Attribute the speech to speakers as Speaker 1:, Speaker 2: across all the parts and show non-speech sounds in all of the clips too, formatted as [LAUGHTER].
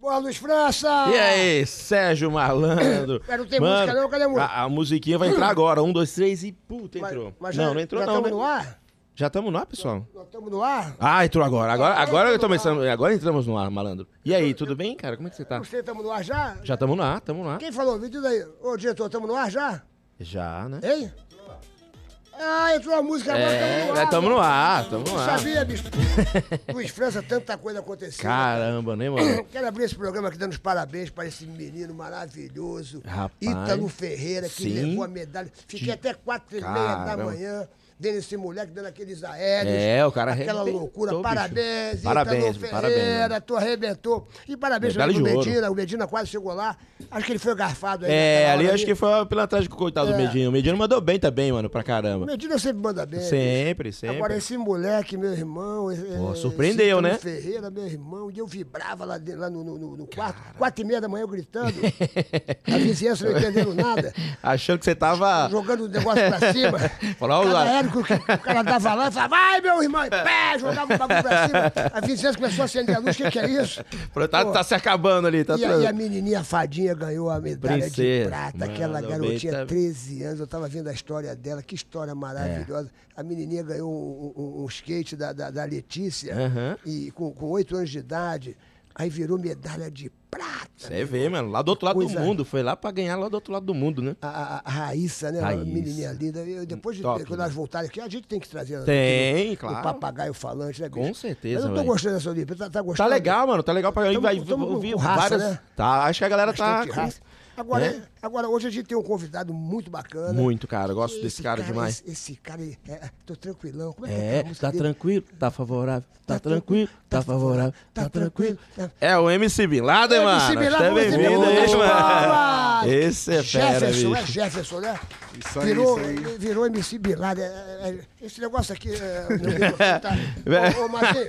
Speaker 1: Boa, Luiz França!
Speaker 2: E aí,
Speaker 1: [COUGHS]
Speaker 2: Sérgio Malandro?
Speaker 1: Mas não Ah. tem música não? Cadê a música?
Speaker 2: A, a musiquinha vai entrar agora. Um, dois, três e... Puta,
Speaker 1: Mas-
Speaker 2: entrou.
Speaker 1: mas
Speaker 2: não,
Speaker 1: já-
Speaker 2: não entrou
Speaker 1: já
Speaker 2: não,
Speaker 1: tamo
Speaker 2: né?
Speaker 1: no ar?
Speaker 2: Já estamos no ar, pessoal?
Speaker 1: Nós estamos no ar?
Speaker 2: Ah, entrou agora. Agora,
Speaker 1: Agora
Speaker 2: agora, eu tô
Speaker 1: entrou no
Speaker 2: pensando, agora entramos no ar, malandro. E aí, tudo bem, cara? Como é que você tá?
Speaker 1: Você estamos no ar já?
Speaker 2: Já estamos no ar, estamos no ar.
Speaker 1: Quem falou? Me diz aí. Ô, diretor, estamos no ar já?
Speaker 2: Já, né?
Speaker 1: Hein? Ah, entrou a música agora, estamos no
Speaker 2: É,
Speaker 1: ar.
Speaker 2: estamos no ar, estamos no
Speaker 1: Não
Speaker 2: ar.
Speaker 1: sabia,
Speaker 2: [LAUGHS]
Speaker 1: bicho. Luiz França, tanta coisa acontecendo.
Speaker 2: Caramba, né,
Speaker 1: [COUGHS]
Speaker 2: mano?
Speaker 1: Quero abrir esse programa aqui dando os parabéns para esse menino maravilhoso,
Speaker 2: Rapaz.
Speaker 1: Ítalo Ferreira, que
Speaker 2: Sim.
Speaker 1: levou a medalha. Fiquei
Speaker 2: De-
Speaker 1: até quatro e meia da
Speaker 2: Caramba.
Speaker 1: manhã vendo esse moleque dando aqueles aéreos.
Speaker 2: É, o cara
Speaker 1: Aquela
Speaker 2: arrebentou,
Speaker 1: loucura.
Speaker 2: bicho.
Speaker 1: Parabéns,
Speaker 2: Parabéns,
Speaker 1: Ítalo
Speaker 2: parabéns,
Speaker 1: Ferreira,
Speaker 2: mano.
Speaker 1: tu arrebentou. E parabéns
Speaker 2: Medalha
Speaker 1: também
Speaker 2: de
Speaker 1: pro
Speaker 2: ouro.
Speaker 1: Medina. O Medina quase chegou lá. Acho que ele foi garfado aí.
Speaker 2: É,
Speaker 1: naquela
Speaker 2: ali
Speaker 1: hora
Speaker 2: acho que foi a pilantragem com o coitado
Speaker 1: É.
Speaker 2: do Medinho. O Medinho mandou bem também, mano, pra
Speaker 1: O
Speaker 2: caramba.
Speaker 1: Medina sempre manda bem.
Speaker 2: Sempre, sempre.
Speaker 1: Agora, esse moleque, meu irmão. esse-
Speaker 2: Pô,
Speaker 1: esse
Speaker 2: surpreendeu,
Speaker 1: Ítalo
Speaker 2: né?
Speaker 1: Ferreira, meu irmão. E eu vibrava lá, de- lá no, no- no- no quarto, quatro e meia da manhã, eu
Speaker 2: [LAUGHS]
Speaker 1: gritando. a vizinhança não entendendo nada.
Speaker 2: Achando que você tava...
Speaker 1: Jogando o negócio pra cima.
Speaker 2: Ah. [LAUGHS] Falou,
Speaker 1: Cada
Speaker 2: agora.
Speaker 1: aéreo que o cara dava lá, eu falava, vai, meu irmão, e pé, jogava o bagulho pra cima. A vizinhança começou a acender a luz, o que, que é
Speaker 2: [LAUGHS]
Speaker 1: isso?
Speaker 2: Pronto, Tá,
Speaker 1: Pô,
Speaker 2: tá se acabando ali, tá
Speaker 1: e, a,
Speaker 2: tra-
Speaker 1: e a menininha fadinha ganhou a medalha de
Speaker 2: Princesa.
Speaker 1: prata,
Speaker 2: Mano,
Speaker 1: aquela
Speaker 2: bem,
Speaker 1: garotinha,
Speaker 2: tá-
Speaker 1: 13 anos. Eu tava vendo a história dela, que história maravilhosa. A menininha ganhou um, um- um skate da, da, da Letícia,
Speaker 2: Aham.
Speaker 1: e com, com 8 anos de idade, aí virou medalha de prata.
Speaker 2: Você vê, mano, lá do outro lado
Speaker 1: Coisa-
Speaker 2: do mundo. Foi lá pra ganhar lá do outro lado do mundo, né?
Speaker 1: A, a- a Raíssa, né? A
Speaker 2: Raíssa.
Speaker 1: menininha linda. Eu- depois de
Speaker 2: Top,
Speaker 1: quando
Speaker 2: né?
Speaker 1: nós voltarem aqui, a gente tem que trazer ela
Speaker 2: Tem,
Speaker 1: aqui no-
Speaker 2: claro.
Speaker 1: no papagaio falante, né, bicho?
Speaker 2: Com certeza,
Speaker 1: Mas eu tô
Speaker 2: velho.
Speaker 1: gostando dessa Olimpíada. Tá, tá
Speaker 2: Tá
Speaker 1: gostando?
Speaker 2: legal, mano, tá legal pra
Speaker 1: Tamo-
Speaker 2: vai
Speaker 1: tamo com-
Speaker 2: ouvir
Speaker 1: com raça,
Speaker 2: várias.
Speaker 1: né?
Speaker 2: Tá, acho que a galera tá.
Speaker 1: Bastante raça. Agora,
Speaker 2: né?
Speaker 1: agora, hoje a gente tem um convidado muito bacana.
Speaker 2: Muito, cara, eu gosto desse
Speaker 1: né? Esse
Speaker 2: cara, demais.
Speaker 1: Esse, esse cara, é, é, tô tranquilão. Como é, que é
Speaker 2: É,
Speaker 1: aquela música
Speaker 2: tá
Speaker 1: dele?
Speaker 2: tranquilo, tá favorável, tá tranquilo, tá favorável, tá tranquilo.
Speaker 1: tá-
Speaker 2: É o MC Bin Laden,
Speaker 1: MC
Speaker 2: mano.
Speaker 1: Bin Laden,
Speaker 2: Seja
Speaker 1: vamos receber
Speaker 2: é bem-vindo
Speaker 1: o
Speaker 2: aí,
Speaker 1: Lucas
Speaker 2: mano.
Speaker 1: Palmas.
Speaker 2: Esse é fera,
Speaker 1: Jefferson, é
Speaker 2: bicho.
Speaker 1: Jefferson, né?
Speaker 3: Isso aí,
Speaker 1: virou,
Speaker 3: isso aí.
Speaker 1: virou MC Bilada. é, Esse negócio aqui, é, meu microfone
Speaker 2: [LAUGHS]
Speaker 1: tá... ô, ô, Marcinho,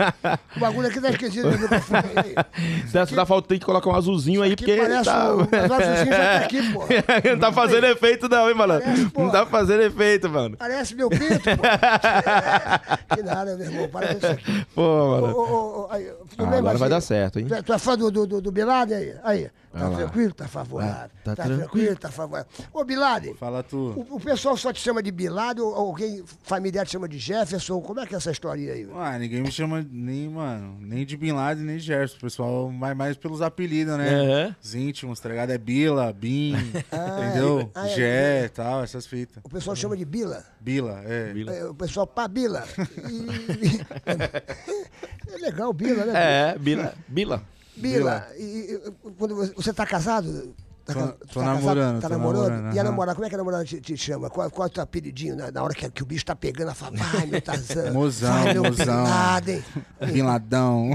Speaker 1: o bagulho aqui tá esquecido do microfone. aí.
Speaker 2: [LAUGHS] [LAUGHS] Você tá faltando, tem que colocar um azulzinho aí,
Speaker 1: Que
Speaker 2: porque.
Speaker 1: parece
Speaker 2: tá- [LAUGHS]
Speaker 1: o... Mas o Azulzinho já tá aqui, pô.
Speaker 2: Não tá fazendo efeito, não, hein, malandro?
Speaker 1: Parece, pô.
Speaker 2: Não tá fazendo efeito, mano.
Speaker 1: Parece meu pinto, pô. [LAUGHS] que nada, meu irmão, para com isso aqui.
Speaker 2: Pô,
Speaker 1: Ô,
Speaker 2: mano.
Speaker 1: ô, ô, aí, tudo bem,
Speaker 2: Ah, agora vai
Speaker 1: Marcinho?
Speaker 2: dar certo, hein?
Speaker 1: Tu é- Tu é fã do, do, do, do Bin Laden aí? Aí, tá
Speaker 2: Vai lá.
Speaker 1: tranquilo, tá favorável.
Speaker 2: Tá- tá
Speaker 1: tá tranquilo.
Speaker 2: tranquilo,
Speaker 1: tá favorável. Ô, Bin Laden,
Speaker 3: Fala tu.
Speaker 1: o, o pessoal só te chama de Bin Laden ou alguém familiar te chama de Jefferson? Como é que é essa história aí?
Speaker 3: Ah, ninguém me chama nem, mano, nem de Bin Laden, nem de Gerson. O pessoal vai mais pelos apelidos, né?
Speaker 2: Aham.
Speaker 3: Os íntimos, tá ligado? É Bila,
Speaker 2: [LAUGHS]
Speaker 3: Bin, entendeu?
Speaker 1: Ah, é
Speaker 3: Gé e tal, essas fitas.
Speaker 1: O pessoal chama de Bila.
Speaker 3: Bila, é.
Speaker 2: Bila.
Speaker 1: É, O pessoal pá Bila.
Speaker 2: [LAUGHS]
Speaker 1: E- [LAUGHS] é legal, Bila, né?
Speaker 2: É, Bila. Bila.
Speaker 1: Bila. E, e, quando você, você tá casado? Tá,
Speaker 3: Tô-
Speaker 1: ca-
Speaker 3: tô namorando,
Speaker 1: Tá
Speaker 3: tô
Speaker 1: namorando?
Speaker 3: namorando,
Speaker 1: e a
Speaker 3: aham.
Speaker 1: namorada, como é que a namorada te, te chama? Qual, qual é o teu apelidinho na, na hora que, que o bicho tá pegando? Ela
Speaker 3: [LAUGHS]
Speaker 1: fala, vai, meu Tarzan.
Speaker 3: Mozão,
Speaker 1: vai, meu Bin
Speaker 3: mozão.
Speaker 1: Laden."
Speaker 3: Bin Ladão.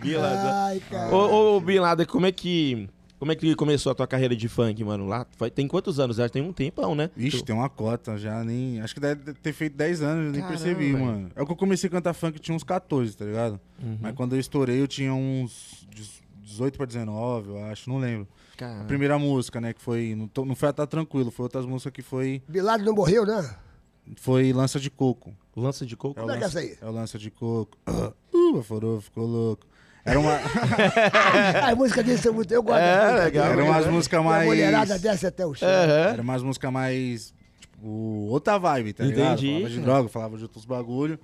Speaker 2: Bila.
Speaker 1: Ai, cara.
Speaker 2: né? Ô, ô, Bin Laden, como é que. Como é que começou a tua carreira de funk, mano? Lá faz- tem quantos anos? Já tem um tempão, né?
Speaker 3: Ixi,
Speaker 2: Tu-
Speaker 3: tem uma cota já, nem. Acho que deve ter feito 10 anos, eu nem
Speaker 2: Caramba,
Speaker 3: percebi,
Speaker 2: velho.
Speaker 3: mano. É que eu comecei a cantar funk, eu tinha uns 14, tá ligado?
Speaker 1: Uhum.
Speaker 3: Mas quando eu estourei, eu tinha uns 18 pra 19, eu acho, não lembro. A
Speaker 2: Cara,
Speaker 3: primeira música, né? Que foi. Não, tô- não foi a Tá Tranquilo, foi outras músicas que foi.
Speaker 1: Bin Laden não morreu, né?
Speaker 3: Foi Lança de Coco.
Speaker 2: lança de coco.
Speaker 1: Como é que é essa aí?
Speaker 3: É o Lança de Coco. [COUGHS] Uh, aforou, ficou louco.
Speaker 1: [LAUGHS]
Speaker 3: Era uma.
Speaker 1: As músicas dele são muito. Eu gosto.
Speaker 2: É,
Speaker 1: das músicas
Speaker 2: legal.
Speaker 1: dele.
Speaker 3: Era umas músicas
Speaker 1: E A
Speaker 3: mais.
Speaker 1: mulherada desce até o chão.
Speaker 2: Aham.
Speaker 3: Era umas músicas mais. Tipo, outra vibe, tá ligado?
Speaker 2: Entendi.
Speaker 3: Falava de droga, falava de outros bagulho.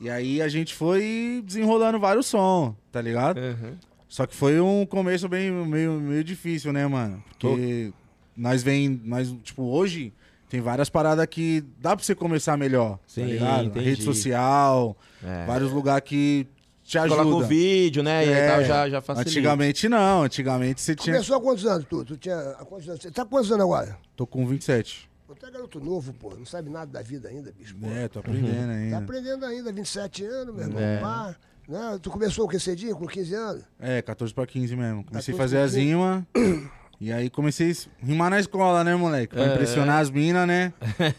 Speaker 3: E aí a gente foi desenrolando vários sons, tá ligado?
Speaker 2: Aham.
Speaker 3: Só que foi um começo bem meio, meio difícil, né, mano? Porque nós vem, nós tipo hoje tem várias paradas que dá pra você começar melhor,
Speaker 2: Sim,
Speaker 3: tá ligado?
Speaker 2: entendi.
Speaker 3: Rede social,
Speaker 2: É.
Speaker 3: vários lugares que te ajudam.
Speaker 2: Coloca o vídeo, né? E aí tal, já, já facilita.
Speaker 3: É. Antigamente não, antigamente você tinha
Speaker 1: Começou há quantos anos, tu? Tu tinha. Há quantos anos? Você tá há quantos anos agora?
Speaker 3: Tô com 27.
Speaker 1: Pô, tu é garoto novo, pô. Não sabe nada da vida ainda, bicho. Pô.
Speaker 3: É, tô aprendendo
Speaker 2: Uhum.
Speaker 1: Tá
Speaker 3: ainda.
Speaker 1: aprendendo ainda, 27 anos, meu irmão. Pá, né? Tu começou o que cedinho, com 15 anos?
Speaker 3: É, 14 pra 15 mesmo.
Speaker 1: 14
Speaker 3: Comecei a fazer
Speaker 1: pra
Speaker 3: as rimas. E aí comecei a rimar na escola, né, moleque?
Speaker 2: É,
Speaker 3: Pra impressionar as
Speaker 2: [LAUGHS]
Speaker 3: minas, né?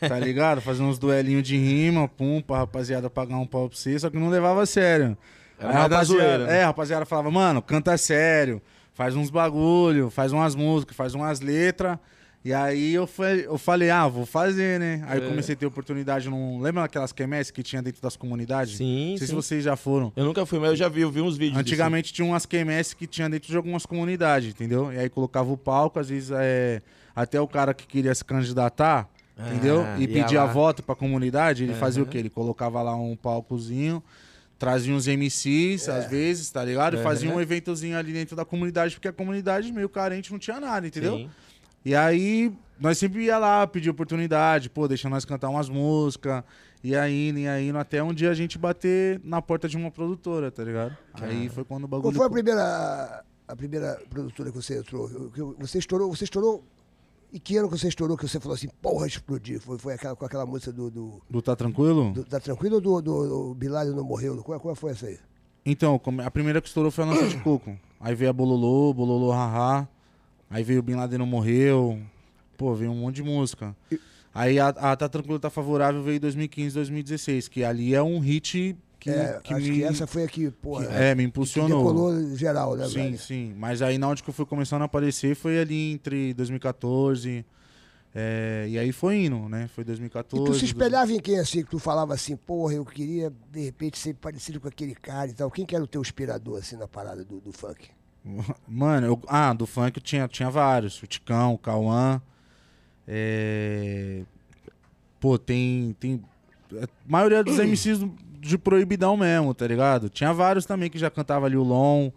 Speaker 3: Tá ligado? Fazer uns duelinhos de rima, pum, pra rapaziada pagar um pau pra você, só que não levava a sério.
Speaker 2: Era
Speaker 3: Aí a
Speaker 2: mais da
Speaker 3: rapaziada-
Speaker 2: zoeira, né?
Speaker 3: É, a rapaziada falava, mano, canta sério, faz uns bagulho, faz umas músicas, faz umas letras. E aí eu, fui, eu falei, ah, vou fazer, né?
Speaker 2: É.
Speaker 3: Aí eu comecei a ter oportunidade num. Lembra aquelas quermesses que tinha dentro das comunidades?
Speaker 2: Sim,
Speaker 3: Não sei se
Speaker 2: sim.
Speaker 3: vocês já foram.
Speaker 2: Eu nunca fui, mas eu já vi, eu vi uns vídeos. disso.
Speaker 3: Antigamente tinha umas quermesses que tinha dentro de algumas comunidades, entendeu? E aí colocava o palco, às vezes é, até o cara que queria se candidatar,
Speaker 2: Ah,
Speaker 3: entendeu? E
Speaker 2: ia
Speaker 3: pedia
Speaker 2: lá. Uhum.
Speaker 3: voto pra comunidade, ele fazia o
Speaker 2: Aham.
Speaker 3: quê? Ele colocava lá um palcozinho, trazia uns MCs,
Speaker 2: É.
Speaker 3: às vezes, tá ligado? E fazia
Speaker 2: Aham.
Speaker 3: um eventozinho ali dentro da comunidade, porque a comunidade meio carente não tinha nada, entendeu?
Speaker 2: Sim. [LAUGHS]
Speaker 3: E aí, nós sempre ia lá pedir oportunidade, pô, deixa nós cantar umas músicas, e aí, e aí, até um dia a gente bater na porta de uma produtora, tá ligado? Aí foi quando o bagulho.
Speaker 1: Qual foi a primeira, a primeira produtora que você entrou? Que Você estourou, você estourou. E que ano que você estourou que você falou assim, porra, explodiu? Foi, foi aquela, com aquela música do, do,
Speaker 3: Do Tá Tranquilo?
Speaker 1: do- Tá Tranquilo ou do, do, do Bin Laden Não Morreu? Qual, qual foi essa aí?
Speaker 3: Então, come- a primeira que estourou foi a lança de coco. Aí veio a Bololô, Bololô Haha. Aí veio o Bin Laden Não Morreu. Pô, veio um monte de música. Aí a, a Tá Tranquilo Tá Favorável veio em 2015, 2016, que ali é um hit que,
Speaker 1: É,
Speaker 3: que
Speaker 1: acho
Speaker 3: me.
Speaker 1: que essa foi a que, porra,
Speaker 3: que- é, me
Speaker 1: que
Speaker 3: impulsionou.
Speaker 1: decolou geral, né,
Speaker 3: Sim,
Speaker 1: velho?
Speaker 3: sim. Mas aí na onde que eu fui começando a aparecer foi ali entre 2014. é, e aí foi indo, né? Foi
Speaker 1: E
Speaker 3: 2014.
Speaker 1: tu se espelhava em quem assim, que tu falava assim, porra, eu queria de repente ser parecido com aquele cara e tal. Quem que era o teu inspirador assim na parada do, do funk?
Speaker 3: [LAUGHS] Mano, eu- ah, do funk eu tinha, tinha vários. O Ticão, o Cauã. é, Pô, tem, tem. A maioria
Speaker 1: [CLEARS THROAT]
Speaker 3: dos MCs do- de proibidão mesmo, tá ligado? Tinha vários também que já cantava ali o Lon,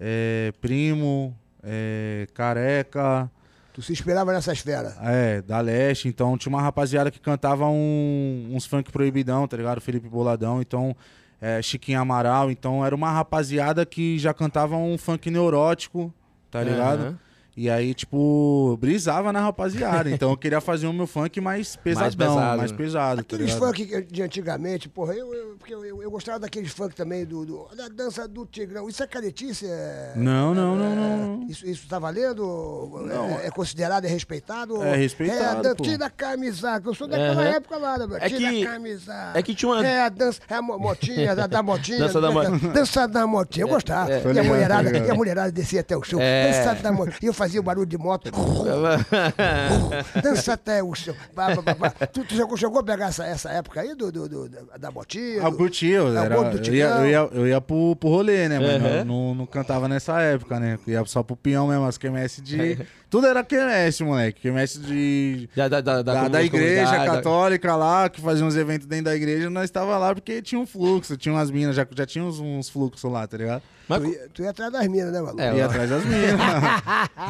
Speaker 3: é, Primo, é, Careca.
Speaker 1: Tu se esperava nessas feras.
Speaker 2: Ah, tá
Speaker 3: É, da Leste. Então tinha uma rapaziada que cantava um- uns funk proibidão, tá ligado? Felipe Boladão, então. É, Chiquinho Amaral. Então era uma rapaziada que já cantava um funk neurótico, tá ligado?
Speaker 2: Aham.
Speaker 3: E aí, tipo, brisava na rapaziada. Então eu queria fazer o meu funk
Speaker 2: [LAUGHS]
Speaker 3: mais pesadão, mais pesado,
Speaker 2: pesado,
Speaker 3: mais
Speaker 2: né?
Speaker 3: pesado tá
Speaker 1: Aqueles
Speaker 3: ligado?
Speaker 1: funk de antigamente, porra, eu, eu, porque eu, eu, eu gostava daqueles funk também, do, do- da dança do Tigrão. Isso é caretice? É,
Speaker 3: Não, não, não,
Speaker 1: é-
Speaker 3: não.
Speaker 1: Isso, isso tá valendo? é, é considerado, é respeitado?
Speaker 3: É respeitado,
Speaker 1: É a dança,
Speaker 3: pô.
Speaker 1: tira a camisa, que eu sou daquela
Speaker 2: Aham.
Speaker 1: época lá, né, velho?
Speaker 2: É
Speaker 1: Tira
Speaker 2: que-
Speaker 1: a camisa.
Speaker 2: é que tinha uma-
Speaker 1: É a dança, é a mo- motinha, da, da motinha. né?
Speaker 2: Dança da mo- [LAUGHS]
Speaker 1: Dança da motinha, eu gostava.
Speaker 3: Tô
Speaker 1: E, a
Speaker 3: ligado,
Speaker 1: mulherada,
Speaker 3: tô ligado.
Speaker 1: e a mulherada descia até o chão.
Speaker 2: É.
Speaker 1: Dança da motinha. E eu fazia o barulho de moto. Uh, Dança até o chão. Vá, vá, vá, vá. Tu, tu chegou, chegou a pegar essa, essa época aí do, do- do- da da botinha?
Speaker 3: Ah, eu
Speaker 1: do-
Speaker 3: curtia, eu,
Speaker 1: É o
Speaker 3: era,
Speaker 1: bonde do
Speaker 3: eu, ia,
Speaker 1: Tigrão.
Speaker 3: eu, ia, eu ia pro, pro rolê, né, mano?
Speaker 2: Aham.
Speaker 3: Eu não, não cantava nessa época, né? Eu ia só pro peão mesmo, as quermesse de. Tudo era quermesse, moleque. Quermesse de.
Speaker 2: Da, da, da,
Speaker 3: É. Da, da
Speaker 2: comunidade,
Speaker 3: igreja
Speaker 2: da-
Speaker 3: católica lá, que fazia uns eventos dentro da igreja, nós estava lá porque tinha um fluxo, tinha umas minas, já, já tinha uns, uns fluxos lá, tá ligado?
Speaker 2: Mas
Speaker 1: Tu ia, tu ia atrás das minas, né, maluco?
Speaker 2: É,
Speaker 3: E
Speaker 2: lá.
Speaker 3: atrás das [LAUGHS] minas.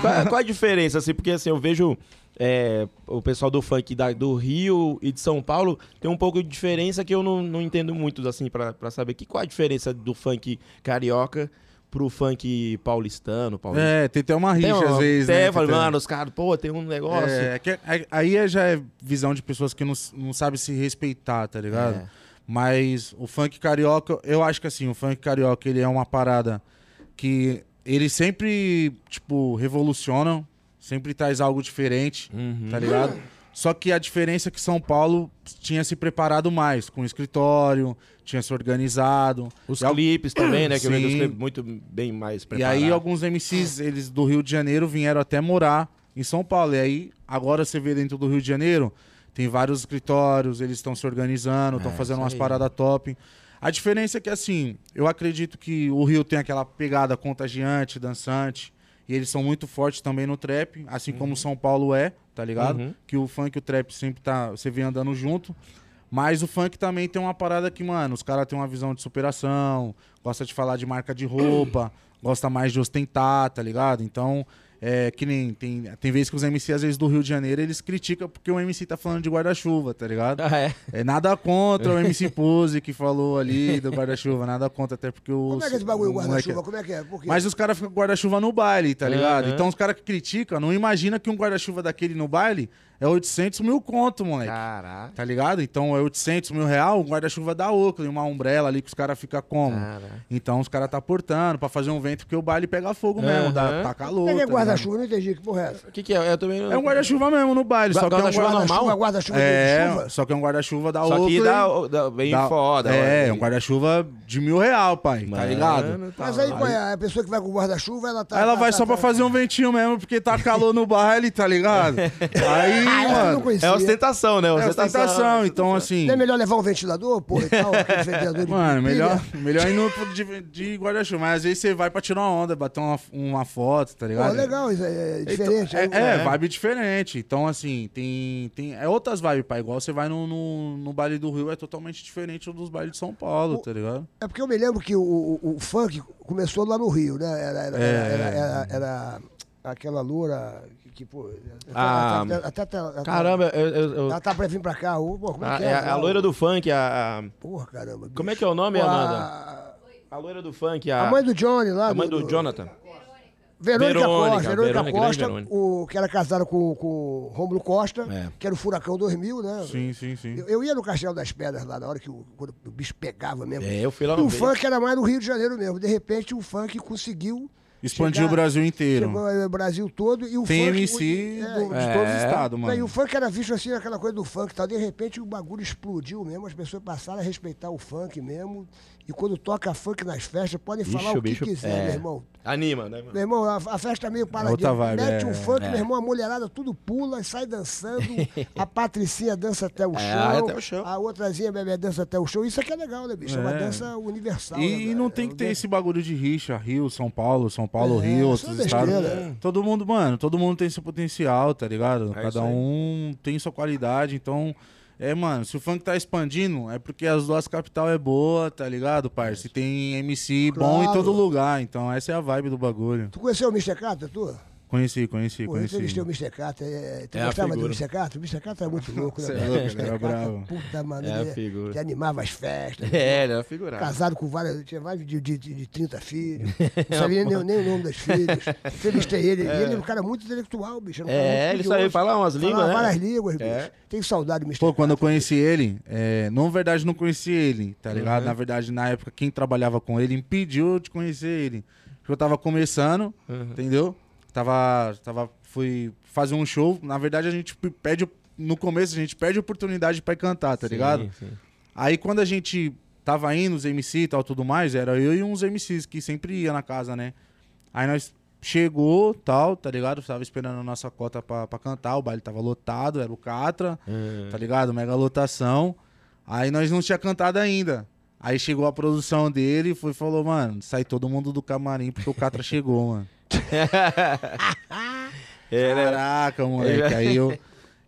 Speaker 2: Qual, qual a diferença, assim? Porque assim, eu vejo é, o pessoal do funk da- do Rio e de São Paulo tem um pouco de diferença que eu não, não entendo muito, assim, pra, pra saber. Que, qual a diferença do funk carioca pro funk paulistano, paulista?
Speaker 3: é, tem até uma rixa
Speaker 2: Tem um-
Speaker 3: às vezes,
Speaker 2: tem,
Speaker 3: né?
Speaker 2: eu falo,
Speaker 3: Tem-
Speaker 2: mano, os caras, pô, tem um negócio.
Speaker 3: É, é que é- aí é- já é visão de pessoas que não, s- não sabem se respeitar, tá ligado?
Speaker 2: É.
Speaker 3: Mas o funk carioca, eu acho que assim, o funk carioca, ele é uma parada que eles sempre, tipo, revolucionam, sempre traz algo diferente,
Speaker 2: Uhum.
Speaker 3: tá ligado? Só que a diferença é que São Paulo tinha se preparado mais, com escritório, tinha se organizado.
Speaker 2: Os
Speaker 3: E al-
Speaker 2: clipes também, né? Que eu vejo os
Speaker 3: Sim.
Speaker 2: clipes muito bem mais
Speaker 3: e
Speaker 2: preparados.
Speaker 3: aí alguns MCs, eles do Rio de Janeiro vieram até morar em São Paulo. E aí agora você vê dentro do Rio de Janeiro, tem vários escritórios, eles estão se organizando, estão
Speaker 2: É,
Speaker 3: fazendo
Speaker 2: isso
Speaker 3: umas
Speaker 2: aí.
Speaker 3: paradas top. A diferença é que assim, eu acredito que o Rio tem aquela pegada contagiante, dançante, e eles são muito fortes também no trap, assim como São Paulo é, tá ligado?
Speaker 2: Uhum.
Speaker 3: Que o funk e o trap sempre tá, você vem andando junto. Mas o funk também tem uma parada que, mano, os caras têm uma visão de superação, gosta de falar de marca
Speaker 2: [CLEARS THROAT]
Speaker 3: de roupa, gosta mais de ostentar, tá ligado? Então, é que nem tem, tem vezes que os MC, às vezes, do Rio de Janeiro, eles criticam porque o MC tá falando de guarda-chuva, tá ligado?
Speaker 2: Ah, é?
Speaker 3: É nada contra
Speaker 2: [LAUGHS]
Speaker 3: o MC Pose que falou ali do guarda-chuva, nada contra, até porque o.
Speaker 1: Como é que é esse bagulho
Speaker 3: o moleque-
Speaker 1: guarda-chuva? Como é que é? Por quê?
Speaker 3: mas os caras ficam com guarda-chuva no baile, tá ligado?
Speaker 2: Aham.
Speaker 3: Então os caras que criticam não imagina que um guarda-chuva daquele no baile é 800 mil conto, moleque.
Speaker 2: Caraca.
Speaker 3: Tá ligado? Então é 800 mil real, um guarda-chuva da Oakley, uma umbrella ali que os caras ficam como?
Speaker 2: Caraca.
Speaker 3: Então os caras tá portando pra fazer um vento porque o baile pega fogo mesmo, dá,
Speaker 2: Aham.
Speaker 3: tá calor.
Speaker 1: Como é que é
Speaker 3: tá
Speaker 1: guarda-chuva? Eu Não entendi que porra é essa.
Speaker 2: O que, que é? Eu também não-
Speaker 3: ligado? É um guarda-chuva mesmo no baile,
Speaker 2: Gua-
Speaker 3: só que é um
Speaker 2: guarda-chuva
Speaker 3: guarda-chuva.
Speaker 2: normal?
Speaker 1: Chuva, guarda-chuva de
Speaker 3: É,
Speaker 1: chuva.
Speaker 3: só que é um guarda-chuva da
Speaker 2: Só
Speaker 3: Oakley.
Speaker 2: que dá, dá bem
Speaker 3: da-
Speaker 2: foda.
Speaker 3: É,
Speaker 2: olha.
Speaker 3: um guarda-chuva de mil real, pai, tá
Speaker 2: Mano,
Speaker 3: ligado?
Speaker 2: tá
Speaker 1: Mas aí,
Speaker 2: lá.
Speaker 1: qual é? A pessoa que vai com o guarda-chuva, ela tá.
Speaker 3: Aí ela
Speaker 1: tá-
Speaker 3: vai
Speaker 1: tá-
Speaker 3: só pra
Speaker 1: tá-
Speaker 3: fazer um ventinho mesmo, porque tá calor no baile, tá ligado? Aí,
Speaker 1: Ah, essa eu não
Speaker 3: mano,
Speaker 1: conhecia.
Speaker 2: É ostentação, né?
Speaker 3: é ostentação, então assim...
Speaker 1: Não é melhor levar um ventilador, porra, e tal, aquele ventilador de pilha?
Speaker 3: Mano, melhor, melhor ir no de, de guarda-chuva. Mas às vezes você vai pra tirar uma onda, bater uma, uma foto,
Speaker 1: Pô,
Speaker 3: tá ligado?
Speaker 1: legal, isso é, é diferente.
Speaker 3: Então,
Speaker 1: aí,
Speaker 3: é, é,
Speaker 1: né?
Speaker 3: vibe diferente. Então, assim, tem. tem é outras vibes, pai. Igual você vai no, no, no baile do Rio, é totalmente diferente dos bailes de São Paulo, tá ligado?
Speaker 1: É porque eu me lembro que o, o- o funk começou lá no Rio, né? Era, era,
Speaker 3: É.
Speaker 1: era- era- era aquela loura que, que, pô.
Speaker 2: Ah,
Speaker 1: até, até, até- até-
Speaker 2: Caramba, eu- eu- eu-
Speaker 1: Ela tá pra vir pra cá. ô, pô, como é
Speaker 2: a,
Speaker 1: que
Speaker 2: é
Speaker 1: é?
Speaker 2: a loira do funk, a, a-
Speaker 1: Porra, caramba.
Speaker 2: Como é
Speaker 1: bicho.
Speaker 2: que é o nome,
Speaker 1: Pô,
Speaker 2: Amanda?
Speaker 1: a,
Speaker 2: A loira do funk,
Speaker 1: a mãe do Johnny lá.
Speaker 2: a mãe do
Speaker 1: do
Speaker 2: Jonathan.
Speaker 1: Verônica,
Speaker 2: Verônica,
Speaker 1: Costa, Verônica,
Speaker 2: Verônica, grande
Speaker 1: Costa,
Speaker 2: Verônica.
Speaker 1: O, que era casada com, com o Rômulo Costa,
Speaker 2: É.
Speaker 1: que era o Furacão 2000, né?
Speaker 3: Sim, sim, sim.
Speaker 1: Eu, eu ia no Castelo das Pedras lá, na hora que o, quando o bicho pegava mesmo.
Speaker 2: É, eu fui lá
Speaker 1: E o
Speaker 2: uma vez.
Speaker 1: funk era mais no Rio de Janeiro mesmo. De repente, o funk conseguiu.
Speaker 3: Expandiu
Speaker 1: chegar-
Speaker 3: o Brasil inteiro.
Speaker 1: Chegou ao Brasil todo e o
Speaker 3: Tem
Speaker 1: funk.
Speaker 3: MC
Speaker 1: o-
Speaker 3: do-
Speaker 1: é,
Speaker 3: de todos os
Speaker 2: É.
Speaker 3: estados,
Speaker 1: E o
Speaker 3: mano.
Speaker 1: funk era visto assim, aquela coisa do funk e tal. De repente o bagulho explodiu mesmo, as pessoas passaram a respeitar o funk mesmo. E quando toca funk nas festas, podem falar o que quiser,
Speaker 2: é.
Speaker 1: meu irmão.
Speaker 2: Anima, né, mano?
Speaker 1: Meu irmão, a, a festa é meio paradinha.
Speaker 3: outra vibe,
Speaker 1: Mete
Speaker 3: é,
Speaker 1: um funk,
Speaker 2: é.
Speaker 1: meu irmão, a mulherada tudo pula, sai dançando. a Patricinha dança até
Speaker 3: [LAUGHS]
Speaker 1: o
Speaker 2: É,
Speaker 1: chão.
Speaker 2: até o chão.
Speaker 1: A outrazinha bebê dança até o chão. Isso aqui é legal, né, bicho? É, uma
Speaker 3: É.
Speaker 1: dança universal. né,
Speaker 3: E
Speaker 1: cara?
Speaker 3: não tem que ter esse bagulho de rixa, Rio, São Paulo, São Paulo,
Speaker 1: É,
Speaker 3: Rio,
Speaker 1: isso é
Speaker 3: outros estados.
Speaker 1: besteira.
Speaker 3: Todo mundo, mano, todo mundo tem seu potencial, tá ligado?
Speaker 2: É isso
Speaker 3: Cada
Speaker 2: aí.
Speaker 3: um tem sua qualidade, então. É, mano, se o funk tá expandindo, é porque as duas capital é boa, tá ligado, parça? E tem MC bom em
Speaker 1: É Claro.
Speaker 3: todo lugar, então essa é a vibe do bagulho.
Speaker 1: Tu conheceu o Mr. Carter, tu?
Speaker 3: Conheci, conheci,
Speaker 1: Pô, eu
Speaker 3: conheci.
Speaker 1: entrevistei o Mr. Carter. é, tu
Speaker 2: É a
Speaker 1: gostava do
Speaker 2: figura.
Speaker 1: Mr. Carter? O Mr. Carter é
Speaker 3: [LAUGHS]
Speaker 1: muito louco, né?
Speaker 3: Cê é
Speaker 1: cara?
Speaker 3: louco,
Speaker 1: Mr.
Speaker 3: ele era
Speaker 1: Carter,
Speaker 3: bravo.
Speaker 1: Puta, mano,
Speaker 2: É a
Speaker 1: ele-
Speaker 2: figura.
Speaker 1: Que animava as festas.
Speaker 2: É, ele era figurado.
Speaker 1: Casado com várias, tinha mais de, de, de 30
Speaker 2: [LAUGHS]
Speaker 1: filhos, não sabia
Speaker 2: É
Speaker 1: nem, nem o nome das filhas. Entrevistei ele. e Ele é um cara muito intelectual, bicho. era um cara
Speaker 2: É,
Speaker 1: muito
Speaker 2: ele sabia
Speaker 1: curioso.
Speaker 2: falar umas línguas,
Speaker 1: Falava
Speaker 2: né?
Speaker 1: várias línguas, bicho.
Speaker 2: É.
Speaker 1: Tenho saudade do Mr.
Speaker 3: Pô, quando eu
Speaker 1: Carter.
Speaker 3: conheci ele, é, não, na verdade não conheci ele, tá ligado? Na verdade, na época, quem trabalhava com ele impediu de conhecer ele. Porque eu tava começando, entendeu? Tava, tava, fui fazer um show. Na verdade, a gente p- perde, o- no começo, a gente perde a oportunidade pra ir cantar, tá ligado? Aí quando a gente tava indo, os MC e tal, tudo mais, era eu e uns MCs que sempre ia na casa, né? Aí nós chegou, tal, tá ligado? Tava esperando a nossa cota pra, pra cantar, o baile tava lotado, era o Catra,
Speaker 2: É. Ah,
Speaker 3: tá ligado? Mega lotação. Aí nós não tinha cantado ainda. Aí chegou a produção dele e foi falou, mano, sai todo mundo do camarim porque o Catra chegou, mano. Caraca, moleque. Aí eu,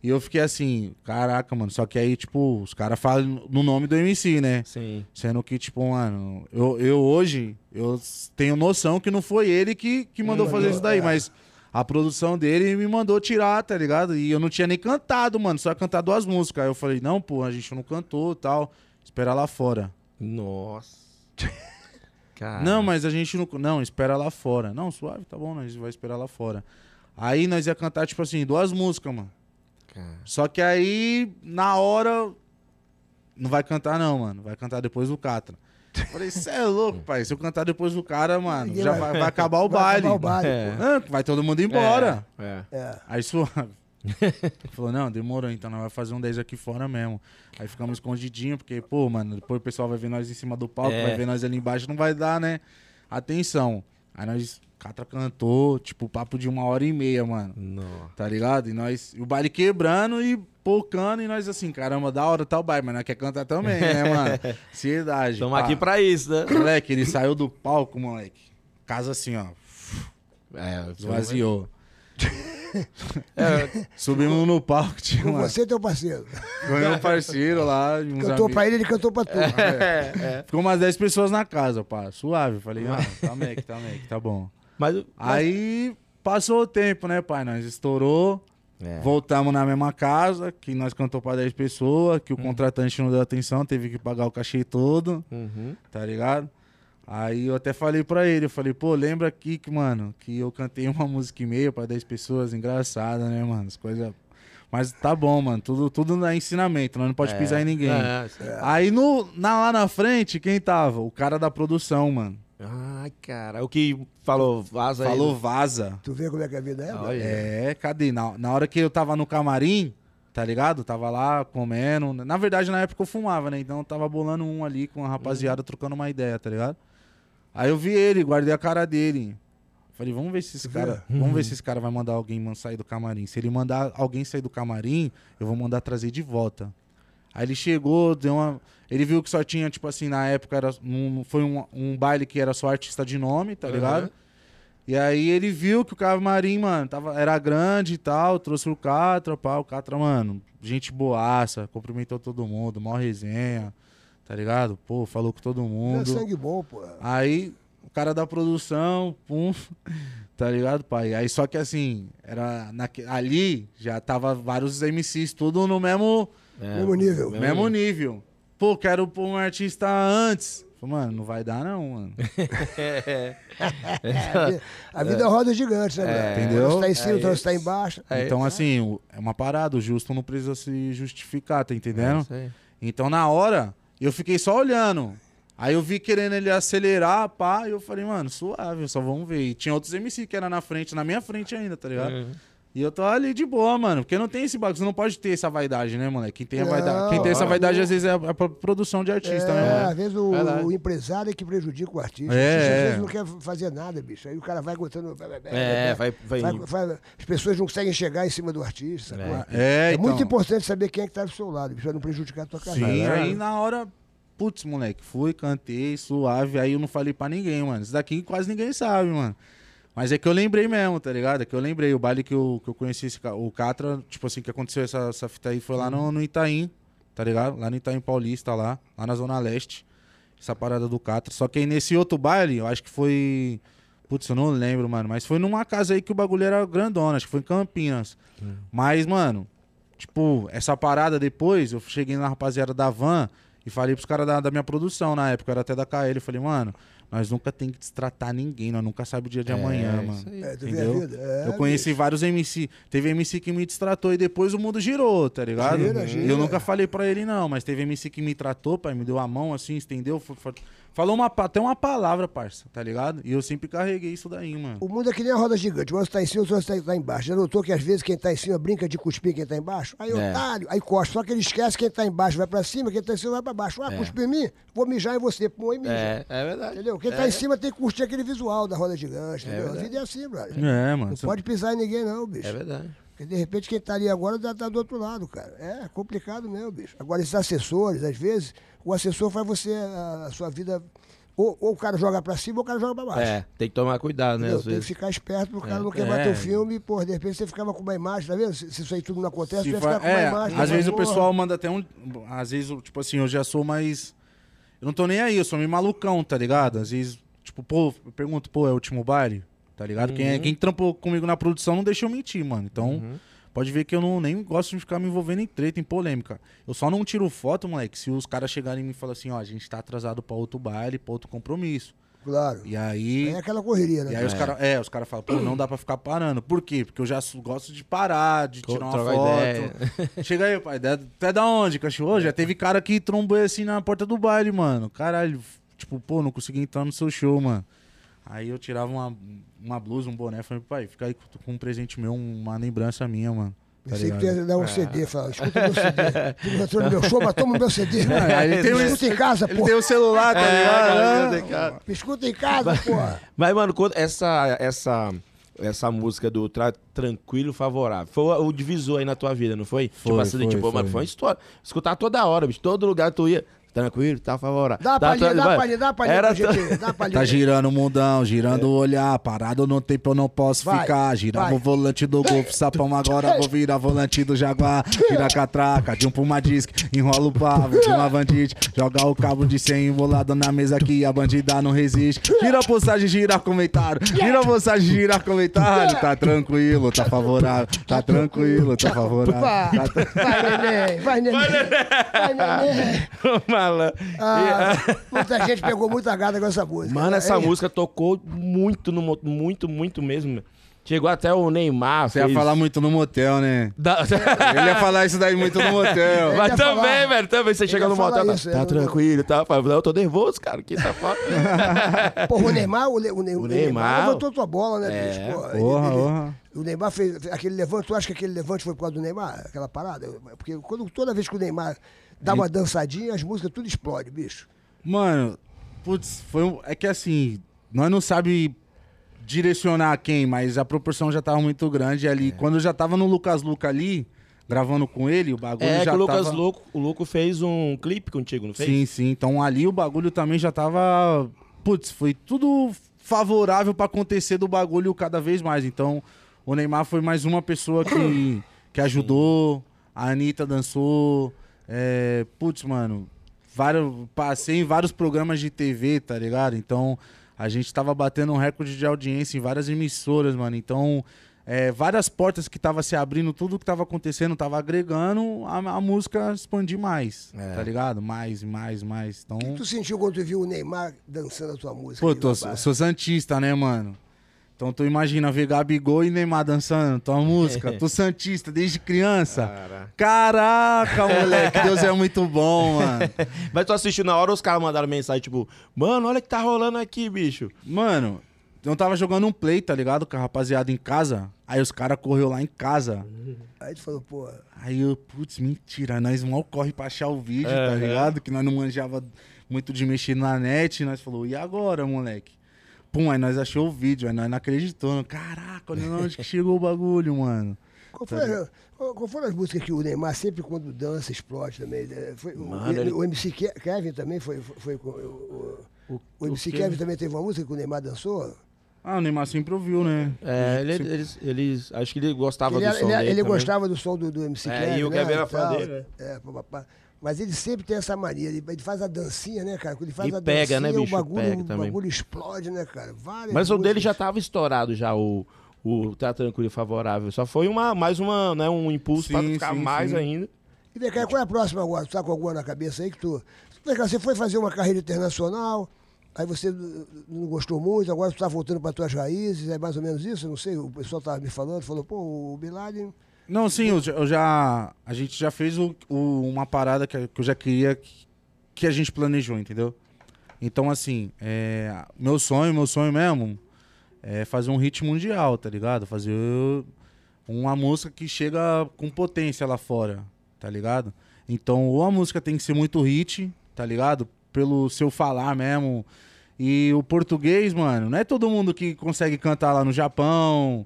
Speaker 3: e eu fiquei assim, caraca, mano. Só que aí, tipo, os caras falam no nome do MC, né?
Speaker 2: Sim.
Speaker 3: Sendo que, tipo, mano, eu, eu hoje, eu s- tenho noção que não foi ele que, que mandou fazer isso daí, mas a produção dele me mandou tirar, tá ligado? E eu não tinha nem cantado, mano, só ia cantar duas músicas. Aí eu falei, não, pô, a gente não cantou tal, espera lá fora.
Speaker 2: Nossa. Cara.
Speaker 3: Não, mas a gente não... Não, espera lá fora. Não, suave, tá bom, nós vai esperar lá fora. Aí nós ia cantar, tipo assim, duas músicas, mano.
Speaker 2: Cara.
Speaker 3: Só que aí, na hora, não vai cantar não, mano. Vai cantar depois do Catra. Eu Falei, você é louco, pai. Se eu cantar depois do cara, mano,
Speaker 1: Ninguém
Speaker 3: já
Speaker 1: vai-
Speaker 3: vai,
Speaker 1: [LAUGHS]
Speaker 3: vai acabar o
Speaker 1: Vai
Speaker 3: baile.
Speaker 1: acabar o baile,
Speaker 2: É.
Speaker 1: pô.
Speaker 3: Ah, vai todo mundo embora.
Speaker 2: É.
Speaker 1: É. [LAUGHS]
Speaker 3: Aí suave. Falou, não, demorou, então nós vai fazer um 10 aqui fora mesmo. Aí ficamos escondidinho, porque, pô, mano, depois o pessoal vai ver nós em cima do palco,
Speaker 2: É.
Speaker 3: vai ver nós ali embaixo, não vai dar, né? Atenção. Aí nós, Catra cantou, tipo, papo de uma hora e meia, mano.
Speaker 2: Nossa.
Speaker 3: Tá ligado? E nós, e o baile quebrando e pocando, e nós assim, caramba, da hora tá o baile, mas nós quer cantar também, né, mano? Ansiedade.
Speaker 2: Estamos
Speaker 3: pá.
Speaker 2: aqui pra isso, né?
Speaker 3: Moleque, ele saiu do palco, moleque. Casa assim, ó,
Speaker 2: É,
Speaker 3: esvaziou. Subimos no palco, [LAUGHS] tinha
Speaker 1: Com
Speaker 2: é.
Speaker 3: uma...
Speaker 1: você e teu parceiro.
Speaker 3: Foi meu parceiro lá, e uns
Speaker 1: Cantou
Speaker 3: amigos.
Speaker 1: pra ele, ele cantou pra tu.
Speaker 2: É.
Speaker 3: Ficou umas 10 pessoas na casa, pá, suave. Falei, ah, tá mec, tá mec, tá bom.
Speaker 2: Mas.
Speaker 3: Aí passou o tempo, né, pai? Nós estourou.
Speaker 2: É.
Speaker 3: Voltamos na mesma casa, que nós cantou pra 10 pessoas,
Speaker 2: Hum.
Speaker 3: que o contratante não deu atenção, teve que pagar o cachê todo,
Speaker 2: Uhum.
Speaker 3: tá ligado? Aí eu até falei pra ele, eu falei, pô, lembra aqui que, mano, que eu cantei uma música e meia pra 10 pessoas, engraçada, né, mano? As coisas. Mas tá bom, mano. Tudo, tudo é ensinamento. Nós não pode pisar em ninguém.
Speaker 2: É, sim.
Speaker 3: Aí no, na- lá na frente, quem tava? O cara da produção, mano.
Speaker 2: Ai, cara. O que falou, vaza aí.
Speaker 3: Falou vaza.
Speaker 1: Tu vê como é que a vida é?
Speaker 2: Olha.
Speaker 3: É, cadê? Na, na hora que eu tava no camarim, tá ligado? Tava lá comendo. Na verdade, na época eu fumava, né? Então eu tava bolando um ali com a rapaziada, trocando uma ideia, tá ligado? Aí eu vi ele, guardei a cara dele. Falei, vamos ver se esse cara. Vamos ver se esse cara vai mandar alguém man- sair do camarim. Se ele mandar alguém sair do camarim, eu vou mandar trazer de volta. Aí ele chegou, deu uma. Ele viu que só tinha, tipo assim, na época era um- foi um, um baile que era só artista de nome, tá
Speaker 2: Aham.
Speaker 3: ligado? E aí ele viu que o camarim, mano, tava, era grande e tal, trouxe o Catra, pá, o Catra, mano, gente boaça, cumprimentou todo mundo, mó resenha, tá ligado? Pô, falou com todo
Speaker 1: É
Speaker 3: mundo.
Speaker 1: sangue bom,
Speaker 2: [LAUGHS]
Speaker 1: pô.
Speaker 3: Aí o cara da produção, pum, [LAUGHS] tá ligado, pai? Aí só que assim, era naque- ali já tava vários MCs, tudo no mesmo,
Speaker 2: É,
Speaker 1: Mesmo nível.
Speaker 2: mesmo
Speaker 3: mesmo nível. Pô, quero pôr um artista antes. Falei, Mano, não vai dar não, mano.
Speaker 1: A vida- A vida roda gigante, né, velho?
Speaker 3: Entendeu?
Speaker 1: Você tá em cima,
Speaker 2: É
Speaker 1: então você
Speaker 2: isso.
Speaker 1: tá embaixo.
Speaker 2: [LAUGHS] É,
Speaker 3: então, assim, o- é uma parada, o justo não precisa se justificar, tá entendendo?
Speaker 2: É isso aí.
Speaker 3: Então, na hora, eu fiquei só olhando. Aí eu vi querendo ele acelerar, pá, e eu falei, mano, suave, só vamos ver. E tinha outros MC que era na frente, na minha frente ainda, tá ligado?
Speaker 2: Uhum.
Speaker 3: E eu tô ali de boa, mano, porque não tem esse bagulho, você não pode ter essa vaidade, né, moleque? Quem tem, a
Speaker 1: Não,
Speaker 3: vaidade, quem tem essa
Speaker 1: claro.
Speaker 3: vaidade, às vezes, é a, a própria produção de artista, né,
Speaker 1: É,
Speaker 3: mano?
Speaker 1: às vezes o,
Speaker 2: Verdade.
Speaker 1: o empresário é que prejudica o artista.
Speaker 3: É,
Speaker 1: O artista, às
Speaker 3: é.
Speaker 1: vezes não quer fazer nada, bicho. Aí o cara vai aguentando.
Speaker 2: É, vai- vai-
Speaker 1: As pessoas não conseguem chegar em cima do artista.
Speaker 2: É.
Speaker 1: sacou?
Speaker 3: É,
Speaker 1: É
Speaker 3: então.
Speaker 1: muito importante saber quem é que tá do seu lado, bicho, pra não prejudicar a tua carreira.
Speaker 3: Sim,
Speaker 2: Caralho.
Speaker 3: aí na hora, putz, moleque, fui, cantei, suave, aí eu não falei pra ninguém, mano. Isso daqui quase ninguém sabe, mano. Mas é que eu lembrei mesmo, tá ligado? É que eu lembrei. O baile que eu, que eu conheci esse, ca- o Catra, tipo assim, que aconteceu essa, essa fita aí foi lá no, no Itaim, tá ligado? Lá no Itaim Paulista, lá, lá na Zona Leste. Essa parada do Catra. Só que aí nesse outro baile, eu acho que foi. Putz, eu não lembro, mano. Mas foi numa casa aí que o bagulho era grandona, acho que foi em Campinas.
Speaker 2: Hum.
Speaker 3: Mas, mano, Tipo, essa parada depois, eu cheguei na rapaziada da van e falei pros caras da, da minha produção na época, era até da KL, eu falei, mano, nós nunca tem que destratar ninguém, nós nunca sabe o dia de amanhã,
Speaker 2: É, isso
Speaker 3: mano.
Speaker 2: aí.
Speaker 1: É, tu vê a
Speaker 3: Entendeu?
Speaker 1: vida. É,
Speaker 3: eu conheci vários MC. Teve MC que me destratou e depois o mundo girou, tá ligado?
Speaker 1: Gira,
Speaker 3: E
Speaker 1: gira.
Speaker 3: eu nunca falei pra ele, não, mas teve MC que me tratou, pai, me deu a mão assim, estendeu. fa- fa- Falou uma, pa- até uma palavra, parça, tá ligado? E eu sempre carreguei isso daí, mano.
Speaker 1: O mundo é que nem a roda gigante. Uma hora você tá em cima, outra hora você tá embaixo. Já notou que às vezes quem tá em cima brinca de cuspir quem tá embaixo? Aí
Speaker 2: É.
Speaker 1: otário, aí costa. Só que ele esquece quem tá embaixo, vai pra cima, quem tá em cima vai pra baixo.
Speaker 3: É.
Speaker 1: Ah, cuspir em mim, vou mijar em você. Pô, aí mija.
Speaker 2: É, é verdade.
Speaker 1: Entendeu? Quem tá em cima tem que curtir aquele visual da roda gigante, entendeu? a vida é assim, brother.
Speaker 3: É, mano.
Speaker 1: Não
Speaker 3: cê-
Speaker 1: pode pisar em ninguém, não, bicho.
Speaker 2: É verdade.
Speaker 1: Porque de repente quem tá ali agora tá, tá do outro lado, cara. É complicado mesmo, bicho. Agora, esses assessores, às vezes, o assessor faz você, a, a sua vida. Ou, ou o cara joga pra cima ou o cara joga pra baixo.
Speaker 2: É, tem que tomar cuidado, né?
Speaker 1: Entendeu?
Speaker 2: Às
Speaker 1: Tem que
Speaker 2: vezes.
Speaker 1: ficar esperto pro cara não
Speaker 3: É.
Speaker 1: queimar teu
Speaker 3: É.
Speaker 1: filme, pô, de repente você ficava com uma imagem, tá vendo? Se, se isso aí tudo não acontece,
Speaker 3: Se
Speaker 1: você ia ficar
Speaker 3: fa-
Speaker 1: com
Speaker 3: é,
Speaker 1: uma imagem.
Speaker 3: às
Speaker 1: uma
Speaker 3: vezes o
Speaker 1: porra.
Speaker 3: pessoal manda até um. Às vezes, eu, tipo assim, eu já sou mais. Eu não tô nem aí, eu sou meio malucão, tá ligado? Às vezes, tipo, pô, eu pergunto, pô, é o último baile? Tá ligado? Quem, é- quem trampou comigo na produção não deixa eu mentir, mano. Então, pode ver que eu não, nem gosto de ficar me envolvendo em treta, em polêmica. Eu só não tiro foto, moleque, se os caras chegarem e me falam assim, ó, a gente tá atrasado pra outro baile, pra outro compromisso.
Speaker 1: Claro.
Speaker 3: E
Speaker 1: Aí
Speaker 3: aí.
Speaker 1: É aquela correria, né?
Speaker 3: E aí os caras, é, os caras falam, pô, não dá pra ficar parando. Por quê? Porque eu já su- gosto de parar, de
Speaker 2: Co-
Speaker 3: tirar uma
Speaker 2: trocar
Speaker 3: foto.
Speaker 2: ideia.
Speaker 3: [LAUGHS] Chega aí, pai, da- até é da onde, cachorro? Ô, Já teve cara que trombou assim na porta do baile, mano. Caralho, tipo, pô, não consegui entrar no seu show, mano. Aí eu tirava uma, uma blusa, um boné, falei, pai, fica aí com- com um presente meu, uma lembrança minha, mano. Tá
Speaker 1: Pensei que tu
Speaker 3: ligado?
Speaker 1: ia dar um CD, falar, escuta meu CD. Tu não entrou no meu show, mas toma o meu CD.
Speaker 3: aí ele tem um-
Speaker 1: escuta em casa,
Speaker 3: Ele
Speaker 1: pô.
Speaker 3: tem o celular, tá
Speaker 1: Ah.
Speaker 3: ligado?
Speaker 2: tem É, cara.
Speaker 1: Me Escuta em casa, porra.
Speaker 2: Mas, mano, quando essa, essa, essa música do Tra- Tranquilo Favorável foi o divisor aí na tua vida, não foi?
Speaker 3: Foi,
Speaker 2: tipo assim,
Speaker 3: foi,
Speaker 2: tipo,
Speaker 3: foi.
Speaker 2: mano, foi uma história. Escutar toda hora, bicho. Todo lugar tu ia. Tranquilo, tá favorável.
Speaker 1: Dá a palhinha,
Speaker 2: tra-
Speaker 1: dá a
Speaker 2: vai.
Speaker 1: palhinha, dá a palhinha pra
Speaker 2: Era [LAUGHS]
Speaker 1: gente. Dá a
Speaker 3: [LAUGHS]
Speaker 1: palhinha.
Speaker 3: Tá girando o mundão, girando o olhar, parado no tempo eu não posso
Speaker 1: É. Vai,
Speaker 3: ficar. Girava
Speaker 1: vai.
Speaker 3: o volante do Golf, sapão agora vou virar volante do Jaguar. Tira a catraca, de um puma disc, enrola o pavo, de uma bandite. Joga o cabo de 100 enrolado na mesa aqui, a bandida não resiste. Gira a postagem, gira comentário. Gira a postagem, gira comentário. Tá tranquilo, tá favorável. Tá tranquilo, tá favorável. Tá tra-
Speaker 1: Vai, neném, vai, neném. Vai,
Speaker 3: [LAUGHS]
Speaker 1: neném.
Speaker 2: Malan.
Speaker 1: Ah, é. muita gente pegou muita gada com essa música.
Speaker 2: Mano, essa
Speaker 1: Aí,
Speaker 2: música tocou muito, no, mo- muito, muito mesmo. Chegou até o Neymar.
Speaker 3: Você ia
Speaker 2: fez-
Speaker 3: falar muito no motel, né?
Speaker 2: [LAUGHS]
Speaker 3: [LAUGHS]
Speaker 2: Da-
Speaker 3: Ele ia falar isso daí muito no motel.
Speaker 1: Ele
Speaker 2: Mas
Speaker 1: ia
Speaker 2: também,
Speaker 1: falar-
Speaker 2: velho, também. Você chega
Speaker 1: ia
Speaker 2: no
Speaker 1: falar
Speaker 2: motel, tá,
Speaker 1: isso,
Speaker 2: tá
Speaker 1: eu-
Speaker 2: tranquilo, tá? Fala, não, eu tô nervoso, cara, que tá
Speaker 1: [LAUGHS]
Speaker 2: foda.
Speaker 1: Porra, o Neymar, o, Ne- o Ne- o
Speaker 2: Neymar.
Speaker 1: Neymar levantou tua bola, né, bicho? Porra, ele-
Speaker 3: Porra,
Speaker 1: ele-
Speaker 3: porra.
Speaker 1: O Neymar fez aquele levante, tu acha que aquele levante foi por causa do Neymar? Aquela parada? Porque quando, toda vez que o Neymar dá uma dançadinha, as músicas tudo explode, bicho.
Speaker 3: Mano, putz, foi um... É que assim, nós não sabe direcionar quem, mas a proporção já tava muito grande ali.
Speaker 2: É.
Speaker 3: Quando eu já tava no Lucas Luca ali, gravando com ele, o bagulho
Speaker 2: é que
Speaker 3: já
Speaker 2: o Lucas
Speaker 3: tava...
Speaker 2: Louco, o Louco fez um clipe contigo, não fez?
Speaker 3: Sim, sim. Então ali o bagulho também já tava. Putz, foi tudo favorável pra acontecer do bagulho cada vez mais. Então o Neymar foi mais uma
Speaker 2: [COUGHS]
Speaker 3: pessoa que, que ajudou, a Anitta dançou. É, putz, mano, vários, passei em vários programas de TV, tá ligado? Então a gente tava batendo um recorde de audiência em várias emissoras, mano. Então. é, várias portas que tava se abrindo, tudo que tava acontecendo, tava agregando, a, a música expandir mais,
Speaker 2: É.
Speaker 3: tá ligado? Mais, mais, mais. Então,
Speaker 1: Tu sentiu quando tu viu o Neymar dançando a tua música?
Speaker 3: pô,
Speaker 1: ali
Speaker 3: tô,
Speaker 1: na
Speaker 3: sou,
Speaker 1: barra?
Speaker 3: sou santista, né, mano? Então tu imagina ver Gabigol e Neymar dançando tua música, tu santista desde criança.
Speaker 2: Cara.
Speaker 3: Caraca, moleque, Deus é muito bom, mano.
Speaker 2: [LAUGHS] Mas tu assistiu na hora os caras mandaram mensagem, tipo, mano, olha o que tá rolando aqui, bicho.
Speaker 3: Mano, eu tava jogando um play, tá ligado? Com a rapaziada em casa. Aí os caras correu lá em casa.
Speaker 1: Aí tu falou, pô,
Speaker 3: Aí eu, putz, mentira, nós mal corre pra achar o vídeo, tá
Speaker 2: Aham.
Speaker 3: ligado? Que nós não manjava muito de mexer na net, e nós falou, e agora, moleque? Pum, aí nós achou o vídeo, aí nós não acreditamos. Caraca, olha onde que chegou o bagulho, mano.
Speaker 1: qual, foi, qual- qual foram as músicas que o Neymar sempre quando dança explode também? né? Foi, o-
Speaker 2: Mano,
Speaker 1: o,
Speaker 2: ele-
Speaker 1: o MC Ke- Kevin também foi. foi, foi com- o, o- o
Speaker 2: O-
Speaker 1: MC
Speaker 2: o Kevin-
Speaker 1: Kevin também teve uma música que o Neymar dançou?
Speaker 3: Ah, o Neymar sempre ouviu, né?
Speaker 2: É, ele, eles, eles- acho que ele gostava
Speaker 1: Ele,
Speaker 2: do
Speaker 1: era-
Speaker 2: som
Speaker 1: ele era-
Speaker 2: dele
Speaker 1: ele
Speaker 2: também.
Speaker 1: gostava do som do, do MC
Speaker 2: É,
Speaker 1: Kevin.
Speaker 2: e o
Speaker 1: né,
Speaker 2: Kevin era fã
Speaker 1: tal.
Speaker 2: dele, né?
Speaker 1: É, pá, pá, pá. Mas ele sempre tem essa mania, ele, ele faz a dancinha, né, cara? Quando ele faz
Speaker 2: E
Speaker 1: a
Speaker 2: pega, né,
Speaker 1: dancinha,
Speaker 2: bicho?
Speaker 1: o bagulho,
Speaker 2: Pega
Speaker 1: o
Speaker 2: também.
Speaker 1: bagulho explode, né, cara? Várias
Speaker 2: Mas o dele
Speaker 1: músicas.
Speaker 2: já tava estourado já, o, o Tá Tranquilo e Favorável. Só foi uma, mais uma, né, um impulso pra
Speaker 3: Sim,
Speaker 2: ficar
Speaker 3: sim,
Speaker 2: mais
Speaker 3: sim.
Speaker 2: ainda.
Speaker 1: E vem cá, qual é a próxima agora? Tu tá com alguma na cabeça aí que tu. Vem cá, você foi fazer uma carreira internacional, aí você n- não gostou muito, agora tu tá voltando para tuas raízes, é mais ou menos isso? Eu não sei, o pessoal tava me falando, falou, pô, o Bin Laden.
Speaker 3: Não, sim, eu, já- eu já. A gente já fez o- o- uma parada que, que eu já queria que, que a gente planejou, entendeu? Então, assim, é, meu sonho, meu sonho mesmo é fazer um hit mundial, tá ligado? Fazer uma música que chega com potência lá fora, tá ligado? Então, ou a música tem que ser muito hit, tá ligado? Pelo seu falar mesmo. E o português, mano, não é todo mundo que consegue cantar lá no Japão,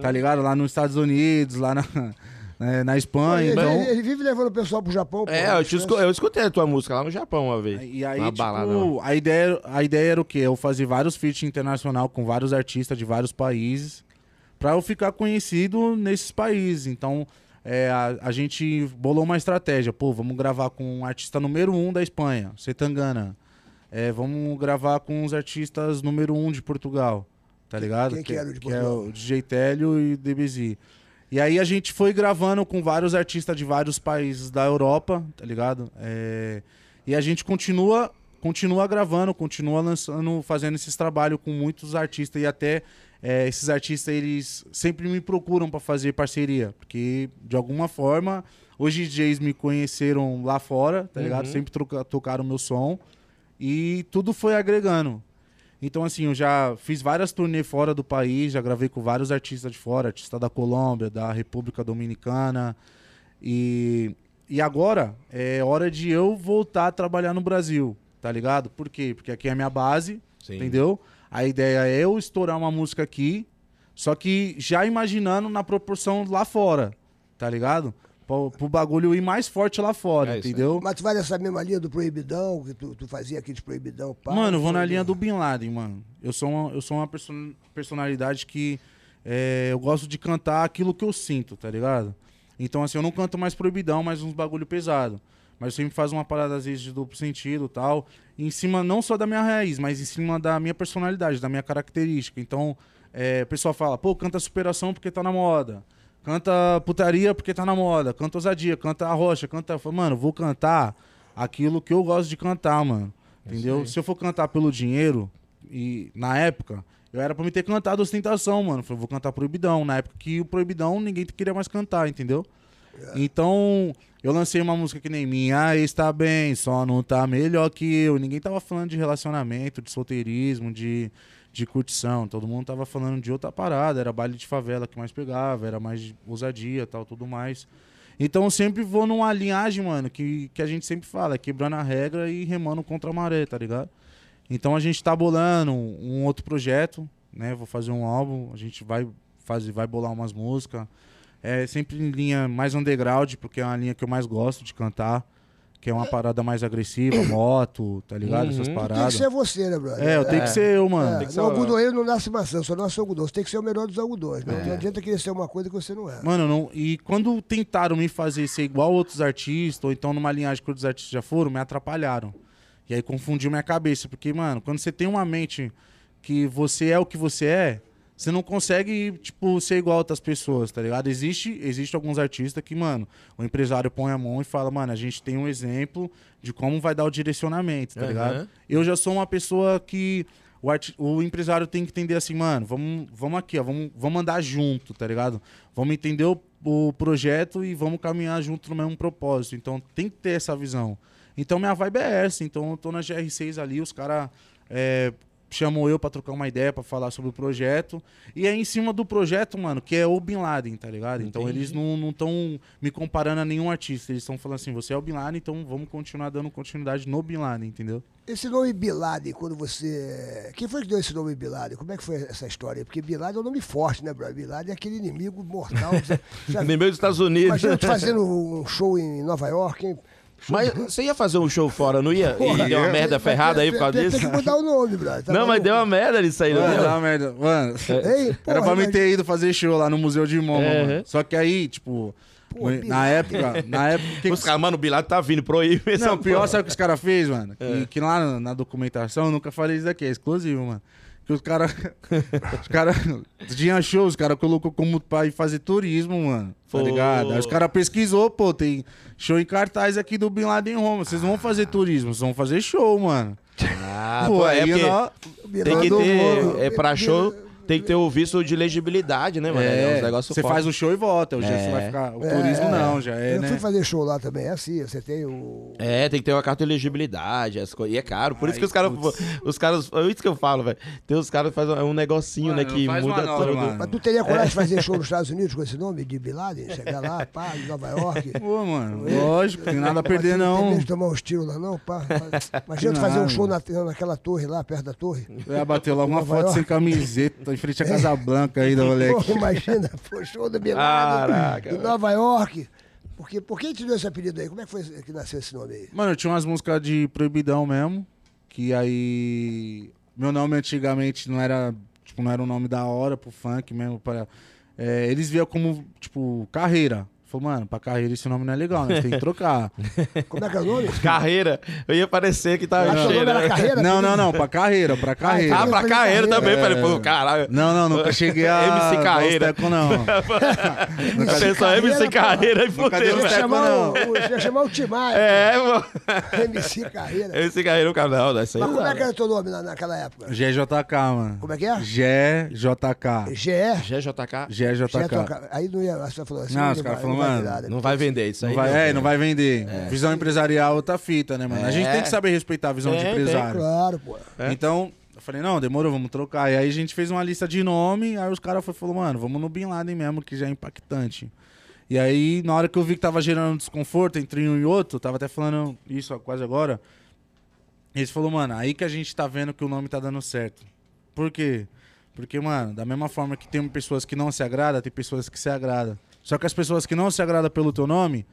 Speaker 3: tá ligado? Lá nos Estados Unidos, lá na, [LAUGHS] né, na Espanha.
Speaker 1: ele,
Speaker 3: então...
Speaker 1: ele- ele vive levando o pessoal pro Japão. pô, né?
Speaker 2: É, eu, te
Speaker 1: chance.
Speaker 2: escu- eu escutei a tua música lá no Japão uma vez.
Speaker 3: E aí,
Speaker 2: uma
Speaker 3: tipo,
Speaker 2: balada lá.
Speaker 3: a ideia, a ideia era o quê? Eu fazer vários feats internacional com vários artistas de vários países pra eu ficar conhecido nesses países. Então, é, a, a gente bolou uma estratégia. Pô, vamos gravar com um artista número um da Espanha, Setangana. É, vamos gravar com os artistas número um de Portugal, tá ligado?
Speaker 1: quem que era o de
Speaker 3: é
Speaker 1: Portugal?
Speaker 3: o DJ Télio e o DBZ. E aí a gente foi gravando com vários artistas de vários países da Europa, tá ligado? É, E a gente continua, continua gravando, continua lançando, fazendo esses trabalhos com muitos artistas e até é, esses artistas eles sempre me procuram pra fazer parceria, porque de alguma forma hoje os DJs me conheceram lá fora, tá
Speaker 1: Uhum.
Speaker 3: ligado? Sempre troca- tocaram meu som e tudo foi agregando. Então, assim, eu já fiz várias turnês fora do país, já gravei com vários artistas de fora, artista da Colômbia, da República Dominicana. E, e agora é hora de eu voltar a trabalhar no Brasil, tá ligado? Por quê? Porque aqui é a minha base,
Speaker 2: Sim.
Speaker 3: entendeu? A ideia é eu estourar uma música aqui, só que já imaginando na proporção lá fora, tá ligado? Pro, pro bagulho ir mais forte lá fora,
Speaker 2: É isso aí.
Speaker 3: entendeu?
Speaker 1: Mas tu vai nessa mesma linha do Proibidão, que tu, tu fazia aqueles Proibidão, pá.
Speaker 3: Mano, eu vou na
Speaker 1: tudo.
Speaker 3: linha do Bin Laden, mano. Eu sou uma, eu sou uma perso- personalidade que é, eu gosto de cantar aquilo que eu sinto, tá ligado? Então, assim, eu não canto mais proibidão, mas uns bagulho pesado. Mas eu sempre faço uma parada, às vezes, de duplo sentido e tal. Em cima, não só da minha raiz, mas em cima da minha personalidade, da minha característica. Então, é, o pessoal fala, pô, canta superação porque tá na moda. Canta putaria porque tá na moda. Canta ousadia, canta a rocha, canta. Eu falo, Mano, eu vou cantar aquilo que eu gosto de cantar, mano. Entendeu? Se eu for cantar pelo dinheiro, E na época, eu era pra me ter cantado ostentação, mano. Falei, vou cantar proibidão. Na época que o proibidão ninguém queria mais cantar, entendeu? Então, eu lancei uma música que nem minha, "Ah, está bem, só não tá melhor que eu. Ninguém tava falando de relacionamento, de solteirismo, de, de curtição. Todo mundo tava falando de outra parada. Era baile de favela que mais pegava, era mais ousadia tal, tudo mais. Então eu sempre vou numa linhagem, mano, que, que a gente sempre fala, é quebrando a regra e remando contra a maré, tá ligado? Então a gente tá bolando um outro projeto, né? Vou fazer um álbum, a gente vai fazer, vai bolar umas músicas. É sempre em linha mais underground, porque é uma linha que eu mais gosto de cantar, que é uma parada mais agressiva, moto, tá ligado? Essas
Speaker 2: Uhum.
Speaker 1: Tem
Speaker 3: paradas.
Speaker 1: que ser você, né, brother?
Speaker 3: É, eu tenho
Speaker 2: É.
Speaker 3: que ser eu, mano.
Speaker 2: Tem que
Speaker 1: É,
Speaker 2: ser
Speaker 1: no
Speaker 2: o-
Speaker 1: algodoeiro não nasce maçã, só nasce algodão. Você tem que ser o melhor dos algodões. né?
Speaker 2: É.
Speaker 1: Não adianta querer ser uma coisa que você não é.
Speaker 3: Mano, não- e quando tentaram me fazer ser igual outros artistas, ou então numa linhagem que outros artistas já foram, me atrapalharam. E aí confundiu minha cabeça, porque, mano, quando você tem uma mente que você é o que você é, você não consegue, tipo, ser igual a outras pessoas, tá ligado? Existe, existe alguns artistas que, mano, o empresário põe a mão e fala, mano, a gente tem um exemplo de como vai dar o direcionamento, tá
Speaker 2: Aham.
Speaker 3: ligado? Eu já sou uma pessoa que o, arti- o empresário tem que entender assim, mano, vamos, vamos aqui, ó, vamos, vamos andar junto, tá ligado? Vamos entender o, o projeto e vamos caminhar junto no mesmo propósito. Então tem que ter essa visão. Então minha vibe é essa. Então eu tô na GR6 ali, os caras chamam eu pra trocar uma ideia, pra falar sobre o projeto. E é em cima do projeto, mano, que é o Bin Laden, tá ligado? Então
Speaker 2: Entendi.
Speaker 3: eles não estão me comparando a nenhum artista. Eles estão falando assim, você é o Bin Laden, então vamos continuar dando continuidade no Bin Laden, entendeu?
Speaker 1: Esse nome Bilade, quando você. Quem foi que deu esse nome Bilade? Como é que foi essa história? Porque Bilade é um nome forte, né, brother? Bilade é aquele inimigo
Speaker 2: [LAUGHS]
Speaker 1: mortal. Você- já-
Speaker 2: Nem meio dos Estados Unidos.
Speaker 1: Tá. Imagina tu fazendo um show em Nova York, hein?
Speaker 2: [LAUGHS] Mas você ia fazer um show fora, não ia? E deu uma merda ferrada aí por causa
Speaker 1: Tem-
Speaker 2: disso?
Speaker 1: Tem que mudar o nome, brother. tá
Speaker 2: [LAUGHS] Não, mas
Speaker 1: maluco?
Speaker 2: deu uma merda nisso aí, não
Speaker 3: Mano,
Speaker 2: deu?
Speaker 3: dá uma merda. Mano,
Speaker 1: Ei,
Speaker 3: era
Speaker 1: porra,
Speaker 3: pra mim
Speaker 1: mas-
Speaker 3: ter ido fazer show lá no Museu de Moma,
Speaker 2: É,
Speaker 3: mano.
Speaker 2: uhum.
Speaker 3: Só que aí, tipo,
Speaker 1: Pô,
Speaker 3: na
Speaker 1: bizarro.
Speaker 3: época, na época. o que que
Speaker 2: Os caras, mano, o Bilado tá vindo, proíbe essa
Speaker 3: Não, pior,
Speaker 2: porra.
Speaker 3: sabe o que os caras fez, mano?
Speaker 2: É.
Speaker 3: Que, que lá na, na documentação, eu nunca falei isso daqui, é exclusivo, mano. Que
Speaker 2: [LAUGHS]
Speaker 3: os caras. os caras. Tinha show, os caras colocou como pra ir fazer turismo, mano.
Speaker 2: Pô.
Speaker 3: Tá ligado? Aí os caras pesquisou, pô, tem show em cartaz aqui do Bin Laden em Roma. Vocês não vão fazer turismo, vocês vão fazer show, mano.
Speaker 2: Ah, pô, é porque
Speaker 3: nó-
Speaker 2: tem que
Speaker 1: Bilado
Speaker 2: ter,
Speaker 1: Moro.
Speaker 2: é pra show, tem que ter o visto de legibilidade, né, mano? É, uns negócios
Speaker 3: você
Speaker 2: foda.
Speaker 3: faz o show e volta. O gesso vai ficar. O turismo não, já é,
Speaker 1: Eu
Speaker 3: né?
Speaker 1: fui fazer show lá também, é assim, você tem o.
Speaker 2: É, tem que ter uma carta de elegibilidade, as coisas. E é caro. Por isso que os caras. Os caras. É isso que eu falo, velho. Tem os caras que fazem um negocinho,
Speaker 3: Mano,
Speaker 2: né? Que
Speaker 3: não faz
Speaker 2: muda
Speaker 3: manobra,
Speaker 2: tudo.
Speaker 3: mano.
Speaker 1: Mas tu teria coragem de
Speaker 3: [LAUGHS]
Speaker 1: fazer show nos Estados Unidos com esse nome de Bin Laden? Chegar lá, pá, em Nova York.
Speaker 3: Pô, mano, lógico, tem nada a
Speaker 1: Mas
Speaker 3: perder,
Speaker 1: tu Tem
Speaker 3: não.
Speaker 1: medo de tomar uns tiros lá, não, pá. Imagina tu
Speaker 3: Não,
Speaker 1: fazer um show na, naquela torre lá, perto da torre.
Speaker 3: Vai bater logo uma
Speaker 1: Nova
Speaker 3: foto
Speaker 1: York.
Speaker 3: sem camiseta em frente à Casa Blanca ainda,
Speaker 1: Pô,
Speaker 3: moleque.
Speaker 1: imagina, pô, show do Bin Laden
Speaker 2: Caraca,
Speaker 1: em
Speaker 2: velho.
Speaker 1: Nova York. Porque, por que te deu esse apelido aí? Como é que foi que nasceu esse nome aí?
Speaker 3: Mano, eu tinha umas músicas de proibidão mesmo, que aí meu nome antigamente não era, tipo, não era um nome da hora pro funk mesmo, para é, eles viam como, tipo, carreira. Falou, mano, pra carreira esse nome não é legal, né? Tem que trocar.
Speaker 1: Como é que é o
Speaker 3: [LAUGHS]
Speaker 1: nome?
Speaker 2: Carreira. Eu ia parecer que tava
Speaker 1: Ah, seu nome era
Speaker 2: cheirando.
Speaker 1: carreira?
Speaker 3: não, não, não, pra carreira, pra carreira. É.
Speaker 2: Ah, pra
Speaker 1: Carreira.
Speaker 2: carreira também, falei, pô, caralho.
Speaker 3: Não, não, nunca
Speaker 2: [LAUGHS]
Speaker 3: cheguei a
Speaker 2: MC Carreira.
Speaker 3: dar os teco, [LAUGHS]
Speaker 2: [LAUGHS]
Speaker 3: não.
Speaker 1: Isso,
Speaker 2: Você só é MC
Speaker 1: carreira,
Speaker 2: Carreira e
Speaker 3: Cadê
Speaker 2: fudeu,
Speaker 3: o
Speaker 1: Ia
Speaker 2: velho.
Speaker 3: Teco,
Speaker 1: chamar
Speaker 3: não?
Speaker 1: o, o, ia chamar o Timar,
Speaker 2: É, mano.
Speaker 1: [LAUGHS] MC
Speaker 3: É.
Speaker 1: Carreira.
Speaker 2: MC Carreira, o cara. Não, não, isso aí.
Speaker 1: Mas como
Speaker 2: não.
Speaker 1: é que era o teu nome na, naquela época?
Speaker 3: GJK, mano.
Speaker 1: Como é que é?
Speaker 3: GJK.
Speaker 1: GE?
Speaker 2: GJK.
Speaker 3: GJK.
Speaker 1: Aí não ia. Você falou assim,
Speaker 3: Não, os
Speaker 1: vai-
Speaker 3: caras falam,
Speaker 1: vai
Speaker 3: mano,
Speaker 1: virar, né?
Speaker 2: Não vai vender isso
Speaker 3: Não
Speaker 2: aí.
Speaker 3: vai, é, não vai vender. Visão empresarial é outra fita, né, mano? A gente
Speaker 2: É.
Speaker 3: tem que saber respeitar a visão
Speaker 2: Tem,
Speaker 3: de
Speaker 2: É, tem,
Speaker 3: empresário.
Speaker 1: Claro, pô.
Speaker 2: É.
Speaker 3: Então, eu falei, não, demorou, vamos trocar. E aí a gente fez uma lista de nome, aí os caras falaram, mano, vamos no Bin Laden mesmo, que já é impactante. E aí, na hora que eu vi que tava gerando desconforto entre um e outro, tava até falando isso quase agora, eles falaram, mano, aí que a gente tá vendo que o nome tá dando certo. Por quê? Porque, mano, da mesma forma que tem pessoas que não se agrada, tem pessoas que se agrada. Só que as pessoas que não se agrada pelo teu nome,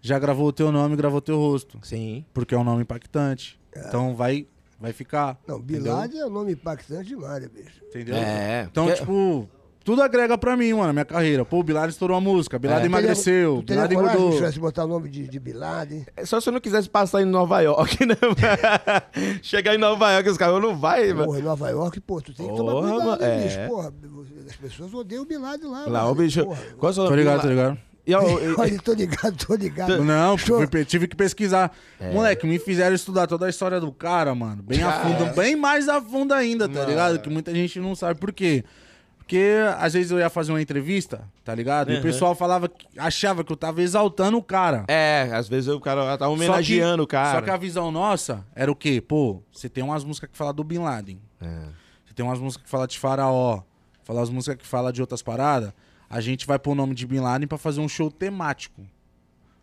Speaker 3: já gravou o teu nome, gravou o teu rosto.
Speaker 2: Sim.
Speaker 3: Porque é um nome impactante. Então vai, vai ficar.
Speaker 1: É. Não, Bin
Speaker 3: entendeu?
Speaker 1: Laden é um nome impactante demais, né, bicho?
Speaker 3: Entendeu?
Speaker 2: É.
Speaker 3: Então,
Speaker 2: Porque-
Speaker 3: tipo, tudo agrega pra mim, mano, minha carreira. Pô, o Bilal estourou a música, Bilal
Speaker 2: É.
Speaker 3: emagreceu,
Speaker 1: Tu teria
Speaker 3: Bilal
Speaker 1: coragem
Speaker 3: engordou.
Speaker 1: se tivesse botar o nome de, de Bin Laden?
Speaker 2: É Só se eu não quisesse passar em Nova York, [LAUGHS] né? mano? Chegar em Nova York, os caras não vai, mano.
Speaker 1: Porra, em Nova York, pô, tu tem que tomar
Speaker 2: Porra,
Speaker 1: cuidado, né,
Speaker 2: é.
Speaker 1: bicho? Porra, as pessoas odeiam o Bin Laden lá.
Speaker 2: Lá,
Speaker 1: né?
Speaker 2: o bicho.
Speaker 1: Porra.
Speaker 2: Qual é o seu
Speaker 3: Tô
Speaker 2: nome?
Speaker 3: ligado,
Speaker 2: Lá-
Speaker 3: tô ligado.
Speaker 2: E,
Speaker 3: [LAUGHS]
Speaker 2: eu-
Speaker 1: Olha, tô ligado, tô ligado.
Speaker 3: Não,
Speaker 1: Show.
Speaker 3: fui- pe- tive que pesquisar.
Speaker 2: É.
Speaker 3: Moleque, me fizeram estudar toda a história do cara, mano. Bem a fundo, bem mais a fundo ainda, tá ligado? Que muita gente não sabe por quê. Porque às vezes eu ia fazer uma entrevista, tá ligado? E o
Speaker 2: Uhum.
Speaker 3: pessoal falava, que- achava que eu tava exaltando o cara.
Speaker 2: é, às vezes o cara tá homenageando
Speaker 3: Só
Speaker 2: o
Speaker 3: que-
Speaker 2: cara.
Speaker 3: Só que a visão nossa era o quê? Pô, você tem umas músicas que fala do Bin Laden.
Speaker 2: É.
Speaker 3: Você tem umas músicas que fala de faraó, fala as músicas que fala de outras paradas. A gente vai pôr o nome de Bin Laden pra fazer um show temático.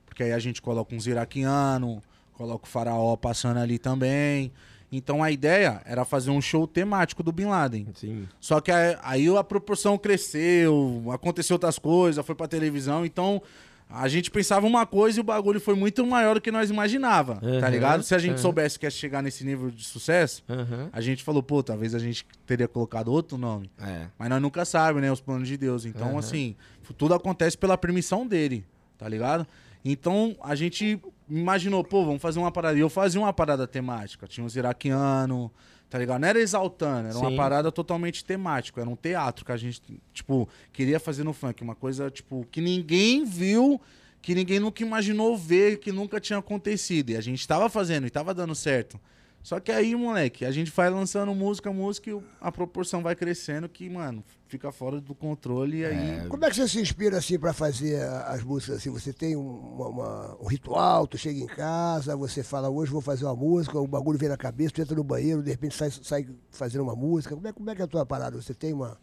Speaker 3: Porque aí a gente coloca uns iraquianos, coloca o faraó passando ali também. Então a ideia era fazer um show temático do Bin Laden.
Speaker 2: Sim.
Speaker 3: Só que aí, aí a proporção cresceu, aconteceu outras coisas, foi pra televisão, então a gente pensava uma coisa e o bagulho foi muito maior do que nós imaginava, tá
Speaker 2: Uhum,
Speaker 3: ligado? Se a gente
Speaker 2: uhum.
Speaker 3: soubesse que ia chegar nesse nível de sucesso,
Speaker 2: Aham.
Speaker 3: a gente falou, pô, talvez a gente teria colocado outro nome.
Speaker 2: É.
Speaker 3: Mas nós nunca sabemos, né? Os planos de Deus. Então, assim, tudo acontece pela permissão dele, tá ligado? Então, a gente imaginou, pô, vamos fazer uma parada. E eu fazia uma parada temática. Tinha os iraquianos, tá ligado? Não era exaltando, era uma
Speaker 2: Sim.
Speaker 3: parada totalmente temática. Era um teatro que a gente, tipo, queria fazer no funk. Uma coisa, tipo, que ninguém viu, que ninguém nunca imaginou ver, que nunca tinha acontecido. E a gente tava fazendo e tava dando certo. Só que aí, moleque, a gente vai lançando música, música e a proporção vai crescendo que, mano, fica fora do controle e aí.
Speaker 1: Como é que você se inspira assim para fazer a- as músicas assim? Você tem um, uma- uma- um ritual, tu chega em casa, você fala hoje vou fazer uma música, o bagulho vem na cabeça, tu entra no banheiro, de repente sai, sai fazendo uma música. Como é, como é que é a tua parada? Você tem uma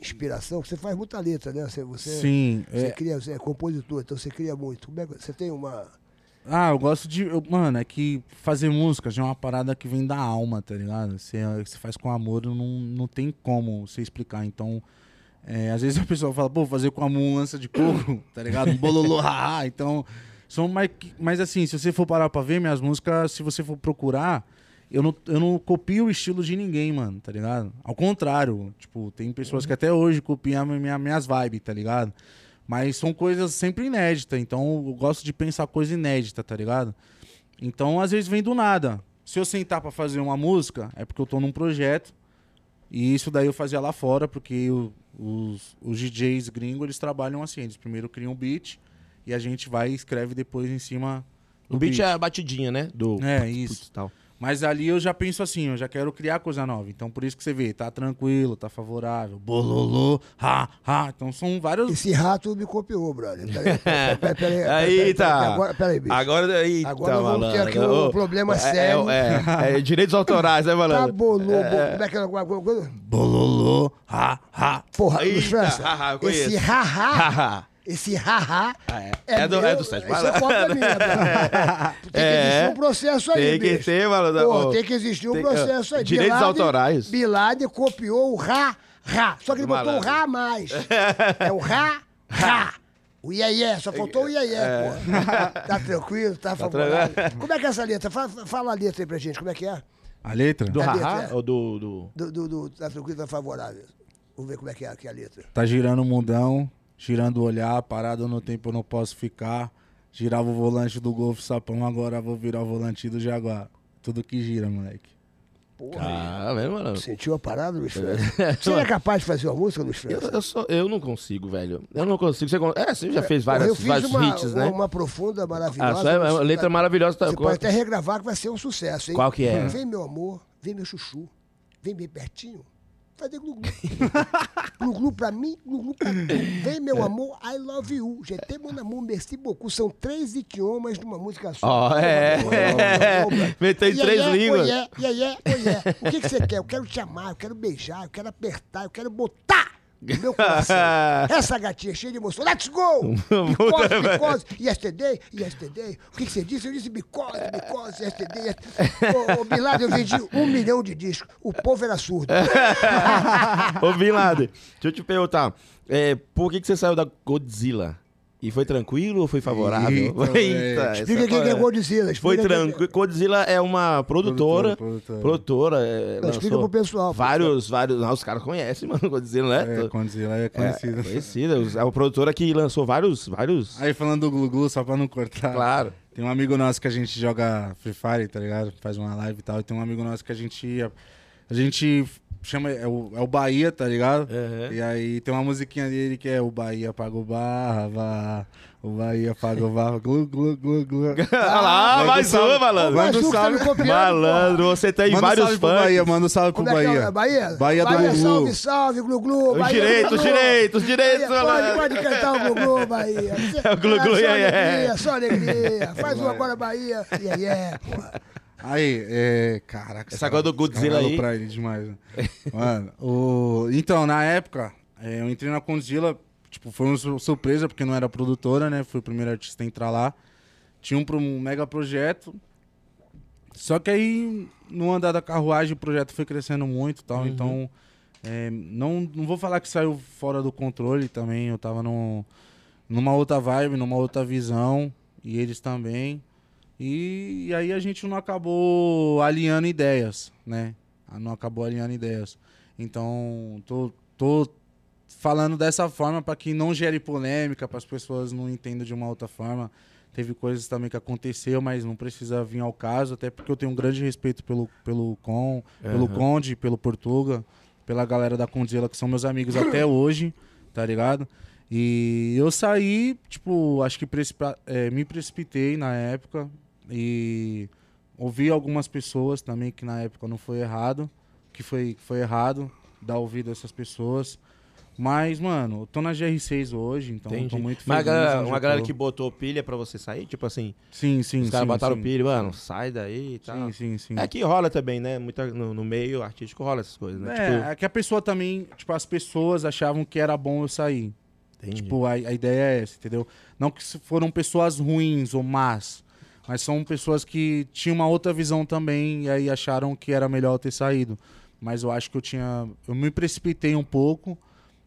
Speaker 1: inspiração? Você faz muita letra, né? Você, você,
Speaker 3: Sim,
Speaker 1: você
Speaker 3: é-
Speaker 1: cria, você é compositor, então você cria muito. Como é que- você tem uma.
Speaker 3: Ah, eu gosto de. eu- mano, é que fazer música já é uma parada que vem da alma, tá ligado? Você, você faz com amor, não, não tem como você explicar. Então, é, às vezes a pessoa fala, pô, fazer com amor um lança de coco, tá ligado? Um bololô, [LAUGHS] haha. Então, são mais. que- Mas assim, se você for parar pra ver minhas músicas, se você for procurar, eu não, eu não copio o estilo de ninguém, mano, tá ligado? Ao contrário, tipo, tem pessoas que até hoje copiam minha, minhas vibes, tá ligado? Mas são coisas sempre inéditas, então eu gosto de pensar coisa inédita, tá ligado? Então, às vezes vem do nada. Se eu sentar pra fazer uma música, é porque eu tô num projeto. E isso daí eu fazia lá fora, porque o- os, os DJs gringos, eles trabalham assim. Eles primeiro criam um beat e a gente vai e escreve depois em cima do
Speaker 2: O beat é a batidinha, né? Do
Speaker 3: É, isso.
Speaker 2: tal.
Speaker 3: Mas ali eu já penso assim, eu já quero criar coisa nova. Então por isso que você vê, tá tranquilo, tá favorável, bololô, ha, ha. Então são vários...
Speaker 1: Esse rato me copiou, brother. Peraí, peraí, peraí, peraí,
Speaker 2: [LAUGHS] Aí tá.
Speaker 1: Agora, peraí, bicho.
Speaker 2: Agora aí.
Speaker 1: Agora nós vamos ter aqui um problema sério.
Speaker 2: É, é, é, direitos autorais, né,
Speaker 1: Tá
Speaker 2: malandro?
Speaker 1: bolou, bo- como é que é alguma coisa?
Speaker 3: Bololô, ha, ha.
Speaker 1: Porra,
Speaker 2: Eita,
Speaker 1: Luiz França,
Speaker 2: haha, eu conheço.
Speaker 1: esse haha,
Speaker 2: Haha.
Speaker 1: esse haha
Speaker 2: Ah, é. É do-
Speaker 1: meu,
Speaker 2: é do Sérgio
Speaker 1: Isso é
Speaker 2: Malandro.
Speaker 1: cobra minha,
Speaker 2: [LAUGHS]
Speaker 1: brother. Tem que existir um processo aí,
Speaker 2: Tem que
Speaker 1: bicho.
Speaker 2: ter, malandro.
Speaker 1: Porra,
Speaker 2: Ô,
Speaker 1: tem que existir um
Speaker 2: tem-
Speaker 1: processo aí.
Speaker 2: Direitos
Speaker 1: Bin Laden-
Speaker 2: autorais.
Speaker 1: Bin Laden copiou o ra, ra. Só que ele
Speaker 2: Do
Speaker 1: botou o
Speaker 2: malandro.
Speaker 1: ra a mais. É o ra,
Speaker 2: [LAUGHS]
Speaker 1: ra. O iê, iê, só faltou o iê, iê,
Speaker 2: É.
Speaker 1: pô. Tá tranquilo, tá, favorável. Como é que é essa letra? Fala, fala a letra aí pra gente, como é que é?
Speaker 3: A letra?
Speaker 2: Do
Speaker 1: da
Speaker 2: Haha?
Speaker 1: letra.
Speaker 2: Ou do. do...
Speaker 1: Do, do- do tá tranquilo, tá favorável. Vamos ver como é que é aqui a letra.
Speaker 3: Tá girando o mundão, girando o olhar, parado no tempo eu não posso ficar. Girava o volante do Golfo Sapão, agora vou virar o volante do Jaguar. Tudo que gira, moleque.
Speaker 1: Porra.
Speaker 2: Ah, velho, malandro.
Speaker 1: Sentiu a parada,
Speaker 2: [LAUGHS]
Speaker 1: Luiz França? Você é capaz de fazer uma música, Luiz
Speaker 2: Eu,
Speaker 1: França?
Speaker 2: eu, só, eu não consigo, velho. Eu não consigo. Você, con- é, você já fez várias,
Speaker 1: eu fiz
Speaker 2: vários
Speaker 1: uma,
Speaker 2: hits,
Speaker 1: uma,
Speaker 2: né?
Speaker 1: uma profunda,
Speaker 2: Ah,
Speaker 1: maravilhosa.
Speaker 2: só é uma
Speaker 1: Você
Speaker 2: letra maravilhosa. Tá,
Speaker 1: Você pode até regravar que vai ser um sucesso, hein?
Speaker 2: Qual que é?
Speaker 1: Vem, meu amor, vem, meu chuchu, vem bem pertinho, fazer glu-glu.
Speaker 2: [LAUGHS]
Speaker 1: glu-glu pra mim, glu-glu pra mim. Vem,
Speaker 2: É.
Speaker 1: meu amor, I love you. GT, mon amour, merci beaucoup. São três idiomas numa música só.
Speaker 2: Ó, é. [LAUGHS] Meteu em
Speaker 1: Iê,
Speaker 2: três
Speaker 1: iê,
Speaker 2: línguas.
Speaker 1: oiê, iê, iê, oiê. é, O que que você quer? Eu quero te amar, eu quero beijar, eu quero apertar, eu quero botar no meu
Speaker 2: [LAUGHS]
Speaker 1: coração. Essa gatinha é cheia de emoção. Let's go! Bicose, bicose. Yesterday, yesterday. O que, que você disse? Eu disse bicose, bicose, yesterday. yesterday. Ô, ô, Bin Laden, eu vendi um milhão de discos. O povo era surdo.
Speaker 2: É, [LAUGHS] Ô, Bin Laden, deixa eu te perguntar. é, por que, que você saiu da Godzilla? E foi tranquilo ou foi favorável? [LAUGHS]
Speaker 3: Eita, velho.
Speaker 2: essa
Speaker 1: Explica quem que é
Speaker 2: parada.
Speaker 1: Godzilla. explica
Speaker 2: Foi
Speaker 1: quem que é-
Speaker 2: tranquilo. Godzilla é uma produtora.
Speaker 3: Produtora, produtora.
Speaker 2: Produtora. é, lançou
Speaker 1: explica pro pessoal,
Speaker 2: Vários, vários. Ah, os caras conhecem, [LAUGHS] mano, Godzilla, né?
Speaker 3: É, Condzilla é conhecida.
Speaker 2: É, conhecida. Os- É uma produtora que lançou vários. vários
Speaker 3: [LAUGHS]
Speaker 1: Ah,
Speaker 3: Aí falando do Glu-Glu, só pra não
Speaker 1: tá.
Speaker 3: cortar.
Speaker 2: Claro.
Speaker 3: Tem um amigo nosso que a gente joga Free Fire, tá ligado? Faz uma live e tal. E tem um amigo nosso que a gente. A gente chama, é o, é o Bahia, tá ligado?
Speaker 2: Uhum.
Speaker 3: E aí tem uma musiquinha dele que é o Bahia pagou barba, o Bahia pagou barba, glu, glu, glu, glu.
Speaker 2: [LAUGHS] Ah lá, mais uma, malandro.
Speaker 1: Mas
Speaker 3: Manda um
Speaker 1: tu que tá
Speaker 3: salve.
Speaker 1: me copiando,
Speaker 2: Malandro, você tem
Speaker 3: Manda um
Speaker 2: vários
Speaker 3: salve pro
Speaker 2: fãs.
Speaker 3: Bahia, manda um salve pro
Speaker 1: Como é que é?
Speaker 3: Bahia.
Speaker 1: Bahia?
Speaker 3: Bahia do Gugu.
Speaker 1: salve, salve, Glu-Glu.
Speaker 2: Os
Speaker 1: Bahia,
Speaker 2: direitos, os
Speaker 1: Glu-Glu.
Speaker 2: direitos, os direitos,
Speaker 1: Bahia,
Speaker 2: malandro.
Speaker 1: pode, pode cantar o Glu-Glu, Bahia. Você-
Speaker 2: [LAUGHS] É o Glu-Glu,
Speaker 1: Ah, só
Speaker 2: yeah, yeah.
Speaker 1: alegria, só
Speaker 2: [LAUGHS]
Speaker 1: alegria. Faz um agora, Bahia. Yeah, yeah, tá porra.
Speaker 3: Aí, é. Caraca,
Speaker 2: Essa agora do Godzilla
Speaker 3: escalou
Speaker 2: aí.
Speaker 3: pra ele demais, né? Mano, o- então, na época, é, eu entrei na Godzilla, tipo, foi uma sur- surpresa, porque não era produtora, né? Fui o primeiro artista a entrar lá. Tinha um, pro- um mega projeto. Só que aí, no andar da carruagem, o projeto foi crescendo muito e tal. Então, é, não, não vou falar que saiu fora do controle também. Eu tava num, numa outra vibe, numa outra visão. E eles também. E, e aí a gente não acabou alinhando ideias, né? Ah, Não acabou alinhando ideias. Então, tô, tô falando dessa forma para que não gere polêmica, para as pessoas não entendam de uma outra forma. Teve coisas também que aconteceu, mas não precisa vir ao caso, até porque eu tenho um grande respeito pelo, pelo, Con, pelo Conde, pelo Portuga, pela galera da Condila, que são meus amigos até hoje, tá ligado? E eu saí, tipo, acho que precipita- eh, me precipitei na época e ouvi algumas pessoas também que na época não foi errado, que foi, foi errado dar ouvido a essas pessoas. Mas, mano, eu tô na GR6 hoje, então eu tô muito feliz.
Speaker 2: Mas a galera,
Speaker 3: onde
Speaker 2: uma
Speaker 3: eu
Speaker 2: galera
Speaker 3: tô.
Speaker 2: que botou pilha pra você sair, tipo assim,
Speaker 3: Sim, sim,
Speaker 2: os caras
Speaker 3: sim,
Speaker 2: botaram
Speaker 3: sim.
Speaker 2: pilha, mano, sai daí e tal.
Speaker 3: Sim, sim, sim.
Speaker 2: É que rola também, né? Muita, no, no meio artístico rola essas coisas, né?
Speaker 3: É, é que a pessoa também, tipo, as pessoas achavam que era bom eu sair.
Speaker 2: tipo, entendi.
Speaker 3: Tipo, a, a ideia é essa, entendeu? Não que se foram pessoas ruins ou más, mas são pessoas que tinham uma outra visão também e aí acharam que era melhor eu ter saído. Mas eu acho que eu tinha. Eu me precipitei um pouco,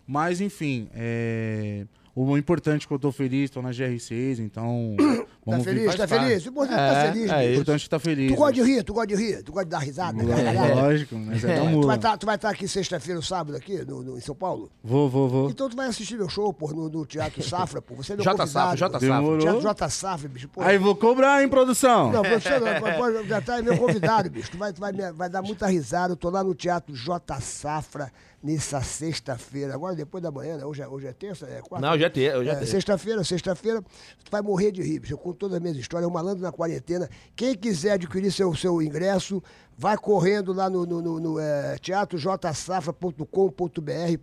Speaker 3: mas enfim, é. O importante é que eu tô feliz, tô na GR6, então.
Speaker 1: [COUGHS] Tá
Speaker 3: vir
Speaker 1: feliz, tá
Speaker 3: pra cá.
Speaker 1: feliz? O importante é tá
Speaker 2: É,
Speaker 1: feliz,
Speaker 2: é
Speaker 3: O
Speaker 1: bicho.
Speaker 2: isso.
Speaker 3: importante é que tá feliz.
Speaker 1: Tu gosta de rir, tu gosta de rir, tu gosta de dar risada, né? [LAUGHS]
Speaker 3: É,
Speaker 1: caralho?
Speaker 3: lógico, mas
Speaker 1: [LAUGHS]
Speaker 3: é, da
Speaker 1: Tu
Speaker 3: mula.
Speaker 1: vai tá- estar aqui sexta-feira, ou sábado, aqui, no, no- em São Paulo?
Speaker 3: Vou, vou, vou.
Speaker 1: Então tu vai assistir meu show, pô, no, no Teatro Safra, pô. Você é meu
Speaker 2: J Safra,
Speaker 1: convidado.
Speaker 2: J Safra.
Speaker 3: Demorou.
Speaker 1: Teatro J Safra, bicho, pô.
Speaker 3: Aí vou cobrar, hein, produção?
Speaker 1: Não, professor, não, pode- pode- já tá é meu convidado, bicho. Tu vai, tu vai, me- vai dar muita risada. Eu tô lá no Teatro J Safra nessa sexta-feira. Agora, depois da manhã, né? Hoje é, hoje é terça, é quarta?
Speaker 2: Não, já tem, eu já
Speaker 1: É,
Speaker 2: tenho.
Speaker 1: sexta-feira, sexta-feira, tu vai morrer de rir, bicho. Eu conto todas as minhas histórias, eu malandro na quarentena. Quem quiser adquirir seu, seu ingresso, vai correndo lá no, no, no, no eh, teatrojsafra.com.br,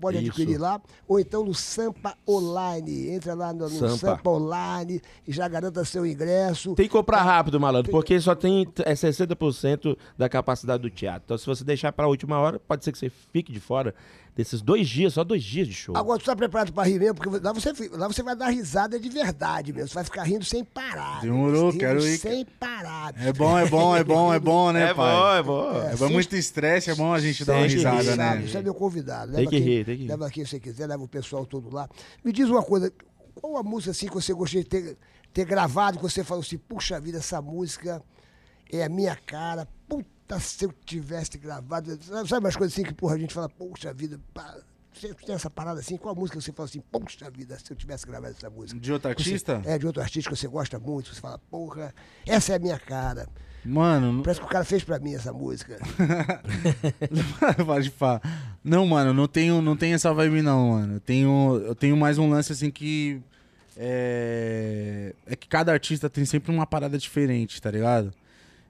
Speaker 1: pode
Speaker 2: Isso.
Speaker 1: adquirir lá, ou então no Sampa Online. Entra lá no, no
Speaker 2: Sampa.
Speaker 1: Sampa. Online e já garanta seu ingresso.
Speaker 2: Tem que comprar rápido, malandro, porque só tem é 60% da capacidade do teatro. Então, se você deixar pra última hora, pode ser que você fique de fora desses dois dias, só dois dias de show.
Speaker 1: Agora, tu tá preparado pra rir mesmo? Porque lá você, lá você vai dar risada de verdade mesmo. Você vai ficar rindo sem parar.
Speaker 3: Demorou,
Speaker 1: rindo
Speaker 3: quero ir.
Speaker 1: Sem parar. bicho.
Speaker 3: É bom, é bom, é bom, é bom, né,
Speaker 2: é
Speaker 3: pai?
Speaker 2: bom, é bom.
Speaker 3: É bom, muito estresse, é bom a gente dar
Speaker 2: Tem
Speaker 3: uma
Speaker 2: que
Speaker 3: risada,
Speaker 2: rir,
Speaker 3: né?
Speaker 1: Sabe, Você é meu convidado.
Speaker 2: Tem
Speaker 1: Leva
Speaker 2: que
Speaker 1: quem-
Speaker 2: rir, tem que rir.
Speaker 1: Leva quem você quiser, leva o pessoal todo lá. Me diz uma coisa, qual a música assim que você gostaria de ter, ter gravado, que você falou assim, puxa vida, essa música é a minha cara, puta se eu tivesse gravado. Sabe, sabe umas coisas assim que, porra, a gente fala, puxa vida, pá. Você tem essa parada assim? Qual a música que você fala assim, puxa vida, se eu tivesse gravado essa música?
Speaker 3: De outro
Speaker 1: Que você-
Speaker 3: artista?
Speaker 1: é, de outro artista que você gosta muito, você fala, porra, essa é a minha cara.
Speaker 3: Mano,
Speaker 1: Parece que o cara fez pra mim essa música.
Speaker 3: [LAUGHS] não- pode falar. Não, mano, não tenho, não tenho essa vibe, não, mano. Eu tenho, eu tenho mais um lance assim que. É, é que cada artista tem sempre uma parada diferente, tá ligado?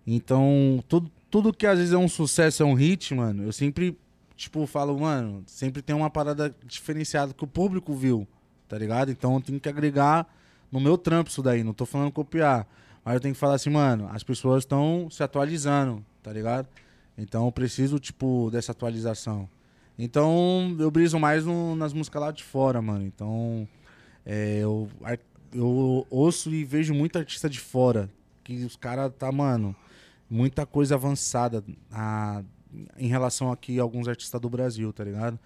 Speaker 3: Então, tudo, tudo que às vezes é um sucesso, é um hit, mano, eu sempre, tipo, falo, mano, sempre tem uma parada diferenciada que o público viu, tá ligado? Então eu tenho que agregar no meu trampo isso daí, não tô falando copiar. Mas eu tenho que falar assim, mano, as pessoas estão se atualizando, tá ligado? Então eu preciso, tipo, dessa atualização. Então eu briso mais no- nas músicas lá de fora, mano. Então é, eu, ar- eu ouço e vejo muito artista de fora. Que os caras tá, mano, muita coisa avançada a- em relação aqui a alguns artistas do Brasil, tá ligado?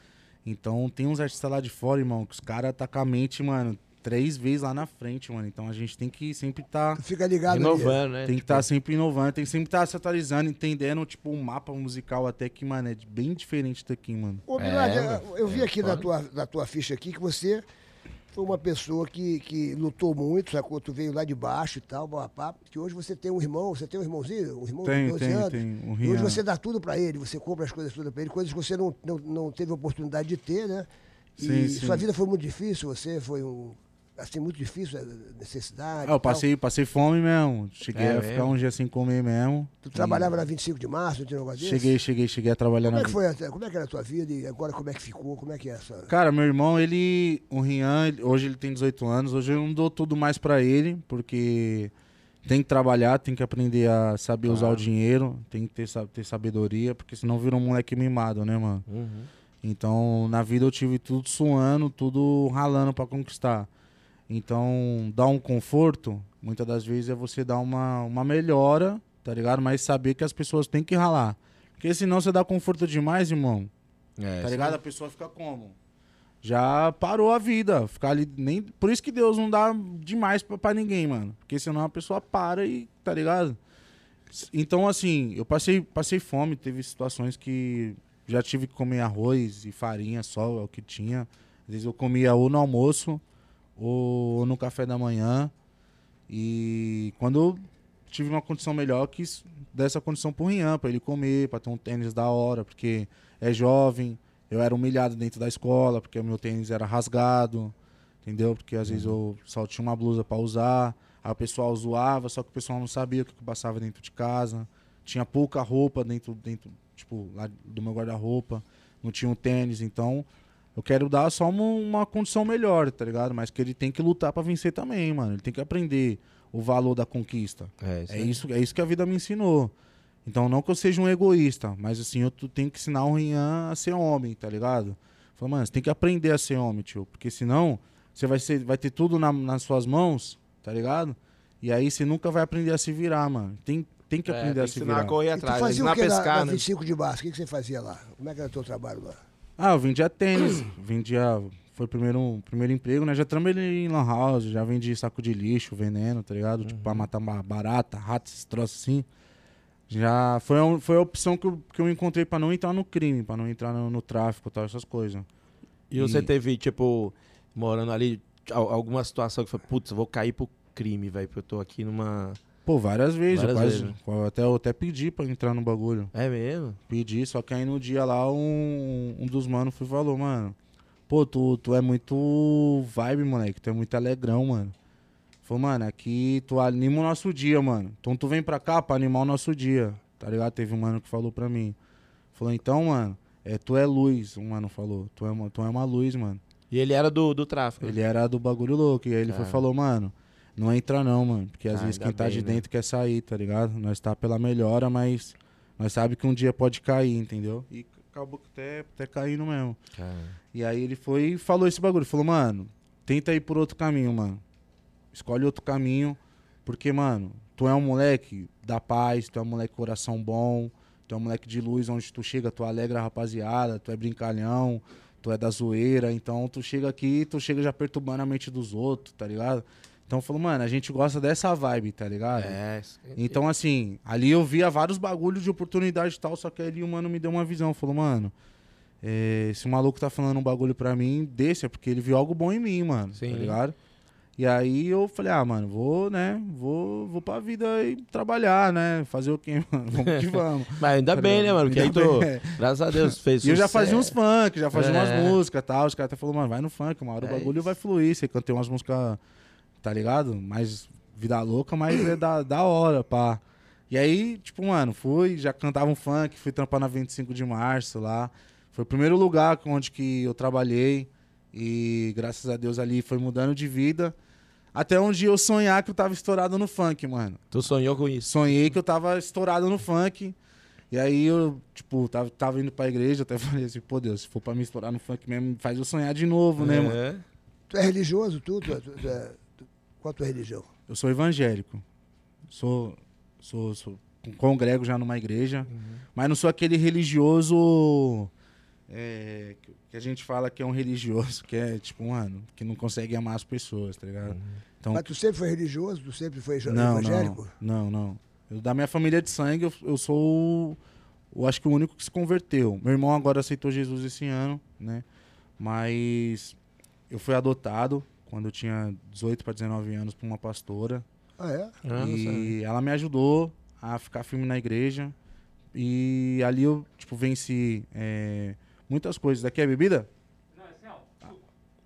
Speaker 3: Então tem uns artistas lá de fora, irmão, que os caras tá com a mente, mano, três vezes lá na frente, mano. Então a gente tem que sempre tá.
Speaker 1: Fica ligado ali.
Speaker 2: Inovando, né?
Speaker 3: Tem que tá assim, estar sempre inovando, tem que sempre estar se atualizando, entendendo, tipo, um mapa musical até que, mano, é de- bem diferente daqui, mano.
Speaker 1: Ô, Milad,
Speaker 2: É,
Speaker 1: eu vi aqui na
Speaker 2: foda.
Speaker 1: tua, na tua ficha aqui que você foi uma pessoa que, que lutou muito, sacou? Tu veio lá de baixo e tal, papá, que hoje você tem um irmão, você tem um irmãozinho, um irmão
Speaker 3: Tenho,
Speaker 1: de 12
Speaker 3: tenho,
Speaker 1: anos.
Speaker 3: tenho, o
Speaker 1: e hoje
Speaker 3: Rian.
Speaker 1: você dá tudo pra ele, você compra as coisas todas pra ele, coisas que você não, não, não teve oportunidade de ter, né? E
Speaker 3: Sim, sim.
Speaker 1: sua vida foi muito difícil, você foi um. Assim, muito difícil, eh, necessidade.
Speaker 3: Ah, eu
Speaker 1: e tal.
Speaker 3: passei, passei fome mesmo. Cheguei
Speaker 2: É
Speaker 3: a
Speaker 2: mesmo?
Speaker 3: ficar um dia sem comer mesmo.
Speaker 1: Tu trabalhava na 25 de março, não tinha um negócio desse?
Speaker 3: Cheguei, cheguei, cheguei a trabalhar
Speaker 1: Como
Speaker 3: na
Speaker 1: é que foi? a- Como é que era a tua vida e agora como é que ficou? Como é que é essa?
Speaker 3: Cara, meu irmão, ele. O Rian, ele- hoje ele tem 18 anos. Hoje eu não dou tudo mais pra ele, porque tem que trabalhar, tem que aprender a saber usar o dinheiro, tem que ter, sa- ter sabedoria, porque senão vira um moleque mimado, né, mano? Então, na vida eu tive tudo suando, tudo ralando pra conquistar. Então, dar um conforto, muitas das vezes é você dar uma, uma melhora, tá ligado? Mas saber que as pessoas têm que ralar. Porque senão você dá conforto demais, irmão.
Speaker 2: É,
Speaker 3: Tá ligado? A pessoa fica como? Já parou a vida. Ficar ali. Nem... Por isso que Deus não dá demais pra, pra ninguém, mano. Porque senão a pessoa para e. Tá ligado? S- Então, assim, eu passei, passei fome. Teve situações que já tive que comer arroz e farinha só, é o que tinha. Às vezes eu comia ou no almoço ou no café da manhã. E quando eu tive uma condição melhor, eu quis dar essa condição pro Rian, pra ele comer, pra ter um tênis da hora, porque é jovem. Eu era humilhado dentro da escola, porque o meu tênis era rasgado, entendeu? Porque às vezes eu só tinha uma blusa pra usar, aí o pessoal zoava, só que o pessoal não sabia o que que passava dentro de casa. Tinha pouca roupa dentro, dentro tipo, lá do meu guarda-roupa, não tinha um tênis, então eu quero dar só uma, uma condição melhor, tá ligado? Mas que ele tem que lutar pra vencer também, mano. Ele tem que aprender o valor da conquista.
Speaker 2: É, isso
Speaker 3: É
Speaker 2: aí.
Speaker 3: isso, é isso que a vida me ensinou. Então, não que eu seja um egoísta, mas assim, eu tu- tenho que ensinar o Rian a ser homem, tá ligado? Falei, mano, você tem que aprender a ser homem, tio, porque senão você vai, ser, vai ter tudo na- nas suas mãos, tá ligado? E aí você nunca vai aprender a se virar, mano. Tem, tem que
Speaker 2: É,
Speaker 3: aprender
Speaker 2: tem
Speaker 3: a
Speaker 2: que
Speaker 3: se
Speaker 2: ensinar
Speaker 3: virar.
Speaker 2: a correr
Speaker 1: E tu
Speaker 2: atrás,
Speaker 1: fazia
Speaker 2: ensinar
Speaker 1: o
Speaker 2: a
Speaker 1: que na, na
Speaker 2: pescar, né?
Speaker 1: 25 de março? O que, que você fazia lá? Como é que era o teu trabalho lá?
Speaker 3: Ah, eu vendia tênis, [CLEARS THROAT] vendia. Foi o primeiro, o primeiro emprego, né? Já trabalhei em lan house, já vendi saco de lixo, veneno, tá ligado? Tipo,
Speaker 2: Uhum.
Speaker 3: pra matar ba- barata, rato, esses troços assim. Já foi, a- um, foi a opção que eu, que eu encontrei pra não entrar no crime, pra não entrar no, no tráfico, tal, essas coisas.
Speaker 2: E você
Speaker 3: E-
Speaker 2: teve, tipo, morando ali, al- alguma situação que foi, putz, eu vou cair pro crime, velho, porque eu tô aqui numa.
Speaker 3: Pô, várias vezes, eu
Speaker 2: Várias
Speaker 3: quase.
Speaker 2: vezes,
Speaker 3: eu até, eu até pedi pra entrar no bagulho.
Speaker 2: É mesmo?
Speaker 3: Pedi, só que aí no dia lá um, um dos manos foi e falou, mano. Pô, tu, tu é muito vibe, moleque. Tu é muito alegrão, mano. Falou, mano, aqui tu anima o nosso dia, mano. Então tu vem pra cá pra animar o nosso dia. Tá ligado? Teve um mano que falou pra mim. Falou, então, mano, é, tu é luz, um mano falou. Tu é, uma- tu é uma luz, mano.
Speaker 2: E ele era do, do tráfico.
Speaker 3: Ele era do bagulho louco. E aí ele foi, e
Speaker 2: Cara.
Speaker 3: falou, mano, não entra não, mano. Porque às
Speaker 2: É. Ah,
Speaker 3: vezes
Speaker 2: ainda
Speaker 3: quem tá de
Speaker 2: bem, né?
Speaker 3: dentro quer sair, tá ligado? Nós tá pela melhora, mas nós sabe que um dia pode cair, entendeu? E acabou que até, até caindo mesmo.
Speaker 2: Cara.
Speaker 3: E aí ele foi e falou esse bagulho. Falou, mano, tenta ir por outro caminho, mano. Escolhe outro caminho. Porque, mano, tu é um moleque da paz, tu é um moleque coração bom, tu é um moleque de luz, onde tu chega, tu alegra a rapaziada, tu é brincalhão, tu é da zoeira, então tu chega aqui, tu chega já perturbando a mente dos outros, tá ligado? Então falou, mano, a gente gosta dessa vibe, tá ligado?
Speaker 2: É,
Speaker 3: Então, assim, ali eu via vários bagulhos de oportunidade e tal, só que ali o mano me deu uma visão. Falou, mano, é, esse maluco tá falando um bagulho pra mim, desse, é porque ele viu algo bom em mim, mano.
Speaker 2: Sim.
Speaker 3: Tá ligado? E aí eu falei, ah, mano, vou, né? Vou, vou pra vida e trabalhar, né? Fazer o quê, [LAUGHS] mano? Vamos que vamos.
Speaker 2: Mas ainda
Speaker 3: Tá
Speaker 2: bem, né,
Speaker 3: ligado?
Speaker 2: mano? Porque aí
Speaker 3: Ainda
Speaker 2: tu,
Speaker 3: bem, é.
Speaker 2: graças a Deus, fez
Speaker 3: [LAUGHS] E eu já
Speaker 2: sucesso.
Speaker 3: fazia uns funk, já fazia
Speaker 2: um É.
Speaker 3: umas músicas e tal. Os caras até falaram, mano, vai no funk, uma hora
Speaker 2: É
Speaker 3: o bagulho
Speaker 2: isso.
Speaker 3: vai fluir. Você cantei umas músicas, tá ligado? Mais vida louca, mas é da, da hora, pá. E aí, tipo, mano, fui, já cantava um funk, fui trampar na 25 de março lá. Foi o primeiro lugar onde que eu trabalhei. E graças a Deus ali foi mudando de vida. Até um dia eu sonhar que eu tava estourado no funk, mano.
Speaker 2: Tu sonhou com isso.
Speaker 3: Sonhei que eu tava estourado no funk. E aí eu, tipo, tava, tava indo pra igreja, até [LAUGHS] falei assim, pô Deus, se for pra me estourar no funk mesmo, faz eu sonhar de novo, né, mano?
Speaker 2: É.
Speaker 1: Tu é religioso, tu? tu, é- tu- tu é- tu- qual a tua religião?
Speaker 3: Eu sou evangélico. Sou. Sou. sou congrego já numa igreja. Mas não sou aquele religioso. é, que- que a gente fala que é um religioso, [LAUGHS] que é tipo, mano, que não consegue amar as pessoas, tá ligado? Então,
Speaker 1: Mas tu sempre foi religioso? Tu sempre foi eja-
Speaker 3: Não,
Speaker 1: é evangélico?
Speaker 3: Não, não. não. Eu, da minha família de sangue, eu, eu sou o, eu acho que o único que se converteu. Meu irmão agora aceitou Jesus esse ano, né? Mas eu fui adotado quando eu tinha 18 pra 19 anos pra uma pastora.
Speaker 1: Ah, é?
Speaker 2: Ah, não sei.
Speaker 3: e ela me ajudou a ficar firme na igreja. E ali eu, tipo, venci é, muitas coisas. Daqui é bebida? Não,
Speaker 2: É
Speaker 3: é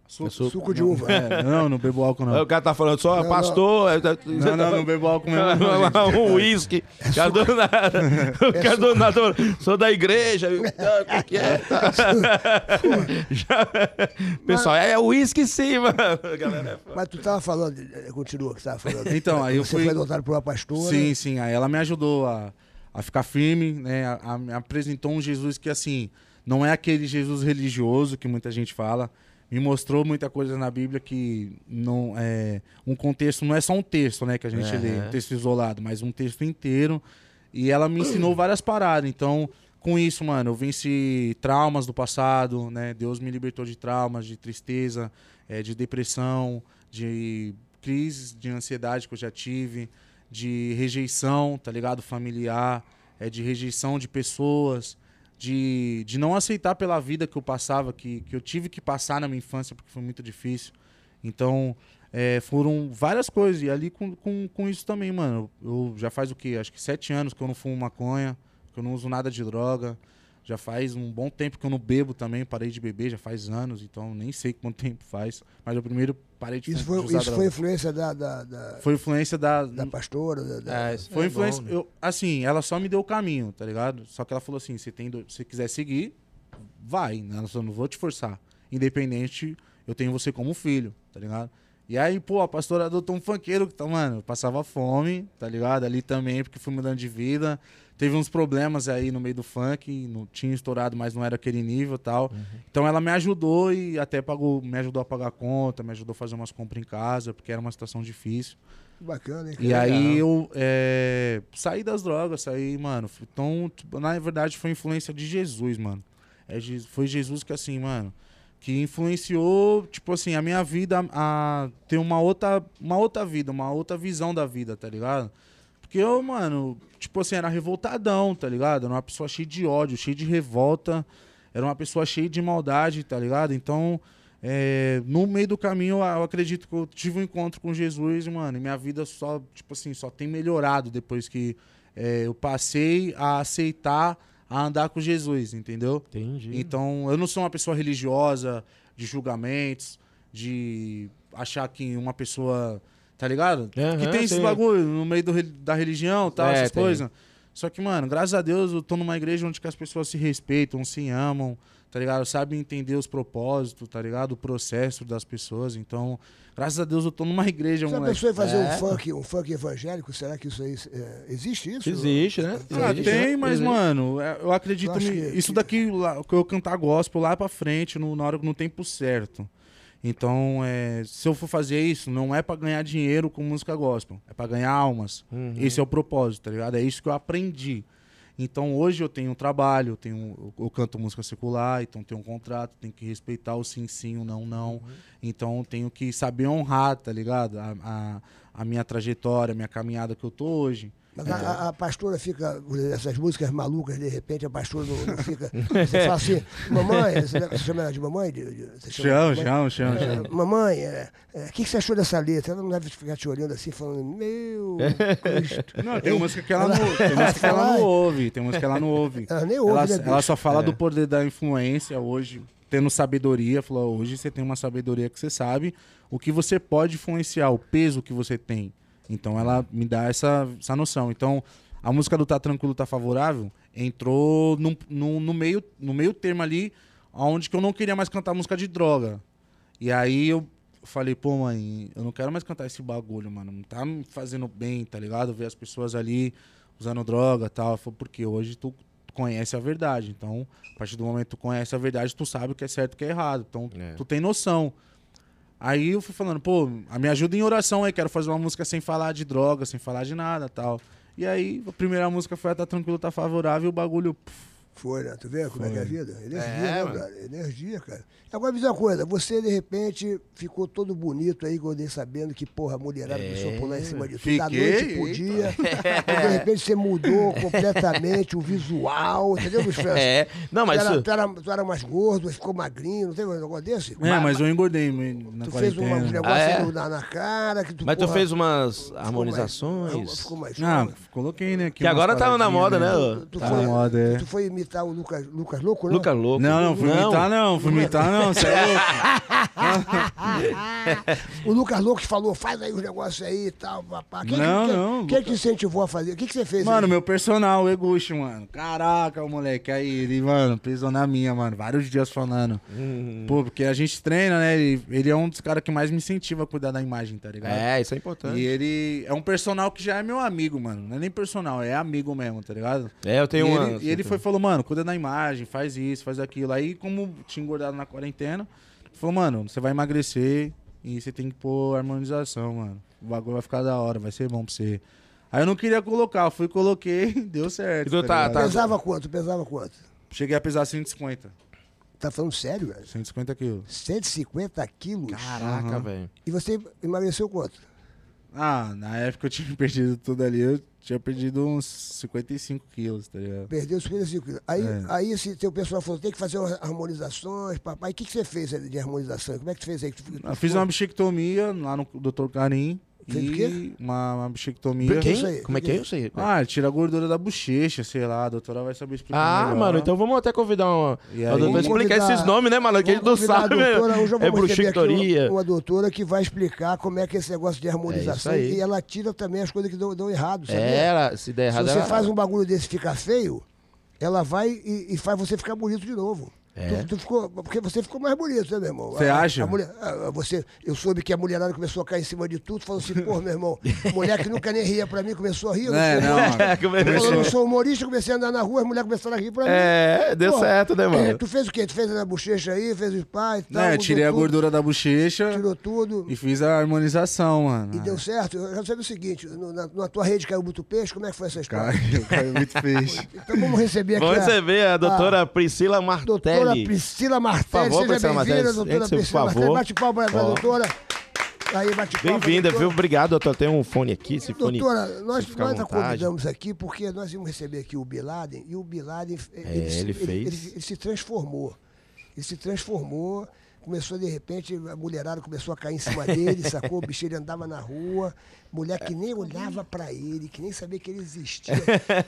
Speaker 2: suco.
Speaker 3: suco.
Speaker 1: Suco de
Speaker 3: Não,
Speaker 1: uva.
Speaker 3: é, não, não bebo álcool,
Speaker 2: Aí
Speaker 3: não.
Speaker 2: o cara tá falando só
Speaker 1: Não,
Speaker 2: pastor. é, tá-
Speaker 3: Não, não, não bebo álcool mesmo. não, gente.
Speaker 2: um uísque.
Speaker 1: É
Speaker 2: Cadê o nada? Cadê o nada? Sou da igreja.
Speaker 1: [LAUGHS]
Speaker 2: viu?
Speaker 1: Ah,
Speaker 2: Não, O que que é? Tá. [LAUGHS] Já- Pessoal, é uísque sim, mano. A Galera, é foda.
Speaker 1: Mas tu estava falando, eh, continua o que você estava falando.
Speaker 3: Então, aí eu
Speaker 1: Você
Speaker 3: fui-
Speaker 1: foi adotado por uma pastora.
Speaker 3: Sim, sim. Aí ela me ajudou a, a ficar firme, né? A, a- me apresentou um Jesus que, assim, não é aquele Jesus religioso que muita gente fala. Me mostrou muita coisa na Bíblia que não é um contexto, não é só um texto, né, que a gente
Speaker 2: Aham.
Speaker 3: lê, um texto isolado, mas um texto inteiro. E ela me ensinou várias paradas. Então, com isso, mano, eu venci traumas do passado, né? Deus me libertou de traumas, de tristeza, eh, de depressão, de crises de ansiedade que eu já tive, de rejeição, tá ligado? Familiar, é de rejeição de pessoas, de, de não aceitar pela vida que eu passava, que, que eu tive que passar na minha infância, porque foi muito difícil. Então, é, foram várias coisas. E ali com, com, com isso também, mano. Eu já faz o quê? Acho que sete anos que eu não fumo maconha, que eu não uso nada de droga. Já faz um bom tempo que eu não bebo também, parei de beber, já faz anos, então nem sei quanto [LAUGHS] tempo faz. Mas eu primeiro parei de,
Speaker 1: Isso
Speaker 3: fu-
Speaker 1: foi,
Speaker 3: de usar
Speaker 1: isso foi
Speaker 3: droga.
Speaker 1: influência da, da, da,
Speaker 3: Foi um- influência da,
Speaker 1: da pastora? da- da-
Speaker 2: É, isso
Speaker 3: foi
Speaker 2: é
Speaker 3: influência.
Speaker 2: bom, né?
Speaker 3: eu, assim, ela só me deu o caminho, tá ligado? Só que ela falou assim: se tem, do- se quiser seguir, vai. né? Eu só não vou te forçar. Independente, eu tenho você como filho, tá ligado? E aí, pô, a pastora adotou um funkeiro que, tá, mano, eu passava fome, tá ligado? Ali também, porque fui mudando de vida. Teve uns problemas aí no meio do funk, não tinha estourado, mas não era aquele nível e tal.
Speaker 2: Uhum.
Speaker 3: Então ela me ajudou e até pagou, me ajudou a pagar a conta, me ajudou a fazer umas compras em casa, porque era uma situação difícil.
Speaker 1: né, Que Bacana, hein?
Speaker 3: E aí eu é, saí das drogas, saí, mano. fui- Então, tipo, na verdade, foi influência de Jesus, mano. É Je- foi Jesus que, assim, mano, que influenciou, tipo assim, a minha vida a ter uma outra, uma outra vida, uma outra visão da vida, tá ligado? Porque eu, mano, tipo assim, era revoltadão, tá ligado? Era uma pessoa cheia de ódio, cheia de revolta. Era uma pessoa cheia de maldade, tá ligado? Então, é, no meio do caminho, eu acredito que eu tive um encontro com Jesus, mano. E minha vida só, tipo assim, só tem melhorado depois que é, eu passei a aceitar, a andar com Jesus, entendeu?
Speaker 2: Entendi.
Speaker 3: Então, eu não sou uma pessoa religiosa, de julgamentos, de achar que uma pessoa. Tá ligado?
Speaker 2: Aham,
Speaker 3: que tem esse
Speaker 2: sei.
Speaker 3: bagulho no meio do, re- da religião e tal,
Speaker 2: É,
Speaker 3: essas
Speaker 2: tem.
Speaker 3: coisas. Só que, mano, graças a Deus eu tô numa igreja onde que as pessoas se respeitam, se amam, tá ligado? Sabem entender os propósitos, tá ligado? O processo das pessoas. Então, graças a Deus eu tô numa igreja,
Speaker 1: Se a
Speaker 3: moleque.
Speaker 1: pessoa ia fazer
Speaker 2: É.
Speaker 1: um, funk, um funk evangélico, será que isso aí eh, existe? Isso?
Speaker 2: Existe, né?
Speaker 3: Ah,
Speaker 2: Existe,
Speaker 3: tem,
Speaker 2: né?
Speaker 3: mas,
Speaker 2: Existe.
Speaker 3: mano, é, eu acredito.
Speaker 1: Eu acho
Speaker 3: ni-
Speaker 1: que-
Speaker 3: isso
Speaker 1: que-
Speaker 3: daqui, lá, que eu cantar gospel lá pra frente, no, na hora, no tempo certo. Então, é, se eu for fazer isso, não é pra ganhar dinheiro com música gospel, é pra ganhar almas.
Speaker 2: Uhum.
Speaker 3: Esse é o propósito, tá ligado? É isso que eu aprendi. Então, hoje eu tenho um trabalho, eu, tenho, eu, eu canto música secular, então tenho um contrato, tenho que respeitar o sim, sim, o não, não. Então, tenho que saber honrar, tá ligado? A, a, a minha trajetória, a minha caminhada que eu tô hoje.
Speaker 1: Mas a- a, a pastora fica, essas músicas malucas, de repente a pastora não, não [LAUGHS] fica. Você fala assim, mamãe, você você chama ela de mamãe? De- de- você chama ela
Speaker 3: Chão,
Speaker 1: de mamãe?
Speaker 3: chão, chão, chão.
Speaker 1: É, Mamãe, o que, que você achou dessa letra? Ela não deve ficar te olhando assim, falando, meu [LAUGHS] Cristo.
Speaker 3: É. Não, tem música que ela
Speaker 1: [LAUGHS]
Speaker 3: não, tem música que ela não ouve, tem música que ela não ouve.
Speaker 1: Ela nem ouve,
Speaker 3: Ela,
Speaker 1: né, bicho?
Speaker 3: ela só fala
Speaker 2: É.
Speaker 3: do poder da influência hoje, tendo sabedoria, falou, hoje você tem uma sabedoria que você sabe o que você pode influenciar, o peso que você tem. Então ela me dá essa, essa noção. Então, a música do Tá Tranquilo, Tá Favorável entrou num, num- no, meio, no meio termo ali, onde que eu não queria mais cantar música de droga. E aí eu falei, pô, mãe, eu não quero mais cantar esse bagulho, mano. Não tá me fazendo bem, tá ligado? Ver as pessoas ali usando droga e tal. Ela falou, porque hoje tu conhece a verdade. Então, a partir do momento que tu conhece a verdade, tu sabe o que é certo e o que é errado. Então,
Speaker 2: É.
Speaker 3: tu tem noção. Aí eu fui falando, pô, me ajuda em oração aí, quero fazer uma música sem falar de "Ah, droga, sem falar de nada tal. E aí, a primeira música foi a Tá Tranquilo, Tá Favorável, e o bagulho puf,
Speaker 1: Foi, né? Tu vê como é que é a vida? Energia,
Speaker 2: É,
Speaker 1: né,
Speaker 2: mano?
Speaker 1: cara? Energia, cara. Agora, me diz uma coisa. Você, de repente, ficou todo bonito aí, quando eu dei sabendo que, porra, a mulherada
Speaker 2: É,
Speaker 1: começou a pular em cima de tudo. Da
Speaker 3: Fiquei,
Speaker 1: noite pro
Speaker 3: eita.
Speaker 1: dia. Mas, de repente, você mudou completamente o visual, entendeu, Luiz França?
Speaker 2: É. Não, mas
Speaker 1: tu, era,
Speaker 2: isso-
Speaker 1: tu, era, tu era mais gordo, mas ficou magrinho, não tem um negócio desse?
Speaker 3: É, mas eu engordei men- na
Speaker 1: Tu fez um,
Speaker 3: quarentena.
Speaker 1: um negócio
Speaker 2: Ah, é?
Speaker 1: no- na, na cara que tu.
Speaker 2: Mas tu
Speaker 1: porra,
Speaker 2: fez umas
Speaker 1: ficou mais-
Speaker 2: harmonizações.
Speaker 1: Ficou mais.
Speaker 3: Ah,
Speaker 1: jovem.
Speaker 3: coloquei, né? aqui
Speaker 2: Que agora
Speaker 3: umas
Speaker 2: tá na
Speaker 3: paradinhas,
Speaker 2: moda, né?
Speaker 1: tu, tu
Speaker 3: Tá
Speaker 1: foi,
Speaker 3: na moda, é.
Speaker 1: tu foi imitar o Lucas, Lucas Louco, né?
Speaker 2: Lucas Louco.
Speaker 3: Não, não, fui imitar não, fui imitar não, você [LAUGHS] é louco.
Speaker 1: Ah! O Lucas Louco que falou, faz aí os negócios aí e tal, papá. Quem,
Speaker 3: Não,
Speaker 1: quem,
Speaker 3: não,
Speaker 1: Quem te incentivou a fazer? O que, que você fez?
Speaker 3: Mano,
Speaker 1: aí?
Speaker 3: meu personal, o Eguchi, mano. Caraca, o moleque. Aí ele, mano, pisou na minha, mano. Vários dias falando. Pô, porque a gente treina, né? Ele, ele é um dos caras que mais me incentiva a cuidar da imagem, tá ligado?
Speaker 2: É, isso é importante.
Speaker 3: E ele é um personal que já é meu amigo, mano. Não é nem personal, é amigo mesmo, tá ligado?
Speaker 2: É, eu tenho
Speaker 3: e
Speaker 2: uma.
Speaker 3: ele, e ele foi e falou, mano, cuida da imagem, faz isso, faz aquilo. Aí, como tinha engordado na quarentena, ele falou, mano, você vai emagrecer e você tem que pôr harmonização, mano. O bagulho vai ficar da hora, vai ser bom pra você. Aí eu não queria colocar, eu fui e coloquei, [LAUGHS] deu certo.
Speaker 2: Então tá,
Speaker 3: ligado?
Speaker 1: Pesava quanto? Pesava quanto?
Speaker 3: Cheguei a pesar 150.
Speaker 1: Tá falando sério, velho?
Speaker 3: 150 quilos.
Speaker 1: 150 quilos?
Speaker 2: Caraca, velho.
Speaker 1: E você emagreceu quanto?
Speaker 3: Ah, na época eu tinha [LAUGHS] perdido tudo ali, eu tinha perdido uns 55 quilos, tá ligado?
Speaker 1: Perdeu 55 quilos. Aí,
Speaker 3: É.
Speaker 1: aí esse teu pessoal falou, tem que fazer umas harmonizações, papai. O que, que você fez ali de harmonização? Como é que tu fez aí? Tu- tipo, tu
Speaker 3: Eu fiz
Speaker 1: ficou-
Speaker 3: uma bichectomia lá no Dr. Carim.
Speaker 1: Fez o
Speaker 3: E
Speaker 1: quê?
Speaker 3: uma, uma bichectomia.
Speaker 1: Por quê? isso aí?
Speaker 2: Como é que é isso aí?
Speaker 3: Ah, tira a gordura da bochecha, sei lá, a doutora vai saber explicar.
Speaker 2: Ah,
Speaker 3: melhor.
Speaker 2: mano, então vamos até convidar uma.
Speaker 3: E
Speaker 2: a
Speaker 3: aí?
Speaker 2: doutora
Speaker 3: Vamos
Speaker 2: explicar
Speaker 1: convidar-
Speaker 2: esses nomes, né, maluco? Que a gente não
Speaker 1: Vamos convidar
Speaker 2: sabe,
Speaker 1: a doutora, hoje
Speaker 2: né?
Speaker 1: eu vou
Speaker 2: É
Speaker 1: receber aqui
Speaker 2: bruxectoria.
Speaker 1: Uma, uma doutora que vai explicar como é que é esse negócio de harmonização
Speaker 2: É isso aí.
Speaker 1: e ela tira também as coisas que dão, dão errado, sabe?
Speaker 2: É, ela- se der
Speaker 1: Se
Speaker 2: errado,
Speaker 1: você
Speaker 2: ela-
Speaker 1: faz um bagulho desse e fica feio, ela vai e, e faz você ficar bonito de novo.
Speaker 2: É.
Speaker 1: Tu, tu ficou, porque você ficou mais bonito, né, meu irmão?
Speaker 3: Você
Speaker 1: A-
Speaker 3: acha?
Speaker 1: a mulher- a- a- você, eu soube que a mulherada começou a cair em cima de tudo, falou assim, pô, meu irmão, mulher que nunca nem ria pra mim, começou a rir. eu
Speaker 3: É,
Speaker 1: sou
Speaker 2: [LAUGHS]
Speaker 3: não,
Speaker 1: humorista.
Speaker 3: mano.
Speaker 2: Como é que
Speaker 1: Falou, eu
Speaker 2: é?
Speaker 1: não sou humorista, comecei a andar na rua, as mulheres começaram a rir pra mim.
Speaker 2: É, deu
Speaker 1: Porra,
Speaker 2: certo, né, mano?
Speaker 1: Tu fez o quê? Tu fez na bochecha aí, fez os pais e tal.
Speaker 3: Né, eu
Speaker 1: mudou
Speaker 3: tirei a
Speaker 1: tudo,
Speaker 3: gordura da bochecha
Speaker 1: Tirou tudo.
Speaker 3: e fiz a harmonização, mano. Ah,
Speaker 1: E deu certo? Eu quero saber o seguinte, no- na, na tua rede caiu muito peixe, como é que foi essa
Speaker 3: [LAUGHS]
Speaker 1: história?
Speaker 3: Caiu, caiu
Speaker 1: [LAUGHS]
Speaker 3: muito peixe.
Speaker 1: Então vamos receber aqui
Speaker 2: Vamos
Speaker 1: a-
Speaker 2: receber a doutora Priscila
Speaker 1: doutora
Speaker 2: Martelli.
Speaker 1: Priscila
Speaker 2: Por
Speaker 1: Martelli.
Speaker 2: favor, Priscila
Speaker 1: Seja bem-vinda,
Speaker 2: Martelli.
Speaker 1: doutora
Speaker 2: Entre, por
Speaker 1: Priscila Martelli.
Speaker 2: favor.
Speaker 1: Bate palma pra
Speaker 2: Ó.
Speaker 1: doutora. Aí, bate palma.
Speaker 2: Bem-vinda, viu?
Speaker 1: doutora.
Speaker 2: Obrigado, doutora. Tem um fone aqui, esse fone.
Speaker 1: Doutora, nós,
Speaker 2: fica à
Speaker 1: nós a
Speaker 2: vontade.
Speaker 1: convidamos aqui porque nós íamos receber aqui o Bin Laden e o Bin Laden eh,
Speaker 2: É, ele fez.
Speaker 1: ele- ele se transformou. Ele se transformou, começou de repente, a mulherada começou a cair em cima
Speaker 2: [LAUGHS]
Speaker 1: dele, sacou? O bicho ele andava na rua, mulher que nem olhava pra ele, que nem sabia que ele existia.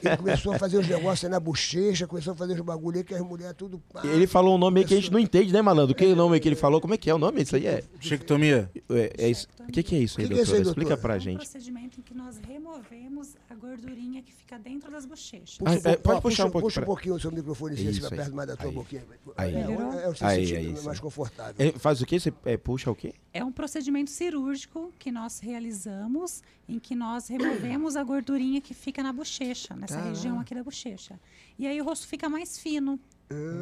Speaker 1: Ele começou a fazer os negócios aí na bochecha, começou a fazer os bagulho aí que as mulheres tudo. pá.
Speaker 2: Ele falou um nome aí que a gente não entende, né, malandro? Que nome que ele falou? Como é que é o nome? Isso aí é.
Speaker 3: Bichectomia.
Speaker 2: é, é isso. O que, que é isso aí,
Speaker 1: O que que é
Speaker 2: doutora?
Speaker 1: isso aí, doutora?
Speaker 2: Explica pra
Speaker 4: É um
Speaker 2: gente.
Speaker 4: procedimento em que nós removemos a gordurinha que fica dentro das bochechas.
Speaker 2: Ah, é, pode
Speaker 1: ó,
Speaker 2: puxar um pouquinho
Speaker 1: Puxa um
Speaker 2: pra-
Speaker 1: pouquinho o seu microfone, assim,
Speaker 2: Isso
Speaker 1: pra
Speaker 2: aí.
Speaker 1: perto mais da tua
Speaker 2: Aí.
Speaker 1: boquinha.
Speaker 2: Aí.
Speaker 1: É, é, o seu
Speaker 2: Aí,
Speaker 1: sentido
Speaker 2: aí,
Speaker 1: mais
Speaker 2: sim.
Speaker 1: confortável.
Speaker 2: É, faz o quê? Você é, puxa o quê?
Speaker 4: É um procedimento cirúrgico que nós realizamos em que nós removemos a gordurinha que fica na bochecha, nessa
Speaker 1: Tá.
Speaker 4: região aqui da bochecha. E aí o rosto fica mais fino.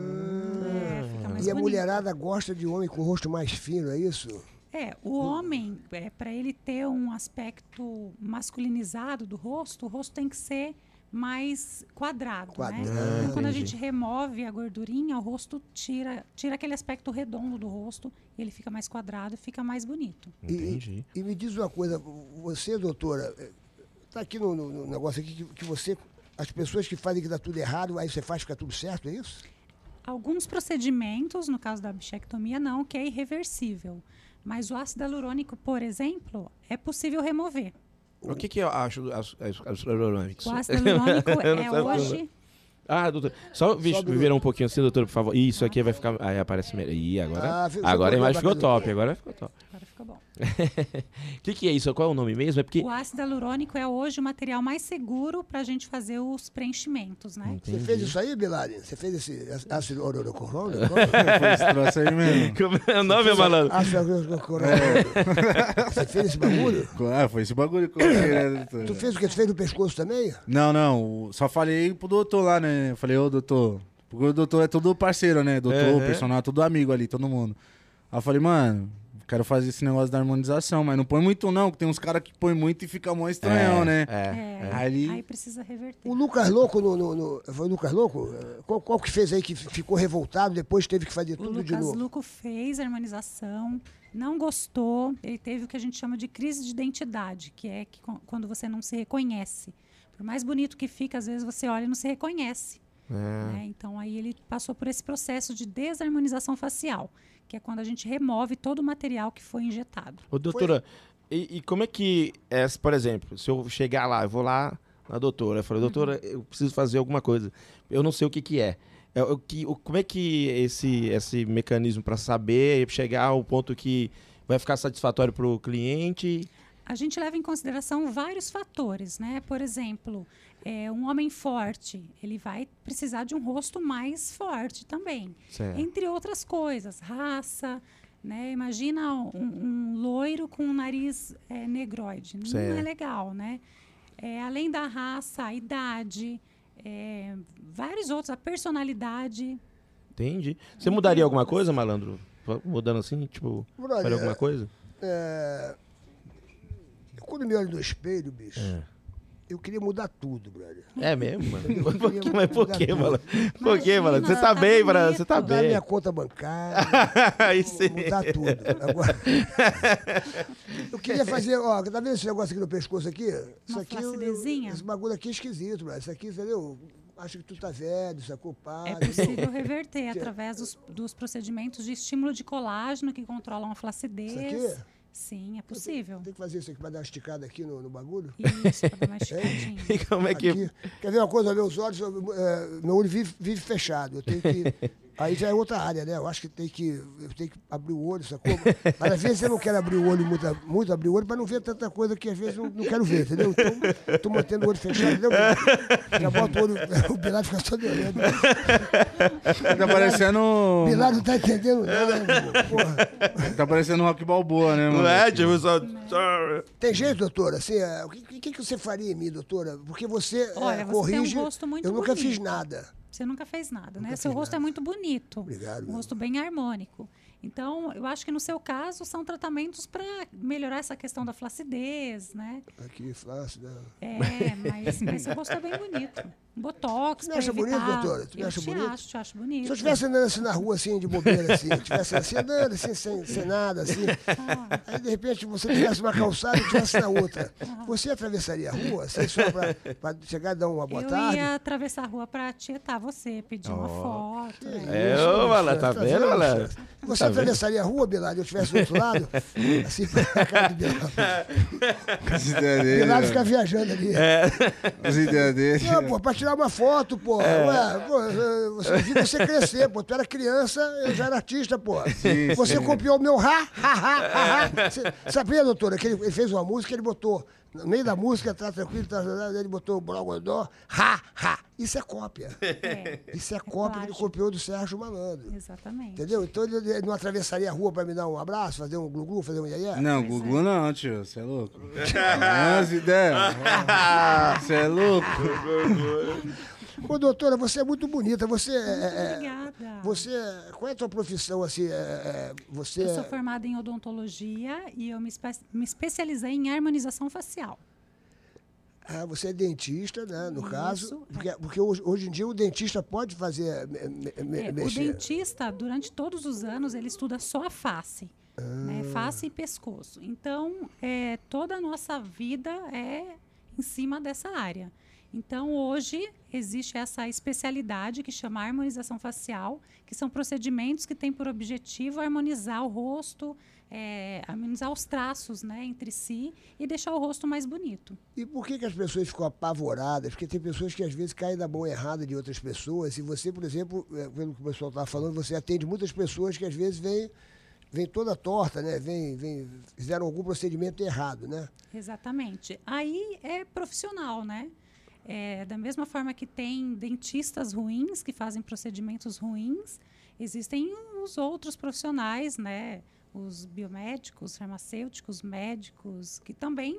Speaker 4: É, fica mais
Speaker 1: Ah. E a
Speaker 4: bonito.
Speaker 1: mulherada gosta de homem com o rosto mais fino, é isso?
Speaker 4: É,
Speaker 2: Hum.
Speaker 4: o homem, é, para ele ter um aspecto masculinizado do rosto, o rosto tem que ser mais quadrado, né?
Speaker 1: Quadrado.
Speaker 4: Então, quando a
Speaker 2: entendi.
Speaker 4: gente remove a gordurinha, o rosto tira, tira aquele aspecto redondo do rosto, e ele fica mais quadrado e fica mais bonito.
Speaker 1: E-
Speaker 2: Entendi.
Speaker 1: E, e me diz uma coisa, você, doutora, está aqui no, no- no negócio aqui que, que você. As pessoas que fazem que dá tudo errado, aí você faz que fica tudo certo, é isso?
Speaker 4: Alguns procedimentos, no caso da bichectomia, não, que é irreversível. Mas o ácido hialurônico, por exemplo, é possível remover.
Speaker 2: O que, que eu acho as, as, as aerodinâmicas?
Speaker 4: O ácido hialurônico
Speaker 2: [LAUGHS] Eu não
Speaker 4: é
Speaker 2: sabia.
Speaker 4: hoje
Speaker 2: Ah, doutor. Só vi-
Speaker 1: Sobe,
Speaker 2: virar um pouquinho assim, doutor, por favor. Isso aqui vai ficar. Aí aparece. melhor. Ih, agora.
Speaker 1: Ah, ficou-
Speaker 2: agora a imagem
Speaker 1: ficou
Speaker 2: ficou top. Agora ficou top.
Speaker 4: Agora ficou bom.
Speaker 2: O que, que é isso? Qual é o nome mesmo? É porque.
Speaker 4: O ácido hialurônico é hoje o material mais seguro para a gente fazer os preenchimentos, né?
Speaker 1: Você fez isso aí, Bilari? Você fez esse
Speaker 2: É.
Speaker 1: ácido ororocorona?
Speaker 2: [LAUGHS]
Speaker 3: Foi esse troço aí
Speaker 2: [LAUGHS]
Speaker 3: mesmo.
Speaker 2: Como é o nome, malandro?
Speaker 1: Ácido ororocorona.
Speaker 2: É.
Speaker 1: Você fez esse bagulho?
Speaker 3: Ah, foi esse bagulho que eu coloquei, né, doutor?
Speaker 1: Tu fez o que? Tu fez no pescoço também?
Speaker 3: Não, não, o- só falei pro doutor lá, né? Falei, ô doutor, porque o doutor é todo parceiro, né? Doutor,
Speaker 2: Uhum.
Speaker 3: personal, todo amigo ali, todo mundo. Aí eu falei, mano, Quero fazer esse negócio da harmonização, mas não põe muito não, que tem uns caras que põe muito e fica mó estranhão,
Speaker 1: Ah.
Speaker 3: né?
Speaker 2: É.
Speaker 4: É,
Speaker 3: Aí ele-
Speaker 4: aí precisa reverter.
Speaker 1: O Lucas Louco, no, no- no- foi o Lucas Louco? Eh, Qual, qual que fez aí que ficou revoltado, depois teve que fazer
Speaker 4: O
Speaker 1: tudo de
Speaker 4: Lucas
Speaker 1: novo?
Speaker 4: Luco fez a harmonização, não gostou, ele teve o que a gente chama de crise de identidade, que é que co- quando você não se reconhece. Por mais bonito que fica, às vezes você olha e não se reconhece.
Speaker 1: É. Ah.
Speaker 4: né? Então aí ele passou por esse processo de desarmonização facial, que é quando a gente remove todo o material que foi injetado.
Speaker 2: Ô, doutora, e, e como é que, é, se, por exemplo, se eu chegar lá, eu vou lá na doutora,
Speaker 1: Uhum.
Speaker 2: eu falo, doutora, eu preciso fazer alguma coisa, eu não sei o que que é. É, o que, o- como é que esse, esse mecanismo para saber, chegar ao ponto que vai ficar satisfatório para o cliente?
Speaker 4: A gente leva em consideração vários fatores, né? Por exemplo, é, um homem forte, ele vai precisar de um rosto mais forte também.
Speaker 2: Certo.
Speaker 4: Entre outras coisas, raça, né? Imagina um, um loiro com um nariz é, negroide. Não é
Speaker 2: Certo.
Speaker 4: legal, né? É, além da raça, a idade, é, vários outros, a personalidade.
Speaker 2: Entendi. Você mudaria alguma coisa, malandro? Mudando assim, tipo,
Speaker 1: Brother,
Speaker 2: faria alguma coisa?
Speaker 1: É, Quando eu me olho no espelho, bicho, eu queria mudar tudo, brother.
Speaker 2: É mesmo,
Speaker 1: [LAUGHS] Eu
Speaker 2: mano? Por que,
Speaker 1: queria
Speaker 2: mas por
Speaker 1: mudar
Speaker 2: que,
Speaker 1: tudo.
Speaker 2: malandro? Por que,
Speaker 4: Imagina,
Speaker 2: malandro? Você tá,
Speaker 4: tá
Speaker 2: bem, malandro, você tá
Speaker 4: bonito.
Speaker 1: Mudar
Speaker 2: bem.
Speaker 1: minha conta bancária,
Speaker 2: [LAUGHS] Aí [LAUGHS] sim.
Speaker 1: mudar tudo. Agora, eu queria fazer, ó, tá vendo esse negócio aqui no pescoço aqui? Isso
Speaker 4: Uma
Speaker 1: aqui, eu- eu-
Speaker 4: flacidezinha?
Speaker 1: esse bagulho aqui é esquisito, brother. Isso aqui, entendeu? Acho que tu tá velho, sacou? Para.
Speaker 4: É
Speaker 1: [LAUGHS]
Speaker 4: possível reverter
Speaker 1: é
Speaker 4: através dos, dos procedimentos de estímulo de colágeno que controlam a
Speaker 1: Isso
Speaker 4: flacidez.
Speaker 1: aqui?
Speaker 4: Sim, é possível.
Speaker 1: Tem É? que fazer isso aqui pra dar uma esticada aqui no, no bagulho.
Speaker 4: Isso, pra dar
Speaker 1: [LAUGHS]
Speaker 4: mais esticadinha.
Speaker 2: E como é que.
Speaker 1: Aqui. Quer ver uma coisa? Meus olhos, eu, eh, meu olho vive, vive fechado. Eu tenho que.
Speaker 2: [LAUGHS]
Speaker 1: Aí já é outra área, né? Eu acho que tem que, eu tenho que abrir o olho, sacou? Mas às vezes eu não quero abrir o olho muito, muito abrir o olho para não ver tanta coisa que às vezes eu não quero ver, entendeu? Então, estou mantendo o olho fechado, entendeu? Já boto o olho, [LAUGHS] o Bilar fica só me olhando.
Speaker 3: Tá parecendo.
Speaker 1: O Bilar não tá entendendo nada, né, irmão? Porra.
Speaker 3: Tá parecendo um rock balboa, né, mano?
Speaker 2: Não é, tipo, só. só-
Speaker 1: Tem jeito, doutora? Assim, eh, o que, que, que você faria em mim, doutora? Porque você eh,
Speaker 4: Olha, você tem um
Speaker 1: corrige.
Speaker 4: rosto muito
Speaker 1: eu nunca fiz
Speaker 4: bonito.
Speaker 1: nada.
Speaker 4: Você nunca fez nada, né? Seu rosto é muito bonito.
Speaker 1: Obrigado,
Speaker 4: Um
Speaker 1: meu
Speaker 4: rosto bem harmônico. Então, eu acho que no seu caso são tratamentos para melhorar essa questão da flacidez, né?
Speaker 1: Aqui, fácil, né? [LAUGHS]
Speaker 4: É, mas, mas seu rosto é bem bonito. Botox,
Speaker 1: Tu me
Speaker 4: pra
Speaker 1: acha bonito,
Speaker 4: evitar.
Speaker 1: doutora? Tu me
Speaker 4: eu
Speaker 1: acha
Speaker 4: te
Speaker 1: bonito?
Speaker 4: acho, te acho bonito.
Speaker 1: Se eu estivesse andando assim na rua, assim, de bobeira, assim, estivesse assim, andando assim, sem, sem nada, assim,
Speaker 4: Ah.
Speaker 1: aí de repente você tivesse uma calçada e eu estivesse na outra, você atravessaria a rua, assim, só para chegar e dar uma boa
Speaker 4: eu
Speaker 1: tarde?
Speaker 4: ia atravessar a rua para tietar você, pedir uma foto. né?
Speaker 2: É,
Speaker 1: Isso,
Speaker 2: ô, Malandro,
Speaker 1: chefe,
Speaker 2: tá vendo, Malandro?
Speaker 1: chefe?
Speaker 2: Tá
Speaker 1: Você
Speaker 2: vendo?
Speaker 1: atravessaria a rua, Bilardo, eu estivesse do outro lado, assim, pra cara de
Speaker 2: [LAUGHS]
Speaker 1: Bilardo.
Speaker 3: As ideias dele.
Speaker 1: Bilardo
Speaker 3: velho.
Speaker 1: fica viajando ali.
Speaker 2: É.
Speaker 3: As ideias dele.
Speaker 1: Não, pô, pra tirar uma foto, pô.
Speaker 3: É.
Speaker 1: Ué, pô, eh, você, eu vi você crescer, pô. Tu era criança, eu já era artista, pô.
Speaker 3: Sim,
Speaker 1: você
Speaker 3: sim.
Speaker 1: copiou o meu ha, ha, ha, ha, ha. Você, sabia, doutora, que ele, ele fez uma música, ele botou, no meio da música, tá tranquilo, tá, tá, ele botou o Brogodó, ha, ha. Isso é cópia.
Speaker 4: É,
Speaker 1: Isso é cópia que ele
Speaker 4: plágio.
Speaker 1: copiou do Sérgio Malandro.
Speaker 4: exatamente.
Speaker 1: Entendeu? Então ele, ele não atravessaria a rua pra me dar um abraço, fazer um glu-glu, fazer um iaiá?
Speaker 3: Não, Gugu não, tio. Você
Speaker 2: [LAUGHS]
Speaker 3: é louco. As ideias. Você é louco.
Speaker 1: Ô, doutora, você é muito bonita. Você é. é-
Speaker 4: Obrigada.
Speaker 1: Você, é- qual é a tua profissão, assim, é- é- você...
Speaker 4: Eu
Speaker 1: é-
Speaker 4: sou formada em odontologia e eu me, espe- me especializei em harmonização facial.
Speaker 1: Ah, você é dentista, né? No
Speaker 4: Isso.
Speaker 1: caso. Porque, porque hoje, hoje em dia o dentista pode fazer. eh, me- me- me-
Speaker 4: É, o
Speaker 1: mexer.
Speaker 4: dentista, durante todos os anos, ele estuda só a face. né? Face e pescoço. Então, é, toda a nossa vida é em cima dessa área. Então, hoje, existe essa especialidade que chama harmonização facial, que são procedimentos que têm por objetivo harmonizar o rosto, é, harmonizar os traços né, entre si e deixar o rosto mais bonito.
Speaker 1: E por que, que as pessoas ficam apavoradas? Porque tem pessoas que às vezes caem na mão errada de outras pessoas. E você, por exemplo, é, pelo que o pessoal estava falando, você atende muitas pessoas que às vezes vêm vem toda torta, né? Vem, vem, fizeram algum procedimento errado, né?
Speaker 4: Exatamente. Aí é profissional, né? É, da mesma forma que tem dentistas ruins que fazem procedimentos ruins, existem os outros profissionais, né? Os biomédicos, farmacêuticos, médicos, que também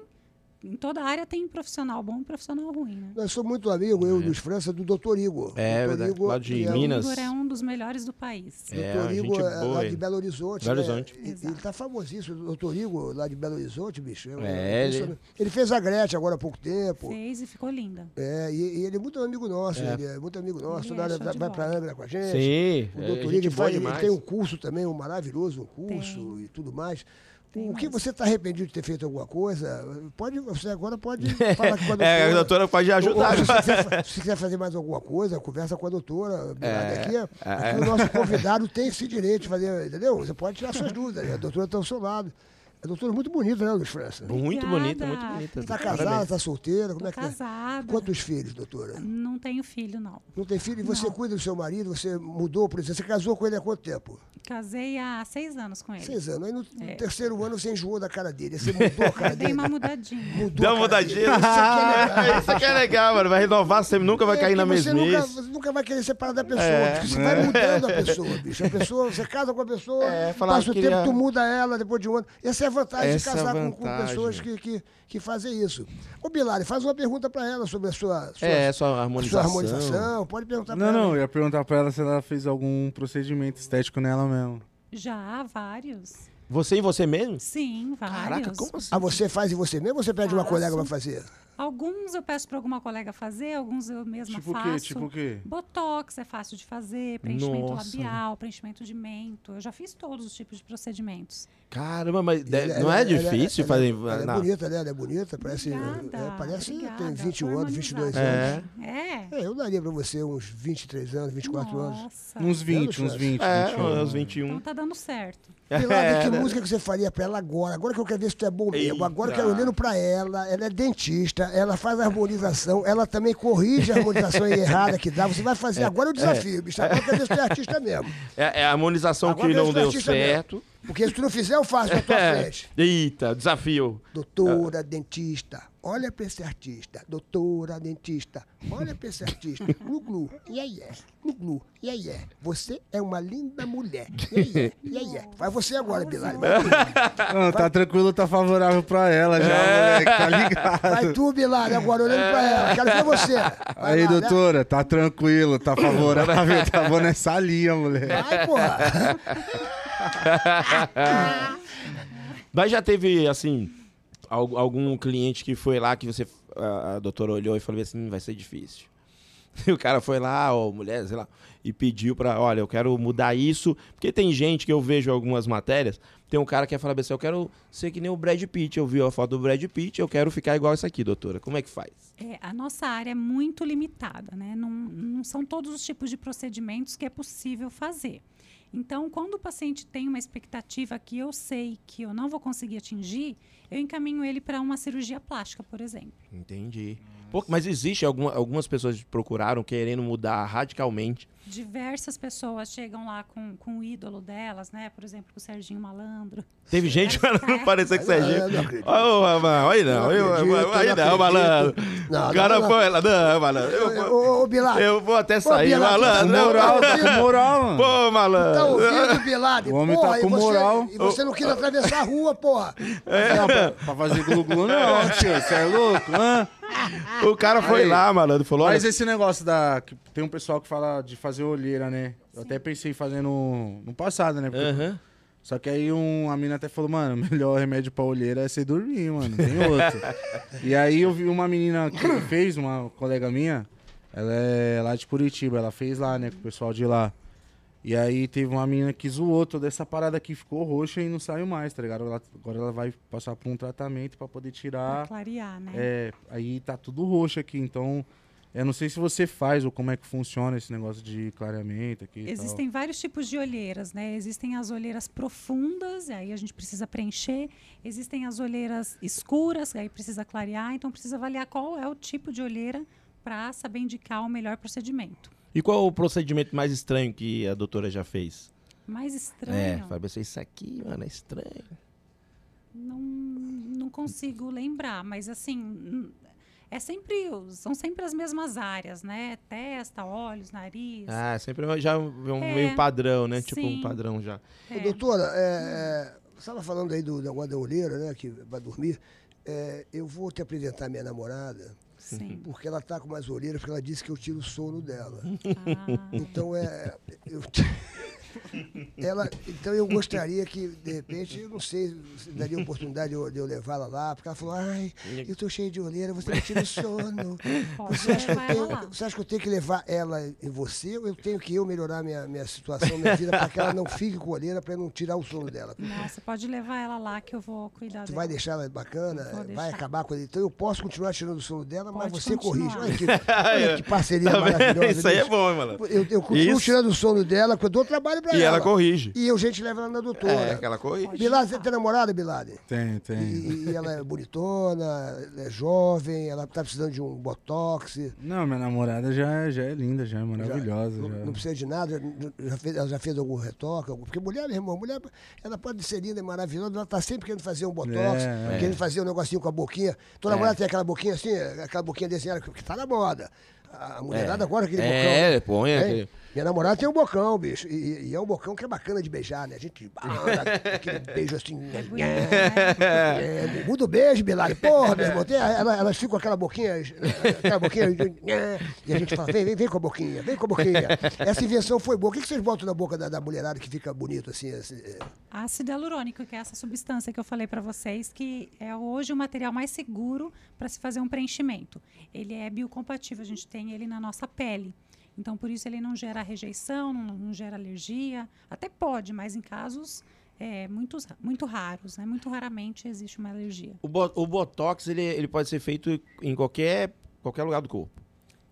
Speaker 4: em toda área tem profissional bom e profissional ruim, né?
Speaker 1: Eu sou muito amigo, eu dos França, do Dr. Igor. Dr.
Speaker 2: É, verdade, lá de
Speaker 1: ele é-
Speaker 2: Minas.
Speaker 4: Igor é um dos melhores do país.
Speaker 2: É,
Speaker 1: Doutor
Speaker 2: uma gente
Speaker 1: Igor é
Speaker 2: boa,
Speaker 1: lá de
Speaker 2: ele.
Speaker 1: Belo Horizonte.
Speaker 2: Belo
Speaker 1: né?
Speaker 2: Horizonte.
Speaker 1: E- Ele tá famosíssimo, o doutor Igor, lá de Belo Horizonte, bicho. Eu-
Speaker 2: É,
Speaker 1: eu-
Speaker 2: ele-
Speaker 1: eu- ele fez a Gretchen agora há pouco tempo.
Speaker 4: Fez e ficou linda.
Speaker 1: É, e, e ele é muito amigo nosso,
Speaker 2: É.
Speaker 1: ele é muito amigo nosso.
Speaker 4: Ele é
Speaker 1: na hora
Speaker 4: show
Speaker 1: da-
Speaker 4: de
Speaker 1: vai
Speaker 4: bola.
Speaker 1: pra Angra com a gente.
Speaker 2: Sim,
Speaker 1: O
Speaker 2: é
Speaker 1: doutor
Speaker 2: gente
Speaker 1: Igor
Speaker 2: boa
Speaker 1: faz, ele
Speaker 2: demais.
Speaker 1: tem um curso também, um maravilhoso um curso e tudo mais. o que você está arrependido de ter feito alguma coisa? Pode, você agora pode falar com a
Speaker 2: [LAUGHS]
Speaker 1: doutora.
Speaker 2: É, a doutora pode ajudar.
Speaker 1: Ou, ou, se, você, fa- se quiser fazer mais alguma coisa, conversa com a doutora. Bernardo, aqui, aqui o nosso convidado tem esse direito de fazer, entendeu? Você pode tirar suas dúvidas. né? A doutora está ao seu lado. A doutora é muito bonita, né, Luiz França?
Speaker 2: Muito bonita, muito
Speaker 4: Obrigada.
Speaker 2: bonita.
Speaker 1: Está
Speaker 2: Parabéns.
Speaker 1: casada, está solteira, como
Speaker 4: Tô
Speaker 1: é que é?
Speaker 4: casada.
Speaker 1: Quantos filhos, doutora?
Speaker 4: Não tenho filho, não.
Speaker 1: Não tem filho? E você cuida do seu marido? Você mudou, por exemplo, você casou com ele há quanto tempo?
Speaker 4: Casei há seis anos com ele.
Speaker 1: Seis anos. Aí no
Speaker 4: É.
Speaker 1: no terceiro ano você enjoou da cara dele. Você mudou a cara
Speaker 4: Eu dei
Speaker 1: dele.
Speaker 4: uma mudadinha.
Speaker 1: [LAUGHS] Mudou
Speaker 2: Dá
Speaker 1: a
Speaker 2: uma
Speaker 1: cara dele.
Speaker 2: mudadinha. [LAUGHS] né?
Speaker 1: Isso [LAUGHS] aqui é legal.
Speaker 2: Isso aqui é legal, mano. Vai renovar, você nunca vai
Speaker 1: É,
Speaker 2: cair na
Speaker 1: porque você nunca,
Speaker 2: mesmice. É.
Speaker 1: você nunca vai querer separar da pessoa. porque Você vai mudando a pessoa, bicho. A pessoa, você casa com a pessoa,
Speaker 2: É, falar,
Speaker 1: passa o
Speaker 2: queria-
Speaker 1: tempo, tu muda ela depois de um ano. Essa é a vantagem
Speaker 2: Essa é a
Speaker 1: de casar com- Com,
Speaker 2: vantagem.
Speaker 1: pessoas que, que, que fazem isso. Ô, Bilari, faz uma pergunta pra ela sobre a sua, sua,
Speaker 2: É, sua harmonização.
Speaker 1: sua harmonização. Pode perguntar pra
Speaker 3: Não,
Speaker 1: ela.
Speaker 3: não, eu ia perguntar pra ela se ela fez algum procedimento estético nela mesmo.
Speaker 4: Já, vários.
Speaker 2: Você e você mesmo?
Speaker 4: Sim, vários.
Speaker 2: Caraca, como assim?
Speaker 1: Ah, você faz e você mesmo ou você pede uma
Speaker 4: Faço.
Speaker 1: colega pra fazer?
Speaker 4: Alguns eu peço para alguma colega fazer, alguns eu mesma
Speaker 3: Tipo o quê?
Speaker 4: faço.
Speaker 3: Tipo o quê?
Speaker 4: Botox é fácil de fazer, preenchimento
Speaker 2: Nossa.
Speaker 4: labial, preenchimento de mento. Eu já fiz todos os tipos de procedimentos.
Speaker 2: Caramba, mas de-
Speaker 1: Ela-
Speaker 2: não é
Speaker 1: ela-
Speaker 2: difícil
Speaker 1: ela-
Speaker 2: fazer.
Speaker 1: Ela, ela
Speaker 2: na-
Speaker 1: é bonita, né? Ela é bonita, parece.
Speaker 4: Obrigada,
Speaker 1: é, parece que tem
Speaker 4: obrigada.
Speaker 1: 21 anos, 22 anos.
Speaker 4: Formalizada. É.
Speaker 1: É, eu daria pra você uns 23 anos, 24 anos.
Speaker 4: Nossa.
Speaker 3: Uns 20,
Speaker 1: Quero,
Speaker 3: uns
Speaker 1: chefe.
Speaker 3: 20,
Speaker 2: É,
Speaker 3: 21.
Speaker 2: aos 21.
Speaker 4: Então tá dando certo.
Speaker 1: Pilar,
Speaker 2: É,
Speaker 1: que
Speaker 2: né?
Speaker 1: música que você faria pra ela agora? Agora que eu quero ver se tu é bom mesmo. Agora eu
Speaker 2: Eita.
Speaker 1: quero olhando pra ela. Ela é dentista, ela faz harmonização, ela também corrige a harmonização [LAUGHS] errada que dá. Você vai fazer agora o desafio, bicho. Agora eu quero ver se tu é artista mesmo.
Speaker 2: É, é a harmonização
Speaker 1: Agora
Speaker 2: que
Speaker 1: eu
Speaker 2: não
Speaker 1: sou
Speaker 2: deu
Speaker 1: artista
Speaker 2: certo.
Speaker 1: Porque se tu não fizer, eu faço na tua
Speaker 2: É.
Speaker 1: frente.
Speaker 2: Eita, desafio.
Speaker 1: Doutora dentista, olha pra esse artista. Doutora dentista, olha pra esse
Speaker 2: [LAUGHS]
Speaker 1: artista. Glu glu, yeah yeah. Glu glu, yeah yeah. Você é uma linda mulher. é? Yeah yeah, yeah yeah. Vai você agora, Bilal.
Speaker 2: [LAUGHS]
Speaker 3: Ah, tá tranquilo, tá favorável pra ela já,
Speaker 2: É.
Speaker 3: moleque, tá ligado?
Speaker 1: Vai tu, Bilal, né, agora olhando pra ela. Quero ver você. Vai
Speaker 3: Aí,
Speaker 1: lá, né?
Speaker 3: doutora, tá tranquilo, tá favorável, tá bom nessa linha, moleque.
Speaker 1: Vai,
Speaker 2: [LAUGHS]
Speaker 1: porra.
Speaker 2: Mas já teve, assim, al- algum cliente que foi lá que você. A, a doutora olhou e falou assim: "Hum, vai ser difícil. [LAUGHS] E o cara foi lá, ó, mulher, sei lá, e pediu pra, olha, eu quero mudar isso. Porque tem gente que eu vejo algumas matérias, tem um cara que fala assim: eu quero ser que nem o Brad Pitt. Eu vi a foto do Brad Pitt, eu quero ficar igual isso aqui, doutora. Como é que faz?
Speaker 4: É, a nossa área é muito limitada, né? Não, não são todos os tipos de procedimentos que é possível fazer. Então, quando o paciente tem uma expectativa que eu sei que eu não vou conseguir atingir, eu encaminho ele para uma cirurgia plástica, por exemplo.
Speaker 2: Entendi.
Speaker 4: Hum,
Speaker 2: Pô, mas existe alguma, algumas pessoas que procuraram querendo mudar radicalmente.
Speaker 4: Diversas pessoas chegam lá com, com o ídolo delas, né? Por exemplo, com o Serginho Malandro.
Speaker 2: Teve gente [LAUGHS] pra não parecer que é o
Speaker 1: Eu
Speaker 2: Serginho.
Speaker 1: não acredito.
Speaker 2: Ô, Ramão, aí não,
Speaker 1: Não
Speaker 2: eu-
Speaker 1: acredito,
Speaker 2: eu- aí
Speaker 1: não
Speaker 2: não,
Speaker 1: acredito.
Speaker 2: malandro.
Speaker 1: Não,
Speaker 2: O cara
Speaker 1: não,
Speaker 2: foi lá, não, malandro. Eu,
Speaker 1: Ô,
Speaker 2: vou-
Speaker 1: Ô, ô, Bilal.
Speaker 2: eu vou até sair,
Speaker 1: Bilato,
Speaker 2: malandro.
Speaker 1: tá com moral,
Speaker 2: não.
Speaker 1: tá com
Speaker 3: moral, mano.
Speaker 2: Pô,
Speaker 1: Tá
Speaker 2: malandro. [LAUGHS]
Speaker 1: ouvindo, Bilal?
Speaker 3: O homem tá
Speaker 1: Porra, e
Speaker 3: com
Speaker 1: você-
Speaker 3: moral.
Speaker 1: E você não quis atravessar a rua, porra.
Speaker 2: é.
Speaker 3: Não, pra, pra fazer glu-glu não, tio, você é louco, hã?
Speaker 1: Então,
Speaker 2: O cara foi
Speaker 3: Aí.
Speaker 2: lá, malandro, falou, olha,
Speaker 3: Mas esse negócio da. que Tem um pessoal que fala de fazer olheira, né? Eu até pensei em fazer no, no passado, né? Porque-
Speaker 2: Aham.
Speaker 3: Só que aí um, a mina até falou, mano, [LAUGHS] o melhor remédio pra olheira é você dormir, mano. Tem outro.
Speaker 2: [LAUGHS]
Speaker 3: e aí eu vi uma menina que fez, uma colega minha, ela é lá de Curitiba, ela fez lá, né, com o pessoal de lá. E aí teve uma menina que zoou toda essa parada aqui, ficou roxa e não saiu mais, tá ligado? Ela- agora ela vai passar por um tratamento pra poder
Speaker 4: Pra
Speaker 3: tirar.
Speaker 4: clarear, né?
Speaker 3: Ah, É, aí tá tudo roxo aqui, então. Eu não sei se você faz ou como é que funciona esse negócio de clareamento aqui. e tal.
Speaker 4: Existem vários tipos de olheiras, né? Existem as olheiras profundas, e aí a gente precisa preencher. Existem as olheiras escuras, e aí precisa clarear. Então, precisa avaliar qual é o tipo de olheira para saber indicar o melhor procedimento.
Speaker 2: E qual o procedimento mais estranho que a doutora já fez?
Speaker 4: Mais
Speaker 2: É,
Speaker 4: estranho,
Speaker 2: Fábio, isso aqui, mano, é estranho.
Speaker 4: não, não consigo lembrar, mas assim. n- É sempre, o- são sempre as mesmas áreas, né? Testa, olhos, nariz.
Speaker 2: Ah, sempre já é um
Speaker 4: É.
Speaker 2: meio padrão, né? Tipo um
Speaker 4: Sim.
Speaker 2: padrão já.
Speaker 1: Ô, doutora, é, é, você estava falando aí do negócio da olheira, né? Que vai dormir. é, eu vou te apresentar minha namorada, [LAUGHS]
Speaker 4: Sim.
Speaker 1: porque ela tá com umas orelhas, porque ela disse que eu tiro o sono dela.
Speaker 4: Ah,
Speaker 1: Então é. Eu, [LAUGHS] ela, então eu gostaria que, de repente, eu não sei se daria oportunidade de eu, de eu levá-la lá, porque ela falou, ai, eu tô cheio de olheira, você me tira o sono.
Speaker 4: pode
Speaker 1: Você acha, que eu
Speaker 4: levar ela lá.
Speaker 1: tenho, você acha que eu tenho que levar ela e você ou eu tenho que eu melhorar minha, minha situação, minha vida, para que ela não fique com olheira, para não tirar o sono dela?
Speaker 4: Nossa, pode levar ela lá que eu vou cuidar
Speaker 1: Tu
Speaker 4: dela.
Speaker 1: vai deixar ela bacana,
Speaker 4: Vou deixar.
Speaker 1: vai acabar com ele. Então eu posso continuar tirando o sono dela, mas
Speaker 4: Pode
Speaker 1: você
Speaker 4: continuar.
Speaker 1: corrige. Olha que, olha que parceria
Speaker 2: Tá vendo?
Speaker 1: maravilhosa.
Speaker 2: Isso aí é
Speaker 1: bicho.
Speaker 2: bom, hein, malandro?
Speaker 1: Eu, eu continuo
Speaker 2: Isso.
Speaker 1: tirando o sono dela, porque eu dou trabalho pra
Speaker 2: E
Speaker 1: ela.
Speaker 2: ela corrige.
Speaker 1: E eu, gente, leva ela na doutora.
Speaker 2: É, que ela corrige.
Speaker 1: Bilade, você tem namorada, Bilade?
Speaker 3: Tem, tem.
Speaker 1: E, e ela é bonitona, é jovem, ela tá precisando de um botox.
Speaker 3: Não, minha namorada já é, já é linda, já é maravilhosa.
Speaker 1: Não,
Speaker 3: já.
Speaker 1: não precisa de nada, já- já fez, ela já fez algum retoque. algum- Porque mulher, meu irmão, mulher, ela pode ser linda, e maravilhosa, ela tá sempre querendo fazer um botox,
Speaker 3: É, é.
Speaker 1: querendo fazer um negocinho com a boquinha.
Speaker 2: É.
Speaker 1: Toda mulher tem aquela boquinha assim, aquela boquinha desenhada, que que tá na moda. A a mulherada agora aquele
Speaker 2: É,
Speaker 1: bocão. né?
Speaker 2: põe
Speaker 1: Hein?
Speaker 2: aquele-
Speaker 1: Minha namorada tem um bocão, bicho. E- E, e é um bocão que é bacana de beijar, né? A gente [LAUGHS] ah, aquele beijo
Speaker 4: [LAUGHS]
Speaker 1: assim.
Speaker 4: É bonito, né?
Speaker 1: É, muda o beijo, Bilal. Porra, meu irmão. tem- ela- elas ficam com aquela boquinha, aquela boquinha. né? E a gente fala, vem, vem, vem com a boquinha, vem com a boquinha. Essa invenção foi boa. O que que vocês botam na boca da, da mulherada que fica bonito assim? assim, é?
Speaker 4: Ácido hialurônico, que é essa substância que eu falei para vocês, que é hoje o material mais seguro para se fazer um preenchimento. Ele é biocompatível, a gente tem ele na nossa pele. Então, por isso, ele não gera rejeição, não, não gera alergia. Até pode, mas em casos é, muitos, muito raros, né? Muito raramente existe uma alergia.
Speaker 2: O, bo- o Botox, ele, ele pode ser feito em qualquer, qualquer lugar do corpo,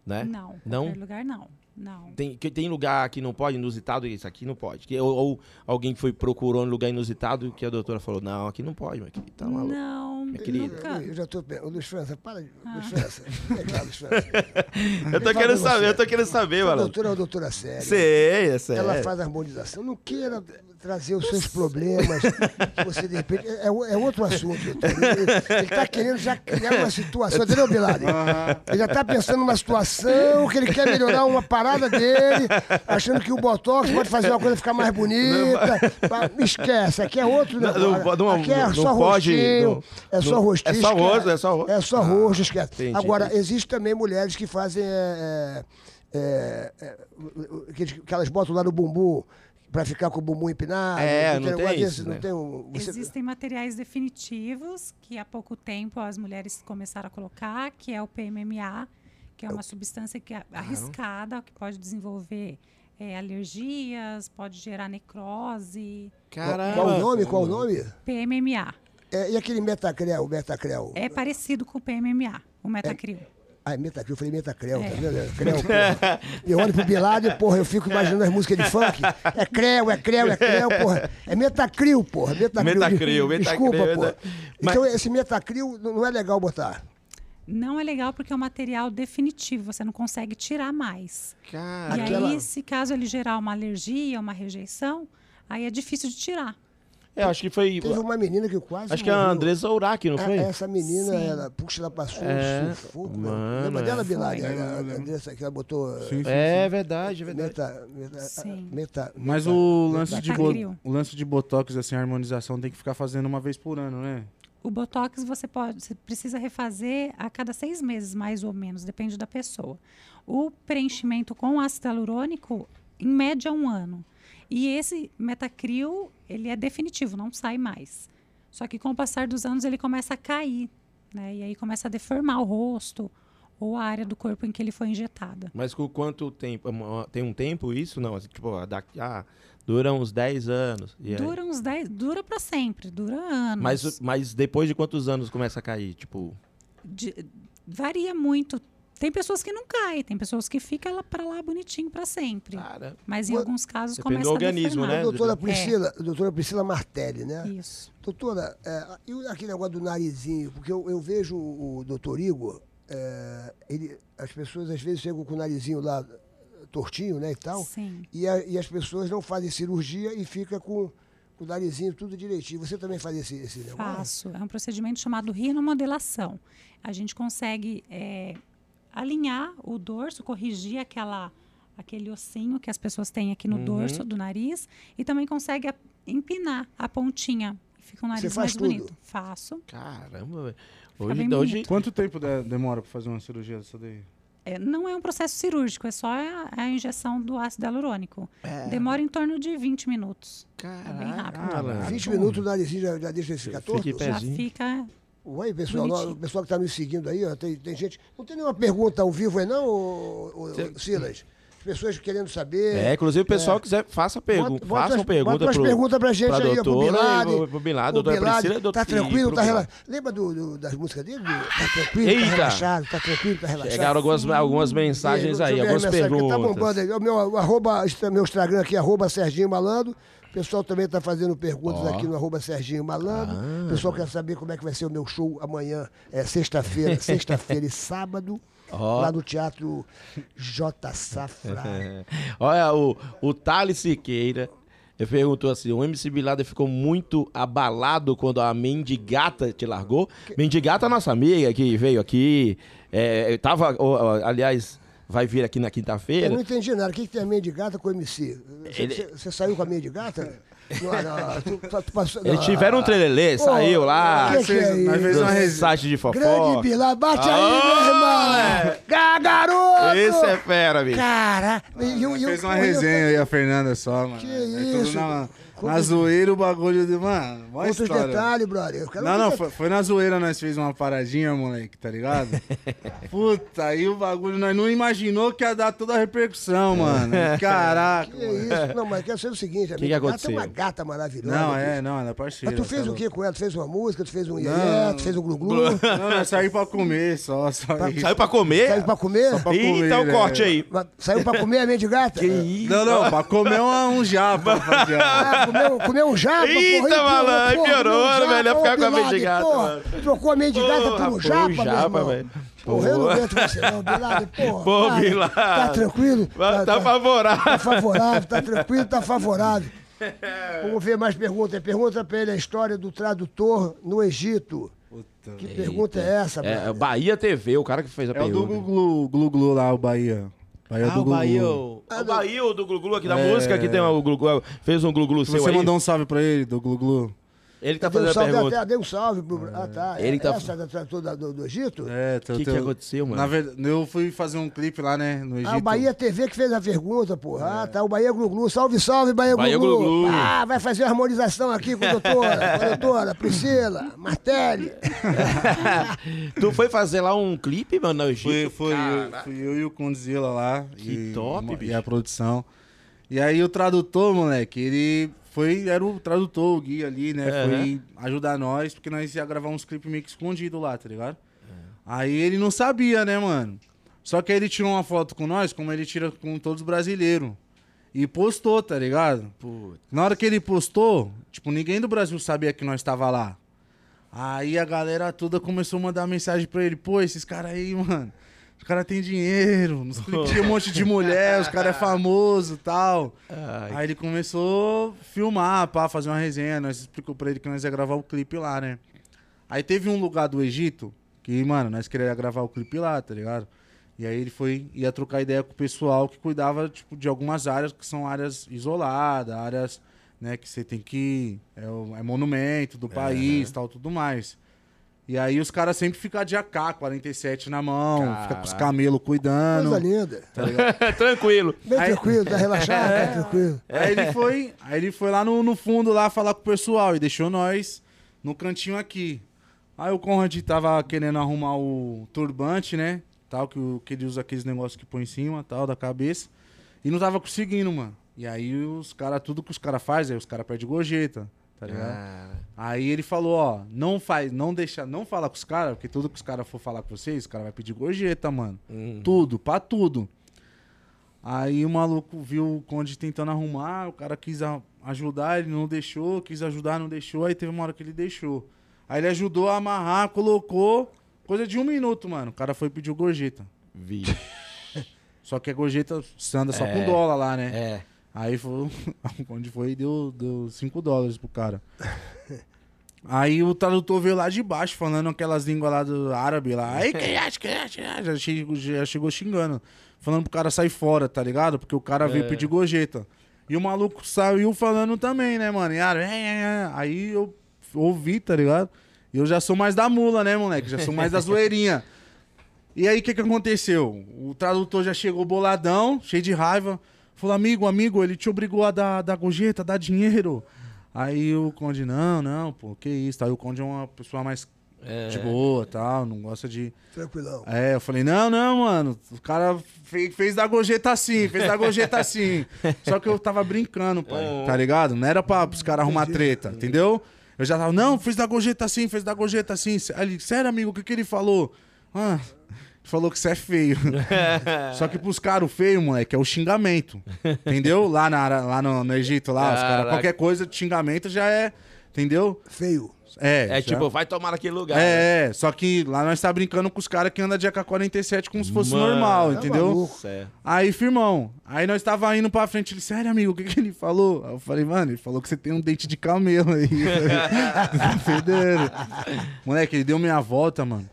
Speaker 2: né?
Speaker 4: Não,
Speaker 2: Não?
Speaker 4: qualquer lugar não. Não.
Speaker 2: Tem, que- tem lugar que não pode, inusitado, isso aqui não pode. Que- ou, ou alguém que foi procurou um lugar inusitado que a doutora falou, não, aqui não pode, mas aqui tá maluco.
Speaker 4: não,
Speaker 2: minha querida.
Speaker 4: nunca. Ah.
Speaker 1: Eu já tô. Ô, Luiz França, para de. Luiz França. É claro, Luiz França.
Speaker 2: Eu tô
Speaker 1: Fala
Speaker 2: querendo
Speaker 1: você.
Speaker 2: saber, eu tô querendo saber,
Speaker 1: A
Speaker 2: mano.
Speaker 1: doutora é uma doutora séria.
Speaker 2: Sei, essa
Speaker 1: Ela
Speaker 2: é.
Speaker 1: faz harmonização. Não queira trazer os seus problemas. que Você, de repente, é, é o- é outro assunto. doutor. Ele está querendo já criar uma situação, entendeu, Bilari?
Speaker 3: Ah,
Speaker 1: Ele já está pensando numa situação que ele quer melhorar uma parada dele, achando que o Botox pode fazer uma coisa ficar mais bonita. Pá, Esquece, aqui é outro
Speaker 2: Não, não,
Speaker 1: negócio.
Speaker 2: não,
Speaker 1: aqui é
Speaker 2: não
Speaker 1: só
Speaker 2: pode,
Speaker 1: rostinho.
Speaker 2: não,
Speaker 1: É só
Speaker 2: não-
Speaker 1: rostinho.
Speaker 2: é só
Speaker 1: esquece.
Speaker 2: rosto, é só rosto.
Speaker 1: É só rosto, esquece.
Speaker 2: entendi.
Speaker 1: Agora, Existem também mulheres que fazem. É, é, é, que, eles- que elas botam lá no bumbum pra ficar com o bumbum empinado.
Speaker 2: É, não
Speaker 1: um negócio
Speaker 2: tem isso,
Speaker 1: não
Speaker 2: né?
Speaker 1: tem um- você-
Speaker 4: Existem materiais definitivos que há pouco tempo as mulheres começaram a colocar, que é o PMMA, que é uma substância que é arriscada, que pode desenvolver eh, alergias, pode gerar necrose.
Speaker 1: Qual- Qual o nome? Qual o nome?
Speaker 4: PMMA
Speaker 1: É, e aquele Metacrel, Metacrel?
Speaker 4: é parecido com o PMMA, o metacril.
Speaker 1: Ah, é Metacrel, eu falei Metacrel,
Speaker 4: É.
Speaker 1: tá vendo?
Speaker 4: [LAUGHS]
Speaker 1: Creu, porra. Eu olho pro Bilado e, porra, eu fico imaginando as músicas de funk. É Creu, é Creu, é Creu, porra. É Metacril, porra. Metacril.
Speaker 2: Metacril,
Speaker 1: Desculpa,
Speaker 2: Metacril,
Speaker 1: porra.
Speaker 2: mas-
Speaker 1: Então, esse Metacril não não é legal botar.
Speaker 4: Não é legal porque é um material definitivo, você não consegue tirar mais.
Speaker 2: Cara,
Speaker 4: E
Speaker 1: Aquela-
Speaker 4: aí, se caso ele gerar uma alergia, uma rejeição, aí é difícil de tirar.
Speaker 2: é, acho que foi.
Speaker 1: Teve uma menina que quase
Speaker 2: Acho que é a
Speaker 1: morreu.
Speaker 2: Andressa Uraki, não
Speaker 1: É,
Speaker 2: foi?
Speaker 1: Essa menina,
Speaker 4: Sim.
Speaker 1: ela, puxa, ela passou
Speaker 2: É,
Speaker 1: um sufoco.
Speaker 2: mano,
Speaker 1: Mano, Lembra
Speaker 2: é.
Speaker 1: dela, Bilari?
Speaker 3: Lembro,
Speaker 1: A- a
Speaker 3: lembro.
Speaker 1: Andressa, que ela botou eh,
Speaker 3: Sim, sim,
Speaker 2: É verdade, é verdade.
Speaker 1: meta, meta,
Speaker 4: Sim.
Speaker 1: meta-
Speaker 3: Mas
Speaker 1: meta-
Speaker 3: o lance, de bo-
Speaker 4: Metacril.
Speaker 3: o lance de botox, assim, a harmonização tem que ficar fazendo uma vez por ano, né?
Speaker 4: O botox você pode, você precisa refazer a cada seis meses, mais ou menos, depende da pessoa. O preenchimento com ácido hialurônico, em média, um ano. E esse metacril, ele é definitivo, não sai mais. Só que com o passar dos anos ele começa a cair, né? E aí começa a deformar o rosto ou a área do corpo em que ele foi injetada.
Speaker 2: Mas com quanto tempo? Uma- Tem um tempo isso? Não, assim, tipo, ó, daqui, ah, dura uns 10 anos. e aí?
Speaker 4: Dura uns 10, dura para sempre, dura anos.
Speaker 2: Mas, mas depois de quantos anos começa a cair? Tipo,
Speaker 4: de- varia muito. Tem pessoas que não caem, tem pessoas que ficam lá para lá bonitinho para sempre.
Speaker 1: Ah,
Speaker 2: cara.
Speaker 4: Mas em
Speaker 1: Bo-
Speaker 4: alguns casos
Speaker 2: Depende
Speaker 4: começa
Speaker 2: do organismo,
Speaker 4: a
Speaker 2: né?
Speaker 1: a
Speaker 4: deformar.
Speaker 1: doutora Priscila, a doutora Priscila Martelli, né?
Speaker 4: É. Isso.
Speaker 1: Doutora, é, e o- aquele negócio do narizinho? Porque eu, eu vejo o doutor Igor, é, ele, as pessoas às vezes chegam com o narizinho lá tortinho, né, e tal.
Speaker 4: Sim.
Speaker 1: E, a- e as pessoas não fazem cirurgia e fica com, com o narizinho tudo direitinho. Você também faz esse, esse negócio?
Speaker 4: Faço. É um procedimento chamado rinomodelação. A gente consegue é, alinhar o dorso, corrigir aquela, aquele ossinho
Speaker 2: Uhum.
Speaker 4: que as pessoas têm aqui no dorso do nariz e também consegue a- empinar a pontinha Fica um nariz
Speaker 1: Você faz
Speaker 4: mais bonito.
Speaker 1: tudo?
Speaker 4: Faço.
Speaker 2: Caramba, velho. Hoje,
Speaker 4: bem
Speaker 2: hoje
Speaker 3: Quanto tempo de- demora pra fazer uma cirurgia dessa daí?
Speaker 4: É, não é um processo cirúrgico, é só a, a injeção do ácido hialurônico. Demora em torno de 20 minutos. É bem
Speaker 3: Ah,
Speaker 4: rápido.
Speaker 2: Caralho.
Speaker 1: 20 minutos, o narizinho já, já deixa ele ficar torto.
Speaker 2: Fique
Speaker 4: Já
Speaker 2: pezinho.
Speaker 4: fica.
Speaker 1: Oi, pessoal,
Speaker 4: Bonitinho.
Speaker 1: nós- o pessoal que está nos seguindo aí, ó, tem, tem gente. Não tem nenhuma pergunta ao vivo aí, não, ô, ô, ô, Silas? As pessoas querendo saber.
Speaker 2: É, inclusive o pessoal
Speaker 1: É.
Speaker 2: quiser, faça pergunta,
Speaker 1: Bota- bota
Speaker 2: façam
Speaker 1: umas-
Speaker 2: pergunta
Speaker 1: bota umas
Speaker 2: pro,
Speaker 1: perguntas pra gente
Speaker 2: pra
Speaker 1: aí, ó, pro
Speaker 2: doutora,
Speaker 1: Bilade,
Speaker 2: e pro Bilade,
Speaker 1: Ô,
Speaker 2: doutora
Speaker 1: Bilade,
Speaker 2: Priscila e doutor-
Speaker 1: Tá
Speaker 2: e
Speaker 1: tranquilo,
Speaker 2: pro
Speaker 1: tá
Speaker 2: Bilade.
Speaker 1: relaxado. Lembra do, do- das músicas dele? Tá tranquilo,
Speaker 2: Eita!
Speaker 1: tá relaxado, tá tranquilo, tá relaxado.
Speaker 2: Chegaram algumas, algumas mensagens
Speaker 1: Deixa eu
Speaker 2: aí,
Speaker 1: ver as
Speaker 2: algumas
Speaker 1: mensagens, porque
Speaker 2: perguntas.
Speaker 1: Tá bombando aí. O meu, o arroba, meu Instagram aqui, arroba Serginho Malandro. O pessoal também está fazendo perguntas
Speaker 2: Ó. Ah.
Speaker 1: aqui no arroba Serginho Malandro. o pessoal quer saber como é que vai ser o meu show amanhã, é
Speaker 2: [LAUGHS]
Speaker 1: sexta-feira, sexta-feira e sábado,
Speaker 2: Ó.
Speaker 1: lá no Teatro J. Safra.
Speaker 2: [LAUGHS] É. Olha, o, o Thales Siqueira ele perguntou assim: o MC Bilada ficou muito abalado quando a mendigata te largou. Mendigata, é nossa amiga que veio aqui, é, eu tava, ó, ó, aliás, vai vir aqui na
Speaker 1: Eu não
Speaker 2: quinta-feira.
Speaker 1: entendi nada. O que, que tem a mendigata com o MC? Você
Speaker 2: Ele-
Speaker 1: você saiu com a
Speaker 3: [LAUGHS]
Speaker 1: mendigata? Não, não, tu- tu- tu passou-
Speaker 2: Eles
Speaker 1: não.
Speaker 2: tiveram um trelelê,
Speaker 1: Pô,
Speaker 2: saiu lá.
Speaker 1: que que é
Speaker 3: Nós fez
Speaker 1: isso?
Speaker 3: uma Ah, é. resenha.
Speaker 2: Site de fofoca.
Speaker 1: Grande Bilá, bate aí, meu irmão! Ga- Garoto!
Speaker 2: Esse é fera, bicho.
Speaker 1: Cara, e o- e o-
Speaker 3: Ah, Fez uma
Speaker 1: e o-
Speaker 3: resenha aí a Fernanda só, mano.
Speaker 1: Que
Speaker 3: É tudo
Speaker 1: isso?
Speaker 3: na,
Speaker 1: Como-
Speaker 3: na zoeira o bagulho de. Mano, mó
Speaker 1: Outros
Speaker 3: história.
Speaker 1: detalhes, brother. Eu quero
Speaker 3: Não, não,
Speaker 1: ver-
Speaker 3: foi, foi na zoeira nós fez uma paradinha, moleque,
Speaker 2: [LAUGHS]
Speaker 3: tá ligado? Puta, aí o bagulho, nós não imaginou que ia dar toda a
Speaker 2: [LAUGHS]
Speaker 3: repercussão, mano. Caraca,
Speaker 1: Que é
Speaker 3: mano. [LAUGHS]
Speaker 1: isso? Não, mas quero saber o seguinte, amigo.
Speaker 2: que aconteceu?
Speaker 1: é uma gata maravilhosa.
Speaker 3: Não,
Speaker 1: bicho.
Speaker 3: é, não, ela é parceira.
Speaker 1: Mas tu fez
Speaker 3: tá
Speaker 1: o
Speaker 3: louco.
Speaker 1: que com ela? Tu fez uma música, tu fez um ié, tu fez um glu-glu,
Speaker 3: Não, nós saímos pra comer só, só isso.
Speaker 2: Saiu pra comer?
Speaker 1: saiu pra
Speaker 3: [LAUGHS]
Speaker 1: comer?
Speaker 3: pra comer,
Speaker 2: Eita, o
Speaker 3: né?
Speaker 2: corte aí.
Speaker 1: Mas Saiu pra comer a mendigata?
Speaker 3: Não,
Speaker 2: tá?
Speaker 3: não, pra comer um,
Speaker 2: [LAUGHS]
Speaker 3: um japa, rapaziada.
Speaker 1: Ah, comeu, comeu um japa, porra.
Speaker 2: Eita,
Speaker 1: e piorou,
Speaker 2: malandro,
Speaker 1: porra,
Speaker 2: piorou,
Speaker 1: comeu um
Speaker 2: era
Speaker 1: japa,
Speaker 2: melhor ficar
Speaker 1: ô,
Speaker 2: com a
Speaker 1: Bilade,
Speaker 2: mendigata,
Speaker 1: porra.
Speaker 2: mano.
Speaker 1: Trocou a mendigata
Speaker 2: Porra,
Speaker 1: por um
Speaker 2: pô,
Speaker 1: japa,
Speaker 2: um
Speaker 1: meu
Speaker 2: japa,
Speaker 1: irmão.
Speaker 2: velho.
Speaker 1: Porra, eu não
Speaker 2: Porra.
Speaker 1: aguento você não, Bilade, porra.
Speaker 2: [LAUGHS] Pô,
Speaker 1: cara,
Speaker 2: Bilade.
Speaker 1: Tá tranquilo?
Speaker 2: Tá, tá
Speaker 1: Tá
Speaker 2: favorável.
Speaker 1: favorável, tá tranquilo, tá favorável. Vamos ver mais perguntas. Pergunta pra ele é a história do tradutor no Egito.
Speaker 3: Puta,
Speaker 1: Que pergunta é essa,
Speaker 2: É,
Speaker 1: brother?
Speaker 2: Bahia TV, o cara que fez a
Speaker 3: É o
Speaker 2: pergunta.
Speaker 3: do Glu Glu, Glu lá, o Bahia. Bahia É
Speaker 2: Ah,
Speaker 3: do
Speaker 2: o
Speaker 3: Glu Glu.
Speaker 2: Bahia. O o Bahia o do Glu-Glu aqui da
Speaker 3: É.
Speaker 2: música, que tem o Glu-Glu. Fez um Glu-Glu seu
Speaker 3: Você
Speaker 2: aí.
Speaker 3: mandou um salve pra ele, do Glu Glu.
Speaker 2: Ele que
Speaker 1: Eu
Speaker 2: tá
Speaker 1: dei um
Speaker 2: fazendo a
Speaker 1: salve
Speaker 2: pergunta.
Speaker 1: até- dei um salve pro. Ah, tá.
Speaker 2: Ele tá-
Speaker 1: Essa da tradutor da- do, do Egito?
Speaker 3: É, tô,
Speaker 2: Que que aconteceu, mano?
Speaker 3: Na verdade, eu fui fazer um clipe lá, né, no Egito.
Speaker 1: Ah, o Bahia TV que fez a pergunta, porra. Ah, tá. O Bahia Glu-Glu. Salve, salve, Bahia,
Speaker 2: É. Bahia
Speaker 1: Glu-Glu.
Speaker 2: Glu-Glu.
Speaker 1: Ah, vai fazer a harmonização aqui com a
Speaker 2: [LAUGHS]
Speaker 1: doutora, com a doutora Priscila Martelli.
Speaker 2: [LAUGHS] tu foi fazer lá um clipe, mano, no Egito?
Speaker 3: Foi, foi, eu, fui eu e o Condzilla lá.
Speaker 2: Que
Speaker 3: e,
Speaker 2: top,
Speaker 3: uma- E
Speaker 2: bicho.
Speaker 3: a produção. E aí o tradutor, moleque, ele foi, era o tradutor, o guia ali, né?
Speaker 2: É,
Speaker 3: Foi ajudar nós, porque nós ia gravar uns clipes meio que escondido lá, tá ligado?
Speaker 2: É.
Speaker 3: Aí ele não sabia, né, mano? Só que aí ele tirou uma foto com nós, como ele tira com todos os brasileiros. E postou, tá ligado?
Speaker 2: Puta.
Speaker 3: Na hora que ele postou, tipo, ninguém do Brasil sabia que nós tava lá. Aí a galera toda começou a mandar mensagem pra ele. Pô, esses caras aí, mano. Os caras têm dinheiro. Nos clipes tem um monte de mulher, os caras é famoso e tal.
Speaker 2: Ai.
Speaker 3: Aí ele começou a filmar, pá, fazer uma resenha. Nós explicou pra ele que nós ia gravar o clipe lá, né? Aí teve um lugar do Egito que, mano, nós queríamos gravar o clipe lá, tá ligado? E aí ele foi, ia trocar ideia com o pessoal que cuidava, tipo, de algumas áreas que são áreas isoladas, áreas, né, que você tem que... É, o- é monumento do país, tal, tudo mais. E aí os caras sempre ficam de AK-47 na mão, fica com os camelos cuidando.
Speaker 2: Ah,
Speaker 1: Coisa linda.
Speaker 2: Tá [LAUGHS] Tranquilo.
Speaker 1: Bem
Speaker 3: Aí-
Speaker 1: tranquilo, tá
Speaker 2: [LAUGHS]
Speaker 1: relaxado,
Speaker 2: É.
Speaker 1: tá tranquilo.
Speaker 3: É. Aí ele foi, aí ele foi lá no, no fundo lá falar com o pessoal e deixou nós no cantinho aqui. Aí o Conrad tava querendo arrumar o turbante, né? Tal, que, o- que ele usa aqueles negócios que põe em cima, tal, da cabeça. E não tava conseguindo, mano. E aí os caras, tudo que os caras fazem, aí os caras perdem gorjeta, tá ligado? Aí ele falou, ó, não faz, não deixa, não fala com os caras, porque tudo que os caras for falar com vocês, os caras vai pedir gorjeta, mano.
Speaker 2: Uhum.
Speaker 3: Tudo, pra tudo. Aí o maluco viu o Conde tentando arrumar, o cara quis a- ajudar, ele não deixou, quis ajudar, não deixou, aí teve uma hora que ele deixou. Aí ele ajudou a amarrar, colocou, coisa de um minuto, mano. O cara foi e pediu gorjeta.
Speaker 2: Vi.
Speaker 3: Só que a gorjeta você anda só
Speaker 2: É.
Speaker 3: com dólar lá, né?
Speaker 2: É.
Speaker 3: Aí foi, um- [LAUGHS] onde foi deu, deu 5 dólares pro cara. Aí o tradutor veio lá de baixo, falando aquelas línguas lá do árabe lá. Aí é que acha, que acha, que acha? já chegou, já chegou xingando. Falando pro cara sair fora, tá ligado? Porque o cara veio pedir gorjeta. E o maluco saiu falando também, né, mano? E árabe, "É, é, é". Aí eu ouvir, tá ligado? E eu já sou mais da mula, né, moleque? Já sou mais da zoeirinha. E aí, o que, que aconteceu? O tradutor já chegou boladão, cheio de raiva. Falou, amigo, amigo, ele te obrigou a dar, dar gorjeta, dar dinheiro. Aí o Conde, não, não, pô, que isso. Aí o Conde é uma pessoa mais de boa tal, não gosta de...
Speaker 1: Tranquilão.
Speaker 3: É, eu falei, não, não, mano, o cara fez, fez da gorjeta assim, fez
Speaker 2: [LAUGHS]
Speaker 3: da gorjeta assim. Só que eu tava brincando, pai, tá ligado? Não era pra os caras arrumar treta, entendeu? Eu já tava, não, fez da gorjeta assim, fez da gorjeta assim. Aí ele, sério, amigo, o que que ele falou? Ah, ele falou que você
Speaker 2: [LAUGHS]
Speaker 3: é feio. Só que pros caras, o feio, moleque, é o xingamento, entendeu? Lá, na, Ara- lá no, no Egito, lá, os caras,
Speaker 2: Caraca.
Speaker 3: qualquer coisa, de xingamento já é, entendeu?
Speaker 1: Feio.
Speaker 3: É,
Speaker 2: É
Speaker 3: já-
Speaker 2: tipo, vai tomar naquele lugar. né?
Speaker 3: é, é, só que lá nós tá brincando com os caras que andam de AK-47 como se fosse
Speaker 2: Mano,
Speaker 3: normal,
Speaker 2: tá
Speaker 3: entendeu?
Speaker 1: maluco.
Speaker 2: Certo.
Speaker 3: Aí, firmão, aí nós tava indo pra frente, ele, sério, amigo, o que que ele falou? Aí eu falei, mano, ele falou que você tem um dente de camelo aí. [LAUGHS] tá fedendo. Moleque, ele deu meia volta, mano.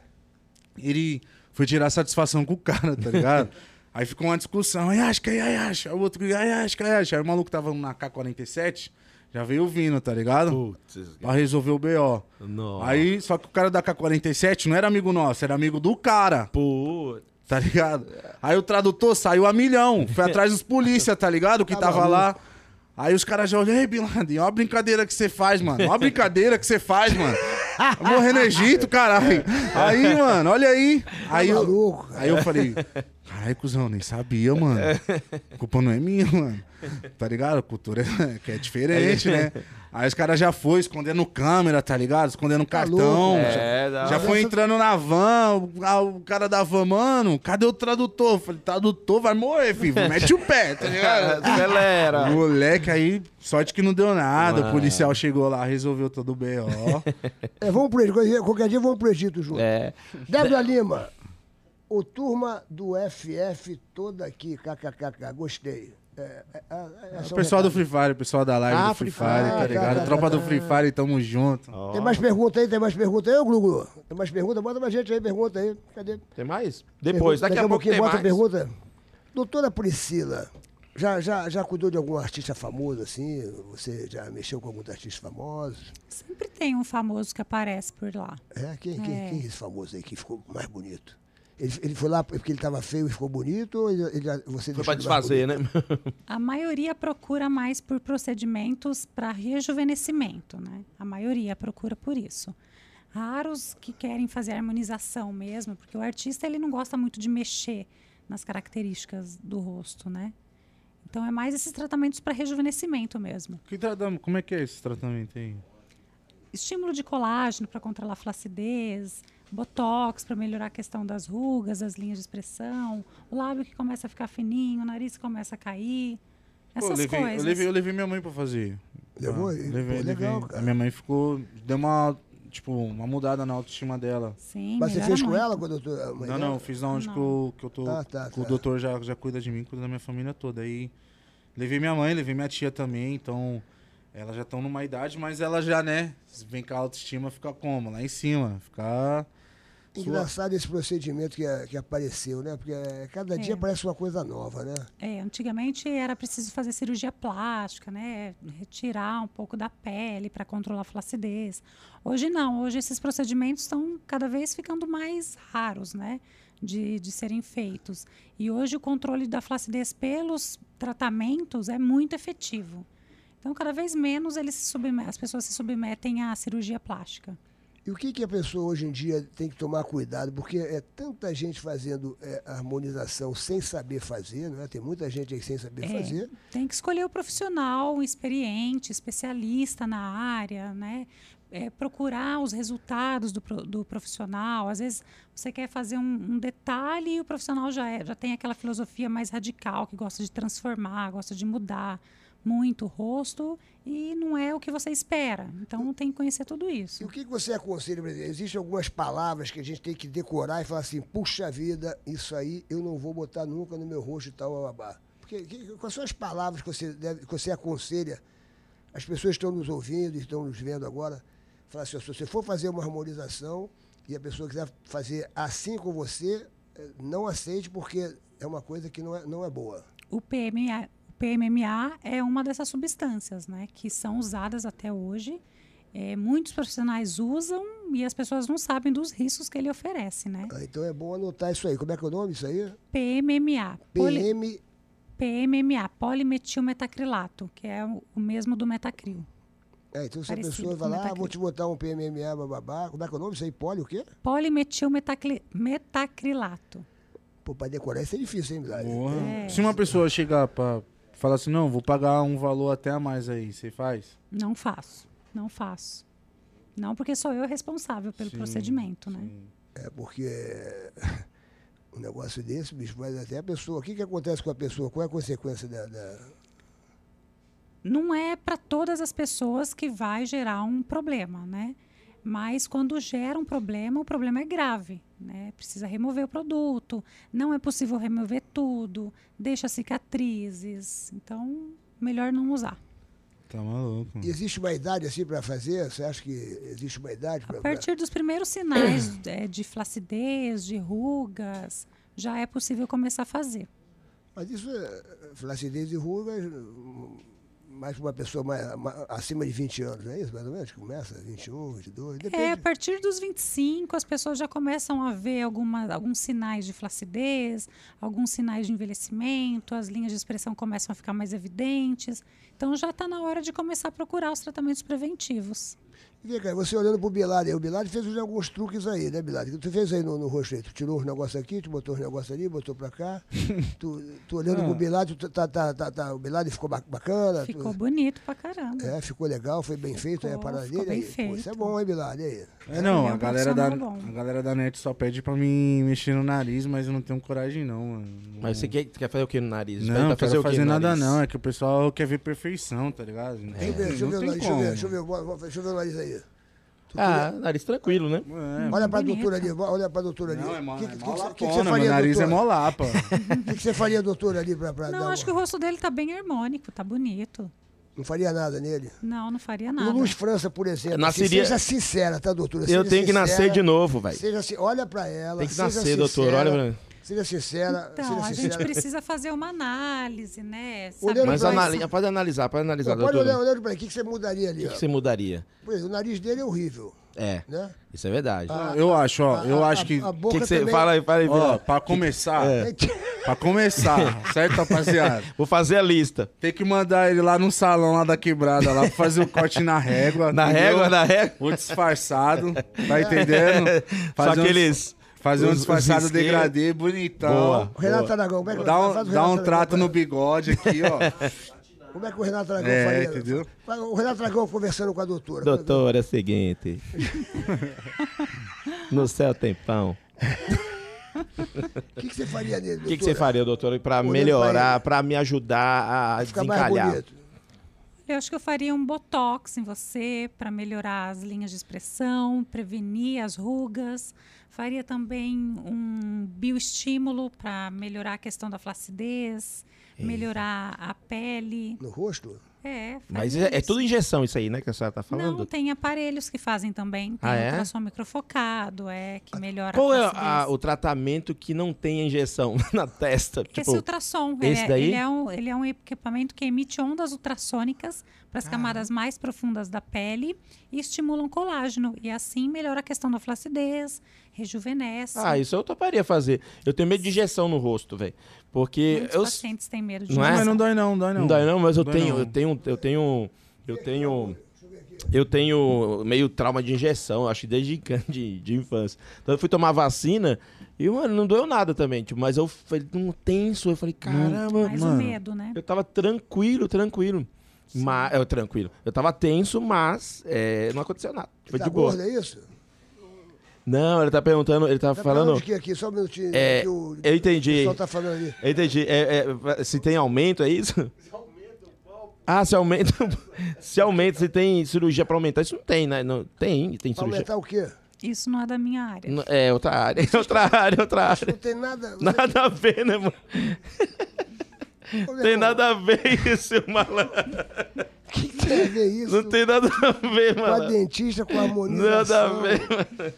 Speaker 3: Ele foi tirar satisfação com o cara,
Speaker 2: [LAUGHS]
Speaker 3: tá ligado? aí ficou uma discussão, Ayashka, Ayashka, é, aí o outro, Ayashka, Ayashka. é, Aí o maluco tava na AK-47, já veio vindo, tá ligado?
Speaker 2: Putz,
Speaker 3: Pra resolver o B.O.
Speaker 2: nossa.
Speaker 3: Aí, só que o cara da K47 não era amigo nosso, era amigo do cara,
Speaker 2: Putz.
Speaker 3: tá ligado? Aí o tradutor saiu a milhão, foi atrás dos polícia, tá ligado? Que tava lá. Aí os caras já olham, ei, Bin Laden, ó a brincadeira que você faz, mano. Ó a brincadeira que você faz, mano. Eu Morrer no Egito, caralho. Aí, mano, olha aí. Aí eu,
Speaker 1: maluco,
Speaker 3: aí eu falei, caralho, cuzão, nem sabia, mano. A culpa não é minha, mano. Tá ligado? A cultura é, que é diferente, né? Aí os caras já foi escondendo câmera, tá ligado? Escondendo cartão.
Speaker 1: louco.
Speaker 3: já-
Speaker 2: É, da
Speaker 3: já
Speaker 2: hora.
Speaker 3: foi entrando na van, o, a- o cara da van, mano, cadê o tradutor? Eu Falei, tradutor vai morrer, filho. Mete o pé,
Speaker 2: [LAUGHS]
Speaker 3: tá ligado?
Speaker 2: É,
Speaker 3: [LAUGHS]
Speaker 2: Acelera.
Speaker 3: Moleque, aí, sorte que não deu nada.
Speaker 2: Mano.
Speaker 3: O policial chegou lá, resolveu todo o B.O.
Speaker 1: É, vamos pro Egito. Qualquer dia vamos pro Egito junto.
Speaker 2: É.
Speaker 1: Débora Lima. O turma do FF toda aqui. KKKK. Gostei. É, é, é, é
Speaker 3: o
Speaker 1: só um
Speaker 3: pessoal do
Speaker 1: recado.
Speaker 3: Free Fire, o pessoal da live
Speaker 2: Ah,
Speaker 3: do Free
Speaker 2: Free
Speaker 3: Fire,
Speaker 2: Fire,
Speaker 3: tá
Speaker 1: tá,
Speaker 3: ligado?
Speaker 1: tá,
Speaker 3: Tropa
Speaker 1: tá.
Speaker 3: do Free Fire, tamo junto.
Speaker 1: Tem mais pergunta aí? Tem mais pergunta aí, ô Gluglu? Tem mais pergunta? Bota pra gente aí, pergunta aí. Cadê?
Speaker 2: Tem mais? Depois, daqui, a pouco tem
Speaker 1: bota
Speaker 2: mais.
Speaker 1: a pergunta. Doutora Priscila, já, já, já cuidou de algum artista famoso assim? Você já mexeu com alguns artistas famosos?
Speaker 4: Sempre tem um famoso que aparece por lá.
Speaker 1: É? Quem, quem-
Speaker 4: É.
Speaker 1: quem é esse famoso aí que ficou mais bonito? Ele, ele foi lá porque ele estava feio e ficou bonito? Ou ele, ele- você
Speaker 2: Foi
Speaker 1: deixou
Speaker 2: pra
Speaker 1: ele mais bonito?
Speaker 2: desfazer,
Speaker 3: [LAUGHS]
Speaker 2: né?
Speaker 4: A maioria procura mais por procedimentos para rejuvenescimento, né? A maioria procura por isso. Raros que querem fazer harmonização mesmo, porque o artista ele não gosta muito de mexer nas características do rosto, né? Então é mais esses tratamentos para rejuvenescimento mesmo.
Speaker 3: Que tratam- Como é que é esse tratamento aí?
Speaker 4: Estímulo de colágeno para controlar a flacidez, botox para melhorar a questão das rugas, as linhas de expressão, o lábio que começa a ficar fininho, o nariz que começa a cair.
Speaker 3: Pô,
Speaker 4: Essas
Speaker 3: eu, levei,
Speaker 4: coisas.
Speaker 3: eu, levei, eu levei minha mãe pra fazer.
Speaker 1: Levou?
Speaker 3: Ah,
Speaker 1: Pô,
Speaker 3: levei,
Speaker 1: legal,
Speaker 3: levei.
Speaker 1: cara.
Speaker 3: A minha mãe ficou. Deu uma, tipo, uma mudada na autoestima dela.
Speaker 4: Sim,
Speaker 1: Mas você
Speaker 4: melhora
Speaker 1: fez com
Speaker 4: muito.
Speaker 1: ela quando eu tô. a mãe dela?
Speaker 3: Não, não, fiz na onde que eu, que eu tô.
Speaker 1: Ah, tá,
Speaker 3: que O
Speaker 1: tá.
Speaker 3: doutor já, já cuida de mim, cuida da minha família toda. Aí levei minha mãe, levei minha tia também, então. Elas já estão numa idade, mas elas já, né? Vem com a autoestima, fica como? Lá em cima. Fica.
Speaker 1: Engraçado esse procedimento que, a- que apareceu, né? Porque é, cada dia aparece uma coisa nova, né?
Speaker 4: É, antigamente era preciso fazer cirurgia plástica, né? Retirar um pouco da pele para controlar a flacidez. Hoje não, hoje esses procedimentos estão cada vez ficando mais raros, né? De, de serem feitos. E hoje o controle da flacidez pelos tratamentos é muito efetivo. Então, cada vez menos eles se subme- as pessoas se submetem à cirurgia plástica.
Speaker 1: E o que, que a pessoa hoje em dia tem que tomar cuidado? Porque é tanta gente fazendo é, harmonização sem saber fazer, né? Tem muita gente aí sem saber
Speaker 4: É.
Speaker 1: fazer.
Speaker 4: Tem que escolher o profissional experiente, especialista na área, né? É, procurar os resultados do, pro- do profissional. Às vezes você quer fazer um, um detalhe e o profissional já, é- já tem aquela filosofia mais radical, que gosta de transformar, gosta de mudar muito o rosto e não é o que você espera. Então tem que conhecer tudo
Speaker 1: E
Speaker 4: isso.
Speaker 1: o que, que você aconselha, por exemplo? Existem algumas palavras que a gente tem que decorar e falar assim, puxa vida, isso aí eu não vou botar nunca no meu rosto e tal, babá. Porque que, quais são as palavras que você, deve- que você aconselha? As pessoas estão nos ouvindo, estão nos vendo agora. Falar assim, ó, se você for fazer uma harmonização e a pessoa quiser fazer assim com você, eh, não aceite porque é uma coisa que não é, não é boa.
Speaker 4: O PMA, o PMMA é uma dessas substâncias, né, que são usadas até hoje É, muitos profissionais usam e as pessoas não sabem dos riscos que ele oferece, né?
Speaker 1: Ah, então é bom anotar isso aí. Como é que é o nome isso aí?
Speaker 4: PMMA, poli-
Speaker 1: PM.
Speaker 4: PMMA, polimetilmetacrilato, que é o o mesmo do metacril.
Speaker 1: É, então se a
Speaker 4: Parecido
Speaker 1: pessoa
Speaker 4: com
Speaker 1: vai lá, ah, vou
Speaker 4: metacril.
Speaker 1: te botar um PMMA, bababá. Como é que é o nome isso aí? Poli o quê?
Speaker 4: Polimetilmetacrilato.
Speaker 1: Pô, pra decorar isso é difícil, hein, Milagre?
Speaker 3: Porra.
Speaker 4: É.
Speaker 3: Se uma pessoa chegar pra falar assim, não, vou pagar um valor até a mais aí, você faz?
Speaker 4: Não faço, não faço. Não porque sou eu responsável pelo
Speaker 3: Sim,
Speaker 4: procedimento, né?
Speaker 1: É porque [LAUGHS] é, um negócio desse, bicho, mas até a pessoa. O que, que acontece com a pessoa? Qual é a consequência da. da-
Speaker 4: não é para todas as pessoas que vai gerar um problema, né? Mas quando gera um problema, o problema é grave, né? Precisa remover o produto, não é possível remover tudo, deixa cicatrizes, então melhor não usar.
Speaker 3: Tá maluco.
Speaker 1: E existe uma idade assim para fazer? Você acha que existe uma idade
Speaker 4: A
Speaker 1: para.
Speaker 4: partir dos primeiros sinais eh, de flacidez, de rugas, já é possível começar a fazer.
Speaker 1: Mas isso é flacidez e rugas, hum, mais para uma pessoa mais, ma- acima de 20 anos, não é isso? Mais ou menos? Começa 21, 22, depende.
Speaker 4: É, a partir dos 25, as pessoas já começam a ver alguma, alguns sinais de flacidez, alguns sinais de envelhecimento, as linhas de expressão começam a ficar mais evidentes. Então já está na hora de começar a procurar os tratamentos preventivos.
Speaker 1: Vê, cara, você olhando pro Bilade, aí, o Bilade fez uns- alguns truques aí, né, Bilade? Que tu fez aí no, no rosto aí, tu tirou os negócios aqui, tu botou os negócios ali, botou pra
Speaker 3: [LAUGHS]
Speaker 1: cá. tu, tu olhando
Speaker 3: Ah.
Speaker 1: pro Bilade, tu tá, tá, tá, tá, o Bilade ficou ba- bacana. tu-
Speaker 4: Ficou bonito pra caramba.
Speaker 1: É, ficou legal, foi bem feito aí a
Speaker 4: Ficou-
Speaker 1: parada
Speaker 4: ficou
Speaker 1: dele.
Speaker 4: bem
Speaker 1: aí. Pô, isso é
Speaker 4: feito.
Speaker 1: bom, hein, Bilade? Aí.
Speaker 3: É, não,
Speaker 4: Ele é
Speaker 3: a
Speaker 4: um
Speaker 3: galera, da,
Speaker 4: profissional bom.
Speaker 3: a galera da net só pede pra mim mexer no nariz, mas eu não tenho coragem não, mano.
Speaker 2: Mas você quer, quer fazer o que no nariz?
Speaker 3: Não, não
Speaker 2: Vai tá
Speaker 3: quero
Speaker 2: o quê
Speaker 3: fazer
Speaker 2: no
Speaker 3: nada
Speaker 2: nariz? É.
Speaker 3: não, é que o pessoal quer ver perfeição, tá ligado? Não
Speaker 1: Deixa
Speaker 3: tem-
Speaker 1: eu ver, deixa eu
Speaker 3: não
Speaker 1: ver o
Speaker 3: tem
Speaker 1: nariz, deixa eu
Speaker 3: como.
Speaker 1: ver, deixa eu ver, bora- bora- deixa eu ver o nariz aí. Tu-
Speaker 2: Ah, nariz tranquilo, né?
Speaker 3: É,
Speaker 1: Olha pra
Speaker 4: Bonito.
Speaker 1: doutora ali, olha pra doutora ali.
Speaker 3: Não, é mó-
Speaker 1: Que-
Speaker 3: é
Speaker 1: que-
Speaker 3: mó
Speaker 1: que- que- que você
Speaker 3: lapona, meu
Speaker 1: faria,
Speaker 3: nariz é
Speaker 1: doutora?
Speaker 3: mó lapa.
Speaker 1: [LAUGHS] O que, que você faria, doutora, ali pra, pra dar
Speaker 4: Não, acho que
Speaker 1: uma-
Speaker 4: o rosto dele tá bem harmônico, tá bonito.
Speaker 1: Não faria nada nele.
Speaker 4: Não, não faria
Speaker 1: No
Speaker 4: nada.
Speaker 1: Luz França, por exemplo. assim,
Speaker 2: Nasceria-
Speaker 1: Seja sincera, tá, doutora?
Speaker 2: Eu
Speaker 1: Seja
Speaker 2: tenho que nascer
Speaker 1: sincera.
Speaker 2: de novo, velho.
Speaker 1: Seja, sin- olha pra ela.
Speaker 2: Tem que
Speaker 1: seja
Speaker 2: nascer, doutor,
Speaker 1: sincera,
Speaker 2: olha pra mim.
Speaker 1: Seja sincera.
Speaker 4: Então,
Speaker 1: seja
Speaker 4: a
Speaker 1: sincera.
Speaker 4: gente precisa fazer uma análise, né?
Speaker 1: Olhando
Speaker 4: Saber
Speaker 2: Mas
Speaker 1: pra
Speaker 4: quais
Speaker 2: anali-
Speaker 4: são-
Speaker 2: pode analisar, pode analisar,
Speaker 1: Não, pode
Speaker 2: doutor.
Speaker 1: olhar,
Speaker 2: O
Speaker 1: olhando pra ele. O que, que você mudaria ali?
Speaker 2: que,
Speaker 1: ó?
Speaker 2: que você mudaria?
Speaker 1: Por exemplo, o nariz dele é horrível,
Speaker 2: É,
Speaker 1: né?
Speaker 2: isso é verdade. O
Speaker 3: Eu acho, ó, eu
Speaker 1: A-
Speaker 3: acho que...
Speaker 1: A, a
Speaker 2: que,
Speaker 1: boca
Speaker 2: que você.
Speaker 1: também-
Speaker 2: Fala aí, fala aí,
Speaker 3: Ó,
Speaker 2: Vila.
Speaker 3: pra começar,
Speaker 1: É,
Speaker 3: pra
Speaker 2: [LAUGHS] É.
Speaker 3: começar, certo, rapaziada?
Speaker 2: Vou fazer a lista.
Speaker 3: Tem que mandar ele lá no salão lá da quebrada, lá pra fazer o corte na régua.
Speaker 2: [LAUGHS] Na
Speaker 3: entendeu?
Speaker 2: régua, na régua.
Speaker 3: O disfarçado, tá entendendo?
Speaker 2: [LAUGHS] Só
Speaker 3: um
Speaker 2: aqueles.
Speaker 3: dis- Fazer um
Speaker 2: os- os
Speaker 3: disfarçado
Speaker 2: risquinhos.
Speaker 3: degradê bonitão.
Speaker 2: Boa.
Speaker 1: O Renato Aragão, como é que
Speaker 3: Dá
Speaker 1: faz
Speaker 3: um,
Speaker 1: o
Speaker 3: dá
Speaker 1: Renato
Speaker 3: um
Speaker 1: Aragão
Speaker 3: trato
Speaker 1: pra-
Speaker 3: no bigode aqui,
Speaker 2: [LAUGHS]
Speaker 3: ó.
Speaker 1: Como é que o Renato Aragão
Speaker 3: É,
Speaker 1: faria?
Speaker 3: entendeu?
Speaker 1: O Renato Aragão conversando com a doutora.
Speaker 2: Doutora, é
Speaker 1: [LAUGHS]
Speaker 2: o seguinte. No céu tem pão.
Speaker 1: O que, que você faria nele,
Speaker 2: O
Speaker 1: doutora?
Speaker 2: que, que você faria, doutora, pra
Speaker 1: Olhando pra
Speaker 2: melhorar,
Speaker 1: ele.
Speaker 2: pra me ajudar a
Speaker 1: Ficar mais
Speaker 2: desencalhar?
Speaker 1: bonito.
Speaker 4: Eu acho que eu faria um botox em você para melhorar as linhas de expressão, prevenir as rugas. Faria também um bioestímulo para melhorar a questão da flacidez, melhorar a pele.
Speaker 1: No rosto?
Speaker 4: É,
Speaker 2: Mas
Speaker 4: faria
Speaker 2: é, é
Speaker 4: isso.
Speaker 2: tudo injeção isso aí, né, que a senhora tá falando?
Speaker 4: Não, tem aparelhos que fazem também. Tem
Speaker 2: Ah, é?
Speaker 4: ultrassom microfocado, é, que melhora
Speaker 2: Qual é
Speaker 4: a flacidez.
Speaker 2: a- o tratamento que não tem a injeção [LAUGHS] na testa?
Speaker 4: é Esse ultrassom, ele
Speaker 2: Tipo, esse
Speaker 4: é-
Speaker 2: daí?
Speaker 4: Ele, é um, ele é um equipamento que emite ondas ultrassônicas para
Speaker 2: Ah.
Speaker 4: as camadas mais profundas da pele e estimula o colágeno. E assim melhora a questão da flacidez, rejuvenesce.
Speaker 2: ah, isso eu toparia fazer. Eu tenho medo de injeção no rosto, velho. Porque
Speaker 4: Muitos
Speaker 2: eu.
Speaker 4: pacientes têm medo de
Speaker 2: Não é?
Speaker 4: injeção.
Speaker 3: Mas não dói não, dói não.
Speaker 2: Não dá não, mas eu
Speaker 3: Dói
Speaker 2: tenho,
Speaker 3: não.
Speaker 2: eu tenho, eu tenho, eu tenho, eu tenho meio trauma de injeção, acho que desde [LAUGHS] can- de, de infância. Então eu fui tomar vacina e, mano, não doeu nada também, tipo, mas eu falei, não tenso, eu falei, caramba,
Speaker 4: Mas
Speaker 3: Mano.
Speaker 4: o medo, né?
Speaker 2: eu tava tranquilo, tranquilo. Mas, eu, tranquilo. Eu tava tenso, mas é, não aconteceu nada. Foi
Speaker 1: tá
Speaker 2: de boa.
Speaker 1: gordo, é isso?
Speaker 2: Não, ele tá perguntando, ele tá,
Speaker 1: Tá
Speaker 2: falando.
Speaker 1: de que aqui? Só um minutinho.
Speaker 2: É,
Speaker 1: que o,
Speaker 2: eu entendi.
Speaker 1: O pessoal tá falando ali.
Speaker 2: Eu entendi. É, é, se tem aumento, é isso? Se aumenta o palpo. Ah, se aumenta. [LAUGHS] Se aumenta, se tem cirurgia pra aumentar. Isso não tem, né? Não, tem, tem
Speaker 1: Pra
Speaker 2: cirurgia.
Speaker 1: aumentar o quê?
Speaker 4: Isso não é da minha área.
Speaker 2: Não, É outra área, é outra área, é outra área.
Speaker 1: Não tem nada.
Speaker 2: Nada a ver, né, mano?
Speaker 1: Ô, meu
Speaker 2: Tem
Speaker 1: irmão,
Speaker 2: nada a ver isso, malandro.
Speaker 1: O que tem a ver isso?
Speaker 2: Não tem nada a ver,
Speaker 1: Com a
Speaker 2: mano.
Speaker 1: dentista, com a harmonização.
Speaker 2: Nada a ver, mano.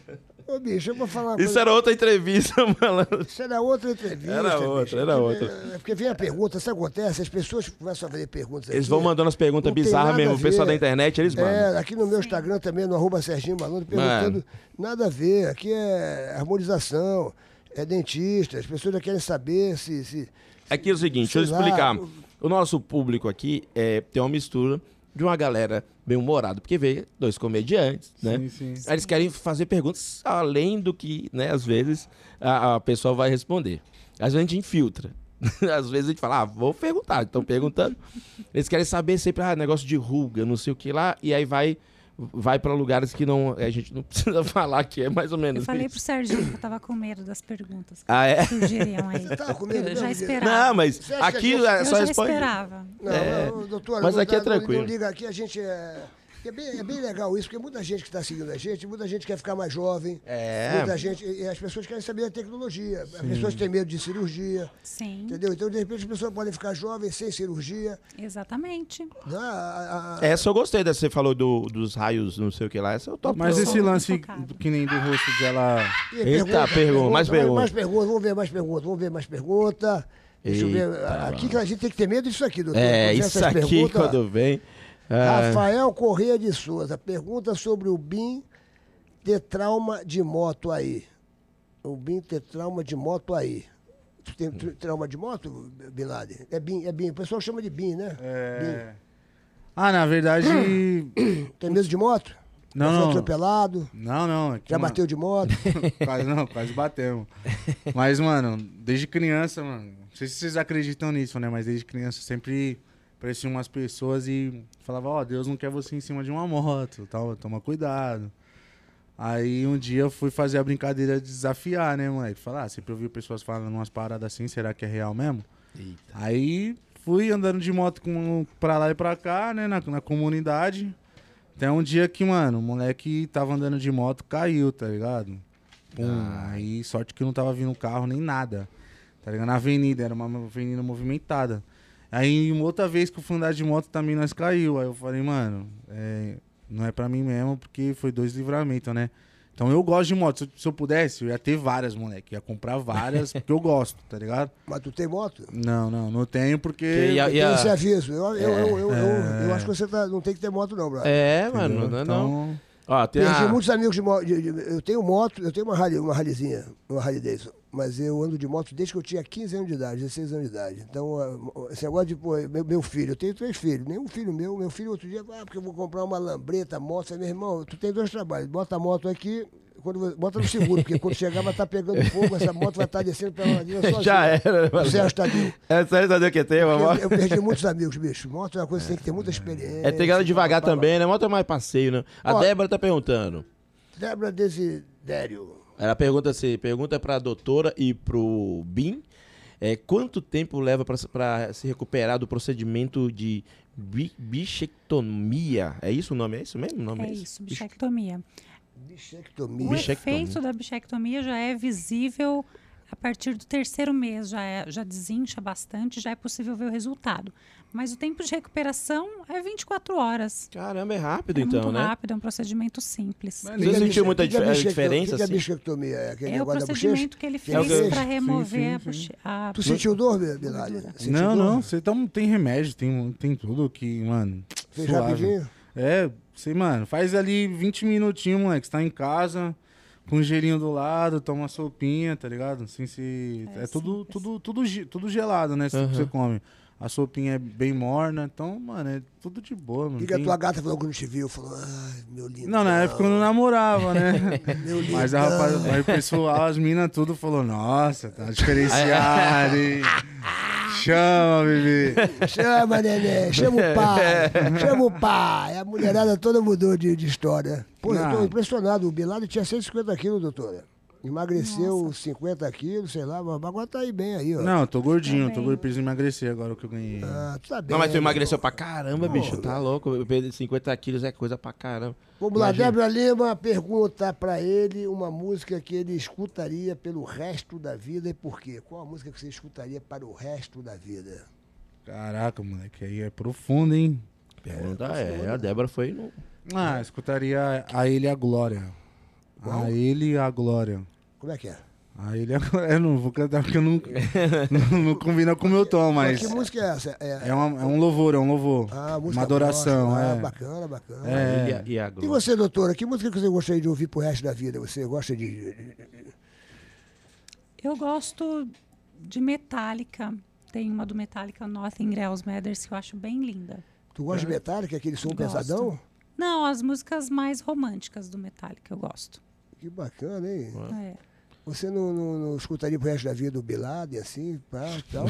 Speaker 1: Ô, bicho, eu vou falar uma
Speaker 2: Isso era outra entrevista, [LAUGHS] malandro.
Speaker 1: Isso era outra entrevista.
Speaker 2: Era
Speaker 1: bicho.
Speaker 2: outra, era
Speaker 1: É,
Speaker 2: outra.
Speaker 1: é Porque vem a pergunta, isso acontece, as pessoas começam a fazer perguntas.
Speaker 2: Eles
Speaker 1: aqui.
Speaker 2: vão mandando as perguntas
Speaker 1: Não tem
Speaker 2: bizarras
Speaker 1: nada
Speaker 2: mesmo.
Speaker 1: a
Speaker 2: O pessoal
Speaker 1: ver.
Speaker 2: da internet, eles mandam.
Speaker 1: É, aqui no meu Instagram também, no arroba Serginho Malandro, perguntando nada a ver. Aqui é harmonização, é dentista, as pessoas já querem saber se. se
Speaker 2: Aqui é o seguinte, deixa eu
Speaker 1: Sei lá,
Speaker 2: explicar.
Speaker 1: o-
Speaker 2: O nosso público aqui é, tem uma mistura de uma galera bem humorada, porque vê dois comediantes, né?
Speaker 3: Sim, sim.
Speaker 2: Aí Eles querem fazer perguntas além do que, né, às vezes, a, a pessoa vai responder. Às vezes a gente infiltra. [LAUGHS] Às vezes a gente fala, ah, vou perguntar, estão perguntando. Eles querem saber sempre, ah, negócio de ruga, não sei o que lá, e aí vai vai para lugares que não a gente não [LAUGHS] precisa falar que é mais ou menos
Speaker 4: Eu falei
Speaker 2: isso.
Speaker 4: pro Serginho que eu tava com medo das perguntas que
Speaker 2: Ah, é?
Speaker 4: [LAUGHS] surgiriam aí.
Speaker 1: Você tava né, com medo
Speaker 4: Eu já
Speaker 1: mesmo, gente?
Speaker 4: esperava.
Speaker 2: Não, mas
Speaker 1: Você acha
Speaker 2: aqui
Speaker 1: que a
Speaker 2: é
Speaker 4: eu
Speaker 2: só
Speaker 4: já
Speaker 2: responde.
Speaker 4: esperava.
Speaker 1: Não,
Speaker 2: É,
Speaker 1: não, doutora,
Speaker 2: mas
Speaker 1: não
Speaker 2: aqui é
Speaker 1: dá- não-
Speaker 2: tranquilo.
Speaker 1: Não liga aqui, a gente é. É bem, é bem legal isso, porque muita gente que está seguindo a gente, muita gente quer ficar mais jovem.
Speaker 2: É.
Speaker 1: Muita gente, e as pessoas querem saber da tecnologia. As pessoas têm medo de cirurgia,
Speaker 4: Sim,
Speaker 1: entendeu? Então, de repente, as pessoas podem ficar jovens sem cirurgia.
Speaker 4: exatamente. É
Speaker 1: né? A- a- a-
Speaker 2: Essa eu gostei dessa que você falou do- dos raios, não sei o que lá. Essa eu topo.
Speaker 3: Mas
Speaker 2: não.
Speaker 3: esse lance
Speaker 4: focado.
Speaker 3: que nem do rosto dela.
Speaker 1: E
Speaker 2: Eita, pergunta, mais pergunta.
Speaker 1: Mais pergunta, vamos ver mais pergunta, vamos ver mais pergunta. Deixa eu ver.
Speaker 2: Eita,
Speaker 1: Aqui que a gente tem que ter medo disso aqui, doutor.
Speaker 2: É,
Speaker 1: Quando vem
Speaker 2: isso
Speaker 1: essas
Speaker 2: aqui
Speaker 1: perguntas,
Speaker 2: quando vem. ah,
Speaker 1: Rafael Correia de Souza pergunta sobre o BIM ter trauma de moto aí. O BIM ter trauma de moto aí. Tu tem tr- trauma de moto, Bin Laden? É BIM, é BIM. O pessoal chama de BIM, né?
Speaker 3: É... Ah, na verdade.
Speaker 1: BIM. Tem medo de moto?
Speaker 3: Não,
Speaker 1: Já foi
Speaker 3: não.
Speaker 1: atropelado?
Speaker 3: Não, não. é que,
Speaker 1: Já
Speaker 3: mano,
Speaker 1: bateu de
Speaker 3: [LAUGHS]
Speaker 1: moto?
Speaker 3: Quase não, quase batemos. Mas, mano, desde criança, mano. Não sei se vocês acreditam nisso, né? Mas desde criança eu sempre parecia umas pessoas e falava, ó, Deus não quer você em cima de uma moto, tal, toma cuidado. Aí um dia eu fui fazer a brincadeira de desafiar, né, moleque? Falar, ah, sempre ouvi pessoas falando umas paradas assim, será que é real mesmo?
Speaker 2: eita.
Speaker 3: Aí fui andando de moto com, pra lá e pra cá, né, na, na comunidade. Até um dia que, mano, o moleque tava andando de moto, caiu, tá ligado? Pum, aí sorte que não tava vindo carro nem nada, tá ligado? Na avenida, era uma avenida movimentada. Aí uma outra vez que eu fui andar de moto também nós caiu. Aí eu falei, mano, é, não é pra mim mesmo, porque foi dois livramentos, né? Então eu gosto de moto. Se eu, se eu pudesse, eu ia ter várias, moleque. Ia comprar várias, porque eu gosto, tá ligado?
Speaker 1: Mas tu tem moto?
Speaker 3: Não, não, não tenho porque.
Speaker 2: Que ia-
Speaker 1: Eu
Speaker 2: ia-
Speaker 1: tenho esse aviso. Eu, eu, eu, eu, eu-
Speaker 3: É,
Speaker 1: eu acho que você tá- não tem que ter moto, não, brother.
Speaker 2: É,
Speaker 3: Entendeu?
Speaker 2: mano, não é não.
Speaker 3: Então,
Speaker 2: Ó, tem
Speaker 1: Perdi
Speaker 2: a...
Speaker 1: muitos amigos de moto. de- de- Eu tenho moto, eu tenho uma rally, uma rallyzinha, uma rally Davidson, mas eu ando de moto desde que eu tinha 15 anos de idade, 16 anos de idade. Então, ah, esse negócio de, pô, meu, meu filho, eu tenho três filhos, nenhum filho meu, meu filho outro dia, ah, porque eu vou comprar uma lambreta, moto, Eu falei, meu irmão, tu tem dois trabalhos, bota a moto aqui, quando, vo- bota no seguro, porque quando chegar vai estar pegando fogo, essa moto vai estar descendo pela ladeira sozinha.
Speaker 2: [LAUGHS] [LAUGHS] Já era. né,
Speaker 1: O
Speaker 2: mano.
Speaker 1: Sérgio Tadeu.
Speaker 2: [LAUGHS] É sério, sabe o que tem?
Speaker 1: Eu,
Speaker 2: Uma...
Speaker 1: eu perdi muitos amigos, bicho. Moto é uma coisa que tem que ter muita experiência.
Speaker 2: É, tem que andar devagar
Speaker 1: pá, pá, pá.
Speaker 2: também, né? Moto é mais passeio, né? A
Speaker 1: Ó.
Speaker 2: Débora tá perguntando.
Speaker 1: Débora Desidério.
Speaker 2: Ela pergunta se pergunta pra doutora e pro Bim é, quanto tempo leva pra, se- pra se recuperar do procedimento de bi, bichectomia? É isso o nome? É isso mesmo o nome?
Speaker 4: É isso, bichectomia.
Speaker 1: Bichectomia.
Speaker 4: O
Speaker 2: Bichectomia.
Speaker 4: efeito da bichectomia já é visível a partir do terceiro mês, já, é- já desincha bastante, já é possível ver o resultado. Mas o tempo de recuperação é 24 horas.
Speaker 2: Caramba, é rápido
Speaker 4: É
Speaker 2: então,
Speaker 4: muito
Speaker 2: né?
Speaker 4: rápido, é um procedimento simples.
Speaker 3: Mas
Speaker 2: Você
Speaker 1: Liga
Speaker 2: sentiu
Speaker 1: biche-
Speaker 2: muita
Speaker 1: liga
Speaker 2: dif-
Speaker 1: bichecto-
Speaker 2: diferença,
Speaker 1: o que é
Speaker 2: assim?
Speaker 1: bichectomia? É aquele
Speaker 4: É o
Speaker 1: negócio da bochecha?
Speaker 4: procedimento que ele
Speaker 1: Que é o
Speaker 4: fez
Speaker 2: que-
Speaker 4: para
Speaker 3: Sim,
Speaker 4: remover
Speaker 3: sim, sim.
Speaker 4: a,
Speaker 1: Tu
Speaker 4: bochecha.
Speaker 1: sentiu dor, Bilari? Sentiu
Speaker 3: não,
Speaker 1: dor?
Speaker 3: não, você tá, tem remédio, tem, tem tudo que, mano.
Speaker 1: Fez
Speaker 3: Suave.
Speaker 1: rapidinho?
Speaker 3: É, sei, mano, faz ali 20 minutinhos, moleque. Você tá em casa, com um gelinho do lado, toma uma sopinha, tá ligado? Sem se. É,
Speaker 4: É
Speaker 3: tudo,
Speaker 4: simples.
Speaker 3: tudo, tudo, ge- tudo gelado, né?
Speaker 2: Aham.
Speaker 3: que Você come. A sopinha é bem morna, então, mano, é tudo de boa, mano.
Speaker 1: Liga a
Speaker 3: Tem-
Speaker 1: tua gata falou que não te viu. Falou, ai, meu lindo.
Speaker 3: Não, na época eu não namorava, né?
Speaker 1: Então. [LAUGHS] Meu lindo.
Speaker 3: [LAUGHS] Mas a rapaz, aí o pessoal, as minas tudo falou, nossa, tá diferenciado,
Speaker 1: [LAUGHS]
Speaker 3: hein? Chama, bebê.
Speaker 1: Então. Chama, neném.
Speaker 2: [LAUGHS]
Speaker 1: Chama
Speaker 2: É.
Speaker 1: o pai. Chama o pai. A mulherada toda mudou de, de história. Pô, eu
Speaker 2: Ah.
Speaker 1: tô
Speaker 3: Não.
Speaker 1: impressionado. O Bilari tinha 150 quilos, doutora. Emagreceu 50 quilos, sei lá, mas agora tá aí bem aí, ó.
Speaker 3: Não, eu tô gordinho, eu tô
Speaker 4: bem.
Speaker 3: gordinho, preciso emagrecer agora o que eu ganhei.
Speaker 1: Ah, tu tá bem.
Speaker 2: Não, mas tu
Speaker 1: né?
Speaker 2: emagreceu pra caramba, bicho. Tá louco. Eu perdi 50 quilos é coisa pra caramba.
Speaker 1: Vamos lá,
Speaker 2: Imagina.
Speaker 1: Débora Lima pergunta pra ele uma música que ele escutaria pelo resto da vida e por quê? Qual a música que você escutaria para o resto da vida?
Speaker 3: Caraca, moleque, aí é profundo, hein?
Speaker 2: Pergunta é, a tá, é, Débora foi no.
Speaker 1: Ah.
Speaker 3: Ah, escutaria a ele e a glória.
Speaker 1: Qual?
Speaker 3: A ele e a glória.
Speaker 1: Como é que é?
Speaker 3: A ele e a glória. [LAUGHS] Eu não vou cantar porque eu não, não, não combina com o meu tom, mas.
Speaker 1: que música é essa?
Speaker 3: É, uma- é um louvor, é um louvor.
Speaker 1: ah, música
Speaker 3: uma adoração,
Speaker 1: gospel. Ah,
Speaker 3: é.
Speaker 1: bacana, bacana.
Speaker 2: É. E,
Speaker 3: É.
Speaker 2: a- e a
Speaker 1: E
Speaker 2: Glória?
Speaker 1: você, doutora, que música que você gostaria de ouvir pro resto da vida? Você gosta de.
Speaker 4: Eu gosto de Metallica. Tem uma do Metallica, Nothing Else Matters, que eu acho bem linda.
Speaker 1: Tu gosta
Speaker 3: É.
Speaker 1: de Metallica, aquele som pesadão?
Speaker 4: Não, as músicas mais românticas do Metallica eu gosto.
Speaker 1: Que bacana, hein?
Speaker 2: Ah.
Speaker 4: É.
Speaker 1: Você não, não, não escutaria pro resto da vida o Bin Laden, assim, pá,
Speaker 2: [LAUGHS]
Speaker 1: tal?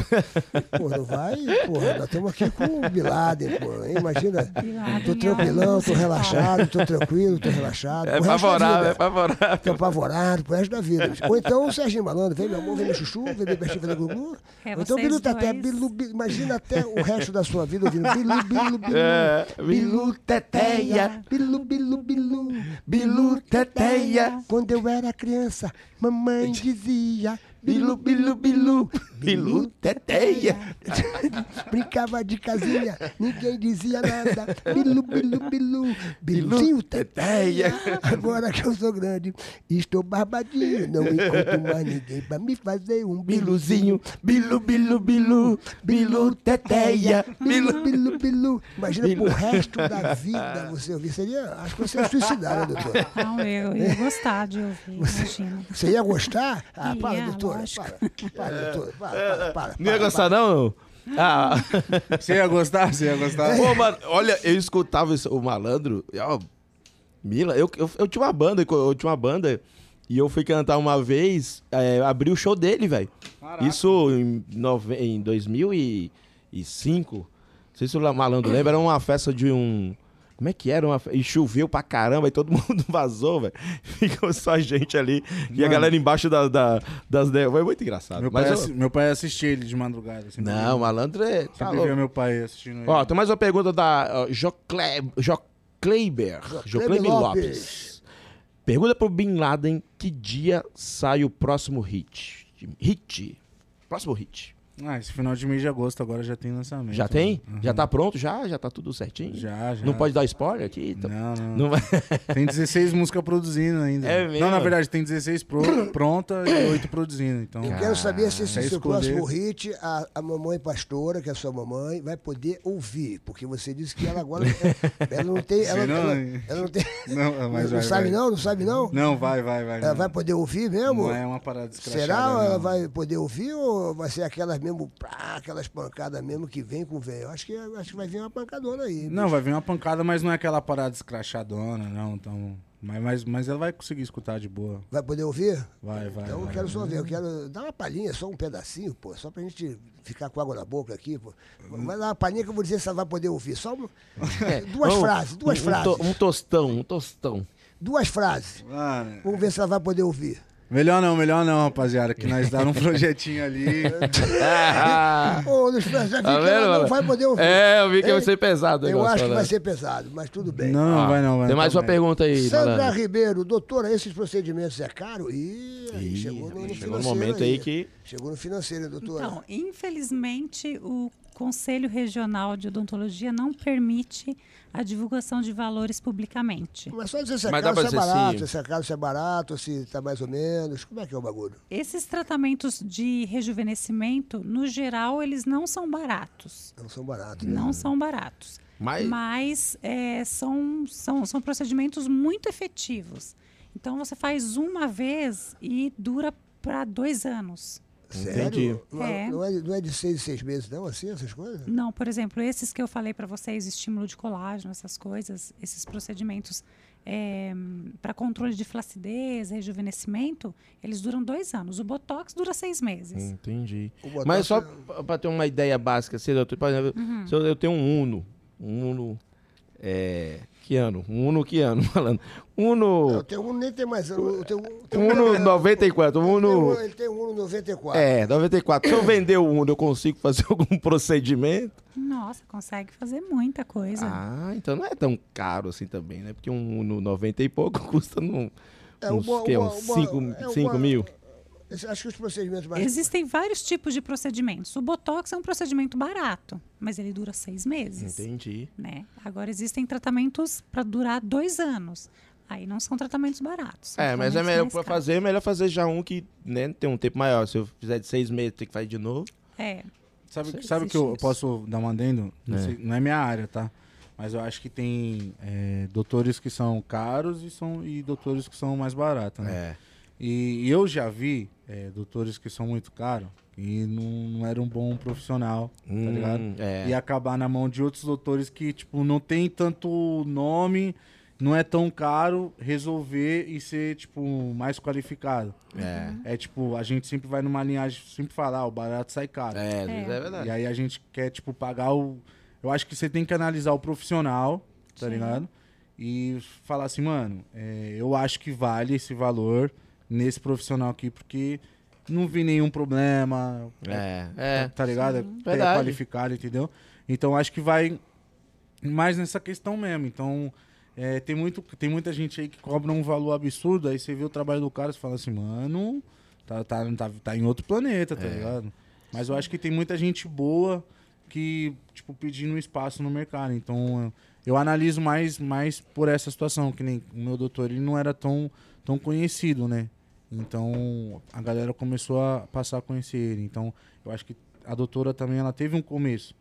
Speaker 1: Pô, não vai? Porra, nós estamos aqui com o Bin Laden, pô, hein? Imagina.
Speaker 4: Bin Laden é
Speaker 1: Tô
Speaker 4: um
Speaker 1: tranquilão, tô
Speaker 4: musical.
Speaker 1: relaxado, tô tranquilo, tô relaxado.
Speaker 2: É
Speaker 1: pro resto da
Speaker 2: favorável,
Speaker 1: vida.
Speaker 2: é favorável.
Speaker 1: Fica apavorado pro resto da [LAUGHS] vida. Ou então o Serginho Malandro, vem meu amor, vem meu chuchu, vem meu peixinho, vem meu gugu.
Speaker 4: É,
Speaker 1: Ou então
Speaker 4: vocês
Speaker 1: Bilu Teté,
Speaker 4: dois.
Speaker 1: Bilu, Bilu, imagina até o resto da sua vida ouvindo
Speaker 4: [LAUGHS]
Speaker 1: Bilu, Bilu, Bilu.
Speaker 2: É,
Speaker 1: Bilu Teteia, Bilu, Bilu, Bilu, Bilu Teteia. Quando eu era criança, mamãe dizia Bilu, Bilu, Bilu,
Speaker 2: Bilu Teteia.
Speaker 1: [LAUGHS] Brincava de casinha, ninguém dizia [LAUGHS] nada. Bilu, bilu, bilu, biluzinho teteia. Agora que eu sou grande, estou barbadinho. Não encontro mais ninguém pra me fazer um biluzinho. Bilu, bilu, bilu, bilu teteia. Bilu, bilu, bilu. Imagina pro resto da vida você ouvir. Seria, acho que você ia suicidar, né, doutor?
Speaker 4: Então eu ia gostar de ouvir, imagina.
Speaker 1: Você ia gostar? Ah,
Speaker 4: Ia,
Speaker 1: para, doutora.
Speaker 4: lógico.
Speaker 1: Para, para, doutora. Para, para, para.
Speaker 2: Não ia
Speaker 1: para,
Speaker 2: gostar, não? Ah.
Speaker 3: Você ia gostar? Você ia
Speaker 1: [LAUGHS]
Speaker 3: gostar?
Speaker 2: Pô, mano, olha, eu escutava isso, o malandro. e, ó, Mila, eu, eu, eu tinha uma banda, eu tinha uma banda. E eu fui cantar uma vez, é, abri o show dele, velho.
Speaker 3: Caraca.
Speaker 2: Isso em, nove, em 2005. Não sei se o La- malandro lembra, era uma festa de um. Como é que era? Uma fe- e choveu pra caramba e todo [LAUGHS] mundo vazou, velho. Ficou só a gente ali. E a
Speaker 3: Mano.
Speaker 2: galera embaixo da, da- das. ne- Foi muito engraçado.
Speaker 3: Meu,
Speaker 2: Mas
Speaker 3: pai, é assim.
Speaker 2: eu-
Speaker 3: assi- meu pai assistia ele de madrugada. Sempre
Speaker 2: Não, o
Speaker 3: via,
Speaker 2: malandro é. tá
Speaker 3: sempre
Speaker 2: louco.
Speaker 3: via meu pai assistindo ele.
Speaker 1: Hum.
Speaker 2: Ó, tem mais uma pergunta da ó, Jocle- Jocleiber. Jocleiber
Speaker 1: Lopes.
Speaker 2: Lopes. Pergunta pro Bin Laden que dia sai o próximo hit. Hit. Próximo hit.
Speaker 3: Ah, esse final de mês de agosto agora já tem lançamento.
Speaker 2: Já
Speaker 1: Então,
Speaker 2: tem?
Speaker 3: Uhum.
Speaker 2: Já tá pronto? Já? Já tá tudo certinho?
Speaker 3: Já, já.
Speaker 2: Não pode dar spoiler aqui? Então,
Speaker 3: Não, não.
Speaker 2: não vai-
Speaker 3: Tem 16 músicas produzindo ainda.
Speaker 2: É mesmo?
Speaker 3: Não, na verdade, tem 16 pro- pronta e 8 produzindo. Então,
Speaker 1: Eu quero saber se
Speaker 3: é
Speaker 1: esse seu
Speaker 3: escolher.
Speaker 1: próximo hit, a, a mamãe pastora, que é a sua mamãe, vai poder ouvir. Porque você disse que ela agora. é, ela não tem. Ela,
Speaker 3: Sei não,
Speaker 1: ela-
Speaker 3: hein?
Speaker 1: ela não tem.
Speaker 3: Não, mas
Speaker 1: não
Speaker 3: vai,
Speaker 1: sabe
Speaker 3: vai.
Speaker 1: não? Não sabe não?
Speaker 3: Não, vai, vai, vai.
Speaker 1: Ela
Speaker 3: não.
Speaker 1: vai poder ouvir mesmo?
Speaker 3: Não é uma parada escrachada.
Speaker 1: Será ou ela
Speaker 3: não.
Speaker 1: vai poder ouvir ou vai ser aquelas mesmo, pá, aquelas pancadas mesmo que vem com vem? Eu acho que, acho que vai vir uma pancadona aí.
Speaker 3: Não, vai vir uma pancada, mas não é aquela parada escrachadona, não. Então, mas, mas, mas ela vai conseguir escutar de boa.
Speaker 1: Vai poder ouvir?
Speaker 3: Vai, vai.
Speaker 1: Então eu
Speaker 3: vai.
Speaker 1: quero só ver, eu quero dar uma palhinha, só um pedacinho, pô, só pra gente ficar com água na boca aqui, pô. Vai dar uma palhinha que eu vou dizer se ela vai poder ouvir. Só um- duas
Speaker 2: Vamos,
Speaker 1: frases, duas
Speaker 2: É, um, um
Speaker 1: frases.
Speaker 2: to- um tostão, um tostão.
Speaker 1: Duas frases.
Speaker 3: Mano,
Speaker 1: Vamos ver se ela vai poder ouvir.
Speaker 3: melhor não, melhor não, rapaziada. Que nós [LAUGHS] dá um projetinho ali.
Speaker 2: [LAUGHS] Ah,
Speaker 1: Ô, Luiz França, já vi
Speaker 2: tá
Speaker 1: que ela
Speaker 2: vendo,
Speaker 1: não
Speaker 2: mano?
Speaker 1: vai poder ouvir.
Speaker 2: É, eu vi que
Speaker 1: Hein?
Speaker 2: vai ser pesado. o
Speaker 1: Eu
Speaker 2: negócio,
Speaker 1: acho que
Speaker 2: né?
Speaker 1: vai ser pesado, mas tudo bem.
Speaker 3: Não, não
Speaker 2: Ah,
Speaker 3: vai não, vai
Speaker 2: Tem
Speaker 3: não,
Speaker 2: mais
Speaker 3: tá
Speaker 2: uma
Speaker 3: bem.
Speaker 2: pergunta aí,
Speaker 1: Sandra
Speaker 2: malandro.
Speaker 1: Ribeiro, doutora, esses procedimentos é caro? Ih, aí
Speaker 2: Ih,
Speaker 1: chegou no, no
Speaker 2: chegou
Speaker 1: financeiro
Speaker 2: no momento aí que-
Speaker 1: Chegou no financeiro, hein, doutora?
Speaker 4: Então, infelizmente, o Conselho Regional de Odontologia não permite a divulgação de valores publicamente.
Speaker 1: Mas só dizer se é
Speaker 2: Mas dá
Speaker 1: caro, se é
Speaker 2: pra dizer se-
Speaker 1: barato, se é caro, se é barato, se tá mais ou menos. Como é que é o bagulho?
Speaker 4: Esses tratamentos de rejuvenescimento, no geral, eles não são baratos.
Speaker 1: Não são baratos, né?
Speaker 4: Não são baratos.
Speaker 2: Mas-
Speaker 4: Mas é, são, são, são procedimentos muito efetivos. Então, você faz uma vez e dura para dois anos.
Speaker 1: Sério?
Speaker 2: Entendi.
Speaker 1: Não é,
Speaker 4: É.
Speaker 1: não é- não é de seis em seis meses, não, assim, essas coisas?
Speaker 4: Não, por exemplo, esses que eu falei para vocês, estímulo de colágeno, essas coisas, esses procedimentos para controle de flacidez, rejuvenescimento, eles duram dois anos. O Botox dura seis
Speaker 2: Hum.
Speaker 4: meses.
Speaker 2: Entendi.
Speaker 1: O Botox
Speaker 2: Mas só
Speaker 1: é-
Speaker 2: pra pra ter uma ideia básica, se eu, por exemplo, se eu, eu tenho um Uno, um Uno, é, que ano? Um Uno que ano, [LAUGHS] falando?
Speaker 1: Eu
Speaker 2: Uno,
Speaker 1: tenho um, nem tem mais. Eu tenho, eu tenho
Speaker 2: um Uno 94, um
Speaker 1: Tem um-
Speaker 2: Uno,
Speaker 1: Ele tem um 1,94.
Speaker 2: é, 94. Se eu vender o Uno, eu consigo fazer [LAUGHS] algum procedimento?
Speaker 4: Nossa, consegue fazer muita coisa.
Speaker 2: Ah, então não é tão caro assim também, né? Porque um Uno 90 e pouco [LAUGHS] custa num,
Speaker 1: É,
Speaker 2: uns,
Speaker 1: uma-
Speaker 2: que,
Speaker 1: uma-
Speaker 2: uns
Speaker 1: uma-
Speaker 2: 5
Speaker 1: é uma-
Speaker 2: mil?
Speaker 1: Esse- Acho que os procedimentos mais.
Speaker 4: Existem vários tipos de procedimentos. O Botox é um procedimento barato, mas ele dura seis meses.
Speaker 2: Entendi.
Speaker 4: né? Agora existem tratamentos para durar dois anos. Aí não são tratamentos baratos. são
Speaker 2: É, mas é
Speaker 4: tratamentos
Speaker 2: melhor
Speaker 4: mais
Speaker 2: pra
Speaker 4: caros.
Speaker 2: fazer, é melhor fazer já um que né, tem um tempo maior. Se eu fizer de seis meses, tem que fazer de novo.
Speaker 4: É,
Speaker 3: Sabe,
Speaker 2: Isso
Speaker 3: sabe que eu
Speaker 2: existe
Speaker 3: posso dar um adendo? Não, sei- não é minha área, tá? Mas eu acho que tem é, doutores que são caros e, são, e doutores que são mais baratos, né?
Speaker 2: É.
Speaker 3: E, e eu já vi é, doutores que são muito caros e não, não era um bom profissional, tá ligado?
Speaker 2: É.
Speaker 3: E acabar na mão de outros doutores que, tipo, não tem tanto nome, não é tão caro resolver e ser, tipo, mais qualificado.
Speaker 2: É.
Speaker 3: É tipo, a gente sempre vai numa linhagem, sempre falar, o barato sai caro.
Speaker 2: É, às vezes é,
Speaker 3: E
Speaker 2: verdade.
Speaker 3: aí a gente quer, tipo, pagar o. Eu acho que você tem que analisar o profissional, tá
Speaker 4: Sim.
Speaker 3: ligado? E falar assim, mano, é, eu acho que vale esse valor nesse profissional aqui, porque não vi nenhum problema,
Speaker 2: É, é.
Speaker 3: tá ligado? É
Speaker 2: Verdade.
Speaker 3: qualificado, entendeu? Então acho que vai mais nessa questão mesmo. Então é, tem, muito, tem muita gente aí que cobra um valor absurdo, aí você vê o trabalho do cara e fala assim, mano, tá, tá, tá, tá em outro planeta,
Speaker 2: É.
Speaker 3: tá ligado? Mas eu acho que tem muita gente boa que, tipo, pedindo espaço no mercado. Então eu- eu analiso mais, mais por essa situação, que nem o meu doutor, ele não era tão, tão conhecido, né? Então a galera começou a passar a conhecer ele. Então eu acho que a doutora também ela teve um começo.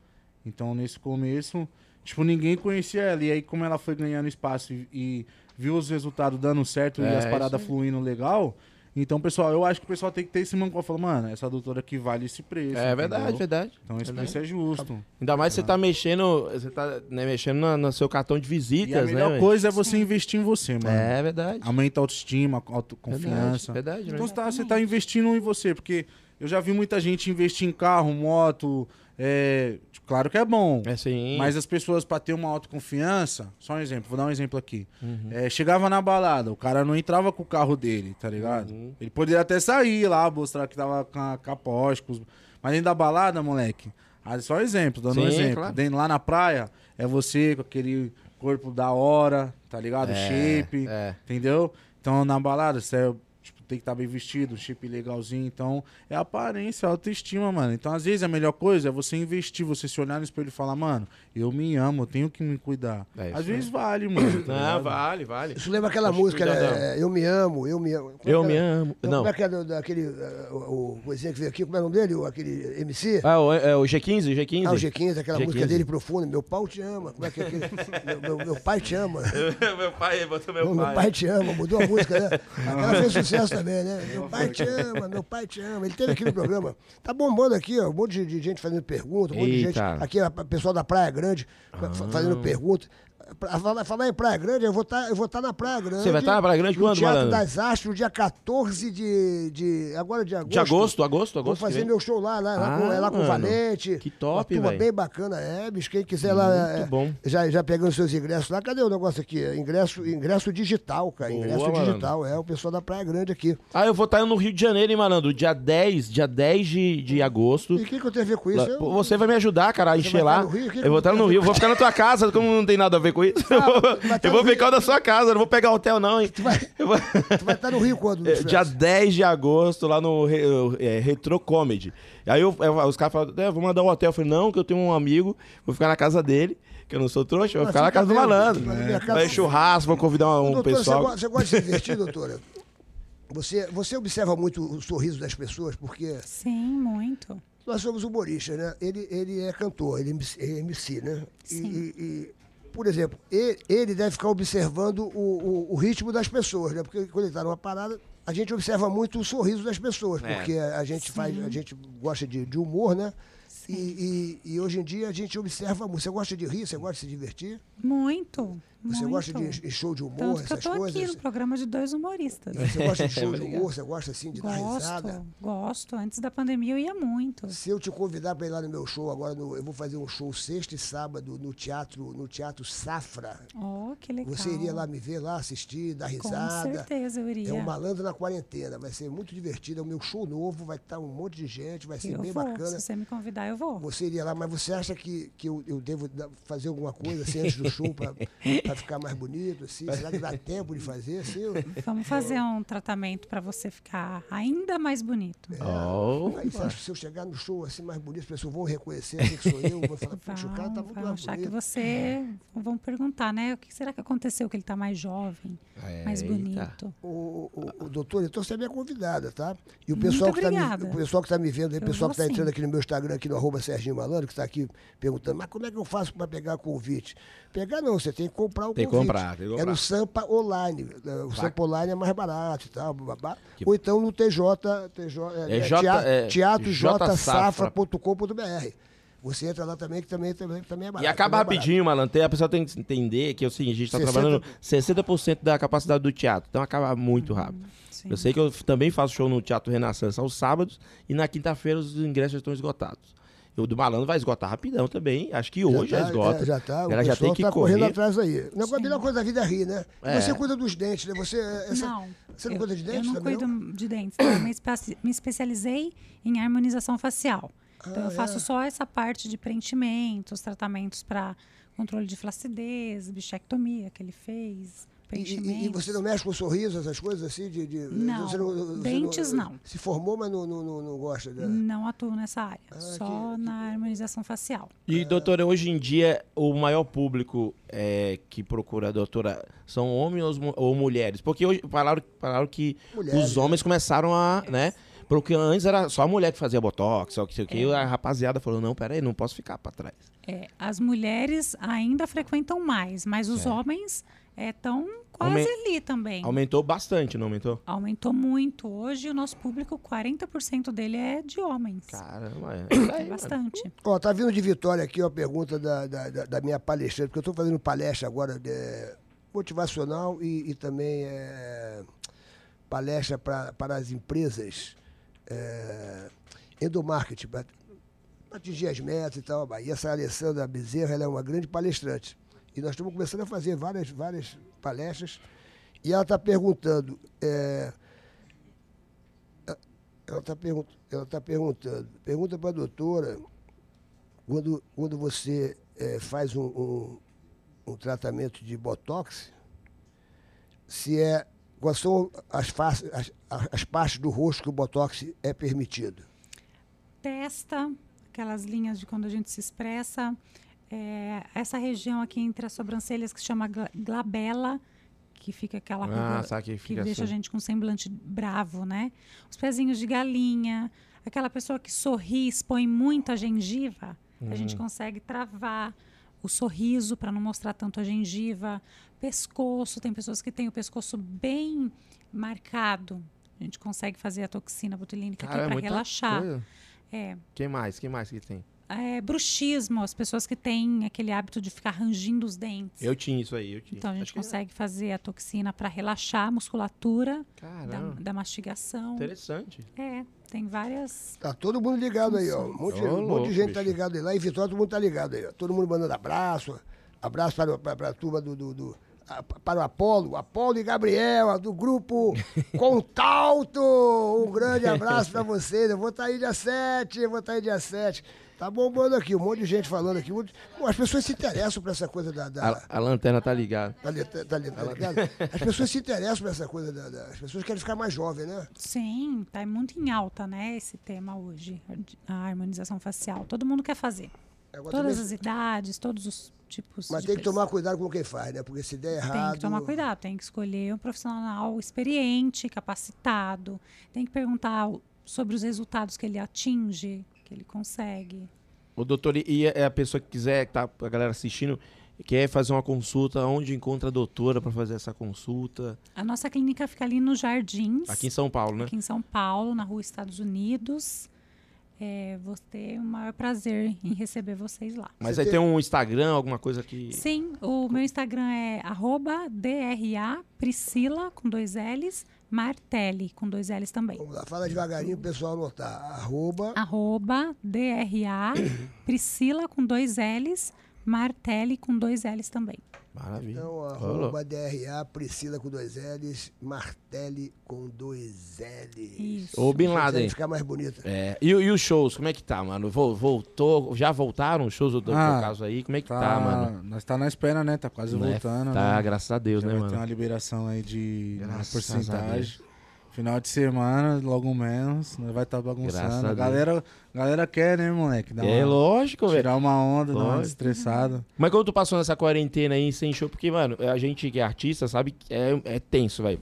Speaker 3: Então nesse começo, tipo, ninguém conhecia ela. E aí, como ela foi ganhando espaço e, e viu os resultados dando certo
Speaker 2: É,
Speaker 3: e as
Speaker 2: isso
Speaker 3: paradas fluindo legal. Então, pessoal, eu acho que o pessoal tem que ter esse mancó. Falar, mano, essa doutora aqui vale esse preço.
Speaker 2: É verdade,
Speaker 3: entendeu?
Speaker 2: verdade.
Speaker 3: Então esse
Speaker 2: Verdade.
Speaker 3: preço é justo.
Speaker 2: Ainda mais você tá mexendo, você tá né, mexendo na- no seu cartão de
Speaker 3: E a
Speaker 2: visitas, né?
Speaker 3: melhor
Speaker 2: velho?
Speaker 3: coisa é você investir em você, mano.
Speaker 2: É verdade.
Speaker 3: Aumenta a tá autoestima, a autoconfiança.
Speaker 2: Verdade, verdade.
Speaker 3: Então
Speaker 2: né?
Speaker 3: você tá, você tá investindo em você, porque eu já vi muita gente investir em carro, moto. é, claro que é bom.
Speaker 2: É sim.
Speaker 3: Mas as pessoas, pra ter uma autoconfiança, só um exemplo, vou dar um exemplo aqui.
Speaker 2: Uhum.
Speaker 3: É, chegava na balada, o cara não entrava com o carro dele, tá ligado?
Speaker 2: Uhum.
Speaker 3: Ele poderia até sair lá, mostrar que tava com a capote, com os- mas dentro da balada, moleque. ah, Só um exemplo, dando um
Speaker 2: Sim,
Speaker 3: exemplo.
Speaker 2: claro.
Speaker 3: Dentro- lá na praia, é você com aquele corpo da hora, tá ligado? shape,
Speaker 2: é.
Speaker 3: entendeu? Então na balada, você é, tipo, tem que estar bem vestido, shape legalzinho. Então é aparência, é autoestima, mano. Então às vezes a melhor coisa é você investir, você se olhar no espelho e falar, mano, eu me amo, eu tenho que me cuidar.
Speaker 2: É isso
Speaker 3: às vezes
Speaker 2: [COUGHS]
Speaker 3: vale, mano. tá
Speaker 2: Não,
Speaker 3: ligado?
Speaker 2: vale, vale.
Speaker 1: Isso lembra aquela
Speaker 2: Acho
Speaker 1: música,
Speaker 2: cuidadão.
Speaker 1: né? É, Eu me amo, eu me amo. Como é
Speaker 2: Eu
Speaker 1: que
Speaker 2: me
Speaker 1: era?
Speaker 2: amo. Não.
Speaker 1: Como é que é do- daquele. eh, o, o coisinha que veio aqui, como é o nome dele? O- Aquele MC?
Speaker 2: Ah, o, é o G15, G15.
Speaker 1: Ah, o G15, aquela música
Speaker 2: G15.
Speaker 1: dele profunda. Meu pau te ama. Como é que é aquele? meu, meu- meu pai te ama.
Speaker 2: [LAUGHS] meu pai, botou meu
Speaker 1: Meu,
Speaker 2: pai.
Speaker 1: pai te ama. Mudou a música, [LAUGHS] né? Ela fez sucesso também, né? Meu pai te ama, meu pai te ama. Ele teve aqui no programa. Tá bombando aqui, ó. Um monte de, de gente fazendo pergunta, um monte de gente.
Speaker 2: Eita. Ah.
Speaker 1: Aqui, o pessoal da Praia Grande fa- fazendo pergunta. Pra- Falar, falar em Praia Grande, eu vou estar eu vou tá na Praia Grande.
Speaker 2: Você vai tá na Praia Grande
Speaker 1: no
Speaker 2: quando,
Speaker 1: Teatro
Speaker 2: malandro?
Speaker 1: das Artes, no dia 14 de, de. Agora de é agosto.
Speaker 2: De agosto, agosto, agosto.
Speaker 1: Vou
Speaker 2: que
Speaker 1: fazer
Speaker 2: vem.
Speaker 1: meu show lá, lá, lá
Speaker 2: Ah,
Speaker 1: com, é lá com o
Speaker 2: mano.
Speaker 1: Valente.
Speaker 2: Que top,
Speaker 1: Uma turma
Speaker 2: velho.
Speaker 1: bem bacana, é, bicho. Quem quiser lá.
Speaker 2: Muito
Speaker 1: é,
Speaker 2: bom.
Speaker 1: Já, já pegando seus ingressos lá. Cadê o negócio aqui? É Ingresso, ingresso digital, cara.
Speaker 2: Boa,
Speaker 1: ingresso
Speaker 2: malandro.
Speaker 1: digital. É, o pessoal da Praia Grande aqui.
Speaker 2: Ah, eu vou estar no Rio de Janeiro, hein, malandro? Dia 10, dia 10 de, de agosto.
Speaker 1: E o que, que eu tenho a ver com
Speaker 2: Lá-
Speaker 1: isso? é, Eu-
Speaker 2: Pô, Você vai me ajudar, cara, a encher
Speaker 1: vai estar
Speaker 2: lá.
Speaker 1: no Rio? O que que
Speaker 2: Eu vou
Speaker 1: eu
Speaker 2: estar
Speaker 1: vou
Speaker 2: no
Speaker 1: fazer?
Speaker 2: Rio, eu vou ficar na tua casa, como não tem nada a ver com isso. eu vou,
Speaker 1: vai estar
Speaker 2: eu vou
Speaker 1: no Rio.
Speaker 2: ficar na sua casa, não vou pegar hotel, não, hein? Eu
Speaker 1: [LAUGHS]
Speaker 2: vou-
Speaker 1: Tu vai estar no Rio quando?
Speaker 2: É,
Speaker 1: tiver?
Speaker 2: Dia 10 de agosto, lá no re- é, Retro Comedy. Aí eu- eu- os caras falaram, é, vou mandar um hotel. Eu falei, não, que eu tenho um amigo, vou ficar na casa dele, que eu não sou trouxa, eu
Speaker 1: Mas
Speaker 2: vou ficar na
Speaker 1: fica
Speaker 2: casa do
Speaker 1: bem,
Speaker 2: malandro.
Speaker 1: na minha casa-
Speaker 2: Vai churrasco, vou convidar um,
Speaker 1: doutora,
Speaker 2: pessoal.
Speaker 1: Você gosta, você gosta de se divertir, doutora? Você, você observa muito o sorriso das pessoas, porque
Speaker 4: sim, muito.
Speaker 1: nós somos humoristas, né? Ele, ele é cantor, ele é MC, é MC, né? E,
Speaker 4: Sim.
Speaker 1: e- e, por exemplo, ele, ele deve ficar observando o, o- o ritmo das pessoas, né? Porque quando ele está numa parada, a gente observa muito o sorriso das pessoas,
Speaker 2: É.
Speaker 1: porque a gente faz, a gente gosta de, de humor, né? E, e- e hoje em dia a gente observa muito. Você gosta de rir, você gosta de se divertir,
Speaker 4: Muito.
Speaker 1: você
Speaker 4: muito.
Speaker 1: gosta de de show de humor,
Speaker 4: Tanto que eu
Speaker 1: essas
Speaker 4: tô aqui
Speaker 1: coisas.
Speaker 4: no programa de dois humoristas.
Speaker 1: Você gosta de show de humor, você gosta assim de dar risada.
Speaker 4: Gosto, gosto. Antes da pandemia eu ia muito.
Speaker 1: Se eu te convidar para ir lá no meu show agora, no- eu vou fazer um show sexta e sábado no teatro, no teatro Safra.
Speaker 4: Oh, que legal.
Speaker 1: Você iria lá me ver lá, assistir, dar
Speaker 4: Com
Speaker 1: risada.
Speaker 4: certeza eu iria.
Speaker 1: É um malandro na quarentena, vai ser muito divertido. É o meu show novo, vai estar um monte de gente, vai ser
Speaker 4: eu
Speaker 1: bem
Speaker 4: vou.
Speaker 1: bacana.
Speaker 4: Se você me convidar, eu vou.
Speaker 1: Você iria lá, mas você acha que, que eu, eu devo dar- fazer alguma coisa assim, antes do show para Pra ficar mais bonito, assim? Será que dá tempo de fazer, assim? Eu-
Speaker 4: Vamos fazer um tratamento para você ficar ainda mais bonito.
Speaker 1: É, tá
Speaker 2: Oh.
Speaker 1: Aí você acha que se eu chegar no show assim mais bonito, as pessoas vão reconhecer assim, que sou eu, vão falar, puxa, o cara tá
Speaker 4: Vão,
Speaker 1: muito
Speaker 4: vão
Speaker 1: mais
Speaker 4: achar que
Speaker 1: bonito.
Speaker 4: você. Vão perguntar, né? O que será que aconteceu que ele tá mais jovem, mais
Speaker 2: Eita.
Speaker 4: bonito?
Speaker 1: O, o- o doutor, então você é minha convidada, tá? E o pessoal, que tá me,
Speaker 4: obrigada.
Speaker 1: o pessoal que tá me vendo aí, o
Speaker 4: Eu
Speaker 1: pessoal
Speaker 4: vou
Speaker 1: que tá
Speaker 4: sim.
Speaker 1: entrando aqui no meu Instagram, aqui no arroba Serginho Malandro, que está aqui perguntando, mas como é que eu faço para pegar convite? Pegar não, você tem que comprar o
Speaker 2: Tem que
Speaker 1: convite.
Speaker 2: comprar, tem que
Speaker 1: É
Speaker 2: comprar.
Speaker 1: no Sampa Online. né? O Sampa Online é mais barato e tal. babá. Ou então no TJ, TJ é,
Speaker 2: É
Speaker 1: é,
Speaker 2: J-
Speaker 1: tea-
Speaker 2: é,
Speaker 1: teatrojsafra.com.br. Você entra lá também, que também, também, também é barato.
Speaker 2: E acaba
Speaker 1: também é barato.
Speaker 2: rapidinho, malandro. Tem- A pessoa tem que entender que assim, a gente tá
Speaker 1: 60.
Speaker 2: trabalhando 60% da capacidade do teatro. Então acaba
Speaker 1: Uhum.
Speaker 2: muito rápido.
Speaker 4: sim.
Speaker 2: Eu sei que eu f- também faço show no Teatro Renascença aos sábados e na quinta-feira os ingressos já estão esgotados. O do malandro vai esgotar rapidão também. Acho que hoje já,
Speaker 1: tá,
Speaker 2: esgota.
Speaker 1: é, Já tá, o
Speaker 2: Ela já tem
Speaker 1: pessoal
Speaker 2: que
Speaker 1: tá
Speaker 2: correr.
Speaker 1: correndo atrás aí. Não, a melhor coisa da vida é rir, né? Você cuida dos dentes, né? Você, essa-
Speaker 4: não.
Speaker 1: você não
Speaker 4: eu,
Speaker 1: cuida de dentes
Speaker 4: Eu não
Speaker 1: também?
Speaker 4: cuido de dentes. né? Eu me, espe- me especializei em harmonização facial. Então,
Speaker 1: Ah,
Speaker 4: eu
Speaker 1: é?
Speaker 4: faço só essa parte de preenchimento, os tratamentos para controle de flacidez, bichectomia que ele fez,
Speaker 1: E,
Speaker 4: preenchimento.
Speaker 1: e- e você não mexe com sorriso, essas coisas assim? De, de-
Speaker 4: Não,
Speaker 1: você você
Speaker 4: dentes não.
Speaker 1: Se formou, mas não, não, não, não gosta dela.
Speaker 4: Não atuo nessa área,
Speaker 1: Ah,
Speaker 4: só na harmonização facial.
Speaker 2: E, doutora, hoje em dia, o maior público é, que procura a doutora são homens ou, mu- ou mulheres? Porque hoje falaram, falaram que
Speaker 1: Mulheres,
Speaker 2: os homens começaram a, né? Porque antes era só a mulher que fazia botox, só que sei o que, a rapaziada falou, não, peraí, não posso ficar pra trás.
Speaker 4: É, as mulheres ainda frequentam mais, mas os homens estão quase
Speaker 2: É. Aumen-
Speaker 4: ali também.
Speaker 2: Aumentou bastante, não aumentou?
Speaker 4: Aumentou muito. Hoje, o nosso público, 40% dele é de homens.
Speaker 2: Caramba,
Speaker 4: [COUGHS]
Speaker 2: é.
Speaker 4: É bastante.
Speaker 1: Ó, tá vindo de Vitória aqui uma pergunta da, da, da- da minha palestrante, porque eu estou fazendo palestra agora é, motivacional e, e também é, palestra pra- para as empresas é, endomarketing, para atingir as metas e tal. E essa Alessandra Bezerra, ela é uma grande palestrante. E nós estamos começando a fazer várias, várias palestras. E ela está perguntando... é, ela está perguntando. Pergunta para a doutora quando, quando você eh, faz um, um- um tratamento de botox, se é quais são as, face- as- a- as partes do rosto que o botox é permitido?
Speaker 4: testa, aquelas linhas de quando a gente se expressa. É, essa região aqui entre as sobrancelhas que se chama gla- glabela, que fica aquela
Speaker 2: Ah,
Speaker 4: ruga
Speaker 2: sabe que fica
Speaker 4: deixa
Speaker 2: assim.
Speaker 4: a gente com um semblante bravo, né? Os pezinhos de galinha, aquela pessoa que sorri, expõe muita gengiva,
Speaker 2: Uhum.
Speaker 4: a gente consegue travar o sorriso para não mostrar tanto a gengiva. Pescoço, tem pessoas que têm o pescoço bem marcado. A gente consegue fazer a toxina botulínica
Speaker 2: é
Speaker 4: aqui para relaxar. É,
Speaker 2: Quem mais? Quem mais que tem?
Speaker 4: é, bruxismo, as pessoas que têm aquele hábito de ficar rangindo os dentes.
Speaker 2: Eu tinha isso aí, eu tinha.
Speaker 4: Então a gente
Speaker 2: Acho que-
Speaker 4: consegue fazer a toxina para relaxar a musculatura da,
Speaker 2: Caramba,
Speaker 4: da mastigação.
Speaker 2: interessante.
Speaker 4: É, tem várias.
Speaker 1: Tá todo mundo ligado aí, ó. Um monte,
Speaker 2: Ô,
Speaker 1: um monte
Speaker 2: louco,
Speaker 1: de gente tá
Speaker 2: bicho.
Speaker 1: ligado aí lá. Em Vitória, todo mundo tá ligado aí. ó. Todo mundo mandando abraço. Abraço para, o- para, para a turma do. do- do- a- para o Apolo, Apolo e Gabriel, do
Speaker 2: [LAUGHS]
Speaker 1: grupo Contalto. Um grande abraço para vocês. Eu vou estar aí dia 7, eu vou estar aí dia 7. Tá bombando aqui, um monte de gente falando aqui. Um monte- Pô, As pessoas se interessam por essa coisa da. da-
Speaker 2: A, a lanterna tá ligada.
Speaker 1: Tá, li- tá, li- tá ligado? As pessoas se interessam por essa coisa da, da- As pessoas querem ficar mais jovem, né?
Speaker 4: Sim, tá muito em alta, né? Esse tema hoje, a harmonização facial. Todo mundo quer fazer.
Speaker 1: Agora
Speaker 4: Todas
Speaker 1: também-
Speaker 4: as idades, todos os tipos.
Speaker 1: Mas
Speaker 4: de
Speaker 1: tem que tomar
Speaker 4: pessoa.
Speaker 1: cuidado com quem faz, né? Porque se der errado.
Speaker 4: Tem que tomar cuidado, tem que escolher um profissional experiente, capacitado. Tem que perguntar o- sobre os resultados que ele atinge, que ele consegue.
Speaker 2: O doutor, e é a pessoa que quiser, que tá a galera assistindo, quer fazer uma consulta, onde encontra a doutora pra fazer essa consulta?
Speaker 4: A nossa clínica fica ali nos Jardins,
Speaker 2: Aqui em São Paulo, né?
Speaker 4: aqui em São Paulo, na rua Estados Unidos. É, vou ter o maior prazer em receber vocês lá.
Speaker 2: Mas
Speaker 1: Você
Speaker 2: aí
Speaker 1: tem-
Speaker 2: tem um Instagram, alguma coisa que.
Speaker 4: Sim, o meu Instagram é arroba DRA Priscila, com dois L's, Martelli, com dois L's também.
Speaker 1: Vamos lá, fala devagarinho pro pessoal anotar. Arroba.
Speaker 4: Ah. arroba DRA Priscila com dois L's, Martelli com dois L's também.
Speaker 2: Maravilha.
Speaker 1: Então,
Speaker 2: Ô,
Speaker 1: arroba
Speaker 2: louco.
Speaker 1: DRA, Priscila com dois L's, Martelli com dois L's.
Speaker 4: Isso.
Speaker 2: Ô, Bin
Speaker 1: Pra
Speaker 2: Laden.
Speaker 1: Ficar mais bonita.
Speaker 2: É, e, o- e os shows, como é que tá, mano? Vol- Voltou, já voltaram os shows do teu
Speaker 3: Ah,
Speaker 2: caso aí? Como é que
Speaker 3: Tá,
Speaker 2: tá, mano?
Speaker 3: Nós tá na espera, né? Tá quase
Speaker 2: Né?
Speaker 3: voltando.
Speaker 2: tá,
Speaker 3: né?
Speaker 2: graças a Deus,
Speaker 3: Já
Speaker 2: né,
Speaker 3: vai
Speaker 2: mano?
Speaker 3: ter uma liberação aí de uma
Speaker 2: Graças a
Speaker 3: porcentagem.
Speaker 2: Deus.
Speaker 3: Final de semana, logo menos, nós vai estar bagunçando.
Speaker 2: Graças a
Speaker 3: A galera, galera quer, né, moleque? Dar
Speaker 2: É
Speaker 3: uma-
Speaker 2: lógico, velho.
Speaker 3: tirar uma onda, dar uma
Speaker 2: Lógico.
Speaker 3: destressada.
Speaker 2: Mas quando tu passou nessa quarentena aí sem show, porque, mano, a gente que é artista sabe que é, é tenso, velho.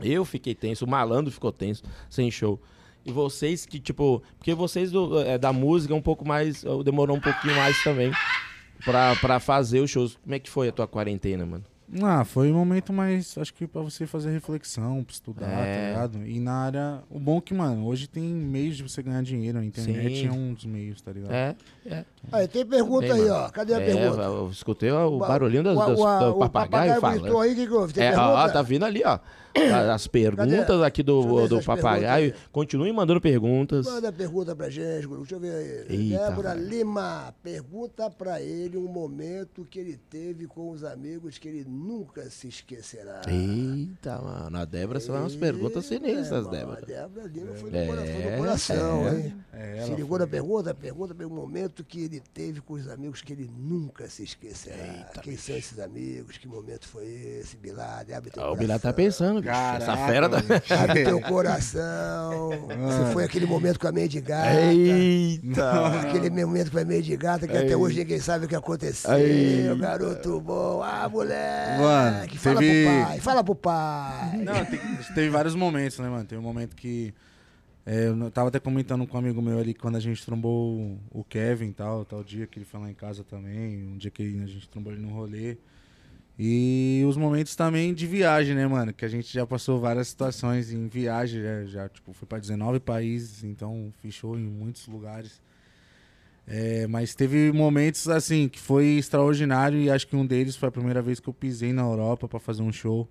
Speaker 2: Eu fiquei tenso, o malandro ficou tenso sem show. E vocês que, tipo, porque vocês do- é, da música um pouco mais, ó, demorou um pouquinho mais também pra, pra fazer os shows. Como é que foi a tua quarentena, mano?
Speaker 3: Ah, foi um momento mais, acho que pra você fazer reflexão, pra estudar,
Speaker 2: É.
Speaker 3: tá ligado? E na área, o bom é que, mano, hoje tem meios de você ganhar dinheiro, a internet
Speaker 2: Sim.
Speaker 3: é um dos meios, tá ligado?
Speaker 2: É, é.
Speaker 1: Aí, tem pergunta
Speaker 2: Bem,
Speaker 1: aí,
Speaker 2: mano.
Speaker 1: ó. Cadê a
Speaker 2: É,
Speaker 1: pergunta?
Speaker 2: Eu escutei o barulhinho das, das,
Speaker 1: a-
Speaker 2: do papagaio,
Speaker 1: gritou
Speaker 2: falando.
Speaker 1: aí, o que que houve? Tem
Speaker 2: É,
Speaker 1: pergunta?
Speaker 2: ó, ó, tá vindo ali,
Speaker 1: [COUGHS]
Speaker 2: ó. As perguntas aqui
Speaker 1: Deixa eu ver
Speaker 2: do, do
Speaker 1: essas
Speaker 2: papagaio.
Speaker 1: perguntas
Speaker 2: Continuem mandando perguntas.
Speaker 1: Manda pergunta pra gente, Guru. Deixa eu ver aí.
Speaker 2: Eita,
Speaker 1: Débora
Speaker 2: vai.
Speaker 1: Lima, pergunta pra ele um momento que ele teve com os amigos que ele nunca se esquecerá.
Speaker 2: Eita, mano. A Débora, você vai umas perguntas
Speaker 1: Eita, é
Speaker 2: sinistras,
Speaker 1: irmão, A
Speaker 2: Débora.
Speaker 1: Débora Lima foi
Speaker 2: É,
Speaker 1: do coração, do coração
Speaker 2: é.
Speaker 1: hein?
Speaker 3: É,
Speaker 1: se
Speaker 3: ela
Speaker 1: ligou na pergunta? Pergunta pelo momento que ele teve com os amigos que ele nunca se esquecerá. Quem são esses amigos? Que momento foi esse, Bilad? Abre teu
Speaker 2: Ah, o
Speaker 1: coração.
Speaker 2: Bilal tá pensando, bicho. Essa
Speaker 3: Caraca,
Speaker 2: fera tá- da.
Speaker 3: mano.
Speaker 1: Abre teu coração.
Speaker 3: Ah.
Speaker 1: Se foi aquele momento com a mendigata.
Speaker 2: [LAUGHS] Eita!
Speaker 1: Aquele momento que foi meio de gata, que até hoje ninguém sabe o que aconteceu. Garoto bom. Ah, moleque.
Speaker 3: Mano,
Speaker 1: fala
Speaker 3: teve-
Speaker 1: pro pai. Fala pro pai.
Speaker 3: Não, tem- teve vários momentos, né, mano? Teve um momento que. é, eu não- tava até comentando com um amigo meu ali quando a gente trombou o- o Kevin e tal, tal dia que ele foi lá em casa também, um dia que a gente trombou ele no rolê. E os momentos também de viagem, né, mano? Que a gente já passou várias situações em viagem, já, já tipo, foi pra 19 países, então fechou em muitos lugares. É, mas teve momentos, assim, que foi extraordinário e acho que um deles foi a primeira vez que eu pisei na Europa pra fazer um show.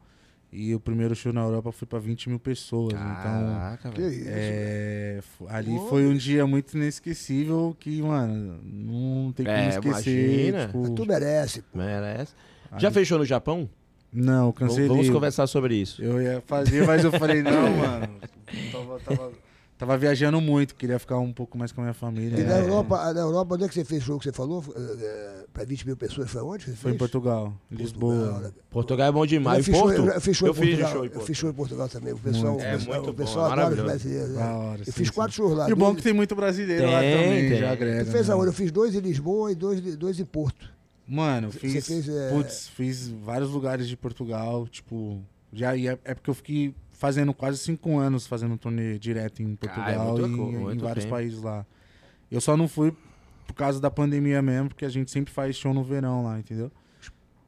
Speaker 3: E o primeiro show na Europa foi pra 20 mil pessoas, então...
Speaker 2: Caraca,
Speaker 1: Que
Speaker 2: velho.
Speaker 1: isso?
Speaker 3: É, fo- ali foi um dia muito inesquecível que, mano, não tem como
Speaker 2: É,
Speaker 3: esquecer.
Speaker 2: imagina.
Speaker 3: tipo,
Speaker 1: Tu merece.
Speaker 2: Merece. Já fechou no Japão?
Speaker 3: não,
Speaker 2: Vamos-
Speaker 3: cancelei.
Speaker 2: Vamos conversar sobre isso.
Speaker 3: Eu ia fazer, mas eu
Speaker 1: [LAUGHS]
Speaker 3: falei, não, mano. Tava, tava- tava viajando muito, queria ficar um pouco mais com a minha família.
Speaker 1: E na
Speaker 3: É,
Speaker 1: Europa, na Europa, onde é que você fez o show que você falou? Eh, eh, Pra 20 mil pessoas, foi onde? que Você
Speaker 3: Foi em
Speaker 1: fez?
Speaker 3: Portugal, Lisboa.
Speaker 1: né?
Speaker 2: Portugal é bom demais.
Speaker 1: eu fiz
Speaker 2: Em
Speaker 1: show-
Speaker 2: Porto?
Speaker 1: eu fiz show
Speaker 2: Eu
Speaker 1: é, em
Speaker 2: fiz o
Speaker 1: Portugal.
Speaker 2: show em
Speaker 1: eu
Speaker 2: Porto.
Speaker 1: fiz show em Portugal também. O pessoal,
Speaker 3: Muito.
Speaker 2: É
Speaker 1: o pessoal,
Speaker 2: muito
Speaker 1: o
Speaker 2: bom,
Speaker 1: pessoal adora os
Speaker 2: maravilhoso.
Speaker 1: brasileiros. né?
Speaker 3: Da hora,
Speaker 1: eu
Speaker 3: sim,
Speaker 1: fiz
Speaker 3: sim.
Speaker 1: quatro shows lá.
Speaker 3: E o bom é
Speaker 1: dois-
Speaker 3: que tem muito brasileiro lá
Speaker 2: Tem,
Speaker 3: também,
Speaker 2: tem.
Speaker 3: já agrega.
Speaker 1: Tu fez
Speaker 3: né?
Speaker 1: aonde? Eu fiz dois em Lisboa e dois, dois em Porto.
Speaker 3: Mano, eu
Speaker 1: Você
Speaker 3: fiz.
Speaker 1: fez, é-
Speaker 3: Putz, fiz vários lugares de Portugal, tipo. Já, e é, é porque eu fiquei fazendo quase cinco anos fazendo turnê direto em
Speaker 2: Cara, é
Speaker 3: Portugal
Speaker 2: muita
Speaker 3: e
Speaker 2: co-
Speaker 3: em
Speaker 2: muito
Speaker 3: vários
Speaker 2: tempo.
Speaker 3: países lá. Eu só não fui por causa da pandemia mesmo, porque a gente sempre faz show no verão lá, entendeu?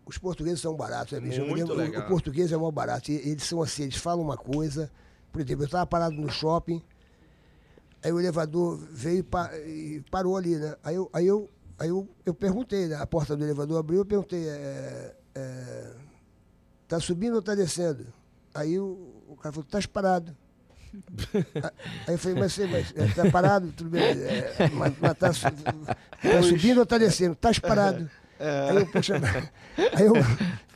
Speaker 1: Os portugueses são baratos, né, bicho? Eu me
Speaker 2: Muito
Speaker 1: lembro, o-
Speaker 2: legal.
Speaker 1: O português é mó barato. E eles são assim, eles falam uma coisa. Por exemplo, eu estava parado no shopping, aí o elevador veio e, pa- e parou ali, né? Aí eu, aí eu, aí eu, eu perguntei, né? A porta do elevador abriu, eu perguntei, é, é, tá subindo ou tá descendo? Aí o, o cara falou, estás
Speaker 2: [LAUGHS]
Speaker 1: parado. A- aí eu falei, mas você, mas é, tá parado, tudo bem, é, mas, mas tá, su- tá subindo ou tá descendo? Estás parado.
Speaker 2: É.
Speaker 1: Aí eu, puxa, aí eu,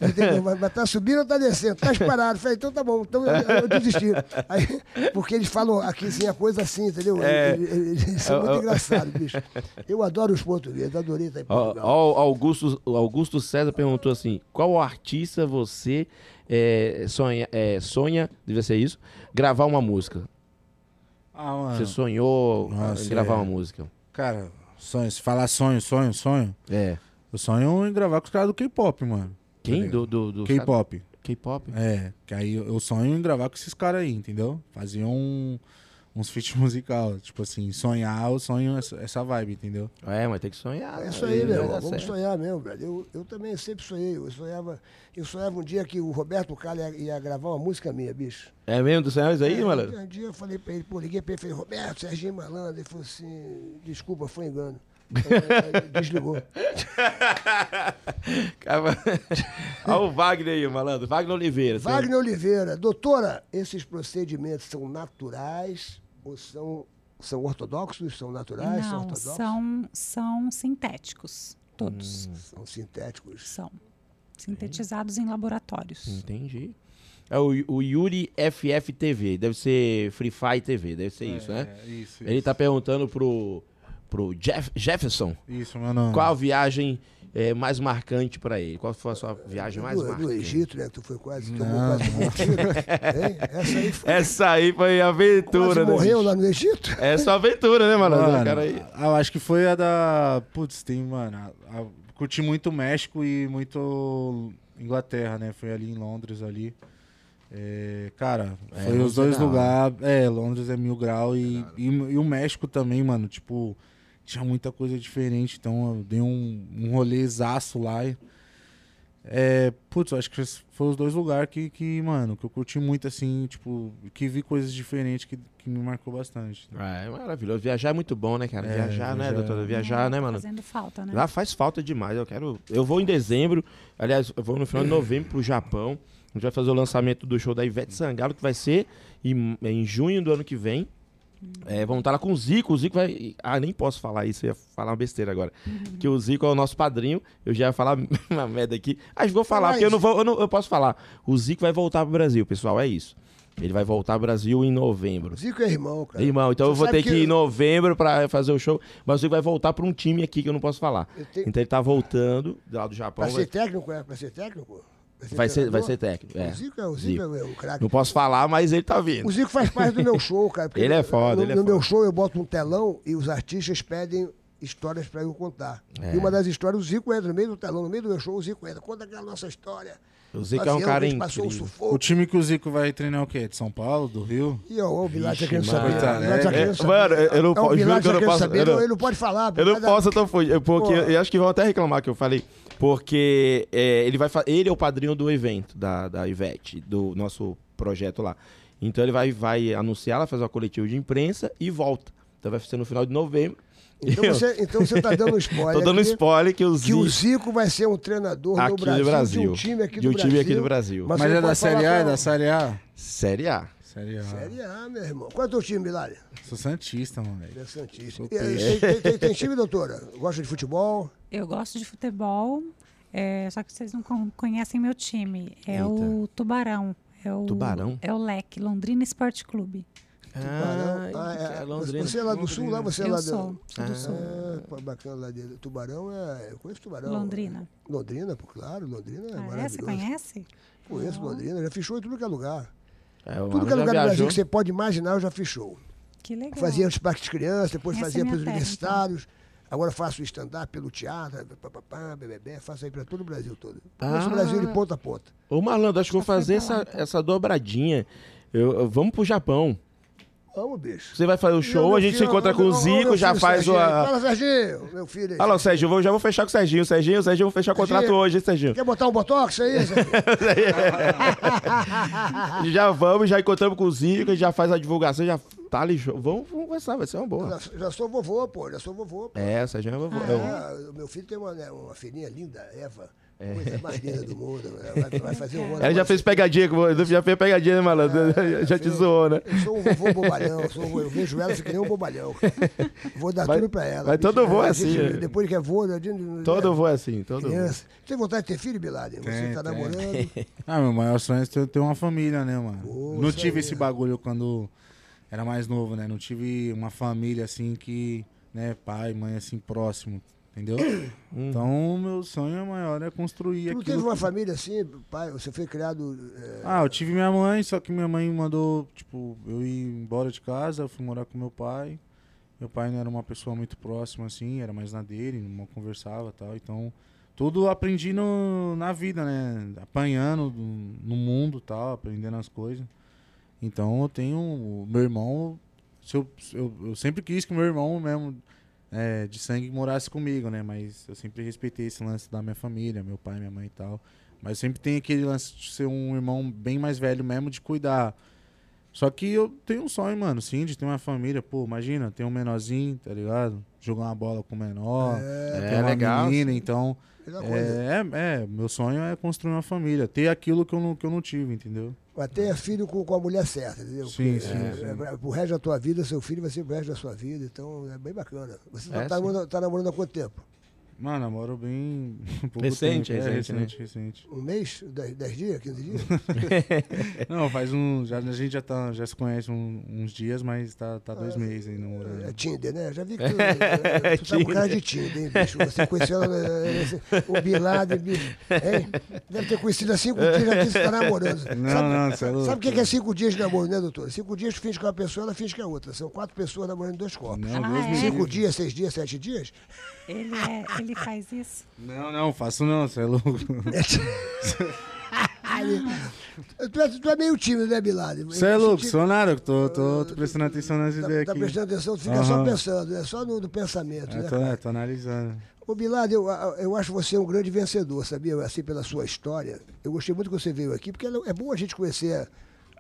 Speaker 1: eu tenho, mas, mas tá subindo ou tá descendo? Tá parado. Eu Falei, então tá bom, então eu, eu desisti. Aí, porque eles falam aqui assim, a coisa assim, entendeu?
Speaker 2: É.
Speaker 1: Eles, eles- eles são
Speaker 2: Eu-
Speaker 1: muito
Speaker 2: eu-
Speaker 1: engraçados, bicho. Eu adoro os portugueses, adorei estar em
Speaker 2: Ó,
Speaker 1: Portugal.
Speaker 2: ó, o Augusto, o Augusto César perguntou assim: qual artista você é, sonha, é, sonha, devia ser isso, gravar uma música?
Speaker 3: Ah, mano.
Speaker 2: Você sonhou
Speaker 3: Nossa,
Speaker 2: em gravar
Speaker 3: é.
Speaker 2: uma música?
Speaker 3: Cara, sonho, se falar sonho, sonho, sonho.
Speaker 2: É.
Speaker 3: Eu sonho em gravar com os caras do K-pop, mano.
Speaker 2: Quem?
Speaker 3: ligado?
Speaker 2: Do, do, do-
Speaker 3: K-pop.
Speaker 2: K-pop?
Speaker 3: É, que aí eu eu sonho em gravar com esses caras aí, entendeu? Fazer um, uns feat [LAUGHS] musical. Tipo assim, sonhar, eu sonho essa, essa vibe, entendeu?
Speaker 2: É, mas tem que sonhar.
Speaker 1: É
Speaker 2: né?
Speaker 1: isso aí,
Speaker 2: Vai
Speaker 1: meu.
Speaker 2: dar
Speaker 1: irmão. Vamos
Speaker 2: certo.
Speaker 1: sonhar mesmo, brother. Eu, eu também sempre sonhei. Eu sonhava, eu sonhava um dia que o Roberto Carlos ia, ia gravar uma música minha, bicho.
Speaker 2: É mesmo dos sonhos aí, malandro? [LAUGHS]
Speaker 1: Um dia eu falei pra ele, pô, liguei pra ele e falei, Roberto, Serginho Malandro. Ele falou assim, desculpa, foi engano.
Speaker 2: [LAUGHS]
Speaker 1: Desligou. [LAUGHS]
Speaker 2: Cara, Olha o Wagner aí, malandro. Wagner Oliveira. seu-
Speaker 1: Wagner Oliveira, doutora, esses procedimentos são naturais ou são, são ortodoxos? São naturais? são
Speaker 4: Não,
Speaker 1: ortodoxos?
Speaker 2: Hum.
Speaker 4: são, são sintéticos, todos
Speaker 1: São sintéticos.
Speaker 4: são. sintetizados em
Speaker 2: Hum.
Speaker 4: laboratórios.
Speaker 2: Entendi. É o, o Yuri FF TV, deve ser Free Fire TV, deve ser isso, né?
Speaker 3: É, isso,
Speaker 2: Ele
Speaker 3: isso.
Speaker 2: tá perguntando pro, pro Jeff, Jefferson
Speaker 3: Isso, meu nome.
Speaker 2: qual a viagem eh, mais marcante pra ele. Qual foi a sua viagem mais
Speaker 1: do, do
Speaker 2: marcante?
Speaker 1: Egito, né? Que tu foi quase, tomou quase um tiro.
Speaker 2: [LAUGHS]
Speaker 1: Hein? Essa aí foi.
Speaker 2: Essa aí foi a
Speaker 1: Quase
Speaker 2: aventura, né?
Speaker 1: morreu
Speaker 2: bicho?
Speaker 1: lá no Egito?
Speaker 2: É sua aventura, né, mano?
Speaker 3: Mano,
Speaker 2: O cara aí-
Speaker 3: a- Eu acho que foi a da. Putz, tem, mano. a- a- curti muito México e muito Inglaterra, né? Foi ali em Londres ali. É, cara,
Speaker 2: É,
Speaker 3: foi
Speaker 2: Londres
Speaker 3: os dois
Speaker 2: é da hora.
Speaker 3: lugares. É, Londres é mil grau e, e, e o México também, mano. Tipo, tinha muita coisa diferente. Então eu dei um, um rolezaço lá. e- É, putz, eu acho que esses foi os dois lugares que, que, mano, que eu curti muito, assim, tipo, que vi coisas diferentes que, que me marcou bastante.
Speaker 2: Ah, é maravilhoso. Viajar é muito bom, né, cara?
Speaker 3: É,
Speaker 2: viajar, né,
Speaker 3: viajar.
Speaker 2: doutora? Viajar,
Speaker 4: Não,
Speaker 2: né,
Speaker 4: tá
Speaker 2: mano?
Speaker 4: Fazendo falta, né?
Speaker 2: Lá faz falta demais. Eu quero. Eu vou em dezembro. Aliás, eu vou no final de novembro pro Japão. A gente vai fazer o lançamento do show da Ivete Sangalo, que vai ser em, em junho do ano que vem. É, vamos estar lá com o Zico. O Zico vai. Ah, nem posso falar isso, eu ia falar uma besteira agora. Que o Zico é o nosso padrinho. Eu já ia falar [LAUGHS] uma merda aqui. Acho que vou falar,
Speaker 1: Fala
Speaker 2: porque eu
Speaker 1: isso.
Speaker 2: não vou. Eu, não- eu posso falar. O Zico vai voltar pro Brasil, pessoal. É isso. Ele vai voltar pro Brasil em novembro.
Speaker 1: Zico é irmão, cara.
Speaker 2: Irmão, então
Speaker 1: Você
Speaker 2: eu vou
Speaker 1: sabe
Speaker 2: ter que...
Speaker 1: que
Speaker 2: ir em
Speaker 1: eu-
Speaker 2: novembro pra fazer o show, mas ele vai voltar pra um time aqui que eu não posso falar.
Speaker 1: Eu tenho-
Speaker 2: Então ele tá voltando lá do Japão.
Speaker 1: Pra
Speaker 2: Vai,
Speaker 1: ser técnico, é? Pra ser técnico?
Speaker 2: vai ser, vai ser
Speaker 1: treinador?
Speaker 2: técnico. é.
Speaker 1: O Zico é o, Zico
Speaker 2: Zico.
Speaker 1: é o craque.
Speaker 2: Não posso falar, mas ele tá vindo.
Speaker 1: O Zico faz parte do meu show, cara. porque
Speaker 2: Ele é
Speaker 1: no-
Speaker 2: foda,
Speaker 1: No,
Speaker 2: ele é
Speaker 1: no meu
Speaker 2: foda.
Speaker 1: show eu boto um telão e os artistas pedem histórias pra eu contar.
Speaker 2: É.
Speaker 1: E uma das histórias, o Zico entra no meio do telão, no meio do meu show, o Zico entra. Conta aquela nossa história.
Speaker 2: O Zico é um
Speaker 1: Nós
Speaker 2: cara
Speaker 1: realmente passou um
Speaker 2: incrível.
Speaker 1: sufoco.
Speaker 3: O time que o Zico vai treinar é o quê? De São Paulo, do Rio?
Speaker 1: E ó, ó, o Bilal já querendo
Speaker 2: Vixe,
Speaker 1: saber.
Speaker 2: mano.
Speaker 1: o Bilal já
Speaker 3: É,
Speaker 1: querendo
Speaker 2: é,
Speaker 1: saber.
Speaker 2: mano, eu- eu não
Speaker 1: É, o
Speaker 2: posso-
Speaker 1: Bilal
Speaker 2: juro que eu
Speaker 1: já
Speaker 2: não
Speaker 1: querendo
Speaker 2: posso-
Speaker 1: saber.
Speaker 2: eu não-
Speaker 1: Ele não pode falar.
Speaker 2: Eu não
Speaker 1: cada-
Speaker 2: posso, eu tô fugindo. Porque
Speaker 1: Porra.
Speaker 2: eu acho que vão até reclamar que eu falei. Porque é, ele, vai, fa- ele é o padrinho do evento da, da Ivete, do nosso projeto lá. Então ele vai, vai anunciar, ela faz uma coletiva de imprensa e volta. Então vai ser no final de novembro.
Speaker 1: Então
Speaker 2: E eu [LAUGHS]
Speaker 1: você, então você tá dando
Speaker 2: tô
Speaker 1: spoiler.
Speaker 2: dando
Speaker 1: aqui
Speaker 2: spoiler que o
Speaker 1: Que
Speaker 2: Zico.
Speaker 1: o Zico vai ser um treinador
Speaker 2: Aqui
Speaker 1: do
Speaker 2: do
Speaker 1: Brasil, de
Speaker 2: Brasil.
Speaker 1: um time aqui
Speaker 2: De
Speaker 1: do
Speaker 2: um
Speaker 1: Brasil.
Speaker 2: time aqui do Brasil.
Speaker 1: Mas,
Speaker 3: Mas
Speaker 1: você
Speaker 3: é
Speaker 1: não
Speaker 3: da
Speaker 1: pode falar
Speaker 3: Série A? É
Speaker 1: pra- um.
Speaker 3: da Série A?
Speaker 2: Série A.
Speaker 3: Série A.
Speaker 1: Série A, meu irmão. Qual é o teu time, Bilal?
Speaker 3: Sou Santista, moleque.
Speaker 1: Interessantíssimo.
Speaker 3: Sou
Speaker 1: E, aí,
Speaker 3: peixe.
Speaker 1: tem, tem- tem- tem time, doutora? Gosta de futebol?
Speaker 4: Eu gosto de futebol, é, só que vocês não con- conhecem meu time. É
Speaker 2: Eita.
Speaker 4: o Tubarão. É o,
Speaker 2: Tubarão?
Speaker 4: É o Leque, Londrina Esporte Clube.
Speaker 1: Tubarão. Ah, é. Você é lá do sul, lá você é
Speaker 4: eu
Speaker 1: lá do.
Speaker 4: sou, sou do
Speaker 2: Ah.
Speaker 4: Sul.
Speaker 1: Ah, pô, bacana lá de Tubarão é. Eu conheço Tubarão.
Speaker 4: Londrina.
Speaker 1: Londrina, pô, claro, Londrina é
Speaker 4: Ah, é? Você
Speaker 1: maravilhoso.
Speaker 4: conhece?
Speaker 1: Conheço
Speaker 4: Não.
Speaker 1: Londrina, já fechou em tudo que é lugar.
Speaker 2: É, o
Speaker 1: Tudo
Speaker 2: Mano
Speaker 1: que é
Speaker 2: já
Speaker 1: lugar do Brasil
Speaker 2: viajou.
Speaker 1: que você pode imaginar, eu já fechou.
Speaker 4: Que legal.
Speaker 1: Fazia os parques de criança, depois
Speaker 4: Essa é
Speaker 1: fazia
Speaker 4: minha
Speaker 1: pelos
Speaker 4: terra,
Speaker 1: universitários. Agora faço stand-up pelo teatro, pá, pá, pá, BBB, faço aí pra todo o Brasil todo.
Speaker 2: Ah.
Speaker 1: Conheço o Brasil de ponta a ponta.
Speaker 2: Ô, Marlando, acho que eu vou
Speaker 4: foi
Speaker 2: fazer
Speaker 4: pra lá,
Speaker 2: essa,
Speaker 1: tá
Speaker 2: essa dobradinha. Eu, eu- vamos pro Japão.
Speaker 1: Amo, bicho.
Speaker 2: Você vai fazer o show,
Speaker 1: Meu
Speaker 2: a gente se
Speaker 1: filho,
Speaker 2: encontra
Speaker 1: ô,
Speaker 2: com
Speaker 1: ô,
Speaker 2: o
Speaker 1: ô,
Speaker 2: Zico,
Speaker 1: meu
Speaker 2: já
Speaker 1: filho,
Speaker 2: faz
Speaker 1: Serginho.
Speaker 2: a.
Speaker 1: Fala, Serginho, meu filho. aí.
Speaker 2: Alô, Sérgio, eu vou- já vou fechar com o Serginho. Serginho, Serginho, vou fechar o contrato
Speaker 1: Serginho.
Speaker 2: hoje, hein, Serginho?
Speaker 1: Quer botar um botox aí? Serginho?
Speaker 2: Já vamos, já encontramos com o Zico, já faz a divulgação, já tá ali. show. Vamos, vamos conversar, vai ser uma boa.
Speaker 1: já, já sou vovô, pô, já sou vovô. Pô.
Speaker 2: É, Serginho, eu vou. eu-
Speaker 1: É, meu filho tem uma, né, uma filhinha linda, Eva. Coisa mais linda do mundo. né? Vai, vai fazer um ano.
Speaker 2: É. Ela já fez pegadinha com você, já fez pegadinha, né, malandro?
Speaker 1: Ah,
Speaker 2: [LAUGHS] já te zoou, né?
Speaker 1: Eu sou um vovô bobalhão, eu, sou um, eu vejo ela, eu fico nem um bobalhão. Vou dar
Speaker 2: Mas-
Speaker 1: tudo pra ela.
Speaker 2: mas
Speaker 1: bicho.
Speaker 2: todo vô é
Speaker 1: Ela,
Speaker 2: assim,
Speaker 1: bicho,
Speaker 2: né?
Speaker 1: Depois que é vô, né, de- de-
Speaker 2: Todo voo é assim, todo voo.
Speaker 1: criança. Tem vontade de ter filho, Biladen? Você
Speaker 3: Tem,
Speaker 1: tá
Speaker 2: [LAUGHS]
Speaker 3: tem.
Speaker 1: namorando.
Speaker 3: Ah, meu maior sonho é ter ter uma família, né, mano?
Speaker 1: Boa,
Speaker 3: não
Speaker 1: isso
Speaker 3: tive
Speaker 1: aí,
Speaker 3: esse
Speaker 1: né?
Speaker 3: bagulho quando era mais novo, né? Não tive uma família assim que, né, pai, mãe assim próximo,
Speaker 1: [COUGHS]
Speaker 3: entendeu?
Speaker 1: Uhum.
Speaker 3: Então, meu sonho maior é construir
Speaker 1: Tu não
Speaker 3: aquilo.
Speaker 1: teve uma família assim, pai? Você foi criado. é,
Speaker 3: Ah, eu tive minha mãe, só que minha mãe mandou, tipo, eu ir embora de casa, eu fui morar com meu pai. Meu pai não era uma pessoa muito próxima, assim, era mais na dele, não conversava e tal. Então, tudo eu aprendi no, na vida, né? Apanhando do- no mundo e tal, aprendendo as coisas. Então, eu tenho. o Meu irmão. se eu, se eu, eu sempre quis que meu irmão mesmo é, de sangue morasse comigo, né? Mas eu sempre respeitei esse lance da minha família, meu pai, minha mãe e tal. Mas sempre tem aquele lance de ser um irmão bem mais velho mesmo, de cuidar. Só que eu tenho um sonho, mano, sim, de ter uma família. Pô, imagina, tem um menorzinho, tá ligado? Jogar uma bola com o menor.
Speaker 1: É,
Speaker 3: tem
Speaker 2: É,
Speaker 3: uma
Speaker 2: legal.
Speaker 3: menina, então.
Speaker 1: melhor coisa.
Speaker 3: É, é, é, meu sonho é construir uma família, ter aquilo que eu não, que eu não tive, entendeu?
Speaker 1: Mas tenha filho com, com a mulher certa, entendeu?
Speaker 3: Sim,
Speaker 1: Porque,
Speaker 3: sim,
Speaker 1: é,
Speaker 3: sim.
Speaker 1: é, pra- pro resto da tua vida, seu filho vai ser pro resto da sua vida, então é bem bacana. Você tá,
Speaker 2: É,
Speaker 1: tá
Speaker 2: sim.
Speaker 1: namorando, tá namorando há quanto tempo?
Speaker 3: Mano, eu moro bem. [LAUGHS] pouco
Speaker 2: Recente,
Speaker 3: tempo. É,
Speaker 2: recente, né?
Speaker 3: recente, recente.
Speaker 1: Um mês? Dez, dez dias? Quinze dias?
Speaker 3: Não, faz um. Já, a gente já, tá, já se conhece um- uns dias, mas tá, tá dois meses ainda morando.
Speaker 1: É Tinder, né? Já vi [LAUGHS] que tu, é, tu tá com cara de Tinder, hein, bicho? Você conheceu eh, esse- o Bin Laden, bicho. hein? Deve ter conhecido há cinco dias, já disse que tá namorando.
Speaker 3: Não,
Speaker 1: sabe
Speaker 3: não, você é louco.
Speaker 1: sabe o que que é cinco dias de namoro, né, doutor? Cinco dias tu finge que é uma pessoa, ela finge que é outra. São quatro pessoas namorando em dois corpos.
Speaker 3: Não,
Speaker 4: Ah,
Speaker 3: Deus
Speaker 4: é?
Speaker 3: me
Speaker 1: Cinco
Speaker 3: livre.
Speaker 1: dias, seis dias, sete dias?
Speaker 4: Ele, é, ele faz isso?
Speaker 3: Não, não, faço não, você
Speaker 1: [LAUGHS]
Speaker 3: é louco.
Speaker 1: Tu é, tu é meio tímido, né, Bin Laden?
Speaker 3: Você é louco,
Speaker 1: Ti-
Speaker 3: sou nada, que tô, tô, tô prestando atenção nas
Speaker 1: tipo, Ah,
Speaker 3: ideias
Speaker 1: Tá, tá
Speaker 3: aqui.
Speaker 1: prestando atenção, tu fica só
Speaker 3: Aham.
Speaker 1: pensando, é só no, no pensamento,
Speaker 3: É,
Speaker 1: né?
Speaker 3: tô, é, tô analisando.
Speaker 1: Ô, Bilado, eu, eu acho você um grande vencedor, sabia? Assim, pela sua história. Eu gostei muito que você veio aqui, porque ela- é bom a gente conhecer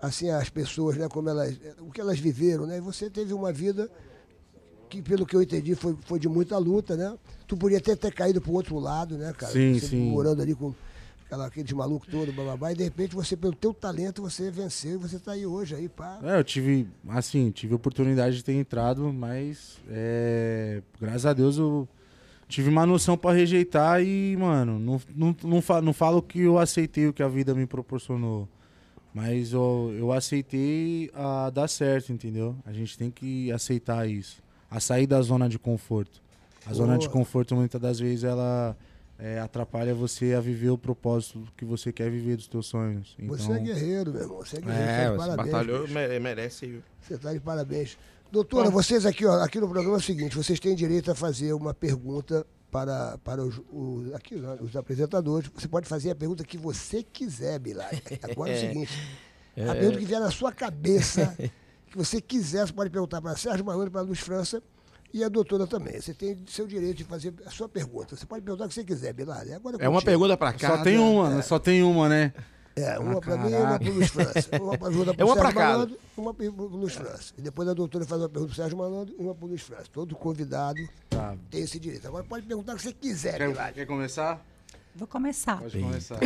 Speaker 1: assim, as pessoas, né? Como elas, o que elas viveram, né? E você teve uma vida que, pelo que eu entendi, foi, foi de muita luta, né? Tu podia até ter caído pro outro lado, né, cara?
Speaker 3: Sim,
Speaker 1: você
Speaker 3: sim.
Speaker 1: Morando ali com aquela, aqueles malucos todo, bababá. E, de repente, você, pelo teu talento, você venceu e você tá aí hoje, aí, pá.
Speaker 3: É, eu tive, assim, tive oportunidade de ter entrado, mas é, graças a Deus eu tive uma noção pra rejeitar e, mano, não, não, não, fa- não falo que eu aceitei o que a vida me proporcionou, mas eu, eu aceitei a dar certo, entendeu? A gente tem que aceitar isso, a sair da zona de conforto. A zona de
Speaker 1: Boa.
Speaker 3: conforto, muitas das vezes, ela é, atrapalha você a viver o propósito que você quer viver dos teus sonhos. Então,
Speaker 1: Você é guerreiro, meu irmão. Você é guerreiro.
Speaker 2: É,
Speaker 1: tá de
Speaker 2: você
Speaker 1: parabéns,
Speaker 2: batalhou, me- merece.
Speaker 1: Você está de parabéns. Doutora, vocês aqui, ó, aqui no programa é o seguinte, vocês têm direito a fazer uma pergunta para, para os, os- aqui, né, os apresentadores. Você pode fazer a pergunta que você quiser, Bilal.
Speaker 2: [LAUGHS]
Speaker 1: Agora é o seguinte,
Speaker 2: É.
Speaker 1: a pergunta que vier na sua cabeça, que você quiser, você pode perguntar para Sérgio Maroni, para Luz França e a doutora também. Você tem seu direito de fazer a sua pergunta. Você pode perguntar o que você quiser, Bilal. Agora
Speaker 2: É uma
Speaker 1: contigo.
Speaker 2: pergunta pra cá.
Speaker 3: Só tem uma, né? só tem uma, né?
Speaker 1: É, uma
Speaker 3: Ah,
Speaker 1: para mim e uma para o Luiz França. Uma pergunta para
Speaker 2: É
Speaker 1: o
Speaker 2: uma
Speaker 1: Sérgio
Speaker 2: pra cada.
Speaker 1: Malandro e uma para o Luiz França. E depois a doutora faz uma pergunta para o Sérgio Malandro e uma para o Luiz França. Todo convidado
Speaker 3: Tá.
Speaker 1: tem esse direito. Agora pode perguntar o que você quiser,
Speaker 3: Quer,
Speaker 1: Pilar.
Speaker 3: quer começar?
Speaker 4: Vou começar.
Speaker 3: Pode começar.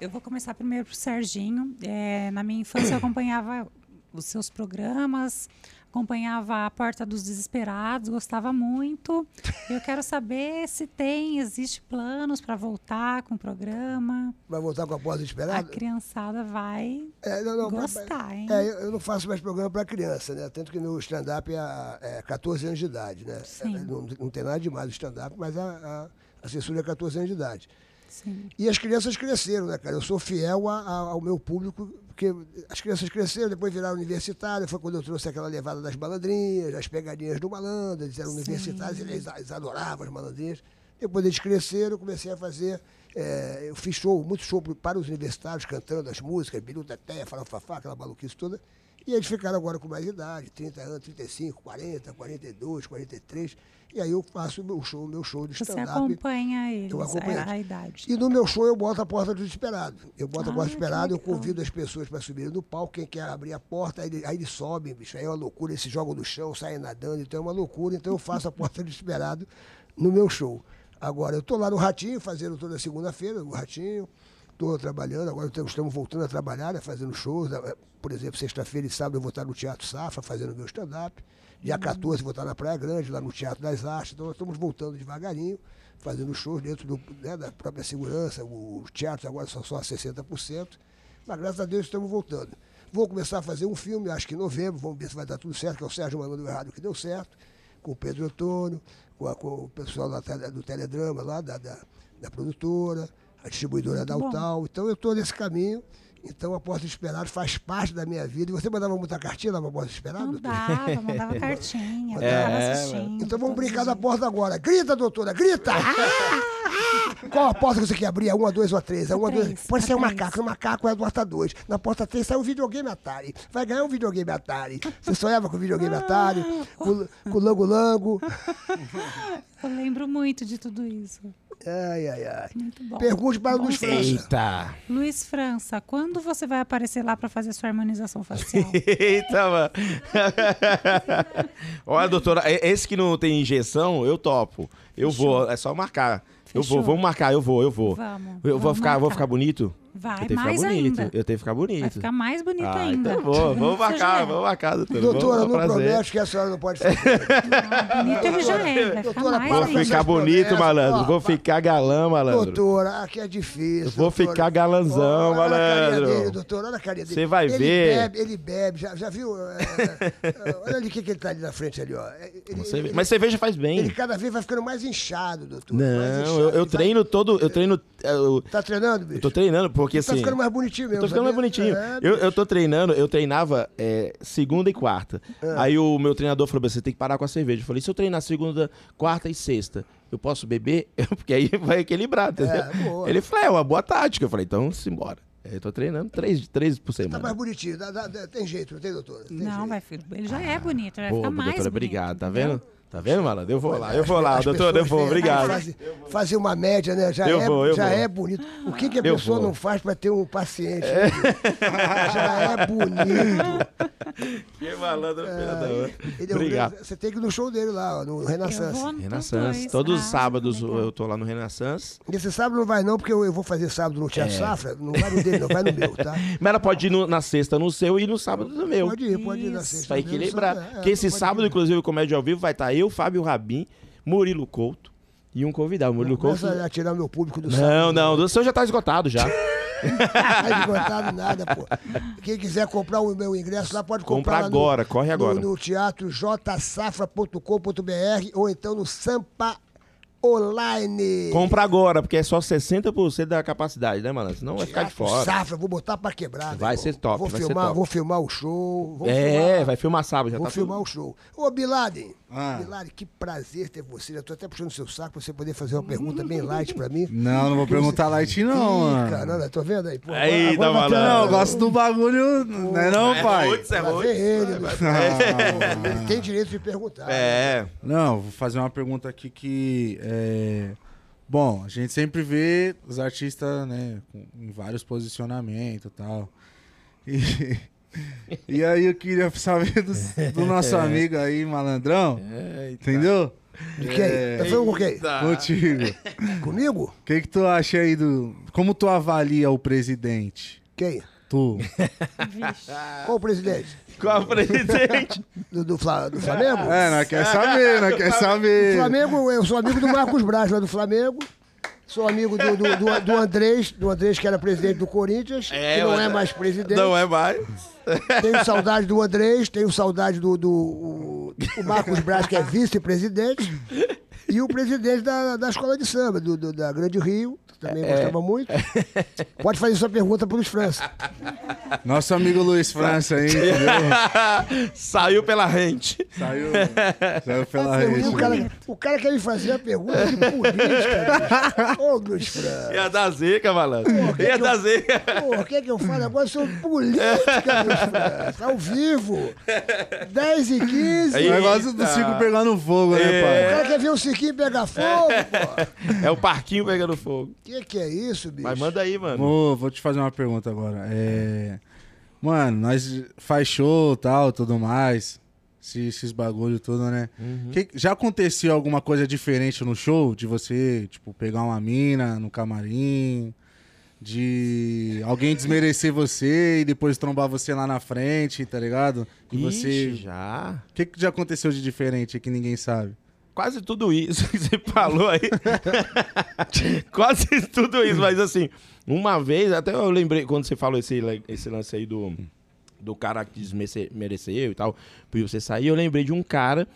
Speaker 4: Eu vou começar primeiro pro Serginho. É, na minha infância eu acompanhava os seus programas, acompanhava a Porta dos Desesperados, gostava muito. Eu quero saber se tem, existe planos para voltar com o programa.
Speaker 1: Vai voltar com a porta
Speaker 4: A
Speaker 1: esperada?
Speaker 4: criançada vai
Speaker 1: É, não, não, pra-
Speaker 4: gostar, hein?
Speaker 1: é, eu, eu não faço mais programa para criança, né? Tanto que meu stand-up é, é 14 anos de idade, né?
Speaker 4: Sim.
Speaker 1: É, não, não tem nada demais o stand-up, mas a, a, a censura é 14 anos de idade.
Speaker 4: Sim.
Speaker 1: E as crianças cresceram, né, cara? Eu sou fiel a- a- ao meu público, porque as crianças cresceram, depois viraram universitárias. Foi quando eu trouxe aquela levada das malandrinhas, as pegadinhas do malandro. Eles eram universitários, eles, eles adoravam as malandrinhas. Depois eles cresceram, eu comecei a fazer. eh, eu fiz show, muito show pro- para os universitários, cantando as músicas, Biruta Teia, Farofafá, aquela maluquice toda. E eles ficaram agora com mais idade, 30 anos, 35, 40, 42, 43. E aí eu faço o meu show, o meu show de
Speaker 4: Você
Speaker 1: stand-up.
Speaker 4: acompanha eles,
Speaker 1: Então,
Speaker 4: é,
Speaker 1: Eu acompanho
Speaker 4: a, a
Speaker 1: eles.
Speaker 4: idade.
Speaker 1: E no meu show eu boto a porta do desesperado. Eu boto a
Speaker 4: Ah,
Speaker 1: porta do desesperado,
Speaker 4: que
Speaker 1: eu
Speaker 4: legal.
Speaker 1: convido as pessoas para subirem no palco, quem quer abrir a porta, aí, ele- aí eles sobem, bicho, aí é uma loucura, eles se jogam no chão, saem nadando, então é uma loucura, então eu faço a porta [LAUGHS] do desesperado no meu show. Agora, eu estou lá no Ratinho, fazendo toda segunda-feira, o Ratinho, estou trabalhando, agora estamos- estamos voltando a trabalhar, né, fazendo shows, né, por exemplo, sexta-feira e sábado eu vou estar no Teatro Safra fazendo meu stand-up, dia 14 vou estar na Praia Grande, lá no Teatro das Artes, então nós estamos voltando devagarinho, fazendo shows dentro do, né, da própria segurança, o teatro agora são só 60%, mas graças a Deus estamos voltando. Vou começar a fazer um filme, acho que em novembro, vamos ver se vai dar tudo certo, que é o Sérgio Malandro Errado que deu certo, com o Pedro Antônio, com, a- com o pessoal lá tele- do Teledrama, lá da, da, da produtora, a distribuidora da
Speaker 4: bom.
Speaker 1: Altal. Então eu estou nesse caminho. Então a Porta do Esperado faz parte da minha vida. E você mandava muita cartinha lá para a Porta do Esperado? doutor?
Speaker 4: Mandava,
Speaker 1: [LAUGHS]
Speaker 4: Então mandava cartinha,
Speaker 1: É,
Speaker 4: ficava assistindo.
Speaker 1: Então vamos
Speaker 4: todos
Speaker 1: brincar
Speaker 4: os
Speaker 1: da
Speaker 4: dias.
Speaker 1: porta agora. Grita, doutora, grita! Ah! Ah! Qual a porta que você quer abrir? A 1, a 2 ou a 3? A 1, a 2.
Speaker 4: três,
Speaker 1: Pode
Speaker 4: a
Speaker 1: ser o
Speaker 4: três.
Speaker 1: macaco. O macaco é a porta 2. Na porta 3 sai o videogame Atari. Vai ganhar um videogame Atari. Você sonhava com o videogame
Speaker 4: Ah.
Speaker 1: Atari, com com o lango-lango.
Speaker 4: Eu lembro muito de tudo isso.
Speaker 1: Ai, ai, ai.
Speaker 4: Muito bom.
Speaker 1: Pergunte para um o
Speaker 4: Bom
Speaker 1: Luiz
Speaker 4: saber.
Speaker 1: França.
Speaker 2: Eita!
Speaker 4: Luiz França, quando você vai aparecer lá para fazer sua
Speaker 2: [LAUGHS]
Speaker 4: harmonização facial?
Speaker 2: [LAUGHS] Eita, mano. [LAUGHS] Olha, doutora, e- esse que não tem injeção, eu topo. Eu vou, é só marcar. Eu
Speaker 4: Fechou.
Speaker 2: vou, vamos marcar, eu vou, eu vou.
Speaker 4: Vamos,
Speaker 2: Eu vou
Speaker 4: vamos
Speaker 2: ficar, vou
Speaker 4: marcar.
Speaker 2: ficar bonito? Eu
Speaker 4: Vai
Speaker 2: tenho que ficar
Speaker 4: mais
Speaker 2: bonito.
Speaker 4: ainda.
Speaker 2: Eu tenho que ficar bonito.
Speaker 4: Vai ficar mais bonito
Speaker 2: ah,
Speaker 4: ainda.
Speaker 2: Então vou, vamos
Speaker 4: Você já
Speaker 2: marcar,
Speaker 4: é.
Speaker 2: vamos marcar, doutora.
Speaker 1: Doutora,
Speaker 2: vamos, é um
Speaker 1: não
Speaker 2: prazer.
Speaker 1: promete que a senhora não pode fazer.
Speaker 4: Bonito ele já é. Vai ficar
Speaker 1: Doutora, para Ai,
Speaker 2: Vou
Speaker 4: mais
Speaker 1: com
Speaker 4: ainda.
Speaker 2: ficar
Speaker 1: essas
Speaker 2: bonito,
Speaker 1: promessas.
Speaker 2: malandro.
Speaker 1: Ó,
Speaker 2: Vou
Speaker 1: vai.
Speaker 2: ficar galã, malandro.
Speaker 1: doutora, aqui é difícil.
Speaker 2: Vou
Speaker 1: doutora.
Speaker 2: ficar galanzão,
Speaker 1: Olha a carinha
Speaker 2: malandro.
Speaker 1: Dele, doutora, olha a carinha dele.
Speaker 2: Você vai
Speaker 1: ele
Speaker 2: ver.
Speaker 1: Bebe, ele bebe, já, já viu? É, é, olha ali o que, que ele tá ali na frente ali, ó. Ele-
Speaker 2: Você-
Speaker 1: ele-
Speaker 2: mas cerveja faz bem.
Speaker 1: Ele cada vez vai ficando mais inchado, doutor. mais
Speaker 2: Não,
Speaker 1: inchado.
Speaker 2: eu,
Speaker 1: Ele
Speaker 2: eu
Speaker 1: vai-
Speaker 2: treino todo. Eu treino. é, Eu,
Speaker 1: Tá treinando, bicho?
Speaker 2: eu tô treinando, porque
Speaker 1: Tá
Speaker 2: assim.
Speaker 1: ficando mais bonitinho mesmo.
Speaker 2: Eu tô ficando mais
Speaker 1: sabia?
Speaker 2: bonitinho.
Speaker 1: É,
Speaker 2: eu, eu tô treinando, eu treinava é, segunda e quarta.
Speaker 1: É.
Speaker 2: Aí o meu treinador falou: "Bê, você tem que parar com a cerveja. Eu falei, se eu treinar segunda, quarta e sexta, eu posso beber? [LAUGHS] Porque aí vai equilibrar, entendeu?
Speaker 1: boa.
Speaker 2: Ele falou, é uma boa tática. Eu falei, então simbora. Aí Eu tô treinando três, três por
Speaker 1: Tá mais
Speaker 2: semana.
Speaker 1: bonitinho. Dá- dá- dá- tem jeito, não tem, doutora? Tem
Speaker 4: Não,
Speaker 1: jeito.
Speaker 4: vai ficar. Ele já é bonito, vai
Speaker 2: Boa,
Speaker 4: ficar mais
Speaker 2: doutora,
Speaker 4: bonito.
Speaker 2: obrigado. Tá
Speaker 4: entendeu?
Speaker 2: vendo? Tá vendo, malandro? Eu vou lá, eu vou lá,
Speaker 1: As
Speaker 2: doutora, eu
Speaker 1: pessoas
Speaker 2: vou,
Speaker 1: têm-
Speaker 2: obrigado.
Speaker 1: fazem- Fazer uma média, né? Já,
Speaker 2: Eu
Speaker 1: é,
Speaker 2: vou, eu
Speaker 1: já
Speaker 2: vou.
Speaker 1: é bonito. O que, que a
Speaker 2: Eu
Speaker 1: pessoa
Speaker 2: vou. É.
Speaker 1: não faz para ter um paciente? né, gente? [LAUGHS] Já é bonito.
Speaker 2: Que malandro, filha da hora.
Speaker 1: Ele é um
Speaker 2: Obrigado.
Speaker 1: grande- Você tem que ir no show dele lá, ó, no
Speaker 4: Eu
Speaker 1: Renaissance.
Speaker 4: vou nos
Speaker 2: Renaissance.
Speaker 4: dois.
Speaker 2: Todos os
Speaker 4: Ah,
Speaker 2: sábados
Speaker 4: legal.
Speaker 2: eu tô lá no Renaissance.
Speaker 1: Nesse sábado não vai não, porque eu, eu vou fazer sábado no
Speaker 2: É.
Speaker 1: Teatro Safra. Não vai no dele, não, vai no meu, tá?
Speaker 2: Mas ela pode ir no- na sexta no seu e no sábado no meu.
Speaker 1: Pode ir, pode ir na
Speaker 4: Isso.
Speaker 1: sexta.
Speaker 2: Pra
Speaker 1: mesmo,
Speaker 2: equilibrar.
Speaker 1: sábado, é,
Speaker 2: Porque esse
Speaker 1: pode
Speaker 2: sábado,
Speaker 1: ir.
Speaker 2: inclusive, o Comédia ao Vivo vai estar eu, Fábio Rabin, Murilo Couto e um convidado. Murilo Couto.
Speaker 1: Começa a tirar meu público do sábado.
Speaker 2: Não, não, o seu já tá
Speaker 1: [LAUGHS]
Speaker 2: esgotado já.
Speaker 1: Não tá esgotado nada, pô. Quem quiser comprar o meu ingresso lá, pode
Speaker 2: Compra
Speaker 1: comprar. lá no-
Speaker 2: agora, corre
Speaker 1: no-
Speaker 2: agora.
Speaker 1: No, teatro jsafra.com.br ou então no Sampa Online.
Speaker 2: Compra agora, porque é só 60% da capacidade, né, mano? Senão vai ficar de
Speaker 1: Teatro
Speaker 2: fora.
Speaker 1: Safra, vou botar pra quebrar. meu
Speaker 2: Vai
Speaker 1: irmão.
Speaker 2: ser top,
Speaker 1: Vou
Speaker 2: vai ser
Speaker 1: filmar,
Speaker 2: top.
Speaker 1: vou filmar o show. Vou
Speaker 2: É,
Speaker 1: filmar,
Speaker 2: vai filmar sábado, já
Speaker 1: Vou
Speaker 2: tá
Speaker 1: filmar
Speaker 2: tudo.
Speaker 1: o show. Ô, Bin Laden.
Speaker 3: Ah.
Speaker 1: Bin Laden, que prazer ter você. Já tô até puxando seu saco pra você poder fazer uma pergunta bem light pra mim.
Speaker 3: Não, não vou perguntar light não,
Speaker 1: Ih,
Speaker 3: mano.
Speaker 1: caramba, tô vendo aí. Pô,
Speaker 2: Aí,
Speaker 1: agora
Speaker 2: tá
Speaker 1: bateu-
Speaker 2: malandro. É
Speaker 3: Não, eu gosto do bagulho, né não, pai?
Speaker 1: Lá vem ele, Luiz.
Speaker 3: Ah.
Speaker 1: Ele tem direito de perguntar.
Speaker 2: É.
Speaker 3: Não, vou fazer uma pergunta aqui que é... Bom, a gente sempre vê os artistas, né, com- em vários posicionamentos e tal. E... [LAUGHS] e aí eu queria saber do, do nosso amigo aí, malandrão, entendeu?
Speaker 1: De quem? Tá falando com quem?
Speaker 3: Contigo.
Speaker 1: Comigo?
Speaker 3: O que que tu acha aí do... Como tu avalia o presidente?
Speaker 1: Quem?
Speaker 3: Tu.
Speaker 4: Vixe.
Speaker 1: Qual o presidente? [LAUGHS]
Speaker 2: Qual presidente?
Speaker 1: Do, do, Fla- do Flamengo?
Speaker 3: É, nós quer saber, nós
Speaker 1: [LAUGHS]
Speaker 3: quer saber.
Speaker 1: Flamengo, eu sou amigo do Marcos Braz, lá do Flamengo. Sou amigo do, do, do, do Andrés, do Andrés que era presidente do Corinthians, que não
Speaker 2: mas-
Speaker 1: é mais presidente.
Speaker 2: Não é mais.
Speaker 1: Tenho saudade do Andrés, tenho saudade do, do o, o Marcos Braz, que é vice-presidente, e o presidente da, da escola de samba, do, do- da Grande Rio, que também gostava muito. Pode fazer sua pergunta para Luiz França.
Speaker 3: Nosso amigo Luiz
Speaker 1: [LAUGHS]
Speaker 3: França aí, entendeu?
Speaker 2: Saiu pela rente.
Speaker 3: Saiu, saiu pela
Speaker 1: E
Speaker 3: rede.
Speaker 1: o, é um cara, o cara quer me fazer a pergunta de política. bicho. Ô, Luiz França.
Speaker 2: Ia dar zica, malandro.
Speaker 1: que
Speaker 2: Ia
Speaker 1: que
Speaker 2: dar
Speaker 1: eu-
Speaker 2: zica.
Speaker 1: Porra, o que é que eu falo agora sobre política, Luiz França? Ao vivo. 10 e 15.
Speaker 3: O
Speaker 2: Aí- é.
Speaker 3: negócio do
Speaker 2: Eita.
Speaker 3: Cico pegando fogo, né,
Speaker 1: O
Speaker 3: pai?
Speaker 1: cara quer ver o Siquinho pegar fogo, pô.
Speaker 2: É o parquinho pegando fogo.
Speaker 1: O que, que é isso, bicho?
Speaker 2: Mas manda aí, mano.
Speaker 3: Vou, vou te fazer uma pergunta agora. É, Mano, nós faz show tal, tudo mais. Esse- Esses bagulho tudo, né?
Speaker 2: Uhum.
Speaker 3: Que- já aconteceu alguma coisa diferente no show? De você, tipo, pegar uma mina no camarim? De alguém desmerecer você e depois trombar você lá na frente, tá ligado? E
Speaker 2: Ixi,
Speaker 3: você.
Speaker 2: já.
Speaker 3: O que, que já aconteceu de diferente que ninguém sabe?
Speaker 2: Quase tudo isso que você falou aí. [LAUGHS] Quase tudo isso, mas assim, uma vez, até eu lembrei quando você falou esse, le- esse lance aí do, do cara que desmereceu e tal, pra você sair, eu lembrei de um cara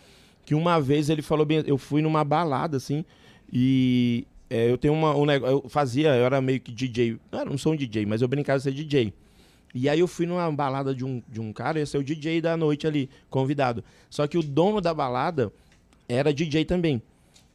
Speaker 2: que uma vez ele falou bem, eu fui numa balada assim, e é, eu tenho uma, um negócio, eu fazia, eu era meio que DJ, não, era- não sou um DJ, mas eu brincava de ser DJ. E aí eu fui numa balada de um, de um cara, ia ser o DJ da noite ali, convidado. Só que o dono da balada era DJ também.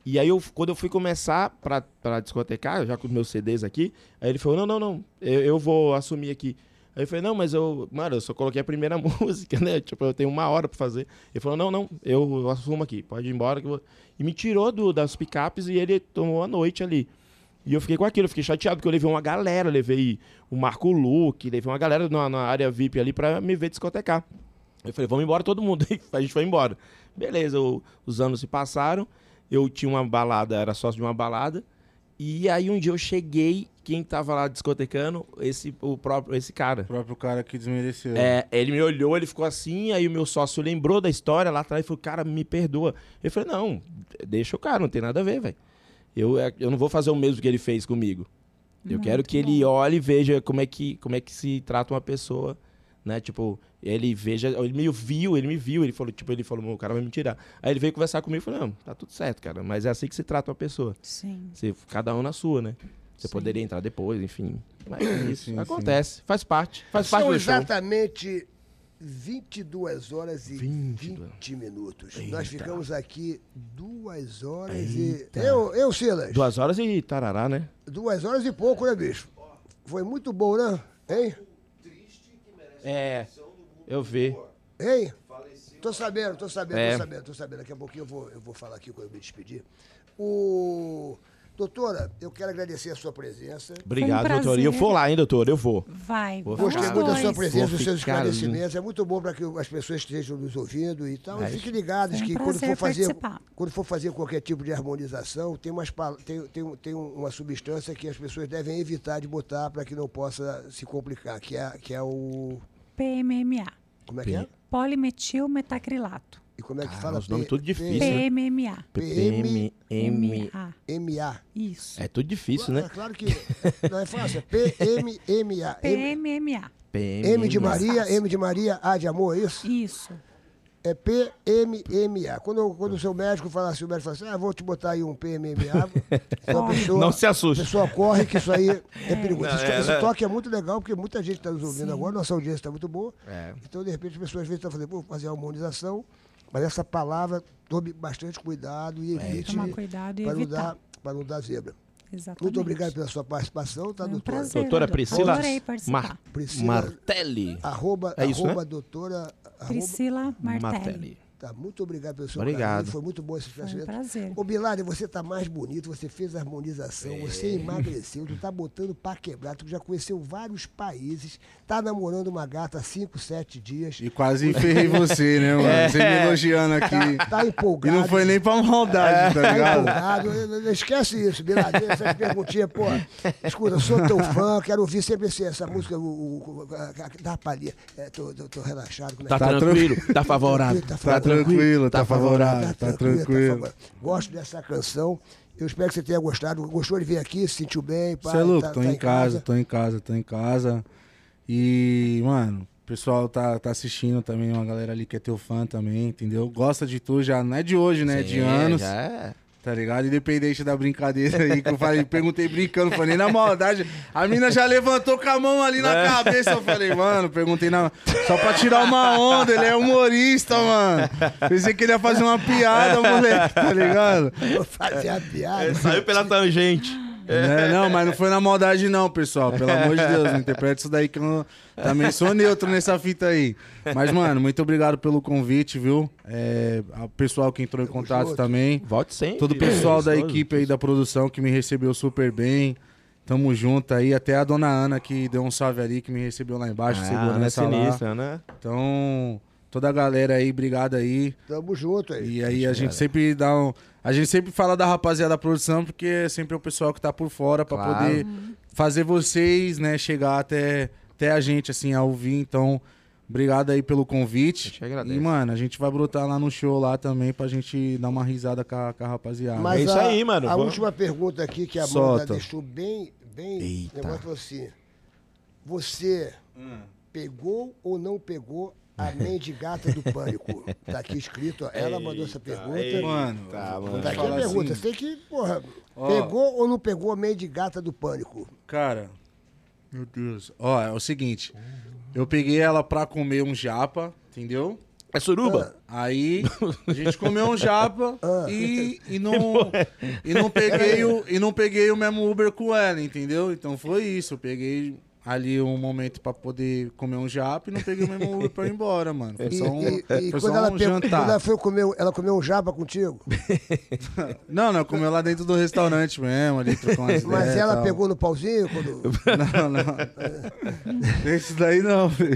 Speaker 2: E aí eu, quando eu fui começar pra, pra discotecar, já com os meus CDs aqui, aí ele falou, não, não, não, eu, eu vou assumir aqui. Aí eu falei, não, mas eu, mano, eu só coloquei a primeira [LAUGHS] música, né? Tipo, eu tenho uma hora pra fazer. Ele falou, não, não, eu assumo aqui, pode ir embora. que eu vou- E me tirou do, das picapes e ele tomou a noite ali. E eu fiquei com aquilo, eu fiquei chateado, porque eu levei uma galera, levei o Marco Luque, levei uma galera na, na área VIP ali pra me ver discotecar. Eu falei, vamos embora todo mundo. [LAUGHS] a gente foi embora. Beleza, o- os anos se passaram, eu tinha uma balada, era sócio de uma balada, E aí um dia eu cheguei, quem tava lá discotecando, esse, o próprio, esse cara.
Speaker 3: O próprio cara que desmereceu.
Speaker 2: É, ele me olhou, ele ficou assim, aí o meu sócio lembrou da história lá atrás e falou, cara, me perdoa. Eu falei, não, deixa o cara, não tem nada a ver, velho. Eu, é, eu não vou fazer o mesmo que ele fez comigo. Eu
Speaker 4: Muito
Speaker 2: quero que
Speaker 4: bom.
Speaker 2: ele olhe e veja como é que, como é que se trata uma pessoa, né? Tipo, ele veja, ele me viu, ele me viu, ele falou, tipo, ele falou, "Meu, o cara vai me tirar. Aí ele veio conversar comigo e falou, não, tá tudo certo, cara, mas é assim que se trata uma pessoa.
Speaker 4: Sim.
Speaker 2: Você, cada um na sua, né? Você poderia entrar depois, enfim. Mas é isso,
Speaker 3: Sim, sim.
Speaker 2: acontece, faz parte, faz parte
Speaker 1: São
Speaker 2: do show.
Speaker 1: exatamente 22 horas e 20,
Speaker 2: 22.
Speaker 1: minutos.
Speaker 2: Eita.
Speaker 1: Nós ficamos aqui duas horas
Speaker 2: Eita.
Speaker 1: e. Eu, eu Silas. Duas.
Speaker 2: Duas horas e tarará, né?
Speaker 1: horas e pouco, né, bicho? Foi muito bom, né? Hein?
Speaker 2: É, eu vi.
Speaker 1: Hein? Tô sabendo, tô sabendo,
Speaker 2: É.
Speaker 1: tô sabendo, tô sabendo. Daqui a pouquinho eu vou, eu vou falar aqui quando eu me despedir. O... Doutora, eu quero agradecer a sua presença.
Speaker 2: Obrigado,
Speaker 4: prazer.
Speaker 2: doutor. E eu vou lá, hein, doutor? Eu vou.
Speaker 4: Vai,
Speaker 2: Vou
Speaker 4: vamos
Speaker 1: Gostei
Speaker 2: ficar-
Speaker 1: muito da
Speaker 4: dois.
Speaker 1: sua presença,
Speaker 2: Ah, Vou
Speaker 1: dos seus
Speaker 2: ficar
Speaker 1: esclarecimentos. É muito bom para que as pessoas que estejam nos ouvindo e tal.
Speaker 2: É
Speaker 1: E fiquem ligados
Speaker 4: Foi um
Speaker 1: que quando
Speaker 4: prazer
Speaker 1: for, fazer,
Speaker 4: participar.
Speaker 1: quando for fazer qualquer tipo de harmonização, tem, umas, pal- tem, tem, um- tem um- uma substância que as pessoas devem evitar de botar para que não possa se complicar, que é, que é o.
Speaker 4: PMMA.
Speaker 1: Como é que é?
Speaker 4: Polimetil metacrilato.
Speaker 1: E como é que
Speaker 2: Cara,
Speaker 1: fala?
Speaker 2: os nomes
Speaker 1: P-
Speaker 2: tudo
Speaker 1: P-
Speaker 2: difícil. Isso.
Speaker 4: PMMA.
Speaker 1: PM.
Speaker 2: PMM.
Speaker 4: MA.
Speaker 1: MA.
Speaker 4: Isso.
Speaker 2: É tudo difícil, né?
Speaker 1: Claro, claro que não é fácil. PMMA. M,
Speaker 4: PMMA.
Speaker 2: PMM.
Speaker 1: M de Maria, M de Maria, A de amor, é isso?
Speaker 4: Isso.
Speaker 1: É PMMA. Quando, quando o seu médico fala assim, o médico fala assim, ah, vou te botar aí um PMMA. então a pessoa,
Speaker 2: Não se
Speaker 1: a
Speaker 2: assuste.
Speaker 1: pessoa corre que isso aí é perigoso.
Speaker 2: Não,
Speaker 1: esse,
Speaker 2: é,
Speaker 1: esse
Speaker 2: né?
Speaker 1: toque é muito legal, porque muita gente está nos ouvindo
Speaker 4: Sim.
Speaker 1: agora, nossa audiência está muito boa.
Speaker 2: É.
Speaker 1: Então, de repente, as pessoas às vezes estão fazendo, vou fazer a harmonização, mas essa palavra, tome bastante cuidado e evite
Speaker 4: Tomar cuidado e
Speaker 1: para, não
Speaker 4: evitar.
Speaker 1: dar, para não dar zebra.
Speaker 4: Exatamente.
Speaker 1: Muito obrigado pela sua participação, tá,
Speaker 4: Foi um
Speaker 1: doutora?
Speaker 4: prazer.
Speaker 2: Doutora Priscila,
Speaker 4: Adorei participar.
Speaker 2: Mar
Speaker 1: Priscila- Ah,
Speaker 2: Martelli.
Speaker 1: Arroba,
Speaker 2: É isso,
Speaker 1: arroba
Speaker 2: né?
Speaker 1: doutora. Arroba,
Speaker 4: Priscila Martelli.
Speaker 2: Martelli.
Speaker 1: Tá, muito obrigado pelo seu
Speaker 2: Obrigado.
Speaker 1: carinho, Foi muito bom esse
Speaker 4: um
Speaker 1: esclarecimento.
Speaker 4: prazer.
Speaker 1: Ô, Bilade, você tá mais bonito, você fez a harmonização,
Speaker 2: É.
Speaker 1: você emagreceu, tu tá botando pra quebrar, tu já conheceu vários países, tá namorando uma gata há 5, 7 dias,
Speaker 3: E quase enferrei você, né, mano? Você me elogiando aqui.
Speaker 1: É. tá
Speaker 3: E
Speaker 1: empolgado.
Speaker 3: não foi nem pra maldade, tá
Speaker 1: Tá
Speaker 3: ligado?
Speaker 1: empolgado, não- não esquece isso, Bilade, essas perguntinhas, pô. Escuta, eu sou teu fã, quero ouvir sempre esse- essa música, o, o, o- a- a- da palhinha. É, tô, tô- tô relaxado, como é
Speaker 2: Tá,
Speaker 1: que é?
Speaker 2: tranquilo, tá favorável.
Speaker 1: Tá
Speaker 3: Tá tranquilo, tá favorável, tá tranquilo.
Speaker 1: favorável. Gosto dessa canção. Eu espero que você tenha gostado. Gostou de vir aqui, se sentiu bem? pá,
Speaker 3: Você é louco,
Speaker 1: tá-
Speaker 3: tô
Speaker 1: tá
Speaker 3: em casa, tô em casa, tô em casa. E, mano, o pessoal tá, tá assistindo também, uma galera ali que é teu fã também, entendeu? Gosta de tu já, não é de hoje, né? É de anos,
Speaker 2: já é.
Speaker 3: tá ligado? Independente da brincadeira aí que eu falei, perguntei brincando, falei na maldade. A mina já levantou com a mão ali na cabeça, eu falei, mano, perguntei na. Só pra tirar uma onda, ele é humorista, mano. Pensei que ele ia fazer uma piada, moleque, tá ligado?
Speaker 1: [LAUGHS] Vou fazer a piada.
Speaker 2: É, Saiu pela tangente.
Speaker 3: É, não, mas não foi na maldade, não, pessoal. Pelo amor de Deus, não interprete isso daí que eu não- também sou neutro nessa fita aí. Mas, mano, muito obrigado pelo convite, viu? É, ao pessoal que entrou em contato
Speaker 1: junto.
Speaker 3: também.
Speaker 2: Volte sempre.
Speaker 3: Todo o pessoal da
Speaker 2: Gostoso.
Speaker 3: equipe aí da produção que me recebeu super bem. Tamo junto aí. Até a dona Ana que deu um salve ali, que me recebeu lá embaixo,
Speaker 2: Ah,
Speaker 3: segurando
Speaker 2: não é
Speaker 3: essa lá.
Speaker 2: sinistra, né?
Speaker 3: Então, toda a galera aí, obrigado aí.
Speaker 1: Tamo junto aí.
Speaker 3: E é aí a gente sempre dá um. A gente sempre fala da rapaziada da produção, porque é sempre o pessoal que tá por fora pra
Speaker 2: Claro.
Speaker 3: poder fazer vocês, né, chegar até, até a gente, assim, a ouvir. Então, obrigado aí pelo
Speaker 2: Eu
Speaker 3: convite.
Speaker 2: te agradeço.
Speaker 3: E, mano, a gente vai brotar lá no show lá também pra gente dar uma risada com a, com a rapaziada.
Speaker 2: é isso
Speaker 1: a-
Speaker 2: aí, mano.
Speaker 1: A
Speaker 2: Vamos-
Speaker 1: última pergunta aqui que a Amanda
Speaker 3: Solta.
Speaker 1: deixou bem. bem
Speaker 2: Eita.
Speaker 1: Negócio falou assim: Você
Speaker 2: Hum.
Speaker 1: pegou ou não pegou a mendigata do
Speaker 3: [LAUGHS]
Speaker 1: pânico? tá aqui escrito, ó. Ela mandou essa pergunta.
Speaker 3: Mano,
Speaker 2: Tá,
Speaker 3: vou
Speaker 2: mano.
Speaker 1: Tá aqui a
Speaker 3: falar
Speaker 1: pergunta.
Speaker 3: assim,
Speaker 1: Tem que, porra,
Speaker 3: Ó.
Speaker 1: pegou ou não pegou a mendigata do pânico?
Speaker 3: Cara, meu Deus. Ó, é o seguinte. Eu peguei ela pra comer um japa, entendeu?
Speaker 2: É suruba?
Speaker 3: Aí a gente comeu um
Speaker 1: [LAUGHS]
Speaker 3: japa
Speaker 1: Ah.
Speaker 3: e, e, não,
Speaker 1: É.
Speaker 3: e, não peguei o, e não peguei o mesmo Uber com ela, entendeu? Então foi isso. Eu peguei ali um momento pra poder comer um japa e não peguei
Speaker 1: [LAUGHS]
Speaker 3: o mesmo Uber pra ir embora, mano. Foi
Speaker 1: E,
Speaker 3: só um,
Speaker 1: e- e
Speaker 3: foi
Speaker 1: quando,
Speaker 3: só
Speaker 1: ela
Speaker 3: um
Speaker 1: per- quando ela
Speaker 3: jantar.
Speaker 1: foi comer, ela comeu um japa
Speaker 3: [LAUGHS]
Speaker 1: contigo,
Speaker 3: Não, não, comeu lá dentro do restaurante mesmo, ali trocou
Speaker 1: mas
Speaker 3: umas ideias e
Speaker 1: ela
Speaker 3: É, tal.
Speaker 1: pegou no pauzinho quando.
Speaker 3: Não, não. Esse daí não, filho.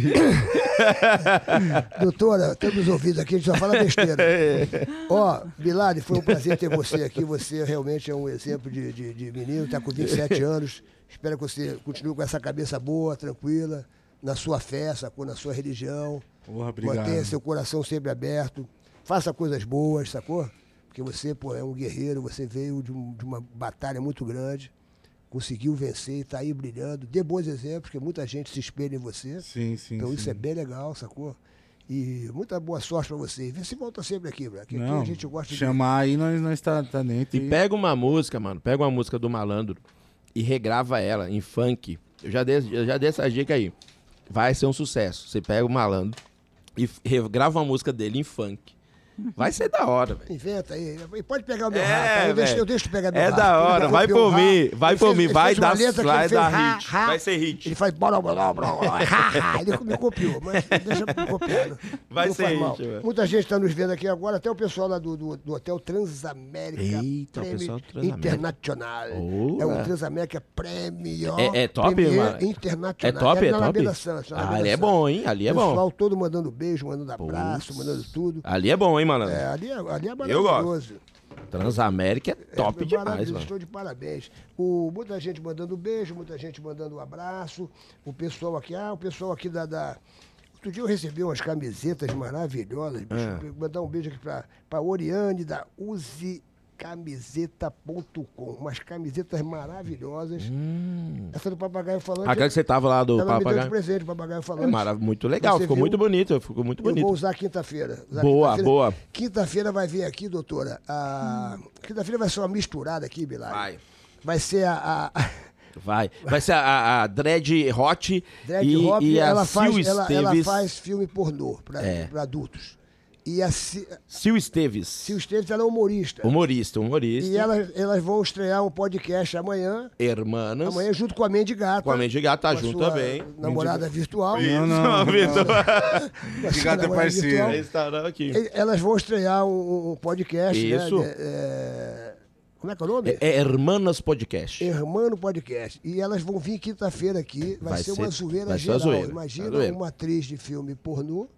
Speaker 1: Doutora, temos ouvido aqui, a gente só fala
Speaker 3: [LAUGHS]
Speaker 1: besteira.
Speaker 3: É.
Speaker 1: Ó, Bilari, foi um prazer ter você aqui. Você realmente é um exemplo de, de, de menino, está com
Speaker 3: [LAUGHS]
Speaker 1: 27 anos. Espero que você continue com essa cabeça boa, tranquila, na sua fé, sacou? na sua religião.
Speaker 3: Porra, obrigado.
Speaker 1: Mantenha seu coração sempre aberto. Faça coisas boas, sacou? Porque você, pô, é um guerreiro, você veio de, um- de uma batalha muito grande, conseguiu vencer e está aí brilhando. Dê bons exemplos, porque muita gente se espelha em você.
Speaker 3: Sim, sim.
Speaker 1: Então
Speaker 3: sim.
Speaker 1: isso é bem legal, sacou? E muita boa sorte pra vocês. Vê se volta tá sempre aqui, Braga. que aqui
Speaker 3: Não,
Speaker 1: a gente gosta de.
Speaker 3: chamar aí, nós, nós tá, tá dentro.
Speaker 2: E
Speaker 3: e-
Speaker 2: pega uma música, mano, pega uma música do malandro e regrava ela em funk. Eu já dei, eu já dei essa dica aí. Vai ser um sucesso. Você pega o malandro e f- regrava uma música dele em funk. Vai ser da hora, velho.
Speaker 1: Inventa aí. E pode pegar o meu
Speaker 2: É,
Speaker 1: rap. Eu deixo,
Speaker 2: velho.
Speaker 1: eu deixo tu pegar meu
Speaker 2: É
Speaker 1: rap.
Speaker 2: da hora, vai por
Speaker 1: um
Speaker 2: mim, vai por mim, vai dar- vai dar hit,
Speaker 1: Vai
Speaker 2: vai ser hit.
Speaker 1: Ele faz. Blá, blá, blá, blá, blá, ha, ha. Ele me copiou, mas deixa eu copiar. né?
Speaker 2: Vai
Speaker 1: Não
Speaker 2: ser
Speaker 1: faz
Speaker 2: hit,
Speaker 1: mal.
Speaker 2: velho.
Speaker 1: Muita gente tá nos vendo aqui agora, até o pessoal lá do, do, do Hotel Transamérica.
Speaker 2: Eita, o
Speaker 1: Prêmio
Speaker 2: pessoal do Transamérica.
Speaker 1: Internacional.
Speaker 2: Olá.
Speaker 1: É o Transamérica Premio.
Speaker 2: É- é top,
Speaker 1: Premier
Speaker 2: mano?
Speaker 1: Internacional.
Speaker 2: É top,
Speaker 1: ali
Speaker 2: é
Speaker 1: na
Speaker 2: top.
Speaker 1: Alameda Santos, na
Speaker 2: Ah,
Speaker 1: Alameda
Speaker 2: ali é
Speaker 1: Santos.
Speaker 2: bom, hein? Ali é
Speaker 1: O pessoal
Speaker 2: bom.
Speaker 1: todo mandando beijo, mandando abraço, mandando tudo.
Speaker 2: Ali é bom, hein, malandro?
Speaker 1: É, ali, é, ali é
Speaker 2: Eu gosto.
Speaker 1: maravilhoso.
Speaker 2: Transamérica é top
Speaker 1: É
Speaker 2: demais,
Speaker 1: maravilhoso,
Speaker 2: mano.
Speaker 1: Estou de parabéns. O, muita gente mandando beijo, muita gente mandando abraço. O pessoal aqui, ah, o pessoal aqui da. da... Outro dia eu recebi umas camisetas maravilhosas. bicho.
Speaker 2: É.
Speaker 1: Vou Mandar um beijo aqui pra, pra Oriane da Use camiseta.com, umas camisetas maravilhosas. Essa do papagaio falando.
Speaker 2: Hum. Aquela que você tava lá do
Speaker 1: ela me deu de
Speaker 2: papagaio.
Speaker 1: presente, papagaio
Speaker 2: É
Speaker 1: falando.
Speaker 2: marav- muito legal,
Speaker 1: Você
Speaker 2: ficou
Speaker 1: viu?
Speaker 2: muito bonito, ficou muito
Speaker 1: Eu vou
Speaker 2: bonito.
Speaker 1: usar quinta-feira. Usar
Speaker 2: Boa,
Speaker 1: quinta-feira.
Speaker 2: boa.
Speaker 1: Quinta-feira vai vir aqui, doutora. a- Quinta-feira vai ser uma misturada aqui, Bilal.
Speaker 2: Vai.
Speaker 1: Vai ser a.
Speaker 2: [LAUGHS]
Speaker 1: a-
Speaker 2: Vai. Vai ser a, a Dread Hot
Speaker 1: Drag
Speaker 2: e,
Speaker 1: Hop,
Speaker 2: e a
Speaker 1: ela,
Speaker 2: Sil
Speaker 1: faz, ela, ela
Speaker 2: Esteves.
Speaker 1: faz filme pornô para
Speaker 2: É.
Speaker 1: adultos. E a Sil
Speaker 2: Sil Esteves.
Speaker 1: Sil Esteves, ela é humorista.
Speaker 2: Humorista, humorista.
Speaker 1: E elas, elas vão estrear um podcast amanhã.
Speaker 2: Hermanas.
Speaker 1: Amanhã, junto com a Mendigata.
Speaker 2: Com a Mendigata
Speaker 1: com a
Speaker 2: junto
Speaker 1: sua
Speaker 2: também.
Speaker 1: Namorada virtual.
Speaker 3: Não, não.
Speaker 2: Ah, Vitor.
Speaker 1: Com a sua
Speaker 3: Mendigata
Speaker 1: namorada
Speaker 3: é parceira.
Speaker 1: virtual.
Speaker 2: Estarão aqui.
Speaker 1: E- Elas vão estrear um, um podcast,
Speaker 2: Isso.
Speaker 1: né? de- é, Como é que é o nome?
Speaker 2: É, é Hermanas Podcast.
Speaker 1: Hermano Podcast. E elas vão vir quinta-feira aqui. Vai,
Speaker 2: Vai
Speaker 1: ser, uma
Speaker 2: ser-
Speaker 1: zoeira
Speaker 2: vai ser uma
Speaker 1: geral.
Speaker 2: zoeira,
Speaker 1: Imagina
Speaker 2: uma zoeira.
Speaker 1: uma atriz de filme pornô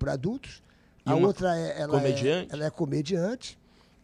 Speaker 1: para adultos.
Speaker 2: E
Speaker 1: a
Speaker 2: uma
Speaker 1: outra é ela,
Speaker 2: comediante.
Speaker 1: É, ela é comediante.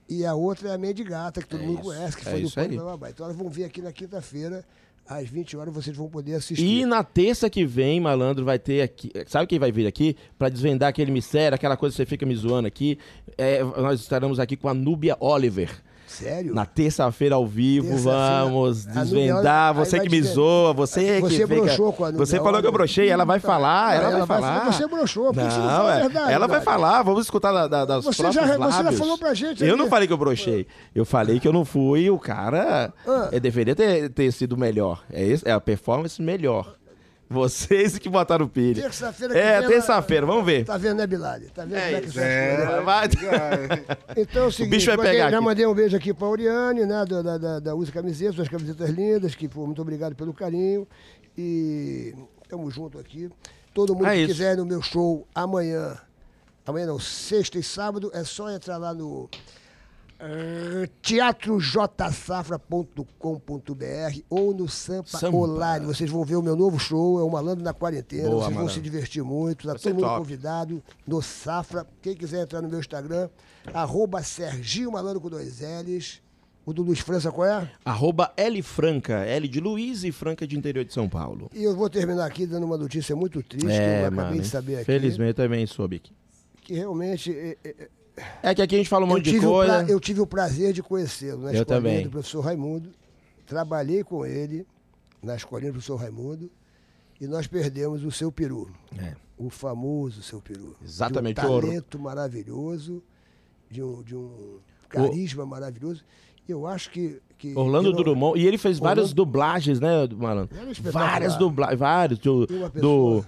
Speaker 1: E a outra é a Mendigata, que todo
Speaker 2: É
Speaker 1: mundo
Speaker 2: isso,
Speaker 1: conhece, que
Speaker 2: é
Speaker 1: foi do
Speaker 2: isso aí.
Speaker 1: Pânico blá, blá, blá. Então elas vão vir aqui na quinta-feira, às 20 horas, vocês vão poder
Speaker 2: E
Speaker 1: assistir.
Speaker 2: na terça que vem, malandro, vai ter aqui. Sabe quem vai vir aqui? Pra desvendar aquele mistério, aquela coisa que você fica me zoando aqui. É, nós estaremos aqui com a Núbia Oliver.
Speaker 1: Sério?
Speaker 2: Na terça-feira ao vivo,
Speaker 1: Terça-feira,
Speaker 2: vamos
Speaker 1: a Núbia
Speaker 2: desvendar.
Speaker 1: Oliver- aí
Speaker 2: Você que
Speaker 1: vai
Speaker 2: me
Speaker 1: dizer-
Speaker 2: zoa, você
Speaker 1: Você
Speaker 2: que fica-
Speaker 1: broxou com a Núbia
Speaker 2: Você falou que
Speaker 1: Oliver.
Speaker 2: eu brochei, ela vai falar, ela,
Speaker 1: Ela
Speaker 2: vai
Speaker 1: vai falar,
Speaker 2: falar.
Speaker 1: "Você broxou, por que você não
Speaker 2: Não,
Speaker 1: fala a
Speaker 2: é,
Speaker 1: verdade,
Speaker 2: ela vai
Speaker 1: cara?"
Speaker 2: falar, vamos escutar da, da, das
Speaker 1: Você já-
Speaker 2: próprias
Speaker 1: você já
Speaker 2: lábios.
Speaker 1: falou pra gente
Speaker 2: Eu
Speaker 1: ali.
Speaker 2: não falei que eu brochei, eu falei que eu não fui, o cara
Speaker 1: Ah.
Speaker 2: eh, deveria ter, ter sido melhor. É, esse- é a performance melhor. Vocês que botaram o pilha.
Speaker 1: Terça-feira que
Speaker 2: É,
Speaker 1: vem,
Speaker 2: terça-feira, vamos ver.
Speaker 1: Tá vendo, né, Bilal? Tá vendo como é que isso é as coisas?
Speaker 2: É, vai-
Speaker 1: Então é o seguinte,
Speaker 2: bicho vai
Speaker 1: mandei-
Speaker 2: pegar
Speaker 1: já
Speaker 2: aqui.
Speaker 1: mandei um beijo aqui pra Oriane, né, da, da, da, da Use Camisetas, suas camisetas lindas, que pô, muito obrigado pelo carinho. E estamos junto aqui. Todo mundo
Speaker 2: É
Speaker 1: que
Speaker 2: isso.
Speaker 1: quiser ir no meu show amanhã, amanhã não, sexta e sábado, é só entrar lá no eh, teatrojsafra.com.br ou no Sampa,
Speaker 2: Sampa.
Speaker 1: Online. Vocês vão ver o meu novo show, é o Malandro na Quarentena.
Speaker 2: Boa,
Speaker 1: Vocês vão
Speaker 2: Malandro.
Speaker 1: se divertir muito, tá
Speaker 2: Vai ser
Speaker 1: todo mundo
Speaker 2: top.
Speaker 1: convidado convidado no Safra. Quem quiser entrar no meu Instagram, arroba Serginho Malandro com dois L's. O do Luiz França qual é?
Speaker 2: Arroba L Franca, L de Luiz e Franca de interior de São Paulo.
Speaker 1: E eu vou terminar aqui dando uma notícia muito triste, que eu
Speaker 2: É,
Speaker 1: acabei
Speaker 2: mano.
Speaker 1: de saber aqui.
Speaker 2: Felizmente eu também soube aqui.
Speaker 1: Que realmente é, é, é,
Speaker 2: É que aqui a gente fala um
Speaker 1: eu,
Speaker 2: monte de
Speaker 1: tive o
Speaker 2: coisa.
Speaker 1: pra- eu tive o prazer de conhecê-lo na
Speaker 2: Eu
Speaker 1: escolinha
Speaker 2: também.
Speaker 1: do professor Raimundo. Trabalhei com ele na escolinha do professor Raimundo e nós perdemos o seu peru.
Speaker 2: É.
Speaker 1: o famoso seu peru.
Speaker 2: Exatamente,
Speaker 1: De um
Speaker 2: ouro.
Speaker 1: talento maravilhoso, de um, de um carisma maravilhoso. Eu acho que. que
Speaker 2: Orlando
Speaker 1: eu não-
Speaker 2: Drummond. E ele fez várias
Speaker 1: Orlando-
Speaker 2: dublagens, né, Malandro?
Speaker 1: Era espetacular.
Speaker 2: Várias dublagens, vários. Do,
Speaker 1: E uma
Speaker 2: do,
Speaker 1: pessoa-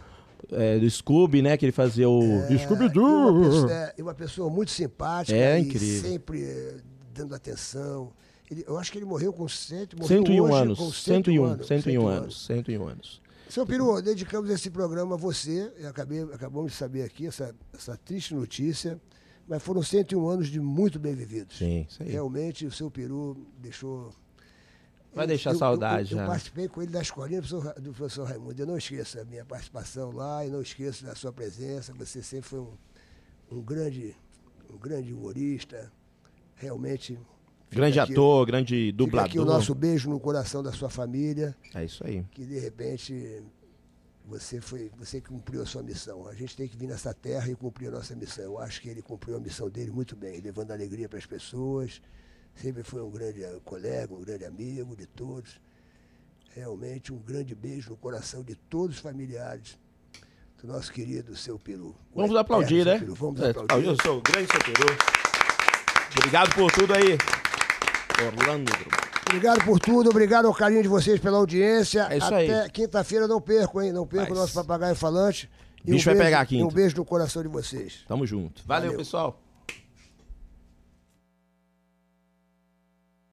Speaker 1: É,
Speaker 2: é, do Scooby, né? Que ele fazia o.
Speaker 1: E uma,
Speaker 2: Scooby-Doo!
Speaker 1: pessoa, é, e uma pessoa muito simpática.
Speaker 2: É
Speaker 1: e
Speaker 2: incrível.
Speaker 1: Sempre eh, dando atenção. Ele- eu acho que ele morreu com cento, um morreu
Speaker 2: 101
Speaker 1: hoje
Speaker 2: anos.
Speaker 1: com
Speaker 2: 101, 101
Speaker 1: 101
Speaker 2: anos. 101 anos.
Speaker 1: Seu Peru, dedicamos esse programa a você. Eu acabei- acabamos de saber aqui essa, essa triste notícia, mas foram 101 anos de muito bem vividos.
Speaker 2: Sim, É isso aí.
Speaker 1: Realmente, É o seu Peru deixou.
Speaker 2: Vai deixar
Speaker 1: Eu- eu-
Speaker 2: saudade
Speaker 1: Eu,
Speaker 2: né?
Speaker 1: eu
Speaker 2: já.
Speaker 1: participei com ele da escolinha do professor, Ra- do professor Raimundo. Eu não esqueço a minha participação lá e não esqueço da sua presença. Você sempre foi um, um grande, um grande humorista. Realmente. fica
Speaker 2: Grande
Speaker 1: aqui-
Speaker 2: ator, grande
Speaker 1: fica Aqui o
Speaker 2: dublador.
Speaker 1: nosso beijo no coração da sua família
Speaker 2: É isso aí.
Speaker 1: que de repente você foi você cumpriu a sua missão. A gente tem que vir nessa terra e cumprir a nossa missão. Eu acho que ele cumpriu a missão dele muito bem, levando alegria para as pessoas. Sempre foi um grande eh, colega, um grande amigo de todos. Realmente um grande beijo no coração de todos os familiares do nosso querido seu Peru.
Speaker 2: Vamos
Speaker 1: O
Speaker 2: aplaudir,
Speaker 1: eterno
Speaker 2: né?
Speaker 1: é, Seu Peru. Vamos
Speaker 2: É,
Speaker 1: aplaudir.
Speaker 2: Eu sou o grande seu Peru. Obrigado por tudo aí. Orlando.
Speaker 1: Obrigado por tudo, obrigado ao carinho de vocês pela audiência.
Speaker 2: É isso
Speaker 1: Até
Speaker 2: aí.
Speaker 1: quinta-feira não perco, hein? Não perco o
Speaker 2: Mas-
Speaker 1: nosso papagaio falante. E
Speaker 2: Bicho vai
Speaker 1: beijo-
Speaker 2: pegar
Speaker 1: e
Speaker 2: quinta.
Speaker 1: Um beijo no coração de vocês.
Speaker 2: Tamo junto. Valeu,
Speaker 1: Valeu.
Speaker 2: pessoal.